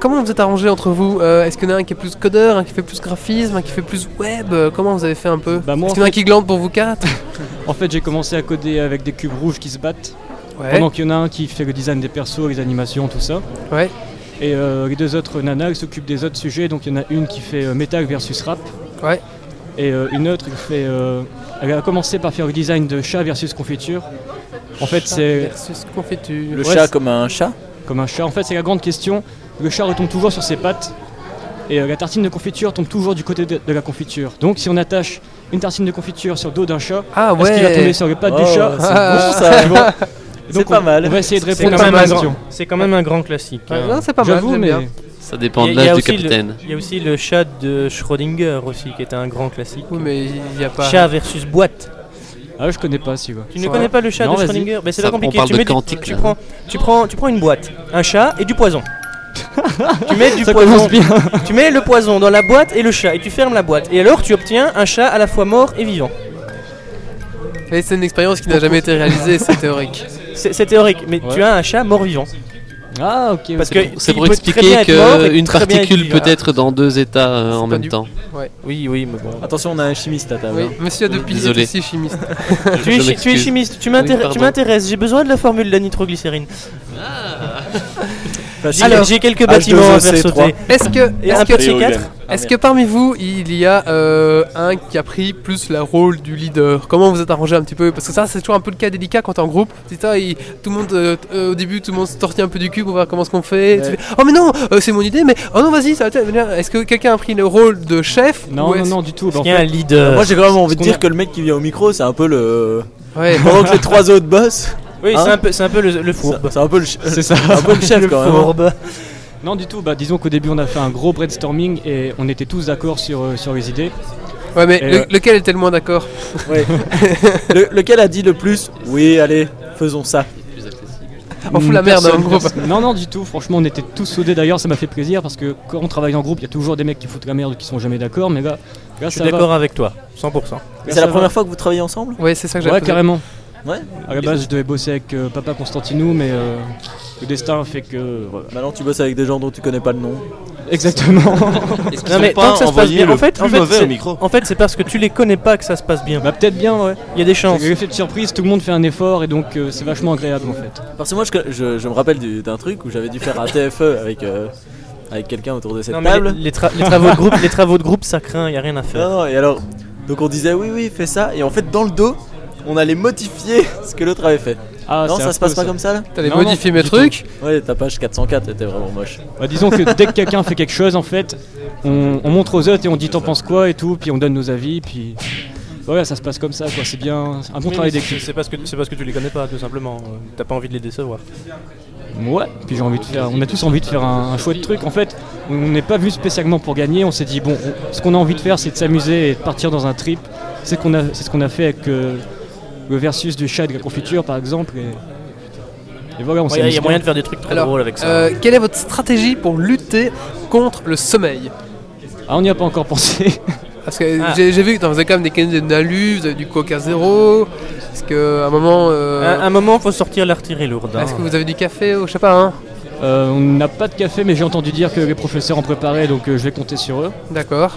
Speaker 1: comment vous êtes arrangés entre vous Euh, Est-ce qu'il y en a un qui est plus codeur, un qui fait plus graphisme, un qui fait plus web Euh, Comment vous avez fait un peu
Speaker 16: Bah, moi,
Speaker 1: Est-ce
Speaker 16: en
Speaker 1: qu'il y en a un
Speaker 16: fait-
Speaker 1: qui glande pour vous quatre
Speaker 16: En fait, j'ai commencé à coder avec des cubes rouges qui se battent.
Speaker 1: Ouais.
Speaker 16: Pendant qu'il y en a un qui fait le design des persos, les animations, tout ça.
Speaker 1: Ouais.
Speaker 16: Et euh, les deux autres nanas elles s'occupent des autres sujets. Donc il y en a une qui fait euh, métal versus rap.
Speaker 1: Ouais.
Speaker 16: Et euh, une autre qui fait. euh, elle a commencé par faire le design de chat versus confiture. En fait,
Speaker 1: Chat
Speaker 16: c'est.
Speaker 1: versus confiture.
Speaker 3: Le
Speaker 16: Ouais,
Speaker 3: chat
Speaker 16: c'est-
Speaker 3: comme un chat
Speaker 16: Comme un chat. En fait, c'est la grande question. Le chat retombe toujours sur ses pattes. Et euh, la tartine de confiture tombe toujours du côté de, de la confiture. Donc si on attache une tartine de confiture sur le dos d'un chat,
Speaker 1: Ah
Speaker 16: est-ce qu'il va
Speaker 1: ouais.
Speaker 16: tomber sur les pattes
Speaker 1: Oh,
Speaker 16: du chat
Speaker 1: c'est Ah. bon, ça.
Speaker 16: Tu vois Et
Speaker 3: C'est
Speaker 16: donc,
Speaker 3: pas
Speaker 16: on-
Speaker 3: mal.
Speaker 16: On va essayer de
Speaker 6: C'est
Speaker 16: répondre
Speaker 6: quand
Speaker 16: à
Speaker 6: même
Speaker 16: ma
Speaker 6: un
Speaker 16: question.
Speaker 6: grand- C'est quand même un grand classique.
Speaker 1: Ouais,
Speaker 6: hein.
Speaker 1: Ah, non, c'est pas mal,
Speaker 16: J'avoue,
Speaker 1: j'aime
Speaker 16: mais-
Speaker 1: bien.
Speaker 11: Ça dépend de
Speaker 6: Il y a- il y a
Speaker 11: l'âge du
Speaker 6: aussi le-
Speaker 11: capitaine.
Speaker 6: Il y a aussi le chat de Schrödinger aussi qui était un grand classique.
Speaker 1: Oui, mais il y a pas-
Speaker 6: Chat versus boîte.
Speaker 16: Ah, je connais pas celui-là.
Speaker 6: Tu ne connais pas le chat
Speaker 16: Non,
Speaker 6: de
Speaker 16: vas-y.
Speaker 6: Schrödinger Mais c'est
Speaker 16: Ça,
Speaker 6: pas
Speaker 16: on
Speaker 6: compliqué.
Speaker 16: parle
Speaker 6: tu
Speaker 16: de
Speaker 6: mets du-
Speaker 16: quantique,
Speaker 6: tu
Speaker 16: là.
Speaker 6: prends, tu prends, tu prends une boîte, un chat et du poison. tu mets du
Speaker 16: Ça
Speaker 6: poison.
Speaker 16: commence bien.
Speaker 6: tu mets le poison dans la boîte et le chat et tu fermes la boîte et alors tu obtiens un chat à la fois mort et vivant.
Speaker 1: Et c'est une expérience qui n'a jamais été réalisée, c'est théorique.
Speaker 6: C'est c'est théorique, mais
Speaker 1: Ouais.
Speaker 6: tu as un chat mort-vivant.
Speaker 16: Ah ok.
Speaker 6: Parce
Speaker 11: C'est
Speaker 6: que
Speaker 11: pour- c'est
Speaker 6: il
Speaker 11: pour
Speaker 6: peut très bien
Speaker 11: expliquer
Speaker 6: être mort et
Speaker 11: qu'une
Speaker 6: très bien
Speaker 11: particule
Speaker 6: être
Speaker 11: peut
Speaker 6: vivant.
Speaker 11: être dans deux états euh, en même
Speaker 6: du-
Speaker 11: temps.
Speaker 6: Oui, oui, mais bon.
Speaker 3: Attention, on a un chimiste à table.
Speaker 1: Oui,
Speaker 3: hein.
Speaker 1: monsieur de Pizzi est
Speaker 11: Désolé.
Speaker 1: aussi chimiste.
Speaker 6: tu, es, chi- tu es chimiste, tu m'intéresses, tu m'intéresses, j'ai besoin de la formule de la nitroglycérine.
Speaker 16: Ah.
Speaker 6: J'ai- j'ai quelques bâtiments à
Speaker 16: E
Speaker 6: faire sauter.
Speaker 1: Est-ce que,
Speaker 6: Et
Speaker 1: est-ce
Speaker 6: un
Speaker 1: que-
Speaker 6: petit quatre
Speaker 16: Ah,
Speaker 1: est-ce que parmi vous, il y a euh, un qui a pris plus la rôle du leader Comment vous êtes arrangé un petit peu Parce que ça, c'est toujours un peu le cas délicat quand t'es en groupe. C'est ça, il- tout le monde, euh, t- euh, au début, tout le monde se tortille un peu du cul pour voir comment ce qu'on fait. Tu
Speaker 16: Ouais.
Speaker 1: fais, oh mais non, euh, c'est mon idée, mais oh non, vas-y, ça va t- venir. Est-ce que quelqu'un a pris le rôle de chef
Speaker 16: Non,
Speaker 1: ou
Speaker 16: non,
Speaker 1: est-ce-
Speaker 16: non, du tout. Bah, en
Speaker 6: qu'il y a
Speaker 16: fait,
Speaker 6: un leader
Speaker 3: euh, Moi, j'ai quand même envie
Speaker 16: ce
Speaker 3: de
Speaker 16: qu'on
Speaker 3: dire
Speaker 16: a-
Speaker 3: que le mec qui vient au micro, c'est un peu le.
Speaker 1: Ouais.
Speaker 3: Pendant que les trois autres bossent.
Speaker 6: Oui, c'est
Speaker 3: hein,
Speaker 6: un peu, c'est un peu le, le fourbe.
Speaker 3: c'est- C'est un peu le. ch-
Speaker 16: C'est ça.
Speaker 3: un peu le chef quand même. hein.
Speaker 6: fourbe.
Speaker 16: Non, du tout. Bah, disons qu'au début, on a fait un gros brainstorming et on était tous d'accord sur, euh, sur les idées.
Speaker 1: Ouais, mais
Speaker 16: Et,
Speaker 1: le-
Speaker 16: euh,
Speaker 1: lequel était le moins d'accord
Speaker 3: Ouais. Le- lequel a dit le plus Oui, allez, faisons ça.
Speaker 1: On fout la merde hein, dans
Speaker 16: Hmm, personne,
Speaker 1: le groupe.
Speaker 16: personne. Non, non, du tout. Franchement, on était tous soudés. D'ailleurs, ça m'a fait plaisir parce que quand on travaille en groupe, il y a toujours des mecs qui foutent la merde ou qui sont jamais d'accord. Mais là, là
Speaker 6: Je suis
Speaker 16: ça va.
Speaker 6: d'accord avec toi,
Speaker 3: Mais
Speaker 6: 100%.
Speaker 16: Là,
Speaker 3: C'est
Speaker 16: ça
Speaker 3: la
Speaker 16: va.
Speaker 3: première fois que vous travaillez ensemble
Speaker 1: Ouais, c'est ça que j'avais
Speaker 16: Ouais,
Speaker 1: posé.
Speaker 16: carrément.
Speaker 3: Ouais.
Speaker 16: À la base, je devais bosser avec euh, papa Constantinou, mais euh, le destin fait que. voilà.
Speaker 3: Maintenant, tu bosses avec des gens dont tu connais pas le nom.
Speaker 16: Exactement.
Speaker 17: Est-ce
Speaker 6: Non, mais tant que ça se passe bien, en fait, en fait,
Speaker 17: mauvais au
Speaker 6: c'est-
Speaker 17: micro
Speaker 6: en fait, c'est parce que tu les connais pas que ça se passe bien.
Speaker 16: bah, peut-être bien, ouais.
Speaker 6: Il y a des chances.
Speaker 16: C'est l'effet de surprise, tout le monde fait un effort et donc euh, c'est vachement agréable en fait.
Speaker 3: Parce que moi, je, je- je me rappelle du- d'un truc où j'avais dû faire un TFE avec, euh, avec quelqu'un autour de cette
Speaker 6: Non, mais
Speaker 3: table.
Speaker 6: les, les tra- les travaux de groupe, les travaux de groupe, ça craint, il y a rien à faire.
Speaker 3: Non, non, et alors, donc on disait oui, oui, fais ça, et en fait, dans le dos, on allait modifier ce que l'autre avait fait.
Speaker 16: Ah,
Speaker 3: non,
Speaker 16: c'est
Speaker 3: ça se passe
Speaker 16: affreux,
Speaker 3: pas
Speaker 16: ça.
Speaker 3: comme ça là
Speaker 1: T'allais
Speaker 16: Non, non,
Speaker 1: modifier mes
Speaker 16: du
Speaker 1: trucs
Speaker 3: Ouais, ta page 404 était vraiment moche.
Speaker 16: Bah, disons que dès que quelqu'un fait quelque chose, en fait, on, on montre aux autres et on dit t'en penses quoi et tout, puis on donne nos avis, puis voilà, ça se passe comme ça, quoi. C'est bien, un bon
Speaker 6: Oui,
Speaker 16: travail
Speaker 6: mais
Speaker 16: d'équipe.
Speaker 6: c'est- C'est parce, que- c'est parce que tu les connais pas, tout simplement. Euh, T'as pas envie de les décevoir.
Speaker 16: Ouais. Puis j'ai envie de faire, on a tous envie de faire un, un chouette truc. En fait, on n'est pas venu spécialement pour gagner. On s'est dit bon, on- ce qu'on a envie de faire, c'est de s'amuser et de partir dans un trip. C'est ce qu'on a, c'est ce qu'on a fait avec euh, le versus du chat et de la confiture, par exemple. Et, et voilà, on
Speaker 6: Il
Speaker 16: s'est
Speaker 6: y a moyen de faire des trucs très drôles avec ça.
Speaker 1: euh, quelle est votre stratégie pour lutter contre le sommeil
Speaker 16: Ah, on n'y a pas encore pensé.
Speaker 1: Parce que j'ai j'ai vu que t'en faisais quand même des canettes de Nalu, vous avez du Coca Zéro. Est-ce qu'à un moment. euh,
Speaker 6: À un moment, faut sortir l'artillerie lourde. hein.
Speaker 1: Est-ce que vous avez du café au Je sais pas, hein
Speaker 16: Euh, on n'a pas de café, mais j'ai entendu dire que les professeurs en préparaient, donc euh, je vais compter sur eux.
Speaker 1: D'accord.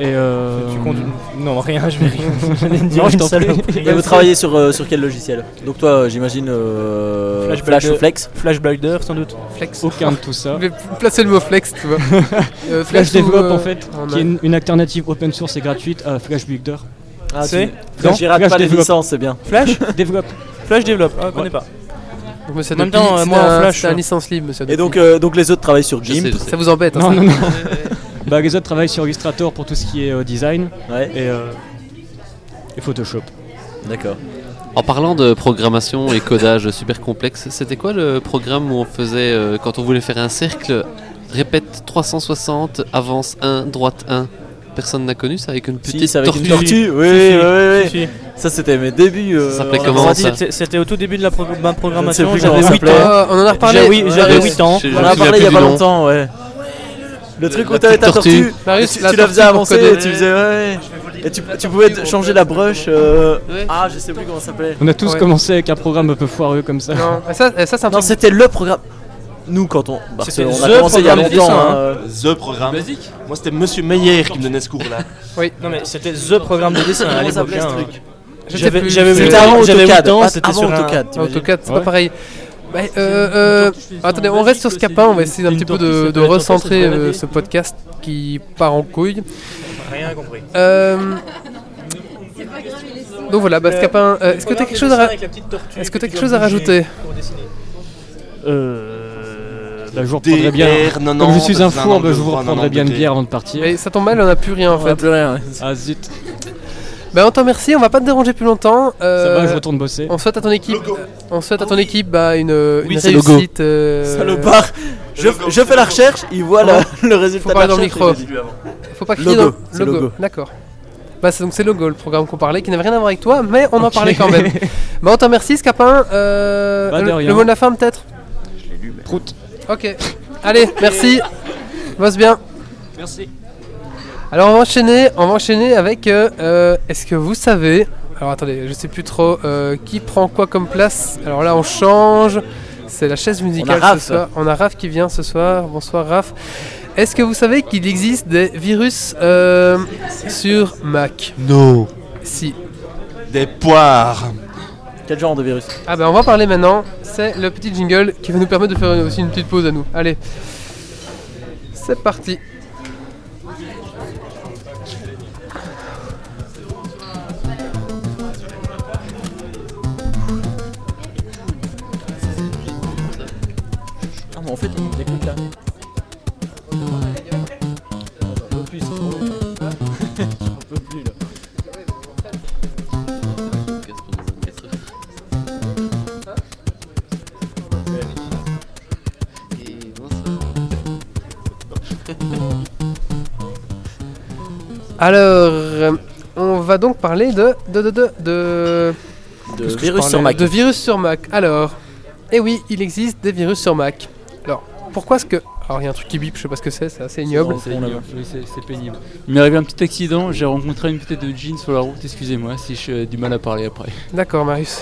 Speaker 16: Et euh,
Speaker 6: Tu comptes une- non, rien, je vais rien. J'allais te dire
Speaker 16: Non, je
Speaker 6: une
Speaker 16: t'en prie.
Speaker 6: saloperie.
Speaker 3: Et vous travaillez sur, euh, sur quel logiciel Donc toi, euh, j'imagine euh, Flash,
Speaker 6: Blader-
Speaker 3: ou Flex
Speaker 6: Flash Blader, sans doute.
Speaker 1: Flex.
Speaker 16: Aucun de tout ça.
Speaker 1: Mais placer le mot flex, tu vois. Euh,
Speaker 16: Flash
Speaker 1: flex ou,
Speaker 16: Develop
Speaker 1: euh,
Speaker 16: en fait,
Speaker 1: en
Speaker 16: qui est une, une alternative open source et gratuite à Flash Builder.
Speaker 3: Ah, tu-
Speaker 16: C'est
Speaker 3: Flash, j'y rate pas les licences, c'est bien.
Speaker 6: Flash
Speaker 16: Develop.
Speaker 6: Flash Develop, ah, je connais
Speaker 16: Ouais.
Speaker 6: pas.
Speaker 1: Donc, monsieur
Speaker 6: En même
Speaker 1: Adopi,
Speaker 6: temps, euh,
Speaker 1: c'est
Speaker 6: moi, en
Speaker 1: un-
Speaker 6: Flash,
Speaker 1: C'est un
Speaker 6: euh,
Speaker 1: licence libre, monsieur.
Speaker 3: Et
Speaker 1: Adopi.
Speaker 3: donc, euh, donc les autres travaillent sur
Speaker 1: Je sais,
Speaker 3: GIMP.
Speaker 1: je sais. Ça vous embête, hein,
Speaker 16: Non,
Speaker 1: ça
Speaker 16: non, non. bah, les autres travaillent sur Illustrator pour tout ce qui est euh, design
Speaker 3: Ouais.
Speaker 16: et, euh, et Photoshop.
Speaker 3: D'accord.
Speaker 11: En parlant de programmation et codage super complexe, c'était quoi le programme où on faisait, euh, quand on voulait faire un cercle, répète 360, avance 1, droite 1 Personne n'a connu ça avec une petite
Speaker 3: Si, c'est avec
Speaker 11: tortue.
Speaker 3: une tortue. Oui,
Speaker 6: Si,
Speaker 3: oui,
Speaker 6: si,
Speaker 3: oui,
Speaker 6: si,
Speaker 3: oui.
Speaker 6: si.
Speaker 3: Ça, c'était mes débuts. euh,
Speaker 11: Ça s'appelait
Speaker 3: en
Speaker 11: comment,
Speaker 3: informatique.
Speaker 11: ça
Speaker 6: C'était- C'était au tout début de la pro- ma
Speaker 3: Je ne
Speaker 6: programmation,
Speaker 3: sais plus comment
Speaker 6: j'avais
Speaker 3: ça
Speaker 6: 8
Speaker 3: s'appelait.
Speaker 6: ans.
Speaker 1: Euh, on en a reparlé.
Speaker 6: J'avais- oui, J'avais
Speaker 11: Ouais,
Speaker 6: 8 ans.
Speaker 11: je-
Speaker 3: On en
Speaker 11: je me
Speaker 3: a parlé il y a
Speaker 11: souviens
Speaker 3: pas
Speaker 11: plus du nom.
Speaker 3: longtemps, ouais. Le truc
Speaker 11: la
Speaker 3: où t'avais ta
Speaker 11: petite
Speaker 3: tortue,
Speaker 11: tortue.
Speaker 1: Marius,
Speaker 3: tu,
Speaker 1: la
Speaker 3: tu la faisais
Speaker 1: tortue
Speaker 3: avancer,
Speaker 1: pour coder.
Speaker 3: tu faisais ouais. Et tu, tu pouvais te- changer la brush. euh, Ah, je sais plus comment ça s'appelait.
Speaker 16: On a tous
Speaker 1: Ouais.
Speaker 16: commencé avec un programme un peu foireux comme ça.
Speaker 1: Non, mais ça, eh, ça c'est un
Speaker 3: Non,
Speaker 1: truc.
Speaker 3: c'était le programme. Nous, quand on. parce
Speaker 6: C'était
Speaker 3: qu'on a
Speaker 6: the
Speaker 3: commencé il y a
Speaker 6: programme de
Speaker 3: longtemps.
Speaker 6: dessin,
Speaker 3: hein,
Speaker 6: hein.
Speaker 14: The
Speaker 3: euh,
Speaker 14: programme. Moi, c'était Monsieur Meyer qui me donnait ce cours-là.
Speaker 6: Non, mais c'était THE programme de dessin à
Speaker 3: Comment
Speaker 6: l'époque.
Speaker 3: s'appelait ce
Speaker 6: hein.
Speaker 3: truc
Speaker 1: je sais
Speaker 6: J'avais
Speaker 1: plus.
Speaker 6: j'avais
Speaker 1: C'est-
Speaker 3: C'était
Speaker 6: 8
Speaker 3: avant
Speaker 6: ans, j'avais
Speaker 3: AutoCAD.
Speaker 6: 8 ans,
Speaker 3: ah,
Speaker 6: c'était
Speaker 3: avant
Speaker 6: sur un-
Speaker 3: AutoCAD,
Speaker 1: Ah,
Speaker 3: t'imagines.
Speaker 1: AutoCAD, c'est pas
Speaker 16: Ouais.
Speaker 1: pareil. Bah, euh, euh, attendez, on reste sur ce capin, on va essayer un petit peu de, de recentrer euh, ce podcast qui part en couille.
Speaker 6: Rien compris.
Speaker 1: Euh, donc voilà, bah, Scapin, euh, est-ce que t'as quelque chose à, ra- est-ce que t'as quelque chose à rajouter
Speaker 6: Euh.
Speaker 16: Là, bah, je vous reprendrai bien.
Speaker 14: DR, non,
Speaker 16: Comme je
Speaker 14: non,
Speaker 16: suis un
Speaker 14: non, non,
Speaker 16: fourbe,
Speaker 14: non,
Speaker 16: je vous
Speaker 14: non,
Speaker 16: reprendrai
Speaker 14: non,
Speaker 16: bien
Speaker 14: non,
Speaker 16: une bière avant de partir.
Speaker 1: Et ça tombe mal, on n'a plus rien en fait.
Speaker 3: plus rien. ouais.
Speaker 16: Ah zut.
Speaker 1: Bah, on te remercie, on va pas te déranger plus longtemps.
Speaker 16: Ça
Speaker 1: Euh,
Speaker 16: va, je retourne bosser.
Speaker 1: on souhaite à ton équipe, on souhaite à ton équipe bah, une, une
Speaker 3: c'est logo.
Speaker 1: réussite. euh,
Speaker 3: Salopard. Je, je fais la recherche, il voit la- le résultat
Speaker 1: Faut
Speaker 3: de la
Speaker 1: parler dans le
Speaker 3: recherche,
Speaker 1: micro.
Speaker 3: il me dit.
Speaker 1: Faut pas crier
Speaker 3: Logo,
Speaker 1: dans-
Speaker 3: c'est logo.
Speaker 1: D'accord. Bah c'est donc c'est logo le programme qu'on parlait qui n'avait rien à voir avec toi mais on en parlait quand même. Bah on te remercie Scapin. Euh,
Speaker 16: Bah, de
Speaker 1: le,
Speaker 16: rien.
Speaker 1: le mot de la fin peut-être.
Speaker 16: Prout.
Speaker 1: Ok. Allez merci. Bosse bien.
Speaker 16: Merci.
Speaker 1: Alors on va enchaîner on va enchaîner avec euh, euh, est-ce que vous savez alors attendez je sais plus trop euh, qui prend quoi comme place. Alors là on change. C'est la chaise musicale
Speaker 3: On a
Speaker 1: ce
Speaker 3: Raph.
Speaker 1: soir. On a Raph qui vient ce soir. Bonsoir Raph. Est-ce que vous savez qu'il existe des virus euh, sur Mac
Speaker 14: Non.
Speaker 1: Si.
Speaker 14: Des poires.
Speaker 3: Quel genre de virus
Speaker 1: Ah ben on va parler maintenant, c'est le petit jingle qui va nous permettre de faire une- aussi une petite pause à nous. Allez, c'est parti.
Speaker 3: Ah mais en fait on écoute là. J'en peux plus, c'est trop long. J'en peux plus là.
Speaker 1: Alors, euh, on va donc parler de... de... de... de... de...
Speaker 3: De
Speaker 1: Qu'est-ce que je
Speaker 3: virus sur
Speaker 1: parlais
Speaker 3: Mac.
Speaker 1: De virus sur Mac. Alors, eh oui, il existe des virus sur Mac. Alors, pourquoi est-ce que... Alors il y a un truc qui bip, je sais pas ce que c'est, c'est assez ignoble.
Speaker 2: C'est ignoble. Oui, c'est- c'est pénible. Il m'est arrivé un petit accident, j'ai rencontré une petite de jeans sur la route, excusez-moi si j'ai du mal à parler après.
Speaker 1: D'accord, Marius.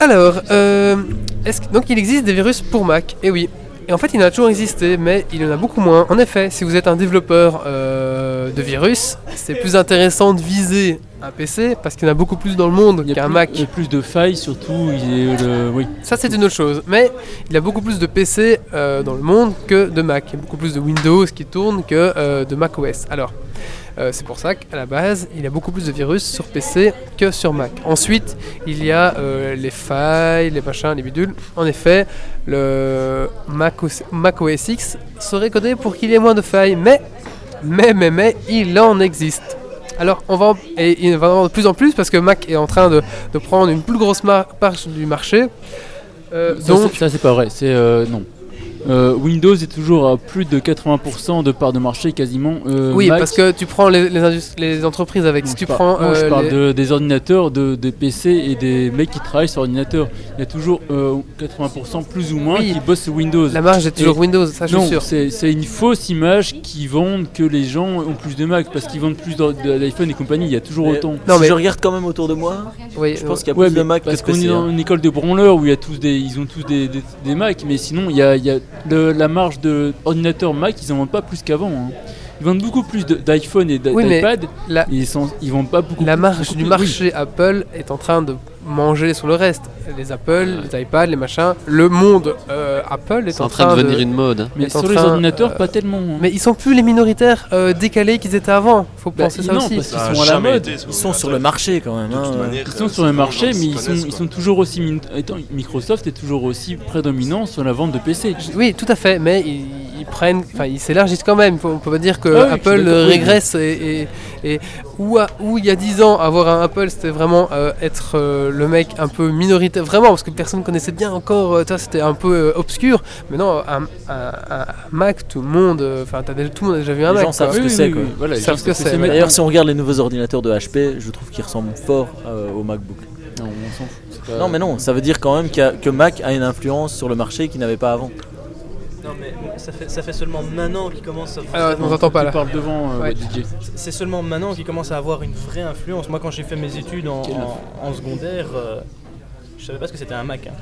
Speaker 1: Alors, euh, est-ce que- donc il existe des virus pour Mac Et oui. Et en fait, il en a toujours existé, mais il y en a beaucoup moins. En effet, si vous êtes un développeur euh, de virus, c'est plus intéressant de viser un PC parce qu'il y en a beaucoup plus dans le monde
Speaker 2: Il y a
Speaker 1: qu'un
Speaker 2: plus,
Speaker 1: Mac.
Speaker 2: il y a plus de failles surtout, il y a le- oui.
Speaker 1: Ça, c'est une autre chose. Mais il y a beaucoup plus de PC euh, dans le monde que de Mac. Il y a beaucoup plus de Windows qui tournent que euh, de Mac OS. Alors, euh, c'est pour ça qu'à la base, il y a beaucoup plus de virus sur PC que sur Mac. Ensuite, il y a euh, les failles, les machins, les bidules. En effet, le Mac OS, Mac OS X serait codé pour qu'il y ait moins de failles. Mais, mais, mais, mais, il en existe. Alors, on va en- et il va en avoir de plus en plus parce que Mac est en train de, de prendre une plus grosse mar- part du marché. Euh,
Speaker 2: Ça,
Speaker 1: donc,
Speaker 2: c'est- ça c'est pas vrai, c'est euh, non. euh, Windows est toujours à plus de 80% de part de marché quasiment. euh,
Speaker 1: oui,
Speaker 2: Mac-
Speaker 1: parce que tu prends les, les indus- les entreprises avec. si
Speaker 2: je
Speaker 1: tu
Speaker 2: par-
Speaker 1: prends.
Speaker 2: non, je
Speaker 1: euh,
Speaker 2: parle
Speaker 1: les-
Speaker 2: de- des ordinateurs, de, des PC et des mecs qui travaillent sur ordinateur. Il y a toujours euh, 80% plus ou moins qui bossent sur Windows.
Speaker 1: La marge est toujours Windows, ça, je suis
Speaker 2: non,
Speaker 1: sûr.
Speaker 2: c'est- C'est une fausse image qui vendent que les gens ont plus de Mac parce qu'ils vendent plus d'or- de- d'iPhone et compagnie. Il y a toujours
Speaker 3: Mais
Speaker 2: autant.
Speaker 3: si je regarde quand même autour de moi, je pense qu'il y a plus
Speaker 2: Ouais,
Speaker 3: de
Speaker 2: mais
Speaker 3: Mac que de
Speaker 2: parce qu'on
Speaker 3: PC,
Speaker 2: est dans
Speaker 3: hein.
Speaker 2: une école de branleurs où il y a tous des, ils ont tous des, des, des Mac, mais sinon il y a, il y a le- la marge de ordinateur Mac, ils en vendent pas plus qu'avant. hein. Ils vendent beaucoup plus de- d'iPhone et d'i-
Speaker 1: Oui, mais
Speaker 2: d'iPad. ils, sont- ils vendent pas beaucoup.
Speaker 1: La
Speaker 2: plus-
Speaker 1: marge
Speaker 2: beaucoup
Speaker 1: du
Speaker 2: plus-
Speaker 1: marché Apple est en train de manger sur le reste. Les Apple, les iPads, les machins. Le monde euh, Apple est
Speaker 11: C'est en train de devenir une mode, hein. Mais
Speaker 1: est
Speaker 11: sur
Speaker 1: en euh,
Speaker 11: les ordinateurs,
Speaker 2: pas tellement. hein.
Speaker 1: Mais ils sont plus les minoritaires euh, décalés qu'ils étaient avant. Faut
Speaker 2: Bah,
Speaker 1: penser ça
Speaker 2: non,
Speaker 1: aussi.
Speaker 2: parce qu'ils Ça
Speaker 3: Ah,
Speaker 2: a sont à la jamais mode. été sur
Speaker 3: Ils sont sur le marché quand même. hein.
Speaker 2: Ils sont sur le marché, mais ils sont, ils sont toujours aussi. min- étant- Microsoft est toujours aussi prédominant sur la vente de PC.
Speaker 1: Oui, tout à fait, mais ils, ils prennent, enfin, ils s'élargissent quand même. Faut- On peut pas dire que
Speaker 2: Ah oui, je suis
Speaker 1: Apple
Speaker 2: d'accord, oui,
Speaker 1: régresse et, et, et où, à- où il y a 10 ans, avoir un Apple, c'était vraiment euh, être euh, le mec un peu minoritaire, vraiment, parce que personne connaissait bien encore. euh, tu vois, c'était un peu euh, obscur. Maintenant, un, un- un Mac, tout le monde, euh, enfin, t'as déjà- tout le monde a déjà vu un
Speaker 3: les
Speaker 1: Mac.
Speaker 3: gens savent
Speaker 1: quoi.
Speaker 3: ce que c'est. quoi.
Speaker 1: Ils savent ce que c'est. ouais.
Speaker 3: D'ailleurs, si on regarde les nouveaux ordinateurs de HP, je trouve qu'ils ressemblent fort euh, au MacBook.
Speaker 2: Non, on s'en fout.
Speaker 3: Non, mais non, ça veut dire quand même qu'il y a- que Mac a une influence sur le marché qu'il n'avait pas avant.
Speaker 6: Non, mais ça fait, ça fait seulement maintenant qu'il commence à.
Speaker 1: Ah ouais, on t'entend pas, là. Tu parles devant, euh,
Speaker 6: Ouais.
Speaker 1: DJ.
Speaker 6: C'est seulement maintenant qu'il commence à avoir une vraie influence. Moi, quand j'ai fait mes études en,
Speaker 1: Quelle
Speaker 6: en- en secondaire, euh, je savais pas ce que c'était un Mac. hein.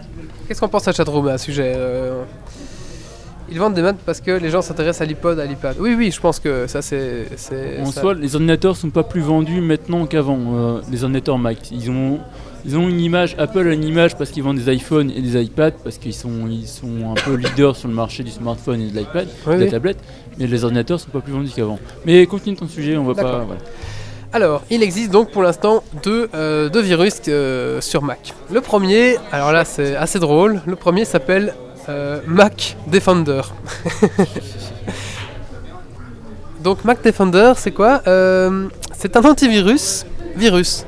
Speaker 1: Qu'est-ce qu'on pense à Chatroom à ce sujet euh, Ils vendent des Macs parce que les gens s'intéressent à l'iPod, à l'iPad. Oui, oui, je pense que ça, c'est. c'est-
Speaker 2: En
Speaker 1: ça-
Speaker 2: soi, les ordinateurs sont pas plus vendus maintenant qu'avant. euh, les ordinateurs Mac, ils ont, ils ont une image. Apple a une image parce qu'ils vendent des iPhones et des iPads parce qu'ils sont, ils sont un peu leaders sur le marché du smartphone et de l'iPad,
Speaker 1: Oui,
Speaker 2: de la
Speaker 1: oui.
Speaker 2: tablette. Mais les ordinateurs sont pas plus vendus qu'avant. Mais continue ton sujet, on va pas.
Speaker 1: D'accord.
Speaker 2: voilà.
Speaker 1: Alors, il existe donc pour l'instant deux, euh, deux virus euh, sur Mac. Le premier, alors là c'est assez drôle, le premier s'appelle euh, Mac Defender. donc Mac Defender, c'est quoi Euh, C'est un antivirus virus.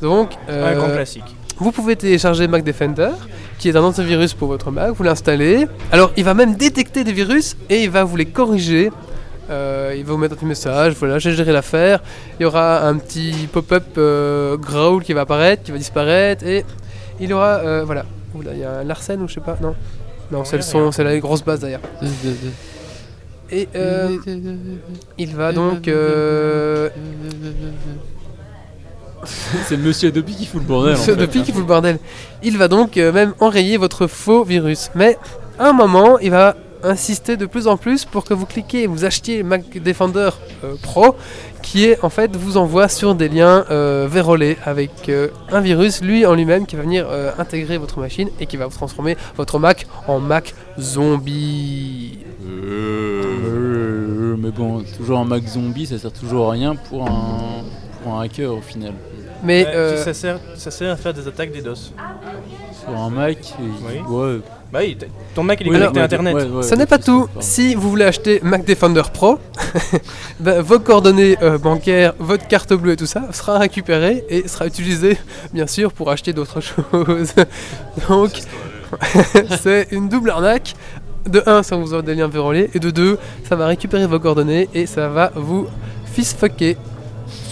Speaker 1: Donc, euh,
Speaker 6: Un grand classique.
Speaker 1: vous pouvez télécharger Mac Defender, qui est un antivirus pour votre Mac, vous l'installez. Alors, il va même détecter des virus et il va vous les corriger. Euh, il va vous mettre un petit message, voilà, j'ai géré l'affaire. Il y aura un petit pop-up euh, growl qui va apparaître, qui va disparaître, et il y aura, euh, voilà. Oula, il y a un Larsen ou je sais pas, non Non, c'est le son, c'est la grosse basse d'ailleurs. Et euh, il va donc... euh,
Speaker 2: C'est Monsieur Adobe qui fout le bordel. en
Speaker 1: Monsieur
Speaker 2: fait. hein.
Speaker 1: Adobe qui fout le bordel. Il va donc euh, même enrayer votre faux virus. Mais à un moment, il va insister de plus en plus pour que vous cliquiez et vous achetiez Mac Defender euh, Pro, qui est en fait vous envoie sur des liens euh, vérolés avec euh, un virus, lui en lui-même, qui va venir euh, intégrer votre machine et qui va vous transformer votre Mac en Mac zombie.
Speaker 2: Euh, mais bon, toujours un Mac zombie, ça sert toujours à rien pour un, pour un hacker au final.
Speaker 1: Mais,
Speaker 6: Ouais,
Speaker 1: euh,
Speaker 6: ça, sert, ça sert à faire des attaques des DOS.
Speaker 2: Sur un Mac, et- ouais.
Speaker 6: Bah oui, t'as- ton Mac il est
Speaker 2: Oui,
Speaker 6: connecté
Speaker 2: ouais,
Speaker 6: à internet.
Speaker 2: ouais, ouais,
Speaker 1: Ce n'est pas tout. Si vous voulez acheter Mac Defender Pro, ben, vos coordonnées euh, bancaires, votre carte bleue et tout ça sera récupéré et sera utilisé bien sûr pour acheter d'autres choses. Donc c'est une double arnaque. De 1, ça vous aura des liens verrouillés et de 2, ça va récupérer vos coordonnées et ça va vous fistfucker.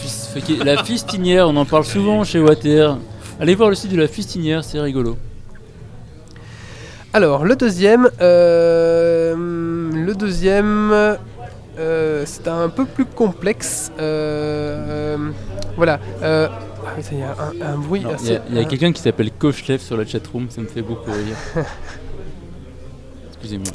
Speaker 2: Fistfucker. La fistinière, on en parle souvent chez Water. Allez voir le site de la fistinière, c'est rigolo.
Speaker 1: Alors, le deuxième, euh, le deuxième, euh, c'est un peu plus complexe. euh, euh, voilà. euh, ah, putain, il y a un, un bruit
Speaker 2: Alors, Il y
Speaker 1: assez.
Speaker 2: a, il y a quelqu'un qui s'appelle Kochlev sur la chatroom, ça me fait beaucoup rire. Excusez-moi.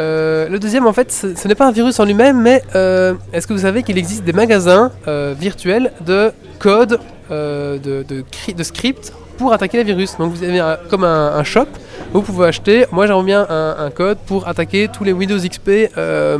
Speaker 1: Euh, le deuxième, en fait, ce, ce n'est pas un virus en lui-même, mais euh, est-ce que vous savez qu'il existe des magasins euh, virtuels de code, euh, de, de, cri- de script pour attaquer les virus Donc vous avez un- comme un, un shop, vous pouvez acheter, moi j'aimerais bien un, un code pour attaquer tous les Windows XP. euh,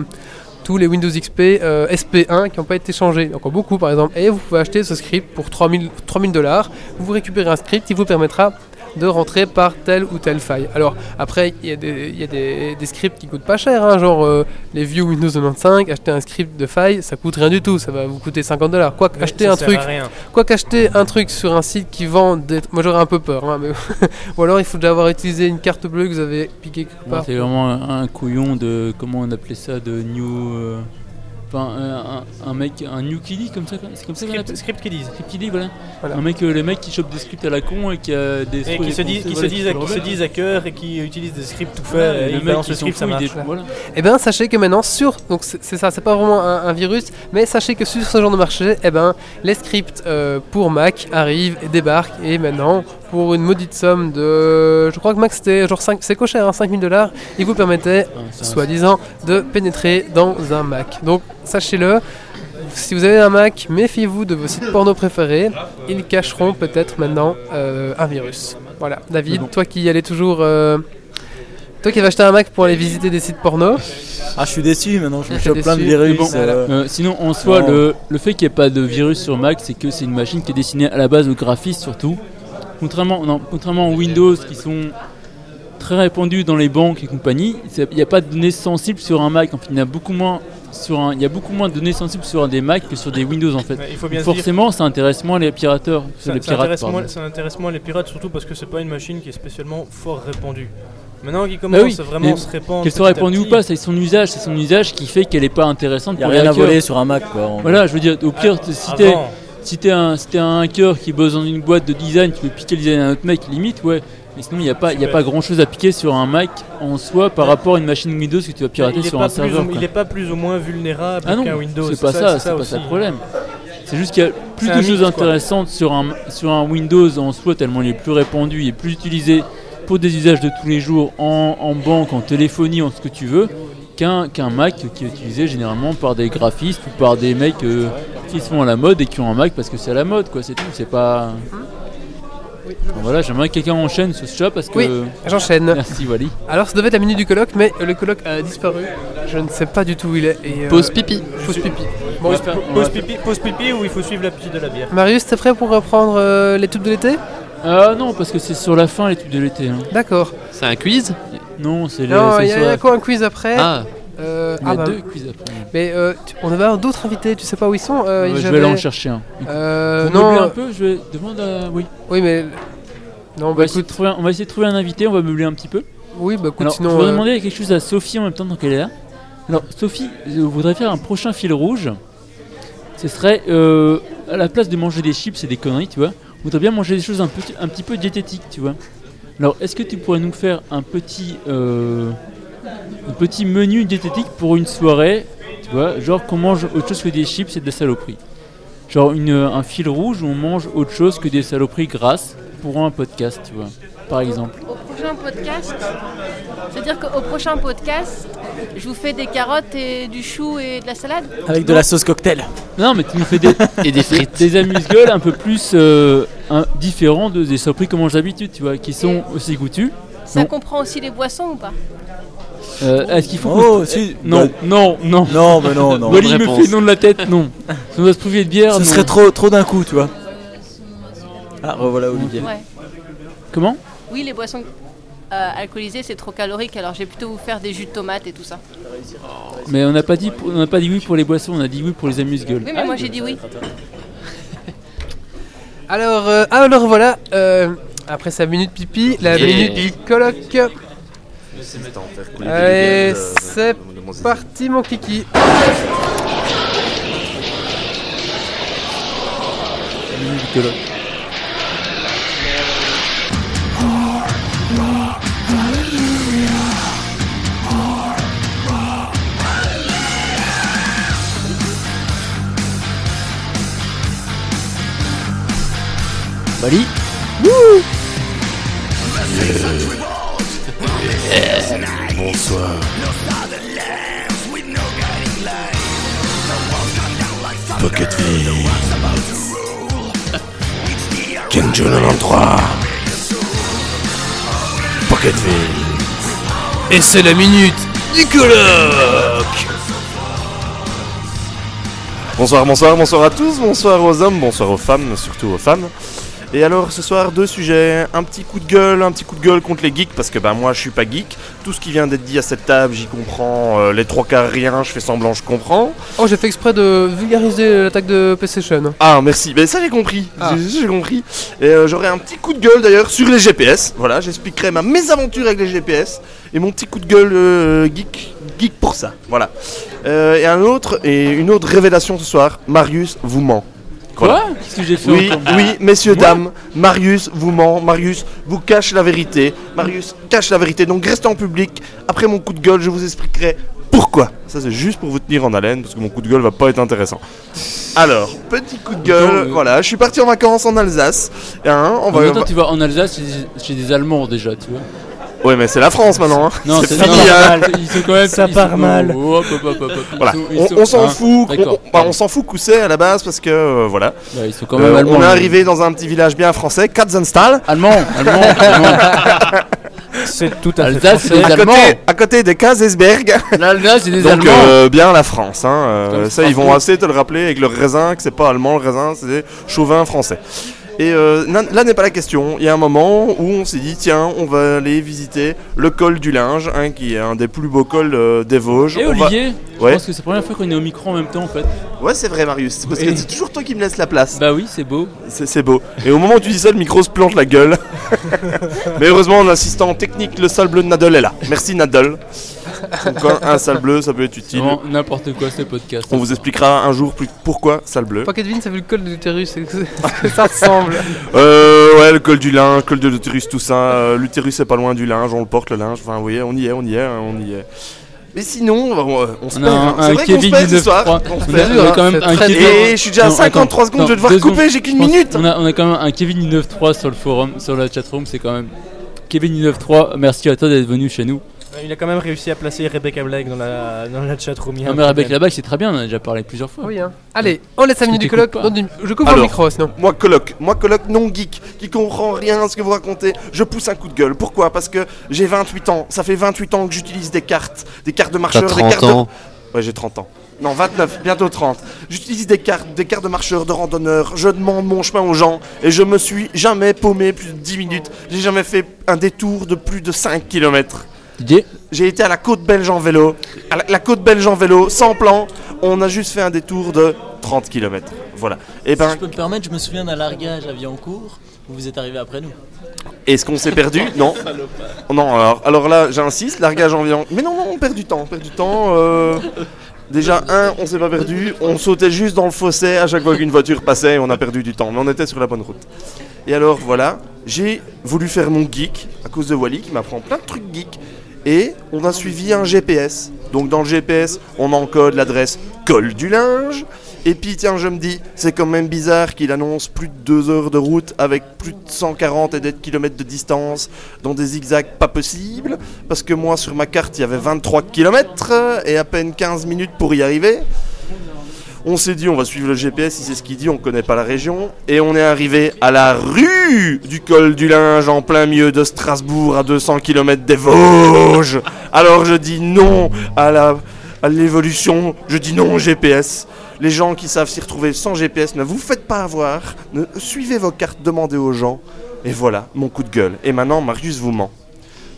Speaker 1: tous les Windows XP euh, SP1 qui n'ont pas été changés, donc beaucoup par exemple, et vous pouvez acheter ce script pour 3000 dollars, vous récupérez un script qui vous permettra de rentrer par telle ou telle faille. Alors après, il y a des, il y a des- des scripts qui coûtent pas cher, hein, genre euh, les vieux Windows 95, acheter un script de faille, ça coûte rien du tout, ça va vous coûter 50 dollars. Quoi
Speaker 9: Ouais,
Speaker 1: qu'acheter
Speaker 9: ça
Speaker 1: un
Speaker 9: sert
Speaker 1: truc,
Speaker 9: à rien.
Speaker 1: quoi qu'acheter un truc sur un site qui vend des... Moi j'aurais un peu peur, hein, mais... ou alors il faut déjà avoir utilisé une carte bleue que vous avez piquée quelque
Speaker 2: Moi,
Speaker 1: part.
Speaker 2: c'est vraiment un, un couillon de. Comment on appelait ça De new. euh, Enfin, euh, un- un, un mec, un new kiddie comme ça, quoi. c'est comme ça
Speaker 9: Script- script kiddies.
Speaker 2: Script kiddies, voilà. Un mec, euh, les mecs qui chopent des scripts à la con et qui a des
Speaker 9: Et qui se disent, qui se disent, à- qui se disent à cœur et qui utilisent des scripts tout faits.
Speaker 2: Ouais,
Speaker 9: et
Speaker 2: le
Speaker 9: ils
Speaker 2: mec,
Speaker 9: balancent
Speaker 2: il
Speaker 9: le
Speaker 2: s'en
Speaker 9: script, ça
Speaker 2: fout, il
Speaker 9: marche.
Speaker 2: dit- voilà.
Speaker 1: Eh bien, sachez que maintenant, sur. Donc, c'est c'est ça, c'est pas vraiment un, un virus, mais sachez que sur ce genre de marché, eh ben, les scripts euh, pour Mac arrivent et débarquent. Et maintenant, pour une maudite somme de. Je crois que Mac c'était genre 5. C'est coché, hein, 5000 dollars. Ils vous permettaient, soi-disant, de pénétrer dans un Mac. Donc, sachez-le. Si vous avez un Mac, méfiez-vous de vos sites porno préférés. Ils cacheront peut-être maintenant euh, un virus. Voilà, David, toi qui y allais toujours. euh, Toi qui vas acheter un Mac pour aller visiter des sites porno.
Speaker 3: Ah, je suis déçu maintenant, je me
Speaker 1: T'es
Speaker 3: chope plein de
Speaker 1: déçu.
Speaker 3: virus.
Speaker 1: Mais bon,
Speaker 3: euh,
Speaker 2: Euh, sinon, en soi,
Speaker 3: non.
Speaker 2: le, le fait qu'il n'y ait pas de virus sur Mac, c'est que c'est une machine qui est destinée à la base aux graphistes surtout. Contrairement, non, contrairement aux Windows qui sont très répandus dans les banques et compagnie, c'est- il n'y a pas de données sensibles sur un Mac. En fait, il y en a beaucoup moins sur un, il y a beaucoup moins de données sensibles sur un des Mac que sur des Windows en fait.
Speaker 9: Ouais, il faut bien
Speaker 2: Donc
Speaker 9: se dire-
Speaker 2: forcément, ça intéresse moins les pirateurs.
Speaker 9: Ça, ça
Speaker 2: les pirates,
Speaker 9: intéresse
Speaker 2: pardon.
Speaker 9: moins, ça intéresse moins les pirates, surtout parce que c'est pas une machine qui est spécialement fort répandue. Maintenant qu'il
Speaker 2: Bah
Speaker 9: commence
Speaker 2: oui,
Speaker 9: à vraiment
Speaker 2: mais
Speaker 9: à se répandre.
Speaker 2: Qu'elle soit
Speaker 9: petit à
Speaker 2: répandue ou
Speaker 9: petit,
Speaker 2: pas, c'est son usage, c'est son usage qui fait qu'elle n'est pas intéressante
Speaker 3: Y a
Speaker 2: pour
Speaker 3: rien
Speaker 2: les
Speaker 3: à
Speaker 2: hackers.
Speaker 3: voler sur un Mac, quoi, en gros.
Speaker 2: Voilà, je veux dire, au pire,
Speaker 3: Ah,
Speaker 2: t- si t'es
Speaker 3: avant.
Speaker 2: si t'es un, si t'es un hacker qui bosse dans une boîte de design, tu peux piquer le design à un autre mec, limite, ouais. Mais sinon, il n'y a pas, y a
Speaker 9: Super.
Speaker 2: pas grand chose à piquer sur un Mac en soi par rapport à une machine Windows que tu vas pirater
Speaker 9: il est
Speaker 2: sur
Speaker 9: pas
Speaker 2: un
Speaker 9: plus
Speaker 2: serveur.
Speaker 9: ou-
Speaker 2: quoi.
Speaker 9: il est pas plus ou moins vulnérable
Speaker 2: Ah non,
Speaker 9: qu'un Windows.
Speaker 2: c'est pas ça, c'est pas ça
Speaker 9: aussi.
Speaker 2: le problème. C'est juste qu'il y a
Speaker 9: C'est
Speaker 2: plus de
Speaker 9: un
Speaker 2: choses
Speaker 9: mix, quoi.
Speaker 2: intéressantes sur un, sur un Windows en soi, tellement il est plus répandu et plus utilisé pour des usages de tous les jours en, en banque, en téléphonie, en ce que tu veux, qu'un qu'un Mac qui est utilisé généralement par des graphistes ou par des mecs euh, qui sont à la mode et qui ont un Mac parce que c'est à la mode, quoi, c'est tout, c'est pas.
Speaker 1: Hein
Speaker 2: Voilà, j'aimerais que quelqu'un enchaîne ce chat parce que.
Speaker 1: Oui, j'enchaîne.
Speaker 2: Merci, Wally.
Speaker 1: Alors, ça devait être la minute du colloque, mais euh, le colloque a disparu. Je ne sais pas du tout où il est. Et, euh,
Speaker 11: Pause pipi.
Speaker 1: Pause pipi.
Speaker 9: Pause-
Speaker 1: on va faire-
Speaker 9: Pause pipi, pause pipi ou il faut suivre la petite de la bière.
Speaker 1: Marius, t'es prêt pour reprendre euh, les tubes de l'été
Speaker 2: Ah non, parce que c'est sur la fin l'étude de l'été. hein.
Speaker 1: D'accord.
Speaker 11: C'est un quiz
Speaker 2: Non, c'est les.
Speaker 1: Non,
Speaker 2: c'est
Speaker 1: il y a-
Speaker 2: sur
Speaker 1: il y a
Speaker 2: la-
Speaker 1: quoi un quiz après
Speaker 11: Ah.
Speaker 1: Euh,
Speaker 2: Il y a
Speaker 1: ah bah.
Speaker 2: deux quiz après.
Speaker 1: Mais euh, tu- on avait d'autres invités, tu sais pas où ils sont euh,
Speaker 2: Ouais, je vais
Speaker 1: j'avais-
Speaker 2: aller en chercher un.
Speaker 1: Euh,
Speaker 2: Vous meublez
Speaker 1: non.
Speaker 2: un peu, je vais demande à oui.
Speaker 1: Oui, mais non,
Speaker 2: on
Speaker 1: bah
Speaker 2: va, essayer de trouver un, on va essayer de trouver un invité, on va meubler un petit peu.
Speaker 1: Oui, bah écoute,
Speaker 2: Alors,
Speaker 1: sinon,
Speaker 2: Je voudrais
Speaker 1: euh,
Speaker 2: demander quelque chose à Sophie en même temps tant qu'elle est là. Alors, Sophie, je voudrais faire un prochain fil rouge. Ce serait euh, à la place de manger des chips et des conneries, tu vois, on voudrait bien manger des choses un, petit- un petit peu diététiques, tu vois. Alors, est-ce que tu pourrais nous faire un petit, euh, un petit menu diététique pour une soirée, tu vois, genre qu'on mange autre chose que des chips et de la saloperie Genre une, euh, un fil rouge où on mange autre chose que des saloperies grasses pour un podcast, tu vois, par exemple.
Speaker 18: Au prochain podcast, c'est-à-dire qu'au prochain podcast, je vous fais des carottes et du chou et de la salade
Speaker 3: Avec de la sauce cocktail.
Speaker 2: Non, mais tu nous fais des,
Speaker 11: Et des frites.
Speaker 2: des, amuse-gueules un peu plus euh, un- différents de, des saloperies comme on mange d'habitude, tu vois, qui sont aussi goûtues.
Speaker 18: Ça
Speaker 2: Non,
Speaker 18: comprend aussi les boissons ou pas
Speaker 2: euh, Est-ce qu'il faut
Speaker 3: Oh,
Speaker 2: qu'on-
Speaker 3: si.
Speaker 2: Non,
Speaker 3: Bah-
Speaker 2: non, non.
Speaker 3: Non, mais non, non.
Speaker 2: Wally
Speaker 3: Bonne
Speaker 2: me
Speaker 3: réponse.
Speaker 2: fait le nom de la tête, non. Si on doit se priver de bière,
Speaker 3: Ce
Speaker 2: non.
Speaker 3: serait trop, trop d'un coup, tu vois. Ah, revoilà Olivier.
Speaker 18: Ouais.
Speaker 2: Comment
Speaker 18: Oui, les boissons euh, alcoolisées, c'est trop calorique, alors j'ai plutôt vous faire des jus de tomates et tout ça.
Speaker 2: Mais on n'a pas, dit- on n'a pas dit oui pour les boissons, on a dit Ah oui pour les amuse-gueules.
Speaker 18: Oui, mais moi j'ai dit oui.
Speaker 1: Alors, euh, alors voilà, euh, après sa minute pipi, la
Speaker 7: Yeah.
Speaker 1: minute du colloque.
Speaker 11: euh,
Speaker 1: Allez, c'est parti mon kiki.
Speaker 11: Bali
Speaker 10: Bonsoir. Pocket V. Kenjo 93. Pocket V.
Speaker 1: Et c'est la minute
Speaker 10: du colloque.
Speaker 7: Bonsoir, bonsoir, bonsoir à tous, bonsoir aux hommes, bonsoir aux femmes, surtout aux femmes. Et alors ce soir, deux sujets. Un petit coup de gueule, un petit coup de gueule contre les geeks, parce que bah, moi je suis pas geek. Tout ce qui vient d'être dit à cette table, j'y comprends. euh, les trois quarts, rien, je fais semblant, je comprends.
Speaker 1: Oh, j'ai fait exprès de vulgariser l'attaque de PlayStation.
Speaker 7: Ah merci, mais ça j'ai compris, j'ai j'ai compris. Et euh, j'aurai un petit coup de gueule d'ailleurs sur les GPS. Voilà, j'expliquerai ma mésaventure avec les GPS et mon petit coup de gueule euh, geek, geek pour ça. Voilà. Euh, et un autre et une autre révélation ce soir. Marius vous ment. Voilà.
Speaker 2: Quoi Qu'est-ce que j'ai fait
Speaker 7: Oui,
Speaker 2: encore
Speaker 7: oui, messieurs dames, Marius vous ment, Marius vous cache la vérité, Marius cache la vérité. Donc restez en public. Après mon coup de gueule, je vous expliquerai pourquoi. Ça c'est juste pour vous tenir en haleine parce que mon coup de gueule va pas être intéressant. Alors, petit coup de gueule.
Speaker 2: euh,
Speaker 7: Voilà, je suis parti en vacances en Alsace. Hein, on
Speaker 2: En
Speaker 7: va.
Speaker 2: même temps, tu vas en Alsace chez- chez des Allemands déjà, tu vois.
Speaker 7: Ouais, mais c'est la France maintenant. hein.
Speaker 2: Non,
Speaker 7: c'est
Speaker 2: c'est- non,
Speaker 7: fini.
Speaker 2: ça part
Speaker 7: hein.
Speaker 2: mal. Ils sont quand même- Ça ils sont- part mal. oh, hop, hop, hop, hop, hop. Ils
Speaker 7: Voilà.
Speaker 2: sont- ils
Speaker 7: On
Speaker 2: sont-
Speaker 7: on s'en
Speaker 2: hein,
Speaker 7: fout.
Speaker 2: d'accord.
Speaker 7: On, bah, on s'en fout Cousset à la base parce que euh, voilà. Euh,
Speaker 2: Bah, ils sont quand même allemands,
Speaker 7: On est
Speaker 2: mais-
Speaker 7: arrivé dans un petit village bien français, Katzenstahl.
Speaker 2: Allemand, allemand, allemand.
Speaker 7: C'est
Speaker 2: tout à fait Alsace, français. c'est des
Speaker 7: à
Speaker 2: Allemands.
Speaker 7: côté, à côté de Kazesberg.
Speaker 2: L'Alsace, c'est des
Speaker 7: Donc,
Speaker 2: Allemands.
Speaker 7: euh, bien la France. hein, euh,
Speaker 2: Comme
Speaker 7: ça, ils vont
Speaker 2: Strasbourg.
Speaker 7: assez te le rappeler avec le raisin, que c'est pas allemand le raisin, c'est chauvin français. Et euh, nan- là n'est pas la question. Il y a un moment où on s'est dit tiens, on va aller visiter le col du linge, hein, qui est un des plus beaux cols euh, des Vosges.
Speaker 2: Et
Speaker 7: On va-
Speaker 2: Olivier, je
Speaker 7: Ouais.
Speaker 2: pense que c'est la première fois qu'on est au micro en même temps en fait.
Speaker 7: Ouais, c'est vrai, Marius. Parce que c'est toujours toi qui me laisse la place.
Speaker 2: Bah oui, c'est beau.
Speaker 7: C'est c'est beau. Et au moment où tu dis ça, le micro se plante la gueule. Mais heureusement, en assistant technique, le sale bleu de Nadal est là. Merci Nadal. Donc, un- un sale bleu, ça peut être utile.
Speaker 2: Vraiment n'importe quoi ce podcast.
Speaker 7: On vous expliquera un jour plus pourquoi sale bleu.
Speaker 1: Pas Kevin, ça vu le col de l'utérus, c'est c'est- ça ressemble.
Speaker 7: Euh, ouais, le col du linge, col de l'utérus, tout ça. Euh, l'utérus, c'est pas loin du linge, on le porte le linge. Enfin, vous voyez, on y est, on y est, hein, on y est. Mais sinon, on, on se
Speaker 2: On a
Speaker 7: perd. hein.
Speaker 2: un-
Speaker 7: C'est
Speaker 2: un
Speaker 7: vrai qu'on se
Speaker 2: Kevin
Speaker 7: perd ce
Speaker 2: 19,
Speaker 7: soir.
Speaker 2: trois.
Speaker 7: On se
Speaker 2: On a-
Speaker 7: perd,
Speaker 2: on a
Speaker 7: hein.
Speaker 2: quand même un Kevin-
Speaker 7: Et je suis déjà à
Speaker 2: Non,
Speaker 7: 53
Speaker 2: attends,
Speaker 7: secondes, je vais
Speaker 2: non,
Speaker 7: devoir
Speaker 2: deux
Speaker 7: couper,
Speaker 2: secondes.
Speaker 7: j'ai qu'une
Speaker 2: Je pense-
Speaker 7: minute.
Speaker 2: On a, on a quand même un Kevin 193 sur le forum, sur la chatroom, c'est quand même. Kevin 193, merci à toi d'être venu chez nous.
Speaker 9: Il a quand même réussi à placer Rebecca Black dans la, dans la chatroom. il y a
Speaker 2: Non
Speaker 9: un
Speaker 2: mais
Speaker 9: problème.
Speaker 2: avec la bague, c'est très bien, on en a déjà parlé plusieurs fois.
Speaker 1: Oui, hein. Allez, on laisse 5 minutes du colloque. dans une- Je coupe le
Speaker 7: Alors,
Speaker 1: micro, sinon.
Speaker 7: Moi coloc, moi coloc non geek, qui comprend rien à ce que vous racontez, je pousse un coup de gueule. Pourquoi Parce que j'ai 28 ans, ça fait 28 ans que j'utilise des cartes, des cartes de marcheurs, des
Speaker 11: 30
Speaker 7: cartes
Speaker 11: ans.
Speaker 7: de... Ouais j'ai 30 ans. Non 29, bientôt 30. J'utilise des cartes, des cartes de marcheurs, de randonneurs, je demande mon chemin aux gens et je me suis jamais paumé plus de 10 minutes. J'ai jamais fait un détour de plus de 5 km. J'ai été à la côte belge en vélo, à la, la côte belge en vélo, sans plan, on a juste fait un détour de 30 km. Voilà. Et ben
Speaker 19: Si je peux me permettre, je me souviens d'un largage à Villancourt où vous êtes arrivé après nous.
Speaker 7: Est-ce qu'on s'est perdu Non. Oh Non, alors, alors là, j'insiste, largage environ. Mais non, non, on perd du temps, on perd du temps. euh, Déjà, un, on s'est pas perdu, on sautait juste dans le fossé à chaque fois qu'une voiture passait et on a perdu du temps, mais on était sur la bonne route. Et alors, voilà, j'ai voulu faire mon geek à cause de Wally qui m'apprend plein de trucs geek. Et on a suivi un GPS. Donc, dans le GPS, on encode l'adresse col du linge. Et puis, tiens, je me dis, c'est quand même bizarre qu'il annonce plus de 2 heures de route avec plus de 140 et des kilomètres de distance dans des zigzags pas possibles. Parce que moi, sur ma carte, il y avait 23 km et à peine 15 minutes pour y arriver. On s'est dit, on va suivre le GPS, si c'est ce qu'il dit, on connaît pas la région. Et on est arrivé à la rue du col du linge, en plein milieu de Strasbourg, à 200 km des Vosges. Alors je dis non à la à l'évolution, je dis non au GPS. Les gens qui savent s'y retrouver sans GPS, ne vous faites pas avoir, ne, suivez vos cartes, demandez aux gens. Et voilà, mon coup de gueule. Et maintenant, Marius vous ment.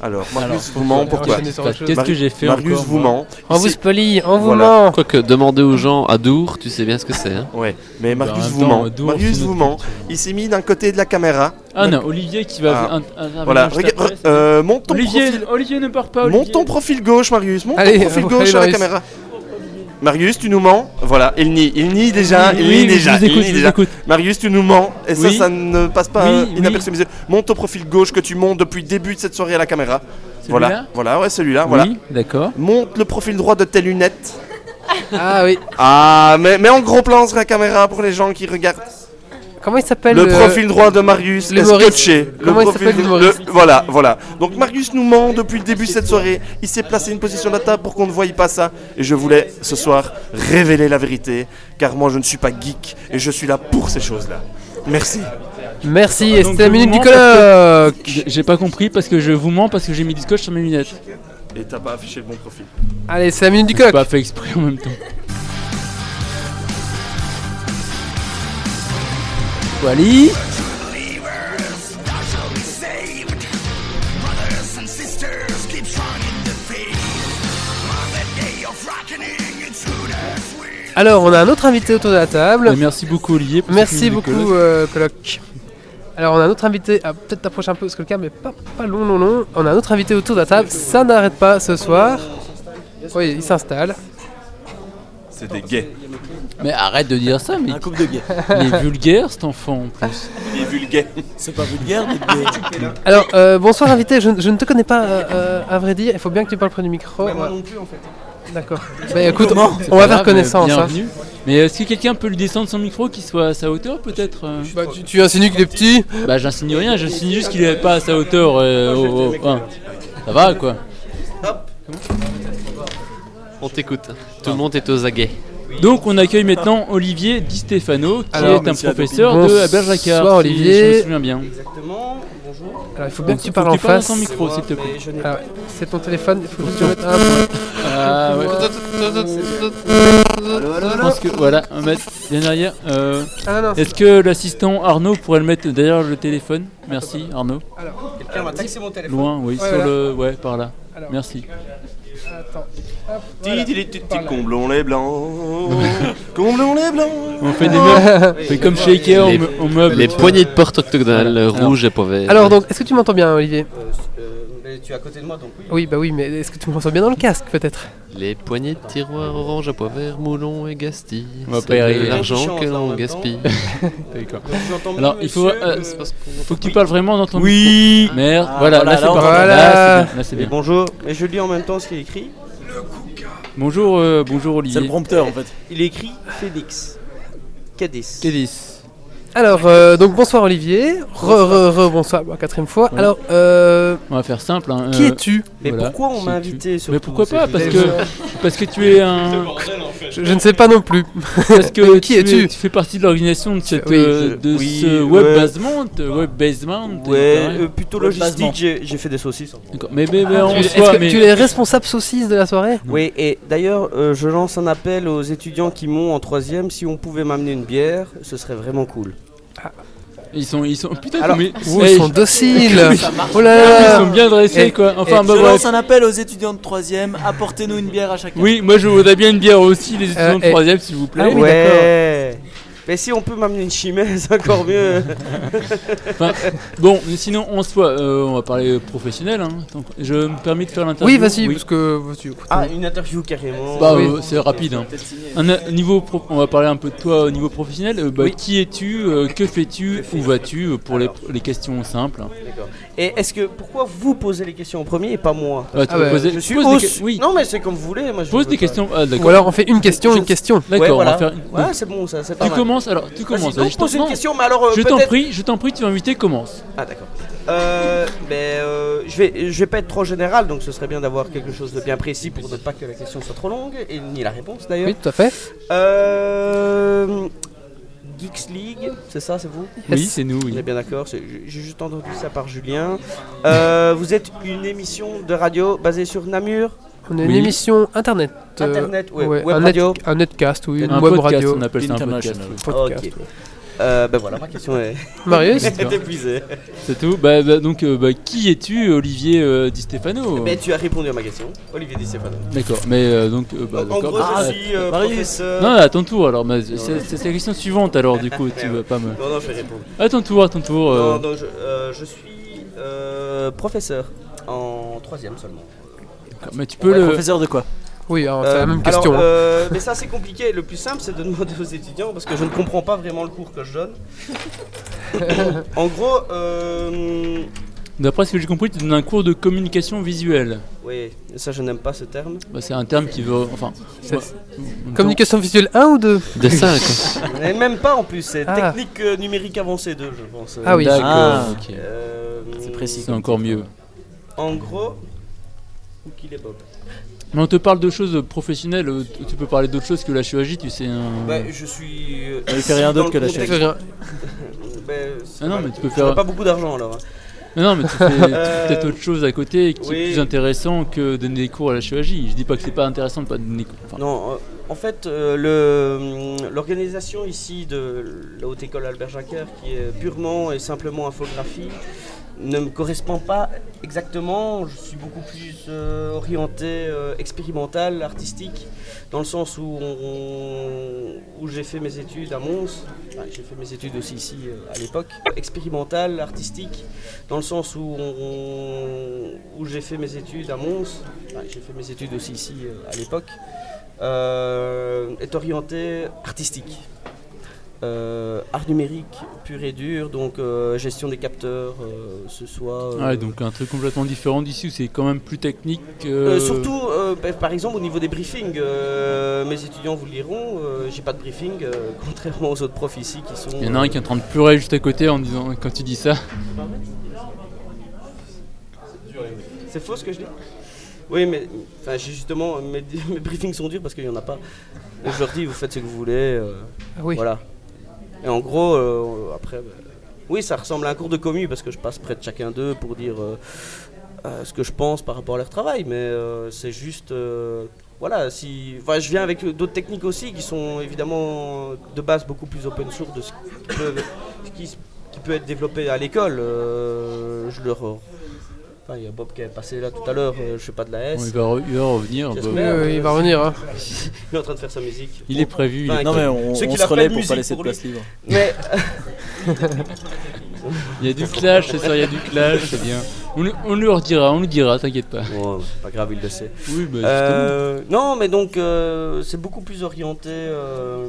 Speaker 7: Alors, Marius vous ment, pourquoi
Speaker 2: Qu'est-ce que j'ai fait
Speaker 7: Marius
Speaker 2: encore,
Speaker 7: vous
Speaker 2: moi
Speaker 7: ment.
Speaker 2: On vous
Speaker 7: C'est-
Speaker 1: spolie, on
Speaker 7: Voilà.
Speaker 11: Quoique, demander aux gens à Dour, tu sais bien ce que c'est. Hein.
Speaker 7: Ouais, mais
Speaker 11: Bah, en
Speaker 7: Marius
Speaker 11: même
Speaker 7: vous
Speaker 11: temps,
Speaker 7: ment.
Speaker 11: euh, Dour,
Speaker 7: Marius
Speaker 11: c'est
Speaker 7: vous
Speaker 11: notre
Speaker 7: ment. Il s'est mis d'un côté de la caméra.
Speaker 2: Ah
Speaker 7: D'un-
Speaker 2: non, Olivier qui va- un- un- un-
Speaker 7: voilà,
Speaker 2: un-
Speaker 7: regarde,
Speaker 2: un- un-
Speaker 7: euh, monte ton
Speaker 2: Olivier,
Speaker 7: profil.
Speaker 2: Olivier ne part pas.
Speaker 7: Monte ton profil gauche, Marius. Monte
Speaker 2: Allez,
Speaker 7: ton profil
Speaker 2: euh,
Speaker 7: gauche
Speaker 2: allez, Marius.
Speaker 7: à la caméra. Marius, tu nous mens. Voilà, il nie, il nie déjà,
Speaker 2: Oui,
Speaker 7: il
Speaker 2: oui,
Speaker 7: nie
Speaker 2: oui, je
Speaker 7: déjà,
Speaker 2: vous
Speaker 7: il
Speaker 2: écoute,
Speaker 7: nie
Speaker 2: je vous
Speaker 7: déjà.
Speaker 2: écoute.
Speaker 7: Marius, tu nous mens et ça,
Speaker 2: Oui.
Speaker 7: ça ne passe pas
Speaker 2: Oui,
Speaker 7: euh,
Speaker 2: oui.
Speaker 7: inaperçu. mais Monte ton profil gauche que tu montes depuis le début de cette soirée à la caméra.
Speaker 2: Celui-là
Speaker 7: Voilà, voilà, ouais, celui-là, Ah, voilà.
Speaker 2: Oui, d'accord.
Speaker 7: Monte le profil droit de tes lunettes.
Speaker 1: Ah oui.
Speaker 7: Ah, mais, mais en gros plan sur la caméra pour les gens qui regardent.
Speaker 1: Comment il s'appelle
Speaker 7: Le
Speaker 1: euh,
Speaker 7: profil droit de Marius est
Speaker 1: l'humoriste
Speaker 7: scotché. Le
Speaker 1: Comment il
Speaker 7: profil
Speaker 1: s'appelle
Speaker 7: de-
Speaker 1: l'humoriste
Speaker 7: le- Voilà, voilà. Donc Marius nous ment depuis le début de cette soirée. Il s'est placé une position de la table pour qu'on ne voie pas ça. Et je voulais ce soir révéler la vérité, car moi je ne suis pas geek et je suis là pour ces choses-là. Merci.
Speaker 1: Merci,
Speaker 2: Ah,
Speaker 1: et
Speaker 2: donc,
Speaker 1: c'était la
Speaker 2: je
Speaker 1: minute
Speaker 2: vous
Speaker 1: du
Speaker 2: mens parce
Speaker 1: colloque.
Speaker 2: que- J'ai- J'ai pas compris parce que je vous mens parce que j'ai mis du scotch sur mes lunettes.
Speaker 7: Et t'as pas affiché le bon profil.
Speaker 1: Allez, c'est la minute du
Speaker 2: colloque. Pas fait exprès en même temps. Wally
Speaker 1: Alors, on a un autre invité autour de la table.
Speaker 2: Et merci beaucoup, Olivier. pour cette
Speaker 1: Merci
Speaker 2: minute de
Speaker 1: beaucoup,
Speaker 2: colloque.
Speaker 1: euh, Coloc. Alors, on a un autre invité. Ah, peut-être t'approches un peu parce que le câble est pas, pas long, long, long. On a un autre invité autour de la table. Ça n'arrête pas ce soir. Oui, il s'installe.
Speaker 7: C'est des gays.
Speaker 2: Mais arrête de dire ça, mais.
Speaker 7: Un couple de gays.
Speaker 2: Il est vulgaire cet enfant en plus.
Speaker 7: Il est vulgaire. C'est pas vulgaire, mais gay.
Speaker 1: Alors, euh, bonsoir, invité. Je, je ne te connais pas, euh, euh, à vrai dire. Il faut bien que tu parles près du micro.
Speaker 10: moi
Speaker 1: Ouais.
Speaker 10: non plus en fait.
Speaker 1: D'accord. Bah écoute,
Speaker 2: Comment
Speaker 1: on-
Speaker 2: C'est
Speaker 1: on,
Speaker 2: pas
Speaker 1: va
Speaker 2: grave,
Speaker 1: faire connaissance. hein.
Speaker 2: bienvenue. Mais est-ce que quelqu'un peut lui descendre son micro qui soit à sa hauteur peut-être euh
Speaker 1: Bah tu, insinues qu'il est petit
Speaker 2: Bah j'insinue rien, j'insinue juste qu'il est pas à sa hauteur. euh, au- au- hein. Ça va quoi
Speaker 11: On t'écoute. Tout le monde est aux aguets.
Speaker 2: Donc on accueille maintenant Olivier Di Stefano qui
Speaker 11: Alors,
Speaker 2: est un
Speaker 11: monsieur la
Speaker 2: professeur
Speaker 11: copine.
Speaker 2: de à Berjacar.
Speaker 1: Bonsoir,
Speaker 2: si
Speaker 1: Olivier.
Speaker 2: Je me souviens bien.
Speaker 13: Exactement, bonjour.
Speaker 1: Alors il faut bien
Speaker 2: Donc,
Speaker 1: que tu
Speaker 2: faut
Speaker 1: parles
Speaker 2: que
Speaker 1: en
Speaker 2: tu parles
Speaker 1: face.
Speaker 2: dans ton micro, s'il te plaît.
Speaker 13: Je n'ai
Speaker 1: Alors, Ah c'est ton téléphone, il faut que tu mettes un.
Speaker 2: Ah, ouais. Je pense que voilà, on va mettre bien derrière. euh,
Speaker 1: Ah, non, non,
Speaker 2: Est-ce que l'assistant Arnaud pourrait le mettre derrière le téléphone Merci Arnaud.
Speaker 1: Alors,
Speaker 13: quelqu'un m'a taxé mon téléphone.
Speaker 2: Loin, oui,
Speaker 13: Ouais,
Speaker 2: sur
Speaker 13: voilà.
Speaker 2: le, ouais, par là.
Speaker 1: Alors.
Speaker 2: Merci.
Speaker 1: Attends.
Speaker 7: Petit comblons les blancs. Comblons les blancs.
Speaker 2: On fait des meubles. On fait comme chez Ikea, on,
Speaker 11: Les-
Speaker 2: me- on meuble.
Speaker 11: Les
Speaker 2: tu
Speaker 11: poignées de
Speaker 2: vois.
Speaker 11: porte octogonales,
Speaker 2: Voilà. Alors.
Speaker 11: rouge et pauvre.
Speaker 1: Alors donc, est-ce que tu m'entends bien, Olivier
Speaker 13: tu es à côté de moi donc oui.
Speaker 1: Oui, bah oui, mais est-ce que tu m'entends bien dans le casque, peut-être
Speaker 11: Les poignées de tiroirs orange à pois vert, moulon et gastille.
Speaker 2: On va
Speaker 11: C'est
Speaker 2: pas y
Speaker 11: de
Speaker 2: arriver.
Speaker 11: L'argent que
Speaker 13: Chante, en
Speaker 11: l'on
Speaker 13: même
Speaker 11: gaspille.
Speaker 2: D'accord.
Speaker 13: mieux,
Speaker 2: Alors, il faut,
Speaker 13: monsieur,
Speaker 2: euh,
Speaker 13: que-
Speaker 2: c'est parce qu'on faut que tu parles vraiment dans ton
Speaker 13: Oui.
Speaker 2: micro. Merde,
Speaker 13: Ah,
Speaker 2: voilà,
Speaker 13: voilà,
Speaker 2: là c'est
Speaker 13: là, on
Speaker 2: parfait.
Speaker 13: entend.
Speaker 2: Là, c'est bien, là, c'est
Speaker 13: Et
Speaker 2: bien.
Speaker 13: bonjour, et je lis en même temps ce qu'il écrit.
Speaker 2: Bonjour, euh, bonjour Olivier.
Speaker 13: Il écrit Félix. Cadis.
Speaker 2: Kédis.
Speaker 1: Alors, euh, donc bonsoir Olivier, re, re, re, bonsoir, bon, quatrième fois.
Speaker 2: Ouais.
Speaker 1: Alors, euh,
Speaker 2: On va faire simple. hein,
Speaker 1: Qui
Speaker 2: euh,
Speaker 1: es-tu
Speaker 13: Mais
Speaker 2: voilà.
Speaker 13: pourquoi on m'a
Speaker 2: Qui es-tu
Speaker 13: invité sur
Speaker 2: Mais pourquoi pas Parce que parce que tu es un.
Speaker 1: je, je ne sais pas non plus.
Speaker 2: Parce que
Speaker 1: Mais qui es-tu
Speaker 2: Tu fais partie de l'organisation de cette
Speaker 1: Oui,
Speaker 2: euh,
Speaker 13: je-
Speaker 2: de
Speaker 13: oui,
Speaker 2: ce
Speaker 13: ouais.
Speaker 2: web basement, euh, web basement.
Speaker 13: Ouais,
Speaker 2: etc.
Speaker 13: euh, plutôt
Speaker 2: Web basement.
Speaker 13: logistique, j'ai j'ai fait des saucisses. Ah,
Speaker 2: D'accord, Mais mais mais
Speaker 1: Tu-
Speaker 2: en
Speaker 1: Est-ce
Speaker 2: soi,
Speaker 1: que
Speaker 2: mais
Speaker 1: tu es responsable saucisse de la soirée
Speaker 13: Oui, et d'ailleurs, euh, je lance un appel aux étudiants qui m'ont en troisième. Si on pouvait m'amener une bière, ce serait vraiment cool.
Speaker 2: ils sont ils sont putain
Speaker 13: Alors-
Speaker 2: mais
Speaker 1: Oh,
Speaker 2: Hey,
Speaker 1: ils sont dociles Oh là
Speaker 2: Ils
Speaker 1: là
Speaker 2: sont bien dressés quoi. Enfin bah
Speaker 3: Euh, je
Speaker 2: bref.
Speaker 3: lance un appel aux étudiants de 3ème, apportez-nous une bière à chacun.
Speaker 2: Oui, moi je voudrais bien une bière aussi les
Speaker 1: Euh,
Speaker 2: étudiants de
Speaker 1: et-
Speaker 2: troisième s'il vous plaît.
Speaker 1: Ah oui,
Speaker 13: ouais. Mais si on peut m'amener une chimaise, encore mieux.
Speaker 2: Enfin, bon, mais sinon en soi, euh, on va parler professionnel. Hein. Attends, je me permets de faire l'interview.
Speaker 1: Oui, vas-y, parce que vas-y, écoute.
Speaker 13: ah, une interview carrément.
Speaker 2: Bah,
Speaker 1: Oui.
Speaker 2: euh, c'est rapide. hein. Un, euh, niveau pro- on va parler un peu de toi au niveau professionnel. Euh, bah, Qui es-tu euh, Que fais-tu Où vas-tu euh, Pour les, les questions simples.
Speaker 13: Et est-ce que pourquoi vous posez les questions en premier et pas moi
Speaker 2: Bah, tu
Speaker 1: Ah
Speaker 2: peux
Speaker 1: ouais.
Speaker 2: poser-
Speaker 13: Je suis
Speaker 2: pose
Speaker 13: au-
Speaker 2: des, que- oui,
Speaker 13: Non mais c'est comme vous voulez. Moi, je
Speaker 2: pose
Speaker 13: veux
Speaker 2: des
Speaker 13: pas.
Speaker 2: questions. Ah,
Speaker 1: Ou
Speaker 2: d'accord.
Speaker 1: alors on fait une question, une question.
Speaker 2: D'accord,
Speaker 13: Ouais,
Speaker 2: on va
Speaker 13: voilà.
Speaker 2: faire.
Speaker 13: Ouais,
Speaker 2: donc,
Speaker 13: c'est bon, ça. C'est pas
Speaker 2: tu
Speaker 13: mal.
Speaker 2: commences alors, tu commences.
Speaker 13: Vas-y,
Speaker 2: Allez, je t'en
Speaker 13: pose une
Speaker 2: non,
Speaker 13: question, mais alors. euh,
Speaker 2: je t'en
Speaker 13: peut-être-
Speaker 2: prie, je t'en prie, tu es invité, commence.
Speaker 13: Ah d'accord. Euh, mais euh, je vais je vais pas être trop général, donc ce serait bien d'avoir quelque chose de bien précis pour ne pas que la question soit trop longue et ni la réponse d'ailleurs.
Speaker 1: Oui, tout à fait.
Speaker 13: Euh, Geeks League, c'est ça, c'est vous
Speaker 2: Oui, c'est nous.
Speaker 13: On
Speaker 2: Oui.
Speaker 13: est bien d'accord, c'est- j'ai j'ai juste entendu ça par Julien. Euh, vous êtes une émission de radio basée sur Namur
Speaker 1: On a une
Speaker 2: Oui.
Speaker 1: émission internet. euh,
Speaker 13: Internet, ouais, web
Speaker 1: un, net-
Speaker 13: radio.
Speaker 1: un netcast, oui,
Speaker 2: Un
Speaker 1: une web
Speaker 2: podcast,
Speaker 1: radio.
Speaker 2: on appelle ça un podcast.
Speaker 11: International.
Speaker 2: oui.
Speaker 1: Podcast,
Speaker 13: Ok. Euh, ben voilà, ma question est
Speaker 1: Marius
Speaker 2: D'accord.
Speaker 13: est épuisée.
Speaker 2: C'est tout. Bah, bah, donc, euh, bah, qui es-tu, Olivier euh, Di Stefano
Speaker 13: Mais Eh ben, tu as répondu à ma question, Olivier Di Stefano.
Speaker 2: D'accord, mais euh, donc. euh, bah,
Speaker 13: Donc, en
Speaker 2: d'accord.
Speaker 13: gros,
Speaker 2: Ah,
Speaker 13: je suis euh, professeur.
Speaker 2: Non, à ton tour alors, mais c'est c'est la question suivante alors, du coup, tu veux pas me.
Speaker 13: non, non, je vais répondre.
Speaker 2: À ton tour, à ton tour. euh,
Speaker 13: Non, non, je, euh, je suis euh, professeur en troisième seulement.
Speaker 2: Mais tu peux
Speaker 3: Ouais,
Speaker 2: le.
Speaker 3: Professeur de quoi
Speaker 1: Oui, alors, c'est
Speaker 13: Euh,
Speaker 1: la même
Speaker 13: alors,
Speaker 1: question. hein.
Speaker 13: euh, mais ça, c'est compliqué. Le plus simple, c'est de demander aux étudiants parce que je ne comprends pas vraiment le cours que je donne. en gros, euh,
Speaker 2: D'après ce que j'ai compris, tu donnes un cours de communication visuelle.
Speaker 13: oui, ça, je n'aime pas ce terme.
Speaker 2: Bah, c'est un terme qui veut. Enfin.
Speaker 1: C'est-
Speaker 2: ouais, en même temps-
Speaker 1: Communication visuelle 1 ou 2
Speaker 11: De 5.
Speaker 13: Et même pas en plus. C'est
Speaker 1: Ah.
Speaker 13: technique euh, numérique avancée 2, je pense.
Speaker 1: Ah oui.
Speaker 2: D'accord,
Speaker 3: Ah,
Speaker 2: ok.
Speaker 13: Euh,
Speaker 3: C'est précis.
Speaker 2: C'est encore mieux.
Speaker 13: En gros, où qu'il est Bob
Speaker 2: Mais on te parle de choses professionnelles, euh, tu- tu peux parler d'autres choses que la chirurgie, tu sais. hein. un-
Speaker 13: Bah, je suis. euh,
Speaker 3: Il fait rien
Speaker 13: dans
Speaker 3: d'autre
Speaker 13: le
Speaker 3: que la
Speaker 13: contexte-
Speaker 1: chaîne.
Speaker 13: Bah, c'est
Speaker 2: Ah non,
Speaker 13: mal.
Speaker 2: mais tu peux
Speaker 13: Je
Speaker 2: faire-
Speaker 13: ferai pas beaucoup d'argent alors. hein.
Speaker 2: Mais non, mais tu fais, tu fais
Speaker 13: Euh,
Speaker 2: peut-être autre chose à côté qui est
Speaker 13: oui.
Speaker 2: plus intéressant que donner des cours à la chirurgie. Je dis pas que c'est pas intéressant de pas donner des cours. Enfin,
Speaker 13: Non, euh, en fait, euh, le- hum, l'organisation ici de la Haute École Albert Jacquer, qui est purement et simplement infographie, ne me correspond pas Exactement, je suis beaucoup plus euh, orienté euh, expérimental, artistique, dans le sens où, on- où j'ai fait mes études à Mons, Enfin, j'ai fait mes études aussi ici euh, à l'époque, expérimental, artistique, dans le sens où, on- où j'ai fait mes études à Mons, Enfin, j'ai fait mes études aussi ici euh, à l'époque, euh, est orienté artistique. Euh, art numérique pur et dur, donc euh, gestion des capteurs, euh, ce soit euh,
Speaker 2: Ouais, donc un truc complètement différent d'ici où c'est quand même plus technique.
Speaker 13: euh,
Speaker 2: euh,
Speaker 13: surtout, euh, bah, par exemple, au niveau des briefings, euh, mes étudiants vous le diront, euh, j'ai pas de briefing, euh, contrairement aux autres profs ici qui sont.
Speaker 2: Il y en a un qui est en train de pleurer juste à côté en disant quand tu dis ça.
Speaker 13: euh, C'est faux ce que je dis Oui, mais enfin, j'ai justement, mes, mes briefings sont durs parce qu'il n'y en a pas. Donc, je leur dis, vous faites ce que vous voulez. euh, Voilà. Et en gros, euh, après, bah, oui, ça ressemble à un cours de commu parce que je passe près de chacun d'eux pour dire euh, euh, ce que je pense par rapport à leur travail, mais euh, c'est juste. euh, voilà, si, enfin, je viens avec d'autres techniques aussi qui sont évidemment euh, de base beaucoup plus open source de ce qui peut, ce qui s- qui peut être développé à l'école. Euh, je leur. Enfin, il y a Bob qui est passé là tout à l'heure, euh, je fais pas de la S.
Speaker 2: Bon, il va re- il va revenir, Bob.
Speaker 13: J'espère,
Speaker 2: Oui, oui, il
Speaker 13: euh,
Speaker 2: va revenir, hein.
Speaker 13: il est en train de faire sa musique.
Speaker 2: Il est prévu, il est
Speaker 13: Enfin,
Speaker 2: prévu. Non, mais on-
Speaker 13: ceux
Speaker 2: on
Speaker 13: qui
Speaker 2: se
Speaker 13: l'appellent
Speaker 2: relaie pour pas
Speaker 13: musique
Speaker 2: laisser de
Speaker 13: pour
Speaker 2: place
Speaker 13: lui.
Speaker 2: libre.
Speaker 13: Mais. euh,
Speaker 2: Il y a du clash, c'est ça, il y a du clash, c'est bien. On, lui- on lui redira, on lui dira, t'inquiète pas.
Speaker 13: pas grave, il le sait.
Speaker 2: Oui, bah,
Speaker 13: Euh, non, mais donc euh, c'est beaucoup plus orienté euh,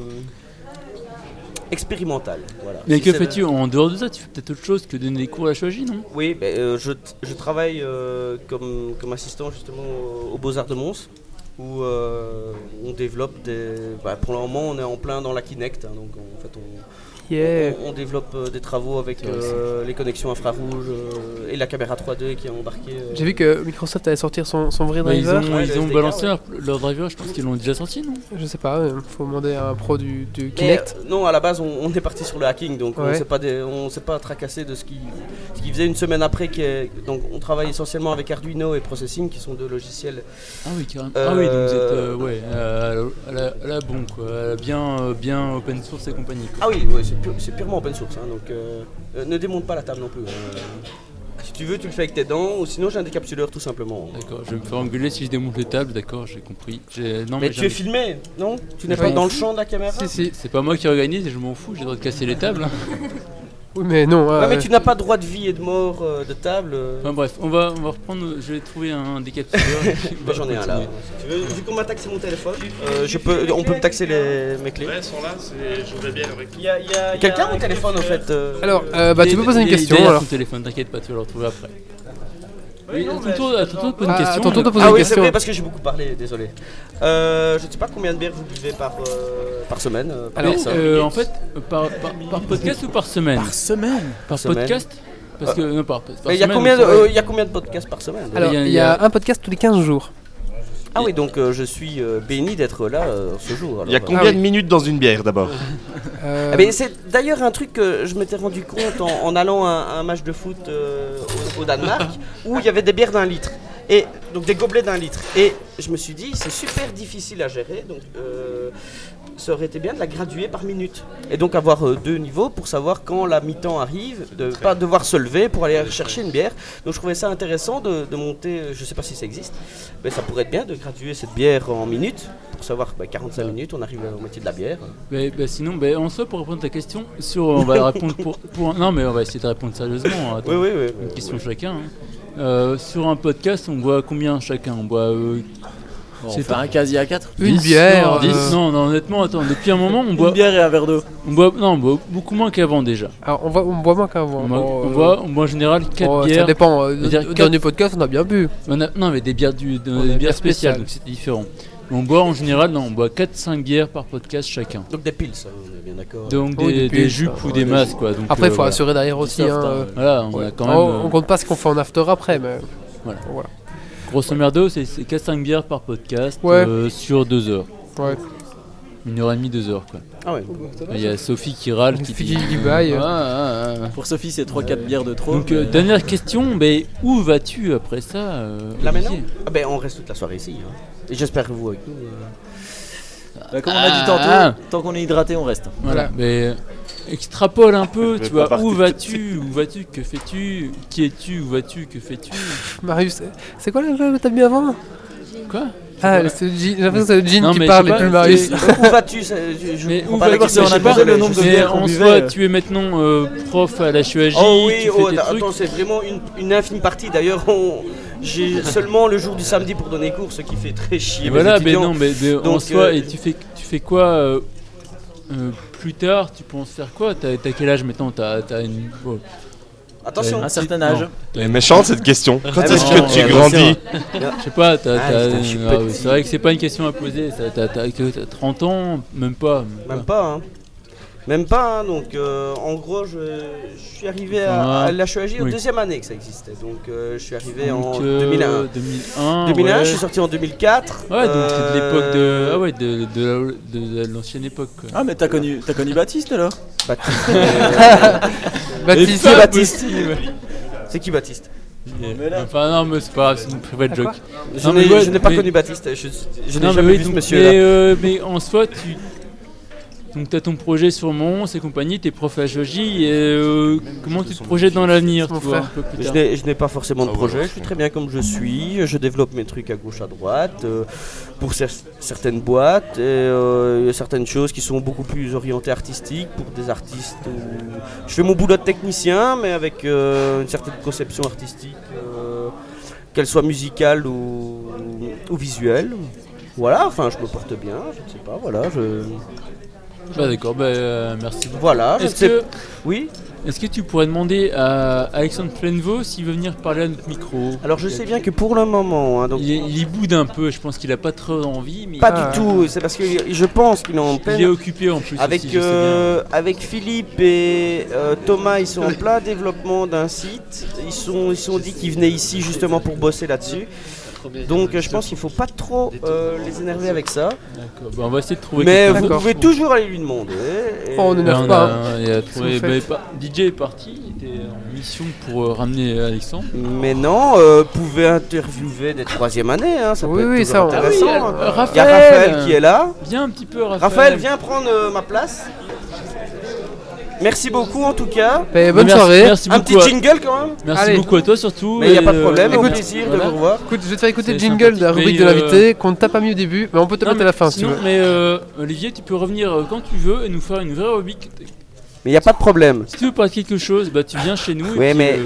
Speaker 13: expérimental. Voilà.
Speaker 2: Mais
Speaker 13: Si
Speaker 2: que
Speaker 13: c'est-
Speaker 2: fais-tu en dehors de ça Tu fais peut-être autre chose que donner des cours à la chirurgie, non
Speaker 13: Oui, ben, euh, je, t- je travaille euh, comme, comme assistant justement au- aux Beaux-Arts de Mons, où euh, on développe des. bah, pour le moment, on est en plein dans la Kinect, hein, donc en fait, on,
Speaker 1: Yeah.
Speaker 13: on, on développe euh, des travaux avec euh, les connexions infrarouges euh, et la caméra 3D qui est embarquée. euh,
Speaker 1: J'ai vu que Microsoft allait sortir son, son vrai
Speaker 2: Mais ils
Speaker 1: driver.
Speaker 2: ont, ils ont balancé leur, leur driver, je pense qu'ils l'ont déjà sorti, non
Speaker 1: Je sais pas, euh, faut demander à un pro du, du
Speaker 13: Mais,
Speaker 1: Kinect.
Speaker 13: euh, non, à la base, on, on est parti sur le hacking, donc on
Speaker 1: Ouais.
Speaker 13: s'est pas, dé- on s'est pas tracassé de ce qui, ce qui faisait une semaine après. qui est- donc on travaille essentiellement avec Arduino et Processing, qui sont deux logiciels.
Speaker 2: Ah oui, carrément. Ah oui, donc vous êtes euh, ouais, euh, à, la, à la bon, quoi. à la bien, euh, bien open source et compagnie. quoi.
Speaker 13: Ah oui, ouais, c'est, pu- c'est purement open source, hein, donc euh, euh, ne démonte pas la table non plus. euh. si tu veux, tu le fais avec tes dents, ou sinon j'ai un décapsuleur tout simplement.
Speaker 2: D'accord, je vais me faire engueuler si je démonte les tables, d'accord, j'ai compris. J'ai- Non,
Speaker 13: mais
Speaker 2: j'ai
Speaker 13: tu es
Speaker 2: envie-
Speaker 13: filmé, non Tu n'es
Speaker 2: Je
Speaker 13: pas
Speaker 2: m'en
Speaker 13: dans le
Speaker 2: fous.
Speaker 13: champ de la caméra
Speaker 2: Si, si. C'est pas moi qui organise et je m'en fous, j'ai le droit de casser les tables. hein.
Speaker 1: Oui, mais non.
Speaker 13: Ouais,
Speaker 1: euh,
Speaker 13: mais tu n'as pas droit de vie et de mort euh, de table. euh.
Speaker 2: Enfin bref, on va, on va reprendre. Je vais trouver un décapsuleur.
Speaker 13: Bah, J'en ai un là. Tu veux- Vu qu'on m'a taxé mon téléphone, euh, je peux, on peut me taxer les, mes clés.
Speaker 14: sont là, je voudrais bien le
Speaker 13: Quelqu'un a mon téléphone en fait euh,
Speaker 1: Alors, euh, bah, tu peux poser une question,
Speaker 2: Derrière
Speaker 1: alors.
Speaker 2: ton téléphone, t'inquiète pas, tu vas le retrouver après. Oui, à ton tour, à ton tour de poser
Speaker 13: Ah,
Speaker 2: une question.
Speaker 1: ton tour de
Speaker 2: je-
Speaker 1: poser
Speaker 13: ah
Speaker 1: une
Speaker 13: oui,
Speaker 1: question.
Speaker 13: c'est vrai parce que j'ai beaucoup parlé, désolé. Euh, je ne sais pas combien de bières vous buvez par, euh, par semaine. euh, par
Speaker 2: Alors,
Speaker 13: personne.
Speaker 2: euh, en fait, euh, par, par- par podcast ou par semaine
Speaker 13: Par semaine
Speaker 2: Par
Speaker 13: Semaine.
Speaker 2: podcast Parce que,
Speaker 13: Euh,
Speaker 2: non, par, par
Speaker 13: Mais il y a
Speaker 2: semaine,
Speaker 13: combien de-
Speaker 2: ça va.
Speaker 13: euh, il y a combien de podcasts par semaine
Speaker 1: Alors, il y a un podcast tous les 15 jours.
Speaker 13: Ah oui, donc euh, je suis euh, béni d'être là euh, ce jour. alors.
Speaker 7: Il y a combien de minutes dans une bière d'abord
Speaker 1: Euh,
Speaker 13: Eh ben, c'est d'ailleurs un truc que je m'étais rendu compte en, en allant à un, un match de foot euh, au, au Danemark où il y avait des bières d'un litre. Et donc des gobelets d'un litre. Et je me suis dit, c'est super difficile à gérer. Donc euh, ça aurait été bien de la graduer par minute. Et donc avoir euh, deux niveaux pour savoir quand la mi-temps arrive, de pas devoir se lever pour aller chercher une bière. Donc je trouvais ça intéressant de, de monter, euh, je sais pas si ça existe, mais ça pourrait être bien de graduer cette bière en minutes pour savoir bah, 45 minutes, on arrive à la moitié de la bière.
Speaker 2: Mais, bah, sinon, bah, en soi, pour répondre à ta question, sur, on va répondre pour, pour- Non, mais on va essayer de répondre sérieusement. hein, attends.
Speaker 13: Oui, oui, oui,
Speaker 2: Une
Speaker 13: oui,
Speaker 2: question
Speaker 13: oui.
Speaker 2: chacun. hein. Euh, sur un podcast, on boit combien chacun On boit. euh, bon,
Speaker 19: C'est
Speaker 2: enfin,
Speaker 19: pas un casier à 4
Speaker 2: dix, non, dix. Non, non, honnêtement, attends, depuis un moment, on boit.
Speaker 19: Une bière et un verre d'eau.
Speaker 2: On boit, non, on boit beaucoup moins qu'avant déjà.
Speaker 1: Alors, on, voit, on boit moins qu'avant.
Speaker 2: On, boit-
Speaker 1: Bon,
Speaker 2: on
Speaker 1: euh,
Speaker 2: boit, on boit en général 4
Speaker 1: bon,
Speaker 2: bières.
Speaker 1: Ça dépend. euh,
Speaker 2: Je veux dire,
Speaker 1: le
Speaker 2: quatre-
Speaker 1: dernier podcast, on a bien bu.
Speaker 2: on a- non, mais des bières, du, de-
Speaker 1: On a
Speaker 2: des
Speaker 1: des
Speaker 2: bières
Speaker 1: bières
Speaker 2: spéciales,
Speaker 1: spéciales.
Speaker 2: donc c'est différent. Mais on boit en général, non, on boit 4-5 bières par podcast chacun.
Speaker 13: Donc des piles, ça, on est bien d'accord.
Speaker 2: Donc des,
Speaker 1: Oui, des
Speaker 2: des
Speaker 1: pulls,
Speaker 2: jupes
Speaker 1: ça,
Speaker 2: ou
Speaker 1: ouais,
Speaker 2: des
Speaker 1: des
Speaker 2: masques,
Speaker 1: jupes.
Speaker 2: quoi. donc,
Speaker 1: Après,
Speaker 2: euh,
Speaker 1: faut
Speaker 2: voilà.
Speaker 1: assurer derrière aussi. hein, euh,
Speaker 2: Voilà, on a
Speaker 1: ouais.
Speaker 2: quand
Speaker 1: Oh,
Speaker 2: même. euh,
Speaker 1: on compte pas ce qu'on fait en after après, mais.
Speaker 2: Voilà.
Speaker 1: Voilà.
Speaker 2: Grosso merdo, c'est c'est 4-5 bières par podcast
Speaker 1: Ouais.
Speaker 2: euh, sur 2 heures.
Speaker 1: Ouais.
Speaker 2: Une heure et demie, 2 heures quoi.
Speaker 13: Ah ouais.
Speaker 2: Il y a Sophie qui râle, qui
Speaker 1: Sophie
Speaker 2: dit.
Speaker 1: qui baille.
Speaker 2: Ah,
Speaker 3: Ah,
Speaker 2: Pour Sophie, c'est 3-4
Speaker 19: bières de trop.
Speaker 2: Donc, euh,
Speaker 19: Mais-
Speaker 2: dernière question, mais où vas-tu après ça euh,
Speaker 13: Là
Speaker 2: Olivier
Speaker 13: maintenant Ah ben on reste toute la soirée ici. hein. Et j'espère que vous avec nous. euh.
Speaker 3: Bah, comme on a dit tantôt, tant qu'on est hydraté, on reste.
Speaker 2: Ah, Voilà, mais euh, extrapole un peu,
Speaker 3: Je vais
Speaker 2: tu
Speaker 3: pas
Speaker 2: vois, où
Speaker 3: partir
Speaker 2: vas-tu, où vas-tu, que fais-tu, qui es-tu, où vas-tu, que fais-tu
Speaker 1: Marius, c'est- c'est quoi le- le le tabu avant
Speaker 2: Quoi
Speaker 1: Ah, c'est le Jean- j'ai l'impression que c'est le
Speaker 2: Non,
Speaker 1: Jean qui
Speaker 2: mais
Speaker 1: parle
Speaker 2: je sais
Speaker 1: et plus
Speaker 2: pas,
Speaker 1: le Marius.
Speaker 2: c'est- mais où vas-tu
Speaker 3: question,
Speaker 2: mais je
Speaker 3: on a
Speaker 2: sais pas,
Speaker 3: posé le nombre de
Speaker 2: mais
Speaker 3: bières qu'on
Speaker 2: en
Speaker 3: buvait,
Speaker 2: soi,
Speaker 3: euh.
Speaker 2: tu es maintenant euh, prof à la HEAJ,
Speaker 13: Oh oui,
Speaker 2: tu fais
Speaker 13: oh,
Speaker 2: tes
Speaker 13: attends,
Speaker 2: trucs.
Speaker 13: attends, c'est vraiment une, une infime partie. D'ailleurs, on- j'ai seulement le jour du samedi pour donner cours, ce qui fait très chier.
Speaker 2: Et
Speaker 13: mes
Speaker 2: voilà, mais
Speaker 13: étudiants.
Speaker 2: non, mais de- en
Speaker 13: Donc,
Speaker 2: soi,
Speaker 13: euh,
Speaker 2: et tu fais, tu fais quoi euh, euh, plus tard Tu penses faire quoi T'as t'as quel âge maintenant T'as t'as une. oh.
Speaker 13: Attention.
Speaker 2: T'as une
Speaker 13: Un certain
Speaker 2: petite-
Speaker 13: âge.
Speaker 2: non.
Speaker 13: Elle est méchante, cette question. Quand
Speaker 2: Ah,
Speaker 13: est-ce
Speaker 2: non,
Speaker 13: que
Speaker 2: non,
Speaker 13: tu
Speaker 2: non,
Speaker 13: grandis
Speaker 2: non. Je sais pas, t'as-
Speaker 13: Ah,
Speaker 2: t'as-
Speaker 13: putain, je suis
Speaker 2: ah,
Speaker 13: petit.
Speaker 2: c'est vrai que c'est pas une question à poser. T'as- T'as t'as- que- t'as 30 ans, même pas.
Speaker 13: Même pas, hein. Même pas, hein, donc euh, en gros, je, je suis arrivé à,
Speaker 2: Ah,
Speaker 13: à E l'HEAJ aux
Speaker 2: oui.
Speaker 13: deuxième année que ça existait. Donc euh, je suis arrivé en
Speaker 2: Donc, euh,
Speaker 13: 2001.
Speaker 2: 2001,
Speaker 13: 2001,
Speaker 2: ouais.
Speaker 13: je suis sorti en 2004.
Speaker 2: Ouais, donc c'est de l'époque de.
Speaker 13: euh,
Speaker 2: Ah ouais, de, de, de, de l'ancienne époque. Quoi.
Speaker 3: Ah, mais t'as connu, t'as connu Baptiste alors
Speaker 13: Baptiste.
Speaker 2: euh, Baptiste.
Speaker 3: C'est
Speaker 2: Pas
Speaker 3: Baptiste.
Speaker 2: possible.
Speaker 13: C'est qui Baptiste Ah,
Speaker 2: Enfin, non, mais c'est pas grave, c'est une private joke.
Speaker 13: Je
Speaker 2: Non,
Speaker 13: n'ai-
Speaker 2: mais ouais,
Speaker 13: je n'ai pas
Speaker 2: mais-
Speaker 13: connu Baptiste, je, je n'ai
Speaker 2: Non, mais
Speaker 13: jamais
Speaker 2: oui,
Speaker 13: vu ce
Speaker 2: donc,
Speaker 13: monsieur-là.
Speaker 2: Mais, euh, mais en soi, tu. Donc, t'as ton projet sur Mons et compagnie, t'es prof à Jogi, et euh, comment tu te projettes dans l'avenir, tu vois, un peu plus
Speaker 13: Je
Speaker 2: tard
Speaker 13: n'ai- je n'ai pas forcément de
Speaker 2: Ah,
Speaker 13: projet,
Speaker 2: voilà.
Speaker 13: je suis très bien comme je suis, je développe mes trucs à gauche à droite, euh, pour cer- certaines boîtes, et euh, il y a certaines choses qui sont beaucoup plus orientées artistiques, pour des artistes. ou- Je fais mon boulot de technicien, mais avec euh, une certaine conception artistique, euh, qu'elle soit musicale ou, ou visuelle. Voilà, enfin je me porte bien, je ne sais pas, voilà. Je...
Speaker 2: Bah d'accord, bah euh, merci.
Speaker 13: Voilà, je
Speaker 2: est-ce
Speaker 13: sais-
Speaker 2: que...
Speaker 13: Oui
Speaker 2: Est-ce que tu pourrais demander à Alexandre Plainevaux s'il veut venir parler à notre micro
Speaker 13: Alors je sais bien que pour le moment... hein, donc...
Speaker 2: Il, est- il y boude un peu, je pense qu'il a pas trop envie, mais...
Speaker 13: Pas
Speaker 1: Ah.
Speaker 13: du tout, c'est parce que je pense qu'il est en pleine.
Speaker 2: est occupé en plus
Speaker 13: Avec,
Speaker 2: aussi, je sais
Speaker 13: euh, avec Philippe et euh, Thomas, ils sont en plein développement d'un site. Ils sont, ils sont dit qu'ils venaient ici justement pour bosser là-dessus. Donc euh, je pense qu'il faut pas trop euh, les énerver avec ça.
Speaker 2: D'accord, bah, on va essayer de trouver
Speaker 13: Mais
Speaker 2: quelqu'un.
Speaker 13: vous
Speaker 2: D'accord.
Speaker 13: pouvez toujours aller lui demander.
Speaker 2: Là,
Speaker 13: et-
Speaker 2: Oh, on a- il a trouvé- bah, pas- DJ est parti, il était en mission pour euh, ramener Alexandre.
Speaker 13: Mais non, euh, pouvez interviewer des troisième années, hein, ça
Speaker 2: Oui,
Speaker 13: peut être
Speaker 2: oui,
Speaker 13: toujours
Speaker 2: ça, on-
Speaker 13: intéressant.
Speaker 2: Ah oui, euh,
Speaker 13: Il y a
Speaker 2: Raphaël.
Speaker 13: Raphaël qui est là.
Speaker 2: Viens un petit peu, Raphaël.
Speaker 13: Raphaël, viens prendre euh, ma place. Merci beaucoup en tout cas.
Speaker 1: Ben, bonne Merci- soirée. merci
Speaker 13: un
Speaker 1: beaucoup
Speaker 13: petit
Speaker 1: à-
Speaker 13: jingle quand même.
Speaker 2: Merci beaucoup à toi surtout.
Speaker 13: Mais il n'y a
Speaker 2: et,
Speaker 13: pas de problème,
Speaker 2: euh,
Speaker 13: au
Speaker 2: écoute,
Speaker 13: plaisir
Speaker 2: voilà.
Speaker 13: de vous revoir.
Speaker 1: Écoute, je vais te faire écouter le
Speaker 2: C'est
Speaker 1: jingle de la
Speaker 2: sympathique.
Speaker 1: rubrique de
Speaker 2: Mais, euh,
Speaker 1: l'invité qu'on ne t'a pas mis au début, mais on peut te
Speaker 2: Non,
Speaker 1: mettre
Speaker 2: mais
Speaker 1: à la fin si tu
Speaker 2: sinon,
Speaker 1: veux.
Speaker 2: mais euh, Olivier, tu peux revenir euh, quand tu veux et nous faire une vraie rubrique.
Speaker 13: Mais il n'y a pas de problème.
Speaker 2: Si tu veux parler de quelque chose, bah tu viens chez nous. et
Speaker 13: Ouais,
Speaker 2: puis,
Speaker 13: mais
Speaker 2: euh,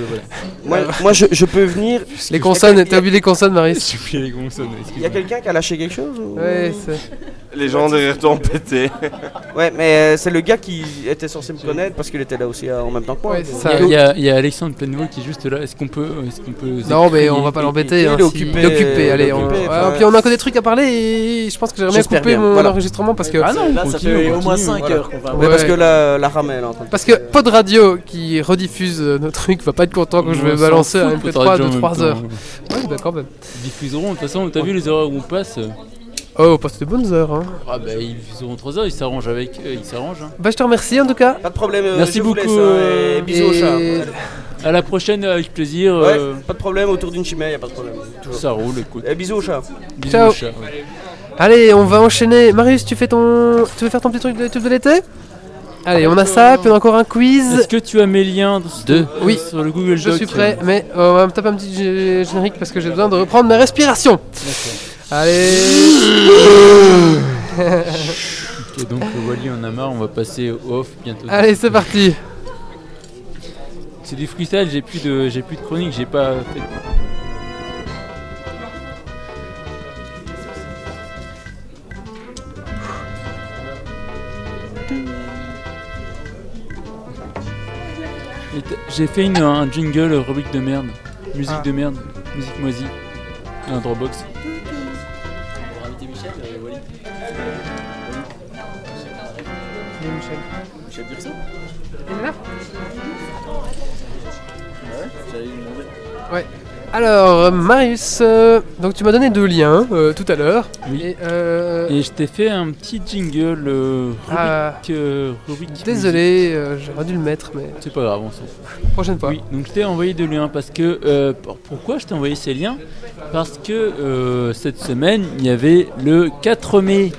Speaker 2: voilà.
Speaker 13: moi, moi, je, je peux venir.
Speaker 1: Les consonnes, t'as oublié les consonnes, Marius
Speaker 2: J'ai oublié les consonnes,
Speaker 13: Il y a quelqu'un qui a lâché quelque chose ou-
Speaker 1: Ouais, c'est.
Speaker 7: Les gens derrière toi ont pété.
Speaker 13: Ouais, mais euh, c'est le gars qui était censé me connaître parce qu'il était là aussi euh, en même temps que moi.
Speaker 1: Ouais,
Speaker 13: donc-
Speaker 1: c'est
Speaker 2: Il y a- il y, a- il y a Alexandre Plainevaux qui est juste là. Est-ce qu'on peut, est-ce qu'on peut
Speaker 1: Non, mais on va pas l'embêter. hein,
Speaker 13: il est
Speaker 1: si-
Speaker 13: occupé,
Speaker 1: il est occupé,
Speaker 13: euh,
Speaker 1: allez. on-
Speaker 13: occupé,
Speaker 1: Ah,
Speaker 13: enfin,
Speaker 1: Puis on a encore des trucs à parler et je pense que j'aimerais bien
Speaker 13: J'espère
Speaker 1: couper
Speaker 13: bien,
Speaker 1: mon
Speaker 13: voilà.
Speaker 1: enregistrement parce que.
Speaker 13: Ah non, Là, ça continue, fait au moins continue, cinq voilà. heures qu'on va- Ouais, parce que la- la rame, elle est en train de-
Speaker 1: Parce que Pod Radio qui rediffuse euh, nos trucs va pas être content que je
Speaker 2: On
Speaker 1: vais
Speaker 2: s'en
Speaker 1: balancer
Speaker 2: fout
Speaker 1: un
Speaker 2: de Pod
Speaker 1: MP3
Speaker 2: Radio en
Speaker 1: de
Speaker 2: même
Speaker 1: 3
Speaker 2: temps.
Speaker 1: heures. Ouais, bah quand même.
Speaker 2: Ils diffuseront. De toute façon, t'as vu les horaires où on passe euh,
Speaker 1: Oh, on passe de bonnes heures. Hein.
Speaker 2: Ah bah ils diffuseront 3 heures. Ils s'arrangent avec. euh, ils s'arrangent. hein.
Speaker 1: Bah, je te remercie en tout cas.
Speaker 13: Pas de problème, euh,
Speaker 2: Merci
Speaker 13: je vous
Speaker 2: beaucoup.
Speaker 13: laisse, hein, et bisous au chat.
Speaker 2: et À la prochaine avec plaisir.
Speaker 13: Ouais,
Speaker 2: euh,
Speaker 13: pas de problème, autour d'une chimère, il a pas de problème. toujours.
Speaker 2: Ça roule, écoute.
Speaker 13: Et bisous au chat.
Speaker 2: Bisous
Speaker 1: Ciao.
Speaker 2: au chat, ouais.
Speaker 1: Allez, on va enchaîner. Marius, tu fais ton, tu veux faire ton petit truc de tube de l'été Allez, on a ça, puis on a encore un quiz.
Speaker 2: Est-ce que tu as mes liens
Speaker 1: Deux. Oui.
Speaker 2: sur le Google
Speaker 1: Je
Speaker 2: Doc,
Speaker 1: suis prêt, mais euh, on va me taper un petit gé- générique parce que j'ai besoin de reprendre ma respiration. Allez.
Speaker 2: Ok, donc le Wally en a marre, on va passer au off bientôt.
Speaker 1: Allez, c'est parti.
Speaker 2: C'est du freestyle, j'ai plus de, j'ai plus de chronique, j'ai pas. fait- Et t- J'ai fait une, un jingle rubrique de merde, musique
Speaker 19: Ah.
Speaker 2: de merde, musique moisie, un Dropbox.
Speaker 19: Pour inviter Michel, euh, Wally. Michel Durso
Speaker 1: Il est là
Speaker 19: Ouais, j'allais lui demander.
Speaker 1: Ouais. Alors, euh, Marius, euh, donc tu m'as donné deux liens euh, tout à l'heure. Et, euh,
Speaker 2: Et je t'ai fait un petit jingle euh, rubrique,
Speaker 1: Ah.
Speaker 2: euh, rubrique
Speaker 1: Désolé, euh, j'aurais dû le mettre, mais.
Speaker 2: C'est pas grave, on s'en fout.
Speaker 1: Prochaine fois.
Speaker 2: Oui, donc je t'ai envoyé deux liens parce que. euh, pour- pourquoi je t'ai envoyé ces liens Parce que euh, cette semaine, il y avait le 4 mai.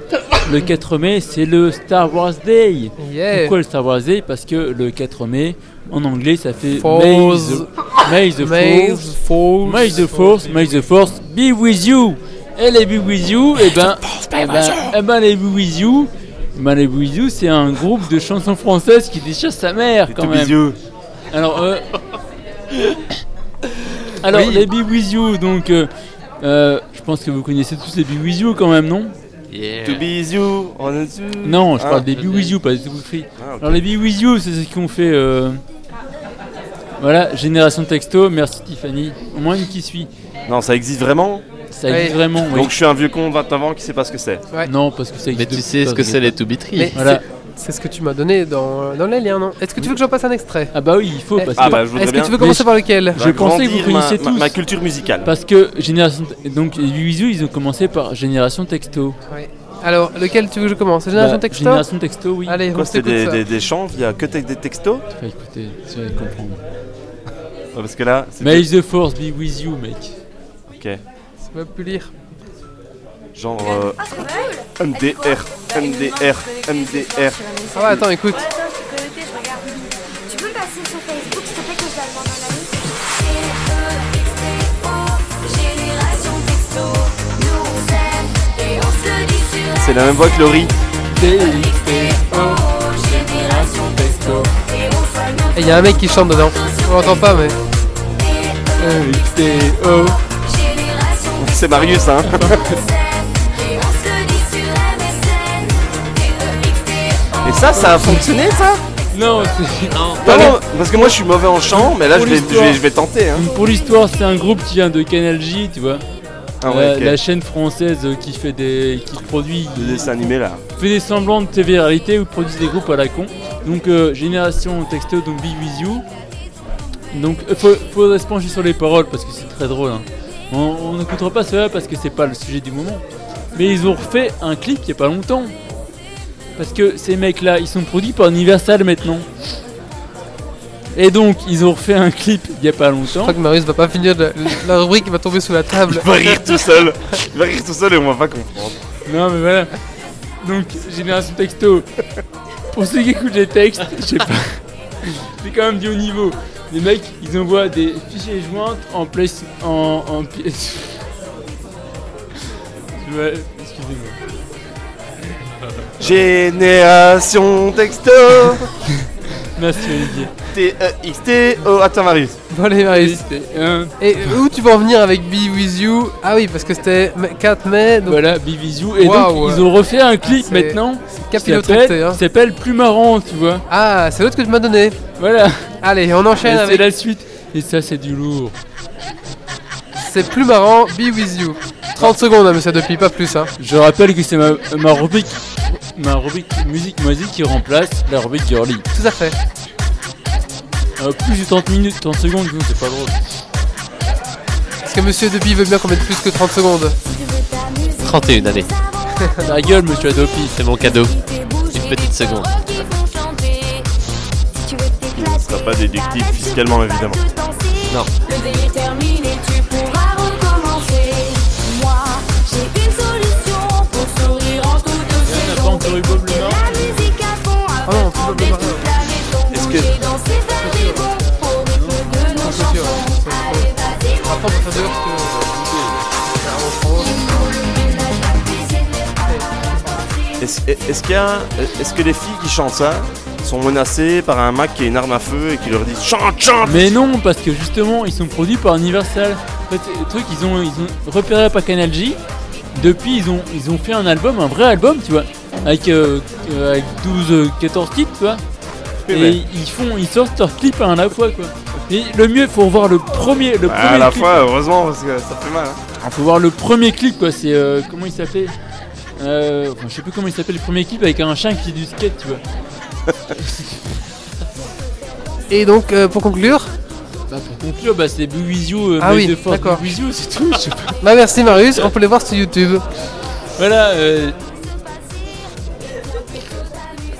Speaker 2: le 4 mai, c'est le Star Wars Day.
Speaker 1: Yeah.
Speaker 2: Pourquoi le Star Wars Day Parce que le 4 mai, en anglais, ça fait
Speaker 1: Force.
Speaker 2: May the,
Speaker 1: May
Speaker 2: May the Force. May the Force. May the Force be with you. Elle est be with you. Et ben, eh ben, eh ben, elle est be with you. Eh ben, elle est be with you, c'est un groupe de chansons françaises qui déchire sa mère quand
Speaker 7: to
Speaker 2: même.
Speaker 7: with you.
Speaker 2: Alors, euh, alors les Be With You, donc euh, euh, je pense que vous connaissez tous les Be With You quand même, non
Speaker 11: Yeah.
Speaker 7: To be with you, on a su-
Speaker 2: Non, je
Speaker 7: Ah.
Speaker 2: parle des Be With You, pas des Too Free.
Speaker 7: Ah, ok.
Speaker 2: Alors les Be With You, c'est ce qu'on fait. euh, Voilà, génération texto, merci Tiffany. Au moins une qui suit.
Speaker 7: Non, ça existe vraiment
Speaker 2: Ça existe vraiment, oui.
Speaker 7: Donc je suis un vieux con de 29 ans qui sait pas ce que c'est.
Speaker 2: Non, parce que ça
Speaker 11: Mais
Speaker 2: existe.
Speaker 11: tu sais ce que c'est les To Be Three.
Speaker 1: Mais
Speaker 2: Bah,
Speaker 1: c'est- C'est ce que tu m'as donné dans, dans les liens, non Est-ce que tu veux que j'en passe un extrait
Speaker 2: Ah bah oui, il faut.
Speaker 1: Eh,
Speaker 2: Parce
Speaker 7: Ah
Speaker 2: que-
Speaker 7: bah, je voudrais
Speaker 1: Est-ce que
Speaker 7: bien.
Speaker 1: tu veux commencer
Speaker 7: Mais
Speaker 1: par lequel
Speaker 7: je-
Speaker 2: Je pensais que vous
Speaker 7: Agrandir ma-
Speaker 2: connaissiez
Speaker 7: ma-
Speaker 2: tous.
Speaker 7: ma culture musicale.
Speaker 2: Parce que Génération. Donc, les Be With You, ils ont commencé par Génération Texto.
Speaker 1: Ouais. Eh, Alors, lequel tu veux que je commence Génération
Speaker 2: Bah,
Speaker 1: Texto
Speaker 2: Génération Texto, oui.
Speaker 1: Allez, on
Speaker 7: Quoi, c'était
Speaker 1: s'écoute
Speaker 7: des,
Speaker 1: ça.
Speaker 7: des, des chants via que te- des textos
Speaker 2: Tu vas écouter, tu vas comprendre.
Speaker 7: Ah, Parce que là, c'était-
Speaker 2: May the Force be with you, mec.
Speaker 7: Ok.
Speaker 1: Ça va plus lire.
Speaker 7: Genre. euh, MDR, MDR, MDR.
Speaker 1: Ah ouais, attends, écoute.
Speaker 12: Tu peux passer sur Facebook, s'il te plaît, que je la demande à un ami
Speaker 7: C'est la même voix que Laurie.
Speaker 1: Et Eh, il y a un mec qui chante dedans. On l'entend pas, mais.
Speaker 7: C'est Marius, hein. Et ça, ça a fonctionné, ça
Speaker 2: Non, c'est.
Speaker 7: Non, non, parce que moi je suis mauvais en chant, mais là je
Speaker 2: Pour
Speaker 7: vais, je
Speaker 2: l'histoire.
Speaker 7: vais, je vais tenter. Hein.
Speaker 2: Pour l'histoire, c'est un groupe qui vient de Canal J, tu vois.
Speaker 7: Ah ouais,
Speaker 2: la,
Speaker 7: ok.
Speaker 2: la chaîne française qui fait des. qui produit.
Speaker 7: Le dessin animé là.
Speaker 2: fait des semblants de TV réalité ou produit des groupes à la con. Donc, euh, Génération Texto, donc Be With You. Donc, euh, faut, faut se pencher sur les paroles parce que c'est très drôle. hein. On on n'écoutera pas cela parce que c'est pas le sujet du moment. Mais ils ont refait un clip il y a pas longtemps. Parce que ces mecs-là, ils sont produits par Universal maintenant. Et donc, ils ont refait un clip il y a pas
Speaker 1: Je
Speaker 2: longtemps.
Speaker 1: crois que Marius va pas finir la, la rubrique, il va tomber sous la table.
Speaker 7: Il va rire tout seul. Il va rire tout seul et on va pas comprendre.
Speaker 2: Non, mais voilà. Donc, génération texto. Pour ceux qui écoutent les textes, je sais pas. C'est quand même du haut niveau. Les mecs, ils envoient des fichiers jointes en place. en. en pièces. Je vois- Excusez-moi.
Speaker 7: Génération texto. E
Speaker 2: Merci Olivier.
Speaker 7: T-E-X-T-O. Attends, Marius.
Speaker 1: Bon, allez, Marius.
Speaker 2: un.
Speaker 1: Et où tu vas en venir avec Be With You Ah oui, parce que c'était ma- 4 mai. Donc...
Speaker 2: Voilà, Be With You. Et donc,
Speaker 1: Waouh.
Speaker 2: ils ont refait un clip
Speaker 1: C'est-
Speaker 2: maintenant.
Speaker 1: c'est
Speaker 2: qui
Speaker 1: capillotracté,
Speaker 2: s'appelle-
Speaker 1: hein.
Speaker 2: qui s'appelle Plus marrant, tu vois.
Speaker 1: Ah, c'est l'autre que tu m'as donné.
Speaker 2: Voilà.
Speaker 1: Allez, on
Speaker 2: Et
Speaker 1: enchaîne
Speaker 2: C'est
Speaker 1: avec.
Speaker 2: la suite. Et ça, c'est du lourd.
Speaker 1: C'est plus marrant, Be With You. 30 secondes, hein, monsieur Depuis, pas plus. Hein.
Speaker 2: Je rappelle que c'est ma, ma rubrique ma rubrique musique moisie qui remplace la rubrique girly.
Speaker 1: Tout à fait.
Speaker 2: Euh, plus de 30 minutes, 30 secondes, nous, c'est pas drôle.
Speaker 1: Parce que monsieur Depuis veut bien qu'on mette plus que 30 secondes.
Speaker 11: 31, allez.
Speaker 2: Ta gueule, monsieur Adopi.
Speaker 11: C'est mon cadeau. Une petite seconde.
Speaker 7: Ce sera pas déductible fiscalement, évidemment.
Speaker 11: Non.
Speaker 12: Le délai est terminé, tu pourras recommencer. Moi, j'ai une solution pour sourire en toutes saisons. Écouter la musique à fond avant de trembler toute la maison. Bouger dans ses fabricons au rythme de nos chansons. Allez, vas-y, mon
Speaker 7: Est-ce est-ce qu'il y a- est-ce que les filles qui chantent ça sont menacées par un mec qui a une arme à feu et qui leur dit chante, chante
Speaker 2: Mais non, parce que justement, ils sont produits par Universal. En fait, le truc, ils ont, ils ont repéré par Canal J. Depuis, ils ont, ils ont fait un album, un vrai album, tu vois, avec, euh, euh, avec 12, euh, 14 titres, tu vois.
Speaker 7: Oui,
Speaker 2: Et
Speaker 7: ouais.
Speaker 2: ils font, ils sortent leurs clips un à la fois, quoi. Et le mieux, faut voir le premier, le
Speaker 7: Bah,
Speaker 2: premier
Speaker 7: à la
Speaker 2: clip.
Speaker 7: fois, heureusement, parce que ça fait mal. hein.
Speaker 2: Ah, faut voir le premier clip quoi, c'est euh, comment il s'appelait Euh, enfin, Je sais plus comment il s'appelle le premier clip avec un chien qui fait du skate, tu vois.
Speaker 1: Et donc, euh, pour conclure.
Speaker 2: Bah, pour conclure, bah, c'est Be With You, euh,
Speaker 1: Ah
Speaker 2: May
Speaker 1: oui,
Speaker 2: the Force
Speaker 1: d'accord.
Speaker 2: Be With You, c'est tout. je sais pas.
Speaker 1: Bah, merci Marius, on peut les voir sur YouTube.
Speaker 2: Voilà, euh,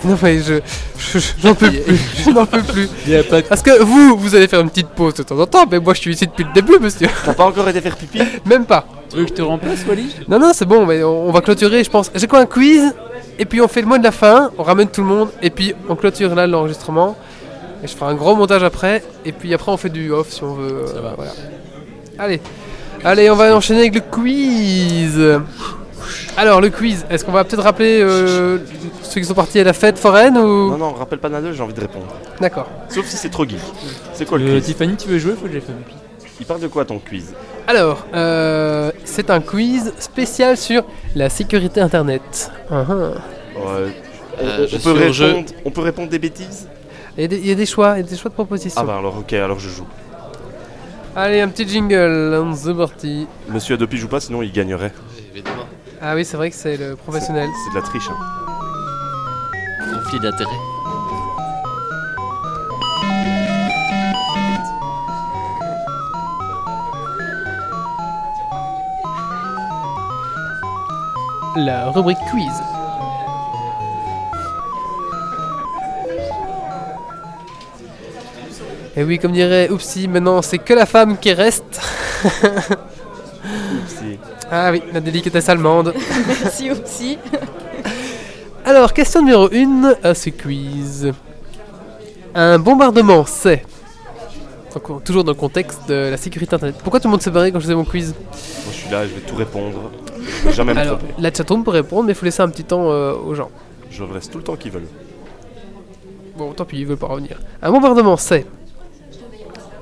Speaker 1: Non mais je je- je- j'en peux plus, je n'en peux plus.
Speaker 2: il y a pas de-
Speaker 1: Parce que vous, vous allez faire une petite pause de temps en temps, mais moi je suis ici depuis le début, monsieur.
Speaker 7: T'as pas encore été faire pipi
Speaker 1: Même pas.
Speaker 2: Tu veux que je te remplace, Wally
Speaker 1: Non non, c'est bon, mais on, on va clôturer, je pense. J'ai quoi un quiz Et puis on fait le mot de la fin, on ramène tout le monde, et puis on clôture là l'enregistrement. Et je ferai un gros montage après, et puis après on fait du off si on veut. euh, voilà. Allez. Allez, on va enchaîner avec le quiz. Alors le quiz, est-ce qu'on va peut-être rappeler euh, ceux qui sont partis à la fête foraine ou
Speaker 7: Non, non, rappelle pas Nadal, j'ai envie de répondre.
Speaker 1: D'accord.
Speaker 7: Sauf si c'est trop geek. C'est quoi le
Speaker 2: Euh,
Speaker 7: quiz
Speaker 2: Tiffany, tu veux jouer Faut que j'ai fait mon
Speaker 7: Il parle de quoi ton quiz
Speaker 1: Alors, euh, c'est un quiz spécial sur la sécurité internet. Ah, ah.
Speaker 7: Euh, on-
Speaker 1: Euh,
Speaker 7: on,
Speaker 1: je
Speaker 7: peut
Speaker 1: suis au jeu.
Speaker 7: répondre, on peut répondre des bêtises
Speaker 1: Il y, a des- il y a des choix, il y a des choix de propositions.
Speaker 7: Ah bah alors ok, alors je joue.
Speaker 1: Allez, un petit jingle, on se parti.
Speaker 7: Monsieur Adopi joue pas, sinon il gagnerait.
Speaker 1: Ah oui, c'est vrai que c'est le professionnel.
Speaker 7: C'est de la triche. hein.
Speaker 11: Conflit d'intérêt.
Speaker 1: La rubrique quiz. Et oui, comme dirait Oupsi, maintenant c'est que la femme qui reste.
Speaker 7: Oupsi.
Speaker 1: Ah oui, la délicatesse allemande.
Speaker 5: Ah.
Speaker 18: Merci aussi.
Speaker 1: Alors, question numéro 1 à ce quiz. Un bombardement, c'est. Donc, on- Toujours dans le contexte de la sécurité internet. Pourquoi tout le monde s'est barré quand je faisais mon quiz
Speaker 7: Moi je suis là, je vais tout répondre. Je vais jamais me
Speaker 1: Alors,
Speaker 7: tromper.
Speaker 1: la chatroom peut répondre, mais il faut laisser un petit temps euh, aux gens.
Speaker 7: Je reste tout le temps qu'ils veulent.
Speaker 1: Bon, tant pis, ils veulent pas revenir. Un bombardement, c'est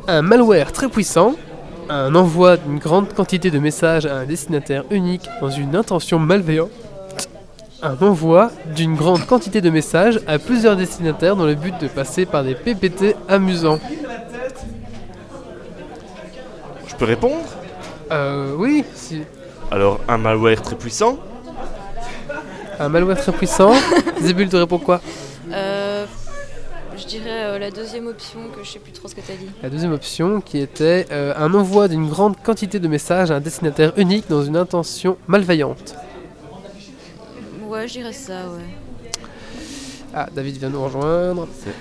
Speaker 1: un malware très puissant, un envoi d'une grande quantité de messages à un destinataire unique dans une intention malveillante, un envoi d'une grande quantité de messages à plusieurs destinataires dans le but de passer par des PPT amusants.
Speaker 7: Je peux répondre
Speaker 1: Euh, oui, si.
Speaker 7: Alors un malware très puissant
Speaker 1: Un malware très puissant. Zebul te répond quoi
Speaker 5: Euh, je dirais euh, la deuxième option que je sais plus trop ce que t'as dit.
Speaker 1: La deuxième option qui était euh, un envoi d'une grande quantité de messages à un destinataire unique dans une intention malveillante.
Speaker 5: Ouais, je dirais ça, ouais.
Speaker 1: Ah, David vient nous rejoindre.
Speaker 7: C'est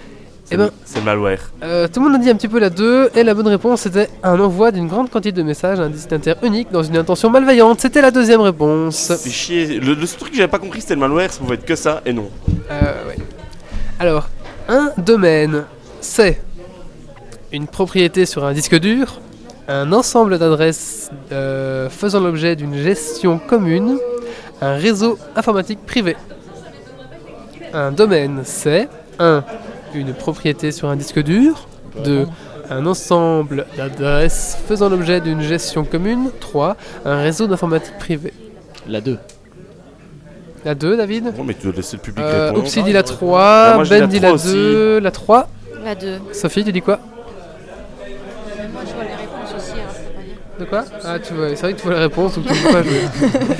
Speaker 1: Eh ben,
Speaker 7: c'est le malware.
Speaker 1: euh, tout le monde a dit un petit peu la 2, et la bonne réponse c'était un envoi d'une grande quantité de messages à un destinataire unique dans une intention malveillante. C'était la deuxième réponse.
Speaker 7: C'est chier. Le, le seul truc que j'avais pas compris c'était le malware, ça pouvait être que ça et non.
Speaker 1: Euh, ouais. Alors, un domaine, c'est une propriété sur un disque dur, un ensemble d'adresses euh, faisant l'objet d'une gestion commune, un réseau informatique privé. Un domaine, c'est 1. Une propriété sur un disque dur. 2. Un ensemble d'adresses faisant l'objet d'une gestion commune. 3. Un réseau d'informatique privé.
Speaker 19: La 2.
Speaker 1: La 2, David
Speaker 7: Non Oh, mais tu dois laisser le public
Speaker 1: euh,
Speaker 7: répondre.
Speaker 1: Oupsi dit la 3,
Speaker 7: Bah, moi, je dis
Speaker 1: Ben dit la 2,
Speaker 7: trois aussi.
Speaker 1: la 3.
Speaker 5: La 2.
Speaker 1: Sophie, tu dis quoi
Speaker 18: Moi, je vois les réponses aussi.
Speaker 1: De quoi Ah, tu vois, c'est vrai que tu vois la réponse ou tu ne peux pas jouer.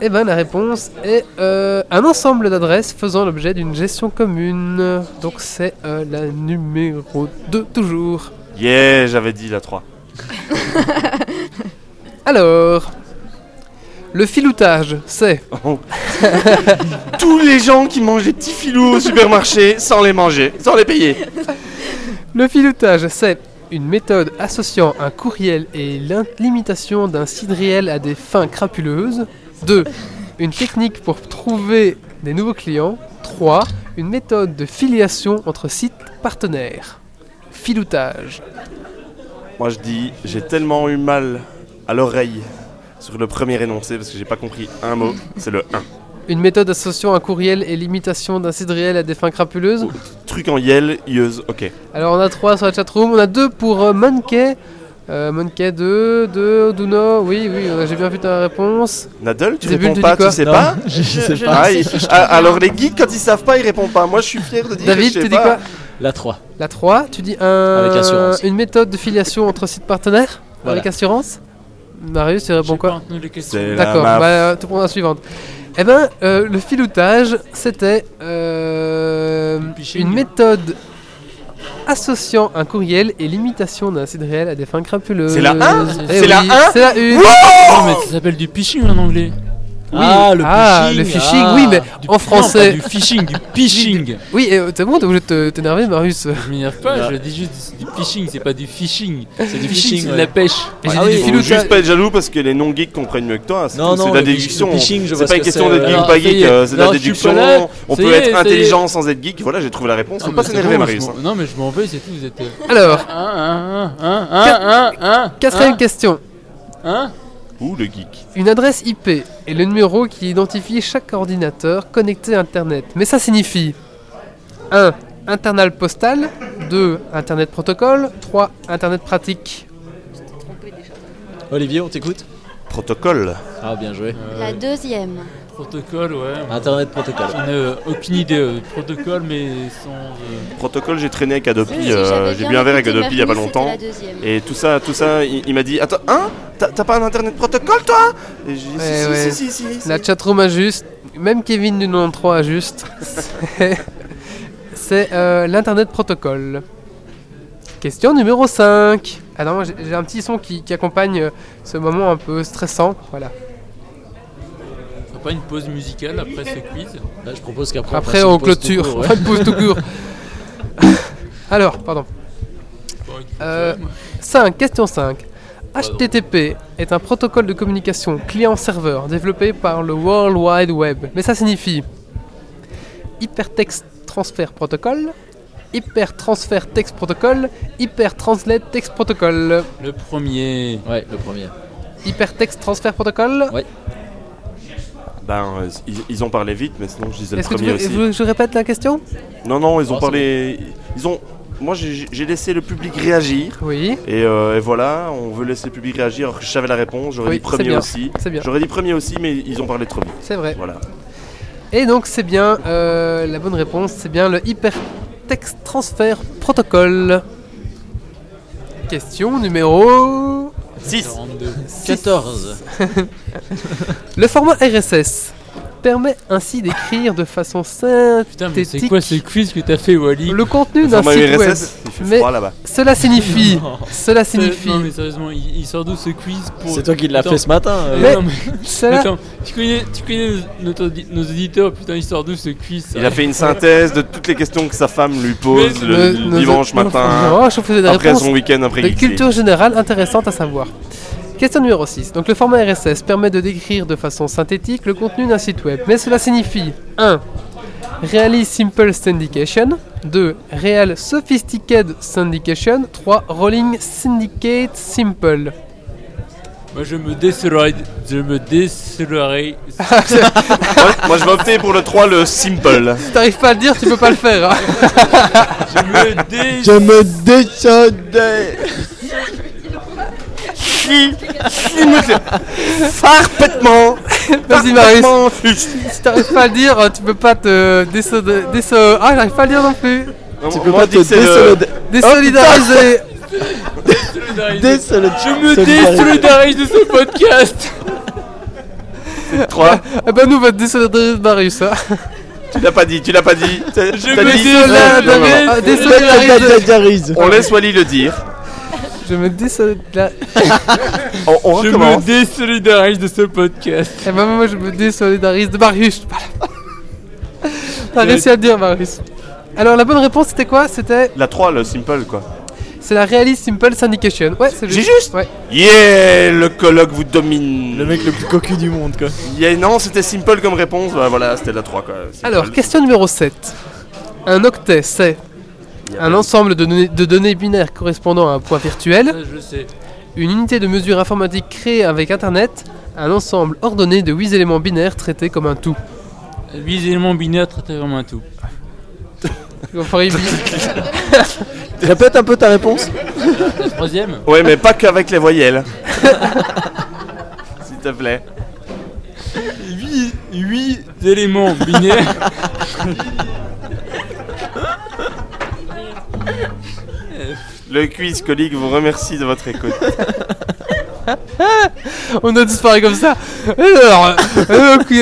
Speaker 1: Eh ben, la réponse est euh, un ensemble d'adresses faisant l'objet d'une gestion commune. Donc, c'est euh, la numéro 2 toujours.
Speaker 7: Yeah, j'avais dit la 3.
Speaker 1: Alors, le filoutage, c'est.
Speaker 7: Tous les gens qui mangent des petits filous au supermarché sans les manger, sans les payer.
Speaker 1: Le filoutage, c'est une méthode associant un courriel et l'in- l'imitation d'un site réel à des fins crapuleuses. 2. Une technique pour trouver des nouveaux clients. 3. Une méthode de filiation entre sites partenaires. Filoutage.
Speaker 7: Moi je dis, j'ai tellement eu mal à l'oreille sur le premier énoncé parce que j'ai pas compris un mot, c'est le 1.
Speaker 1: Une méthode associant un courriel et l'imitation d'un site réel à des fins crapuleuses.
Speaker 7: Truc en yel, yeuse, ok.
Speaker 1: Alors on a 3 sur la chatroom, on a 2 pour euh, Monkey. Euh, Monkey 2, 2, Duno, oui, oui, euh, j'ai bien vu ta réponse.
Speaker 7: Nadal, tu
Speaker 1: Zébul,
Speaker 7: réponds
Speaker 1: dis
Speaker 7: pas,
Speaker 1: quoi
Speaker 7: tu sais pas Ah, il- ah, Alors les geeks, quand ils savent pas, ils répondent pas. Moi je suis fier de dire que
Speaker 1: David,
Speaker 7: je sais
Speaker 1: tu dis
Speaker 7: pas.
Speaker 1: quoi
Speaker 19: La 3.
Speaker 1: La 3, tu dis un-
Speaker 19: Avec assurance.
Speaker 1: une méthode de filiation entre sites partenaires
Speaker 19: Voilà.
Speaker 1: avec assurance Marius, tu réponds quoi
Speaker 7: C'est la
Speaker 1: D'accord,
Speaker 7: maf.
Speaker 1: bah, euh, tu prends la suivante. Eh ben, euh, le filoutage, c'était euh, une méthode associant un courriel et l'imitation d'un site réel à des fins crapuleuses.
Speaker 2: C'est la un
Speaker 1: Eh
Speaker 2: C'est la
Speaker 1: oui,
Speaker 2: un
Speaker 1: C'est la 1
Speaker 2: Wow Non, mais ça s'appelle du phishing en anglais.
Speaker 1: Oui.
Speaker 19: Ah, le
Speaker 1: Ah,
Speaker 19: phishing,
Speaker 1: le phishing,
Speaker 19: ah.
Speaker 1: oui, mais
Speaker 19: Du-
Speaker 1: en
Speaker 19: non,
Speaker 1: français.
Speaker 19: pas du phishing, du phishing.
Speaker 1: Oui, euh, t'es bon, t'es obligé de te- t'énerver, Marius.
Speaker 2: Je m'énerve pas, je dis juste c'est du phishing, c'est pas du phishing. C'est du phishing, c'est de
Speaker 7: ouais.
Speaker 2: la pêche.
Speaker 7: Ouais.
Speaker 2: Ah oui,
Speaker 7: Faut
Speaker 2: faut
Speaker 7: juste pas être jaloux parce que les non-geeks comprennent mieux que toi. C'est
Speaker 2: Non,
Speaker 7: tout,
Speaker 2: non,
Speaker 7: c'est de la
Speaker 2: le phishing-
Speaker 7: déduction.
Speaker 2: le phishing, je vois
Speaker 7: C'est
Speaker 2: ce
Speaker 7: pas une
Speaker 2: que
Speaker 7: question
Speaker 2: c'est,
Speaker 7: d'être
Speaker 2: ouais.
Speaker 7: geek ou
Speaker 2: Non,
Speaker 7: pas
Speaker 2: ça y
Speaker 7: geek,
Speaker 2: est.
Speaker 7: euh, c'est de la
Speaker 2: Non, je suis
Speaker 7: déduction.
Speaker 2: pas là.
Speaker 7: On
Speaker 2: Ça
Speaker 7: peut
Speaker 2: y est, Ah,
Speaker 7: être
Speaker 2: ça y est.
Speaker 7: intelligent sans être geek. Voilà, j'ai trouvé la réponse. Faut pas s'énerver, Marius. hein.
Speaker 2: Non, mais je m'en veux, c'est tout. Vous êtes. euh,
Speaker 1: Alors.
Speaker 2: Hein, hein, hein, hein, hein, hein,
Speaker 1: Quatrième
Speaker 2: hein.
Speaker 1: question.
Speaker 2: Hein
Speaker 7: Ouh, le geek.
Speaker 1: Une adresse IP est le numéro qui identifie chaque ordinateur connecté à Internet. Mais ça signifie 1. Internal postal 2. Internet protocole 3. Internet pratique
Speaker 19: Olivier, on t'écoute
Speaker 7: Protocole.
Speaker 19: Ah, bien joué.
Speaker 5: Euh, La deuxième.
Speaker 2: Protocole, ouais.
Speaker 19: Internet protocole.
Speaker 2: J'en ai euh, aucune idée. euh, Protocole, mais sans. euh,
Speaker 7: Protocole, j'ai traîné avec Adopi,
Speaker 2: Si, si,
Speaker 7: euh,
Speaker 2: j'avais
Speaker 7: j'ai
Speaker 2: bien
Speaker 7: bu un verre avec
Speaker 2: écouté
Speaker 7: Adopi il y a pas
Speaker 2: Marcus, c'était
Speaker 7: longtemps.
Speaker 2: la deuxième.
Speaker 7: Et tout ça, tout ça, il, il m'a dit Attends, hein T'as t'as pas un internet protocole toi Et j'ai dit, Si,
Speaker 1: Eh
Speaker 7: si,
Speaker 1: ouais.
Speaker 7: si, si, si, si.
Speaker 1: La chatroom a juste, même Kevin du 93 a juste. C'est- C'est euh, l'Internet protocole. Question numéro 5. Ah non, moi, j'ai j'ai un petit son qui, qui accompagne euh, ce moment un peu stressant. Voilà.
Speaker 2: Faut pas une pause musicale après ce quiz
Speaker 19: Là, je propose qu'après.
Speaker 1: Après, on clôture. On fait bah, une pause tout court. Alors, pardon. Euh, 5. Question 5. HTTP est un protocole de communication client-serveur développé par le World Wide Web. Mais ça signifie Hypertext Transfer Protocol, Hyper Transfer Text Protocol, Hyper Translate Text Protocol.
Speaker 2: Le premier.
Speaker 19: Ouais, le premier.
Speaker 1: Hypertext Transfer Protocol
Speaker 19: Ouais.
Speaker 7: Ben, euh, ils, ils ont parlé vite, mais sinon je disais le
Speaker 1: Est-ce que tu
Speaker 7: premier
Speaker 1: veux,
Speaker 7: aussi.
Speaker 1: veux que je répète la question
Speaker 7: Non, non, ils ont
Speaker 1: Oh,
Speaker 7: parlé. Ils ont. Moi, j'ai j'ai laissé le public réagir.
Speaker 1: Oui.
Speaker 7: Et, euh, et voilà, on veut laisser le public réagir. Alors que je savais la réponse, j'aurais
Speaker 1: Oui,
Speaker 7: dit premier
Speaker 1: c'est bien,
Speaker 7: aussi.
Speaker 1: c'est bien.
Speaker 7: J'aurais dit premier aussi, mais ils ont parlé trop vite.
Speaker 1: C'est vrai.
Speaker 7: Voilà.
Speaker 1: Et donc c'est bien, euh, la bonne réponse, c'est bien le Hypertext Transfer Protocol. Question numéro
Speaker 7: 6.
Speaker 19: 14.
Speaker 1: le format RSS permet ainsi d'écrire de façon synthétique
Speaker 2: Putain, mais c'est quoi ce quiz que t'as fait, Wally
Speaker 1: le contenu
Speaker 2: Le
Speaker 1: d'un
Speaker 2: format
Speaker 1: site
Speaker 2: RSS,
Speaker 1: web.
Speaker 2: il fait
Speaker 1: Mais
Speaker 2: froid là-bas.
Speaker 1: cela signifie,
Speaker 2: Non.
Speaker 1: cela
Speaker 2: C'est-
Speaker 1: signifie
Speaker 2: Non, mais sérieusement, il, il sort d'où ce quiz pour.
Speaker 19: C'est toi qui l'as
Speaker 2: Attends.
Speaker 19: fait ce matin, euh.
Speaker 2: Mais non,
Speaker 19: Mais
Speaker 2: mais-
Speaker 19: cela-
Speaker 2: Attends, tu connais, tu connais nos- notre audi- nos auditeurs, putain, il sort d'où ce quiz ça
Speaker 7: Il a fait une synthèse de toutes les questions que sa femme lui pose
Speaker 2: Mais-
Speaker 7: le
Speaker 2: Mais- mais-
Speaker 7: dimanche
Speaker 2: mais-
Speaker 7: matin.
Speaker 1: Non, je vous faisais des
Speaker 7: après
Speaker 1: réponses
Speaker 7: son week-end, après
Speaker 1: de
Speaker 7: Geeksy.
Speaker 1: culture générale intéressante à savoir. Question numéro 6. Donc le format RSS permet de décrire de façon synthétique le contenu d'un site web. Mais cela signifie 1. Really Simple Syndication 2. Real Sophisticated Syndication 3. Rolling Syndicate Simple
Speaker 2: Moi, je me décerai. Je me décerai.
Speaker 7: moi, moi, je vais opter pour le 3, le simple.
Speaker 1: Si t'arrives pas à le dire, tu peux pas le faire. hein.
Speaker 2: dé-
Speaker 12: Je
Speaker 7: me désolais.
Speaker 12: Chi-
Speaker 7: chi- me fait-
Speaker 1: Eh
Speaker 7: Parfaitement.
Speaker 1: Vas-y
Speaker 7: Parfaitement.
Speaker 1: Marius. si t'arrives pas à le dire, tu peux pas te déso... déso... Ah, j'arrive pas à le dire non plus.
Speaker 7: Tu peux moi, pas je dis te que c'est le- désolid-
Speaker 1: désolidariser.
Speaker 2: Je me désolidarise de ce podcast.
Speaker 7: 3.
Speaker 1: Eh ben nous, on va te désolidariser de Marius. hein.
Speaker 7: Tu l'as pas dit, tu l'as pas dit. T'as-
Speaker 1: Je
Speaker 7: t'as
Speaker 1: me
Speaker 7: dit-
Speaker 1: désolidarise.
Speaker 7: Non, non, non.
Speaker 1: Ah, désolidarise. Désolidarise.
Speaker 7: On laisse Wally le dire.
Speaker 1: Je me désolidarise.
Speaker 7: On, on
Speaker 2: Je
Speaker 7: recommence.
Speaker 2: me désolidarise de ce podcast.
Speaker 1: Eh ben moi, je me désolidarise de Marius. Voilà. T'as réussi à le dire, Marius. Alors, la bonne réponse, c'était quoi C'était...
Speaker 7: La 3, le simple quoi.
Speaker 1: C'est la Realist Simple Syndication. Ouais, c'est
Speaker 7: J'ai
Speaker 1: juste.
Speaker 7: juste
Speaker 1: Ouais.
Speaker 7: Yeah, le colloque vous domine. Le
Speaker 19: mec le plus cocu du monde quoi.
Speaker 7: Yeah, non, c'était simple comme réponse. Bah, voilà, c'était la 3 quoi. Simple.
Speaker 1: Alors, question numéro 7. Un octet, c'est un ensemble de données, de données binaires correspondant à un point virtuel,
Speaker 2: Ça, je sais.
Speaker 1: une unité de mesure informatique créée avec Internet, un ensemble ordonné de 8 éléments binaires traités comme un tout.
Speaker 2: 8 éléments binaires traités comme un tout.
Speaker 1: Enfin, il-
Speaker 3: Répète un peu ta réponse.
Speaker 2: La troisième
Speaker 7: Ouais, mais pas qu'avec les voyelles. S'il te plaît.
Speaker 2: 8, éléments binaires.
Speaker 7: Le quiz collique vous remercie de votre écoute.
Speaker 1: On a disparu comme ça. Alors, euh, ok.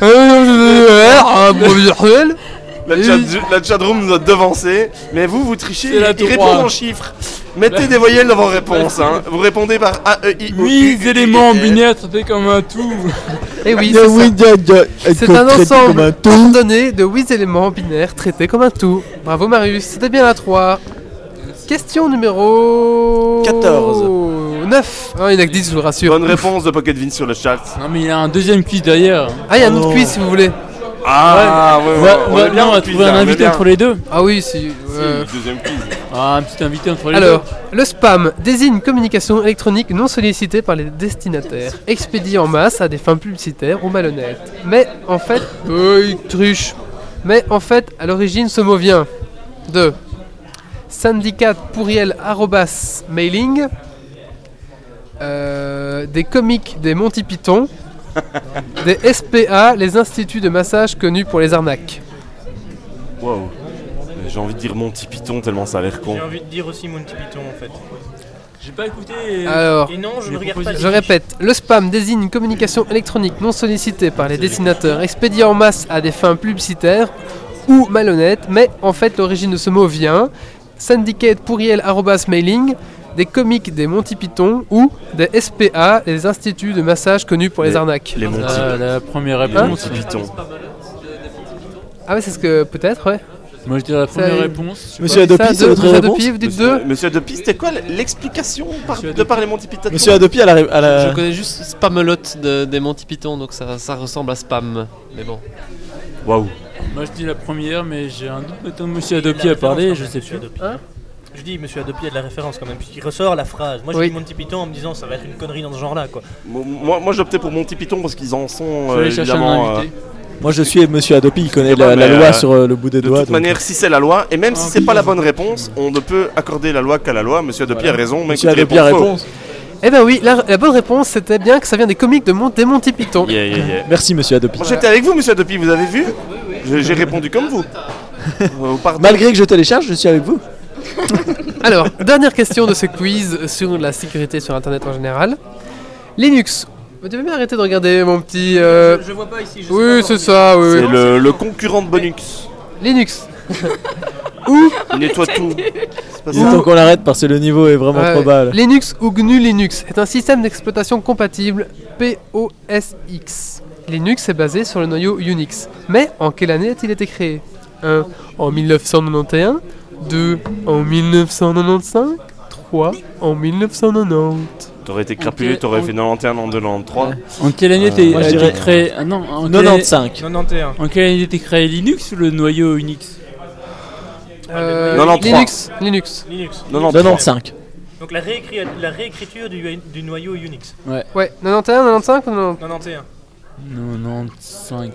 Speaker 1: Alors, je- un point virtuel.
Speaker 7: La,
Speaker 1: Et-
Speaker 7: chat, la chatroom nous a devancé, mais vous, vous trichez.
Speaker 1: C'est la
Speaker 7: Il
Speaker 1: trois.
Speaker 7: répond en chiffres. Mettez des voyelles dans vos réponses. hein. Vous répondez par A, E, I, O, U,
Speaker 2: Huit
Speaker 7: U,
Speaker 2: éléments
Speaker 7: I, E.
Speaker 2: binaires traités comme un tout.
Speaker 1: Et Eh oui, c'est ça. C'est un ensemble ordonné de 8 éléments binaires traités comme un tout. Bravo Marius, c'était bien la 3. Question numéro
Speaker 7: 14.
Speaker 1: 9. il n'y a que 10, je vous rassure.
Speaker 7: Bonne réponse de Pocket Vin sur le chat.
Speaker 2: Non, mais il y a un deuxième quiz derrière.
Speaker 1: Ah, il y a un autre quiz si vous voulez.
Speaker 7: Ah, Oh. ouais, ouais, ouais, on est bien
Speaker 2: on
Speaker 7: dans
Speaker 2: va
Speaker 7: le quiz,
Speaker 2: trouver
Speaker 7: là,
Speaker 2: un
Speaker 7: on est
Speaker 2: invité
Speaker 7: bien.
Speaker 2: entre les deux.
Speaker 1: Ah oui, si. euh,
Speaker 2: Ah, un petit invité entre les
Speaker 1: Alors, le spam désigne une communication électronique non sollicitée par les destinataires, expédiée en masse à des fins publicitaires ou malhonnêtes. Mais en fait, euh, il triche. Mais en fait, à l'origine, ce mot vient de syndicat pourriel arrobas mailing, euh, des comiques des Monty Python, des SPA, les instituts de massage connus pour les arnaques.
Speaker 7: Wow. Mais J'ai envie de dire Monty Python tellement ça a l'air con.
Speaker 6: J'ai envie de dire aussi Monty Python en fait.
Speaker 2: J'ai pas écouté.
Speaker 1: Alors,
Speaker 6: Et non, je ne regarde pas. les
Speaker 1: je répète, le spam désigne une communication électronique non sollicitée par les dessinateurs, expédiée en masse à des fins publicitaires ou malhonnêtes, mais en fait l'origine de ce mot vient syndicate pourriel arrobas mailing, des comiques des Monty Python ou des SPA, les instituts de massage connus pour les, arnaques. Hein
Speaker 7: Les Monty.
Speaker 2: Ah, la première
Speaker 7: Les
Speaker 2: réponse.
Speaker 7: Monty Python.
Speaker 1: Ah ouais, c'est ce que peut-être, ouais.
Speaker 2: Moi je dirais la première réponse. Je sais
Speaker 7: Monsieur
Speaker 1: pas.
Speaker 7: Adopi,
Speaker 1: Ça,
Speaker 7: c'est
Speaker 1: deux,
Speaker 7: votre
Speaker 1: monsieur
Speaker 7: réponse
Speaker 1: Adopi, vous dites
Speaker 7: Monsieur-
Speaker 1: deux
Speaker 7: Monsieur Adopi, c'était quoi l'explication par- de par les Monty Python
Speaker 3: Monsieur Adopi à la. ré- À la...
Speaker 11: Je connais juste Spamelotte de, des Monty Python, donc ça, ça ressemble à Spam. Mais bon.
Speaker 7: Waouh.
Speaker 2: Moi je dis la première, mais j'ai un doute. Maintenant, monsieur Adopi a parlé, je sais plus.
Speaker 6: Je dis Monsieur Adopi a de la référence quand même, puisqu'il ressort la phrase. Moi j'ai dit Monty Python en me disant ça va être une connerie dans ce genre là quoi.
Speaker 7: Mo- Moi, moi j'optais pour Monty Python parce qu'ils en sont
Speaker 6: Faut
Speaker 7: euh,
Speaker 6: aller chercher un
Speaker 7: évidemment.
Speaker 6: invité.
Speaker 3: Moi je suis Monsieur Adopi, il connaît
Speaker 7: Je sais
Speaker 3: la,
Speaker 7: pas,
Speaker 3: la
Speaker 7: mais,
Speaker 3: loi
Speaker 7: euh,
Speaker 3: sur euh, le bout des
Speaker 7: de
Speaker 3: doigts.
Speaker 7: toute
Speaker 3: donc,
Speaker 7: manière, si c'est la loi, et même si c'est pas la bonne réponse, on ne peut accorder la loi qu'à la loi. Monsieur Adopi
Speaker 3: Voilà.
Speaker 7: a raison, mais
Speaker 3: Monsieur
Speaker 7: écoutez,
Speaker 3: Adopi a
Speaker 7: faux.
Speaker 3: réponse.
Speaker 1: Eh ben oui, la, la bonne réponse c'était bien que ça vient des comiques de Mon- des Monty Python.
Speaker 7: Yeah, yeah, yeah.
Speaker 3: Merci Monsieur Adopi.
Speaker 7: Moi, J'étais avec vous, monsieur Adopi, vous avez vu J'ai- J'ai répondu comme vous. Euh, pardon.
Speaker 3: Malgré que je télécharge, je suis avec vous.
Speaker 1: Alors, dernière question de ce quiz sur la sécurité sur Internet en général. Linux. Vous devez bien arrêter de regarder mon petit. euh,
Speaker 6: Je- je vois pas ici, je sais
Speaker 1: oui,
Speaker 6: pas
Speaker 1: c'est ça. Oui.
Speaker 7: C'est le, le concurrent de Bonux.
Speaker 1: Linux. Ou.
Speaker 7: Il nettoie tout.
Speaker 3: Il est temps qu'on l'arrête parce que le niveau est vraiment
Speaker 1: Ouais.
Speaker 3: trop bas. là.
Speaker 1: Linux ou GNU Linux est un système d'exploitation compatible POSX. Linux est basé sur le noyau Unix. Mais en quelle année a-t-il été créé 1. En 1991 2. En 1995 3. En 1990
Speaker 7: T'aurais été crapulé, t'aurais fait 91 en 93.
Speaker 2: En quelle année
Speaker 7: t'es
Speaker 2: t'es- a été créé ah non, en quelle année-
Speaker 3: 95.
Speaker 6: 91.
Speaker 2: En quelle année t'es créé Linux ou le noyau Unix
Speaker 1: Euh,
Speaker 7: 93.
Speaker 1: Linux, Linux.
Speaker 6: Linux.
Speaker 3: 95.
Speaker 6: Donc la, réécri- la réécriture du, du noyau Unix.
Speaker 2: Ouais.
Speaker 1: Ouais, 91, 95 ou 90
Speaker 6: 91.
Speaker 2: 95.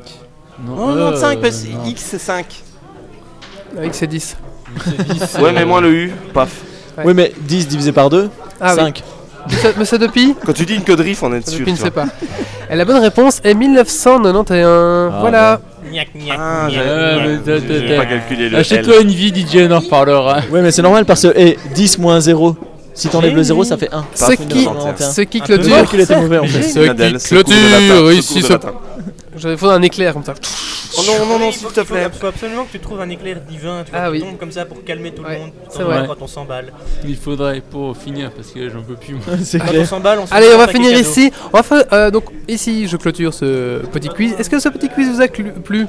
Speaker 7: Non,
Speaker 2: euh,
Speaker 7: 95, parce que X Oh, bah, c'est 5.
Speaker 1: Avec ses 10.
Speaker 7: Ouais, mais moins le U, paf.
Speaker 1: Ouais.
Speaker 3: Oui, mais 10 divisé par 2,
Speaker 1: Ah oui.
Speaker 3: 5.
Speaker 1: Monsieur- Monsieur Dopi
Speaker 7: Quand tu dis une quadrif, on est
Speaker 1: Monsieur
Speaker 7: dessus.
Speaker 1: Dopi ne
Speaker 7: tu
Speaker 1: sait
Speaker 7: vois.
Speaker 1: pas. Et la bonne réponse est 1991.
Speaker 7: Ah,
Speaker 1: voilà.
Speaker 6: Gnac, gnac,
Speaker 7: Ah,
Speaker 6: gnac.
Speaker 7: j'avais-
Speaker 2: Euh,
Speaker 7: ouais,
Speaker 2: mais
Speaker 7: j'ai pas calculé le L.
Speaker 2: Achète-toi une vie, DJ, on en reparlera.
Speaker 3: Ouais, mais c'est normal parce que eh, 10 moins 0. Si t'enlèves le 0, ça fait 1.
Speaker 1: Ce qui,
Speaker 3: 91.
Speaker 1: ce qui
Speaker 3: Ah, le
Speaker 1: clôture.
Speaker 3: calcul était mauvais en fait.
Speaker 1: Ce
Speaker 7: Nadal,
Speaker 1: qui
Speaker 7: ce cours de latin, ce
Speaker 1: clôture
Speaker 7: cours
Speaker 1: ici
Speaker 7: de
Speaker 1: ce.
Speaker 7: latin.
Speaker 1: J'avais faudrait un éclair comme ça.
Speaker 7: Oh non, non, non, s'il te
Speaker 6: Il
Speaker 7: plaît.
Speaker 6: faut absolument que tu trouves un éclair divin, tu vois,
Speaker 1: Ah
Speaker 6: qui
Speaker 1: oui.
Speaker 6: tombe comme ça pour calmer tout
Speaker 1: Ouais,
Speaker 6: le monde quand
Speaker 1: c'est
Speaker 6: on-
Speaker 1: vrai.
Speaker 6: quand on s'emballe.
Speaker 2: Il faudrait pour finir parce que j'en peux plus. moi.
Speaker 3: C'est
Speaker 6: Quand on
Speaker 3: clair.
Speaker 6: s'emballe, on se
Speaker 1: Allez,
Speaker 6: fait
Speaker 1: on
Speaker 6: un
Speaker 1: va
Speaker 6: paquet
Speaker 1: finir
Speaker 6: cadeau.
Speaker 1: ici. On va fa- euh, donc ici, je clôture ce petit quiz. Est-ce que ce petit quiz vous a clu- plu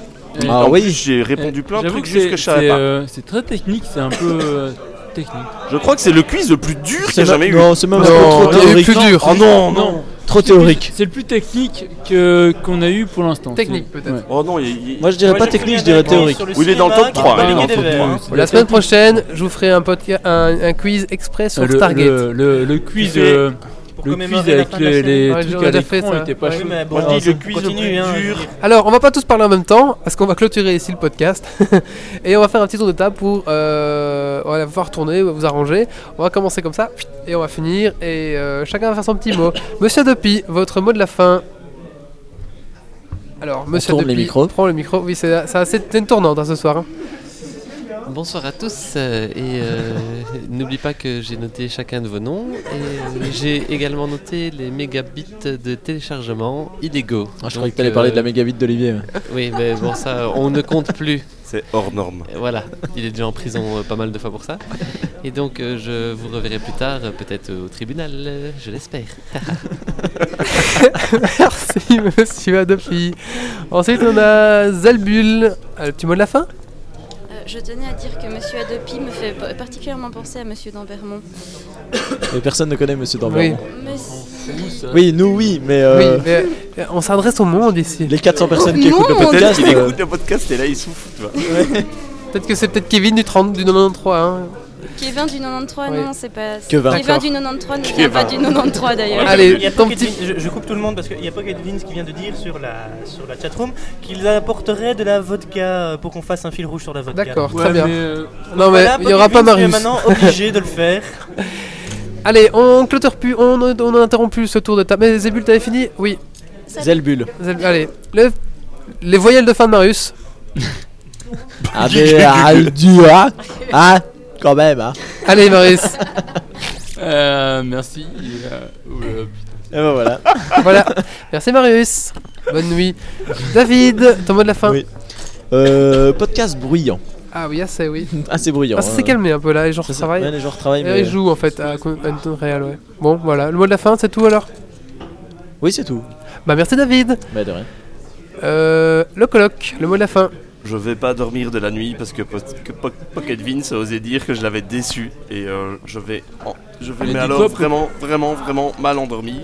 Speaker 3: Ah
Speaker 7: En plus,
Speaker 3: oui,
Speaker 7: J'ai répondu plein de
Speaker 2: J'avoue
Speaker 7: trucs
Speaker 2: que
Speaker 7: juste
Speaker 2: c'est-
Speaker 7: que je savais
Speaker 2: c'est,
Speaker 7: pas.
Speaker 2: euh, C'est très technique, c'est un peu euh, technique.
Speaker 7: Je crois que c'est le quiz le plus dur qu'il y
Speaker 3: c'est
Speaker 7: a jamais
Speaker 3: même-
Speaker 7: eu.
Speaker 3: non, c'est même un peu
Speaker 1: Non,
Speaker 3: trop
Speaker 1: il y a eu
Speaker 3: théorique.
Speaker 1: plus dur.
Speaker 7: Oh non, non.
Speaker 3: Trop théorique.
Speaker 2: C'est le plus technique que qu'on a eu pour l'instant.
Speaker 1: Technique,
Speaker 2: C'est-
Speaker 1: peut-être.
Speaker 2: ouais.
Speaker 7: Oh non, il, il-
Speaker 3: Moi je dirais
Speaker 6: Moi,
Speaker 3: pas
Speaker 6: j'ai
Speaker 3: technique,
Speaker 6: pris
Speaker 3: je dirais
Speaker 6: un écran
Speaker 3: théorique.
Speaker 6: sur le
Speaker 7: Oui, il est dans le
Speaker 6: cinéma
Speaker 7: top
Speaker 6: qui
Speaker 7: 3,
Speaker 6: parle
Speaker 7: il est dans
Speaker 6: des
Speaker 7: le top
Speaker 6: verres,
Speaker 7: 3.
Speaker 6: hein.
Speaker 1: La semaine prochaine, je vous ferai un, podca- un, un quiz exprès sur
Speaker 2: Euh, le,
Speaker 1: Stargate.
Speaker 2: le, le- le quiz,
Speaker 6: Tu fais-
Speaker 2: euh,
Speaker 6: Pour
Speaker 2: le
Speaker 6: commémorer
Speaker 2: quiz
Speaker 6: la
Speaker 2: avec
Speaker 6: fin de la
Speaker 2: les,
Speaker 6: semaine.
Speaker 2: les
Speaker 1: Ouais,
Speaker 2: trucs
Speaker 1: j'aurais
Speaker 2: à
Speaker 1: déjà fait
Speaker 2: l'écran
Speaker 1: ça.
Speaker 2: était pas
Speaker 1: Ouais,
Speaker 2: chaud.
Speaker 6: mais bon,
Speaker 7: Moi je dis
Speaker 6: ça
Speaker 7: le quiz le
Speaker 6: continue,
Speaker 7: plus
Speaker 6: hein, je veux
Speaker 7: dur.
Speaker 6: dire.
Speaker 1: Alors, on va pas tous parler en même temps, parce qu'on va clôturer ici le podcast. et on va faire un petit tour de table pour. euh, on va pouvoir tourner, vous arranger. On va commencer comme ça, et on va finir. Et euh, chacun va faire son petit mot. Monsieur Dopi, votre mot de la fin. Alors, monsieur
Speaker 3: tourne les
Speaker 1: Dopi,
Speaker 3: micros.
Speaker 1: prends le micro. Oui, c'est ça, c'est une tournante hein, ce soir. hein.
Speaker 11: Bonsoir à tous euh, et euh, n'oublie pas que j'ai noté chacun de vos noms et euh, j'ai également noté les mégabits de téléchargement illégaux.
Speaker 3: Ah, je
Speaker 11: Donc,
Speaker 3: croyais que t'allais parler
Speaker 11: euh,
Speaker 3: de la mégabit d'Olivier.
Speaker 11: Oui, mais bon, ça, on ne compte plus.
Speaker 7: C'est hors norme.
Speaker 11: Et Voilà, il est déjà en prison euh, pas mal de fois pour ça. Et donc euh, je vous reverrai plus tard, euh, peut-être au tribunal, euh, je l'espère.
Speaker 1: Merci monsieur Adopi. Ensuite on a Zalbul. Euh, Le petit mot de la fin
Speaker 5: Euh, je tenais à dire que Monsieur Adopi me fait p- particulièrement penser à Monsieur d'Ambermont.
Speaker 3: Mais personne ne connaît Monsieur Dambermont.
Speaker 5: Mais si.
Speaker 3: Oui, nous oui, mais, euh,
Speaker 1: Oui, mais, euh, on s'adresse au monde ici.
Speaker 3: Les 400 personnes qui Au écoutent le monde
Speaker 7: Peut-être
Speaker 3: podcast,
Speaker 7: qu'il
Speaker 3: euh,
Speaker 7: écoute le podcast et là il souffle, tu vois.
Speaker 1: Peut-être que c'est peut-être Kevin du 30 du 93 hein.
Speaker 5: Kevin du 93, non, c'est pas.
Speaker 1: Que vingt.
Speaker 5: Kevin du
Speaker 1: D'accord.
Speaker 5: 93 ne
Speaker 1: Que
Speaker 5: vient pas
Speaker 1: vingt.
Speaker 5: du 93 d'ailleurs.
Speaker 1: Allez,
Speaker 6: Il y a
Speaker 1: ton
Speaker 6: Pocket
Speaker 1: petit-
Speaker 6: Vin- je, je coupe tout le monde parce qu'il y a Pocket Vince qui vient de dire sur la, sur la chatroom qu'ils apporteraient de la vodka pour qu'on fasse un fil rouge sur la vodka.
Speaker 1: D'accord, très bien.
Speaker 7: euh,
Speaker 1: Non mais il
Speaker 6: n'y
Speaker 1: y aura pas Marius.
Speaker 6: est maintenant obligé de le faire.
Speaker 1: Allez, on clôture plus, on, on a interrompu ce tour de table. Mais Zébul, t'avais fini Oui.
Speaker 3: Zelbul.
Speaker 1: Zelbul, Allez, Le- les voyelles de fin de Marius.
Speaker 3: Ah, mais, ah, du, hein, hein, quand même, hein.
Speaker 1: Allez, Marius.
Speaker 2: Euh, merci. euh, euh,
Speaker 3: Et ben voilà.
Speaker 1: voilà. Merci Marius. Bonne nuit. David, ton mot de la fin.
Speaker 3: Oui. Euh, podcast bruyant.
Speaker 1: Ah oui, assez oui.
Speaker 3: Assez bruyant.
Speaker 1: Ah, ça s'est
Speaker 3: euh.
Speaker 1: calmé un peu là, les gens travaillent.
Speaker 3: ouais, les gens retravaillent,
Speaker 1: Et
Speaker 3: mais-
Speaker 1: ils jouent en fait à Co- Anton Real, ouais. Bon, voilà. Le mot de la fin, c'est tout alors
Speaker 3: Oui, c'est tout.
Speaker 1: Bah merci David.
Speaker 3: Bah de rien.
Speaker 1: Euh, le colloque, le mot de la fin.
Speaker 7: Je vais pas dormir de la nuit parce que, po- que Po- Pocket Vince a osé dire que je l'avais déçu et euh, je vais, en- je vais
Speaker 2: Mais
Speaker 7: mais
Speaker 2: dis
Speaker 7: alors
Speaker 2: quoi pour-
Speaker 7: vraiment, vraiment, vraiment mal endormir.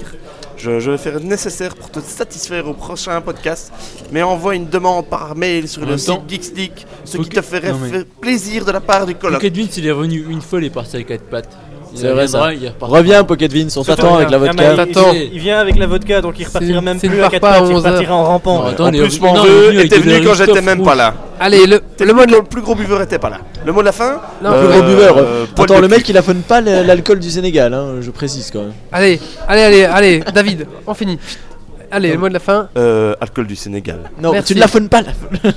Speaker 7: Je, je vais faire le nécessaire pour te satisfaire au prochain podcast, mais envoie une demande par mail sur
Speaker 2: En
Speaker 7: le
Speaker 2: même temps,
Speaker 7: site Geeksleak, ce
Speaker 2: faut
Speaker 7: qui
Speaker 2: que-
Speaker 7: te ferait
Speaker 2: non, mais-
Speaker 7: faire plaisir de la part du colloque.
Speaker 2: Pocket Vince, il est revenu une fois, il est parti avec quatre pattes. Il
Speaker 3: C'est vrai
Speaker 2: reviendra,
Speaker 3: ça.
Speaker 2: il est reparti.
Speaker 3: Reviens, Pocket Vince, on
Speaker 2: Surtout,
Speaker 3: t'attend avec la
Speaker 2: regarde,
Speaker 3: vodka.
Speaker 2: regarde, T'attends.
Speaker 6: Il vient avec la vodka donc il repartira même
Speaker 1: C'est une
Speaker 6: plus à
Speaker 1: part
Speaker 6: quatre
Speaker 1: pas à
Speaker 6: pattes, il
Speaker 1: 11 heures.
Speaker 6: repartira en rampant.
Speaker 7: en plus, mon vœu était venu quand j'étais même pas là.
Speaker 1: Allez, le,
Speaker 7: mot le plus gros buveur était pas là. Le mot de la fin
Speaker 3: Non,
Speaker 7: Euh,
Speaker 3: le gros buveur.
Speaker 7: euh, poil
Speaker 3: Attends,
Speaker 7: de
Speaker 3: le
Speaker 7: cul.
Speaker 3: mec, il affonne pas le- l'alcool du Sénégal, hein, je précise quand même.
Speaker 1: Allez, allez, allez, allez, David, on finit. Allez, le mot de la fin.
Speaker 7: Euh, alcool du Sénégal.
Speaker 3: Non,
Speaker 1: Merci.
Speaker 3: tu ne l'affonnes pas.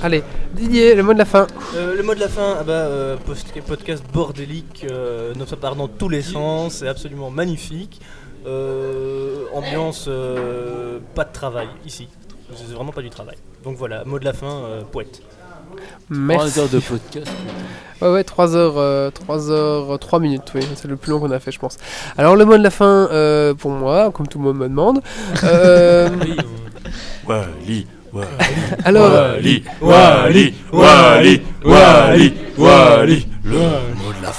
Speaker 1: Allez, Didier, le mot de la fin.
Speaker 6: Euh, le mot de la fin, ah bah, euh, post- podcast bordélique, euh, nous part dans tous les sens, c'est absolument magnifique. Euh, ambiance, euh, pas de travail ici, c'est vraiment pas du travail. Donc voilà, mot de la fin, euh, poète.
Speaker 1: Merci.
Speaker 2: heures de podcast.
Speaker 1: Ouais, ouais, 3 heures, euh, 3 heures, euh, 3 minutes, oui, c'est le plus long qu'on a fait, je pense. Alors, le mot de la fin, euh, pour moi, comme tout le monde me demande. euh,
Speaker 7: Wally, Wally.
Speaker 1: Alors-
Speaker 7: Wally, Wally, Wally, Wally, Wally. Le mot de la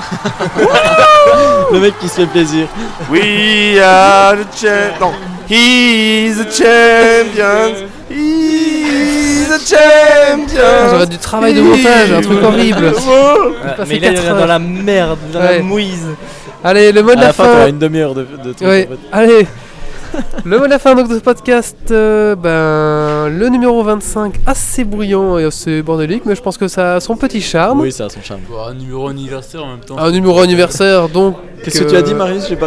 Speaker 7: fin.
Speaker 3: le mec qui se fait plaisir.
Speaker 7: We are the champions. Non. He's the champions. He's the
Speaker 3: Euh,
Speaker 7: champions.
Speaker 1: Ah, J'aurais du travail de montage, un truc horrible.
Speaker 6: Ah,
Speaker 1: Pas
Speaker 6: mais
Speaker 1: fait
Speaker 6: là, il
Speaker 1: quatre
Speaker 6: est dans
Speaker 1: heures.
Speaker 6: la merde, dans la mouise.
Speaker 1: Allez, le mot de
Speaker 3: À
Speaker 1: la,
Speaker 3: la fin,
Speaker 1: fin.
Speaker 3: t'auras une demi-heure de- de trucs,
Speaker 1: Ouais,
Speaker 3: en fait.
Speaker 1: Allez. le mot de la fin donc, de ce podcast, euh, ben, le numéro 25, assez bruyant et assez bordélique, mais je pense que ça a son petit charme.
Speaker 3: Oui, ça a son charme.
Speaker 2: Bon, Bah, un numéro anniversaire en même temps.
Speaker 1: Un numéro anniversaire, donc. euh,
Speaker 2: Qu'est-ce que tu as dit,
Speaker 3: Marius J'ai pas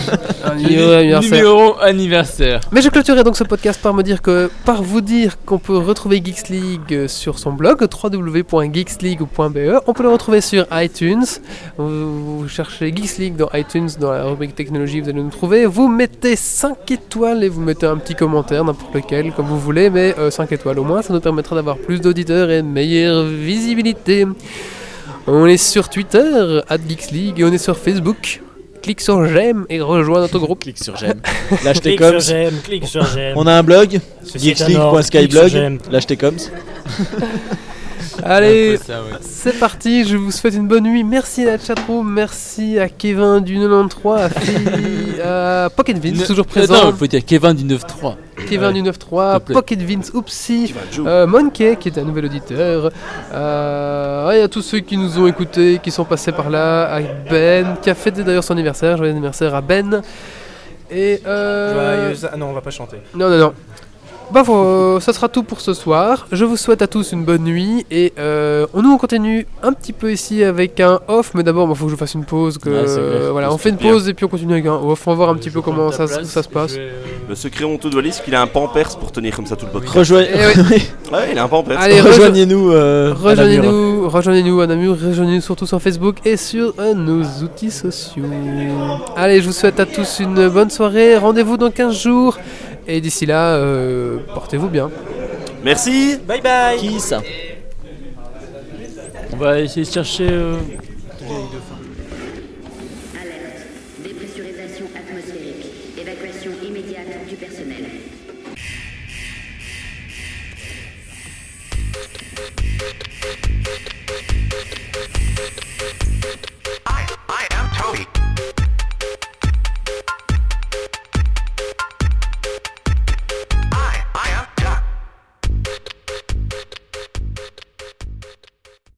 Speaker 1: Un numéro anniversaire.
Speaker 2: Numéro anniversaire.
Speaker 1: Mais je clôturerai donc ce podcast par me dire que, par vous dire qu'on peut retrouver Geeks League euh, sur son blog www.geeksleague.be. On peut le retrouver sur iTunes. Vous, vous cherchez Geeks League dans iTunes, dans la rubrique technologie, vous allez nous trouver. Vous mettez 5 étoiles et vous mettez un petit commentaire, n'importe lequel, comme vous voulez, mais 5 étoiles au moins, ça nous permettra d'avoir plus d'auditeurs et une meilleure visibilité. On est sur Twitter, at Geeks League, et on est sur Facebook. Clique sur j'aime et rejoins notre groupe.
Speaker 3: Clique sur j'aime. Lâche tes
Speaker 6: Clique sur
Speaker 3: coms.
Speaker 6: j'aime, clique sur j'aime.
Speaker 3: On a un blog,
Speaker 6: Ceci est un ordre, clique sur j'aime.
Speaker 3: geeksleague.skyblog. Lâche tes coms.
Speaker 1: Allez,
Speaker 3: C'est un peu ça, ouais.
Speaker 1: c'est parti, je vous souhaite une bonne nuit. Merci à la chatroom, merci à Kevin du 93, à, Philly, à Pocket Vince,
Speaker 2: Ne-
Speaker 1: toujours
Speaker 2: Attends,
Speaker 1: présent.
Speaker 2: il faut dire Kevin du 9-3.
Speaker 1: Kevin du 93, Pocket Vince, Oupsi,
Speaker 2: Jou.
Speaker 1: euh, Monkey qui est un nouvel auditeur, euh, ouais, à tous ceux qui nous ont écoutés, qui sont passés par là, à Ben qui a fêté d'ailleurs son anniversaire, joyeux anniversaire à Ben. Et euh...
Speaker 6: Joyeuse- ah non, on va pas chanter.
Speaker 1: Non, non, non. Bah, vo- ça sera tout pour ce soir. Je vous souhaite à tous une bonne nuit et euh, on- nous on continue un petit peu ici avec un off, mais d'abord il faut que je fasse une pause. Que,
Speaker 7: Ouais, c'est clair.
Speaker 1: euh, voilà, on
Speaker 7: C'est
Speaker 1: fait une
Speaker 7: bien.
Speaker 1: pause et puis on continue avec un off. On va voir un petit peu comment ça, se- ça se passe.
Speaker 7: Le secret honteux de Wallis, qu'il a un pan perse pour tenir comme ça tout le podcast.
Speaker 3: Rejoignez- Eh oui.
Speaker 7: Ouais, Ah il a un pan perse.
Speaker 1: Allez,
Speaker 3: Rejoignez-nous, euh, à
Speaker 1: rejoignez-nous, rejoignez-nous à Namur, rejoignez-nous surtout sur Facebook et sur euh, nos outils sociaux. Allez, je vous souhaite à tous une bonne soirée. Rendez-vous dans 15 jours et d'ici là, euh, portez-vous bien.
Speaker 7: Merci.
Speaker 6: Bye bye.
Speaker 3: Qui ça
Speaker 2: On va essayer de chercher euh,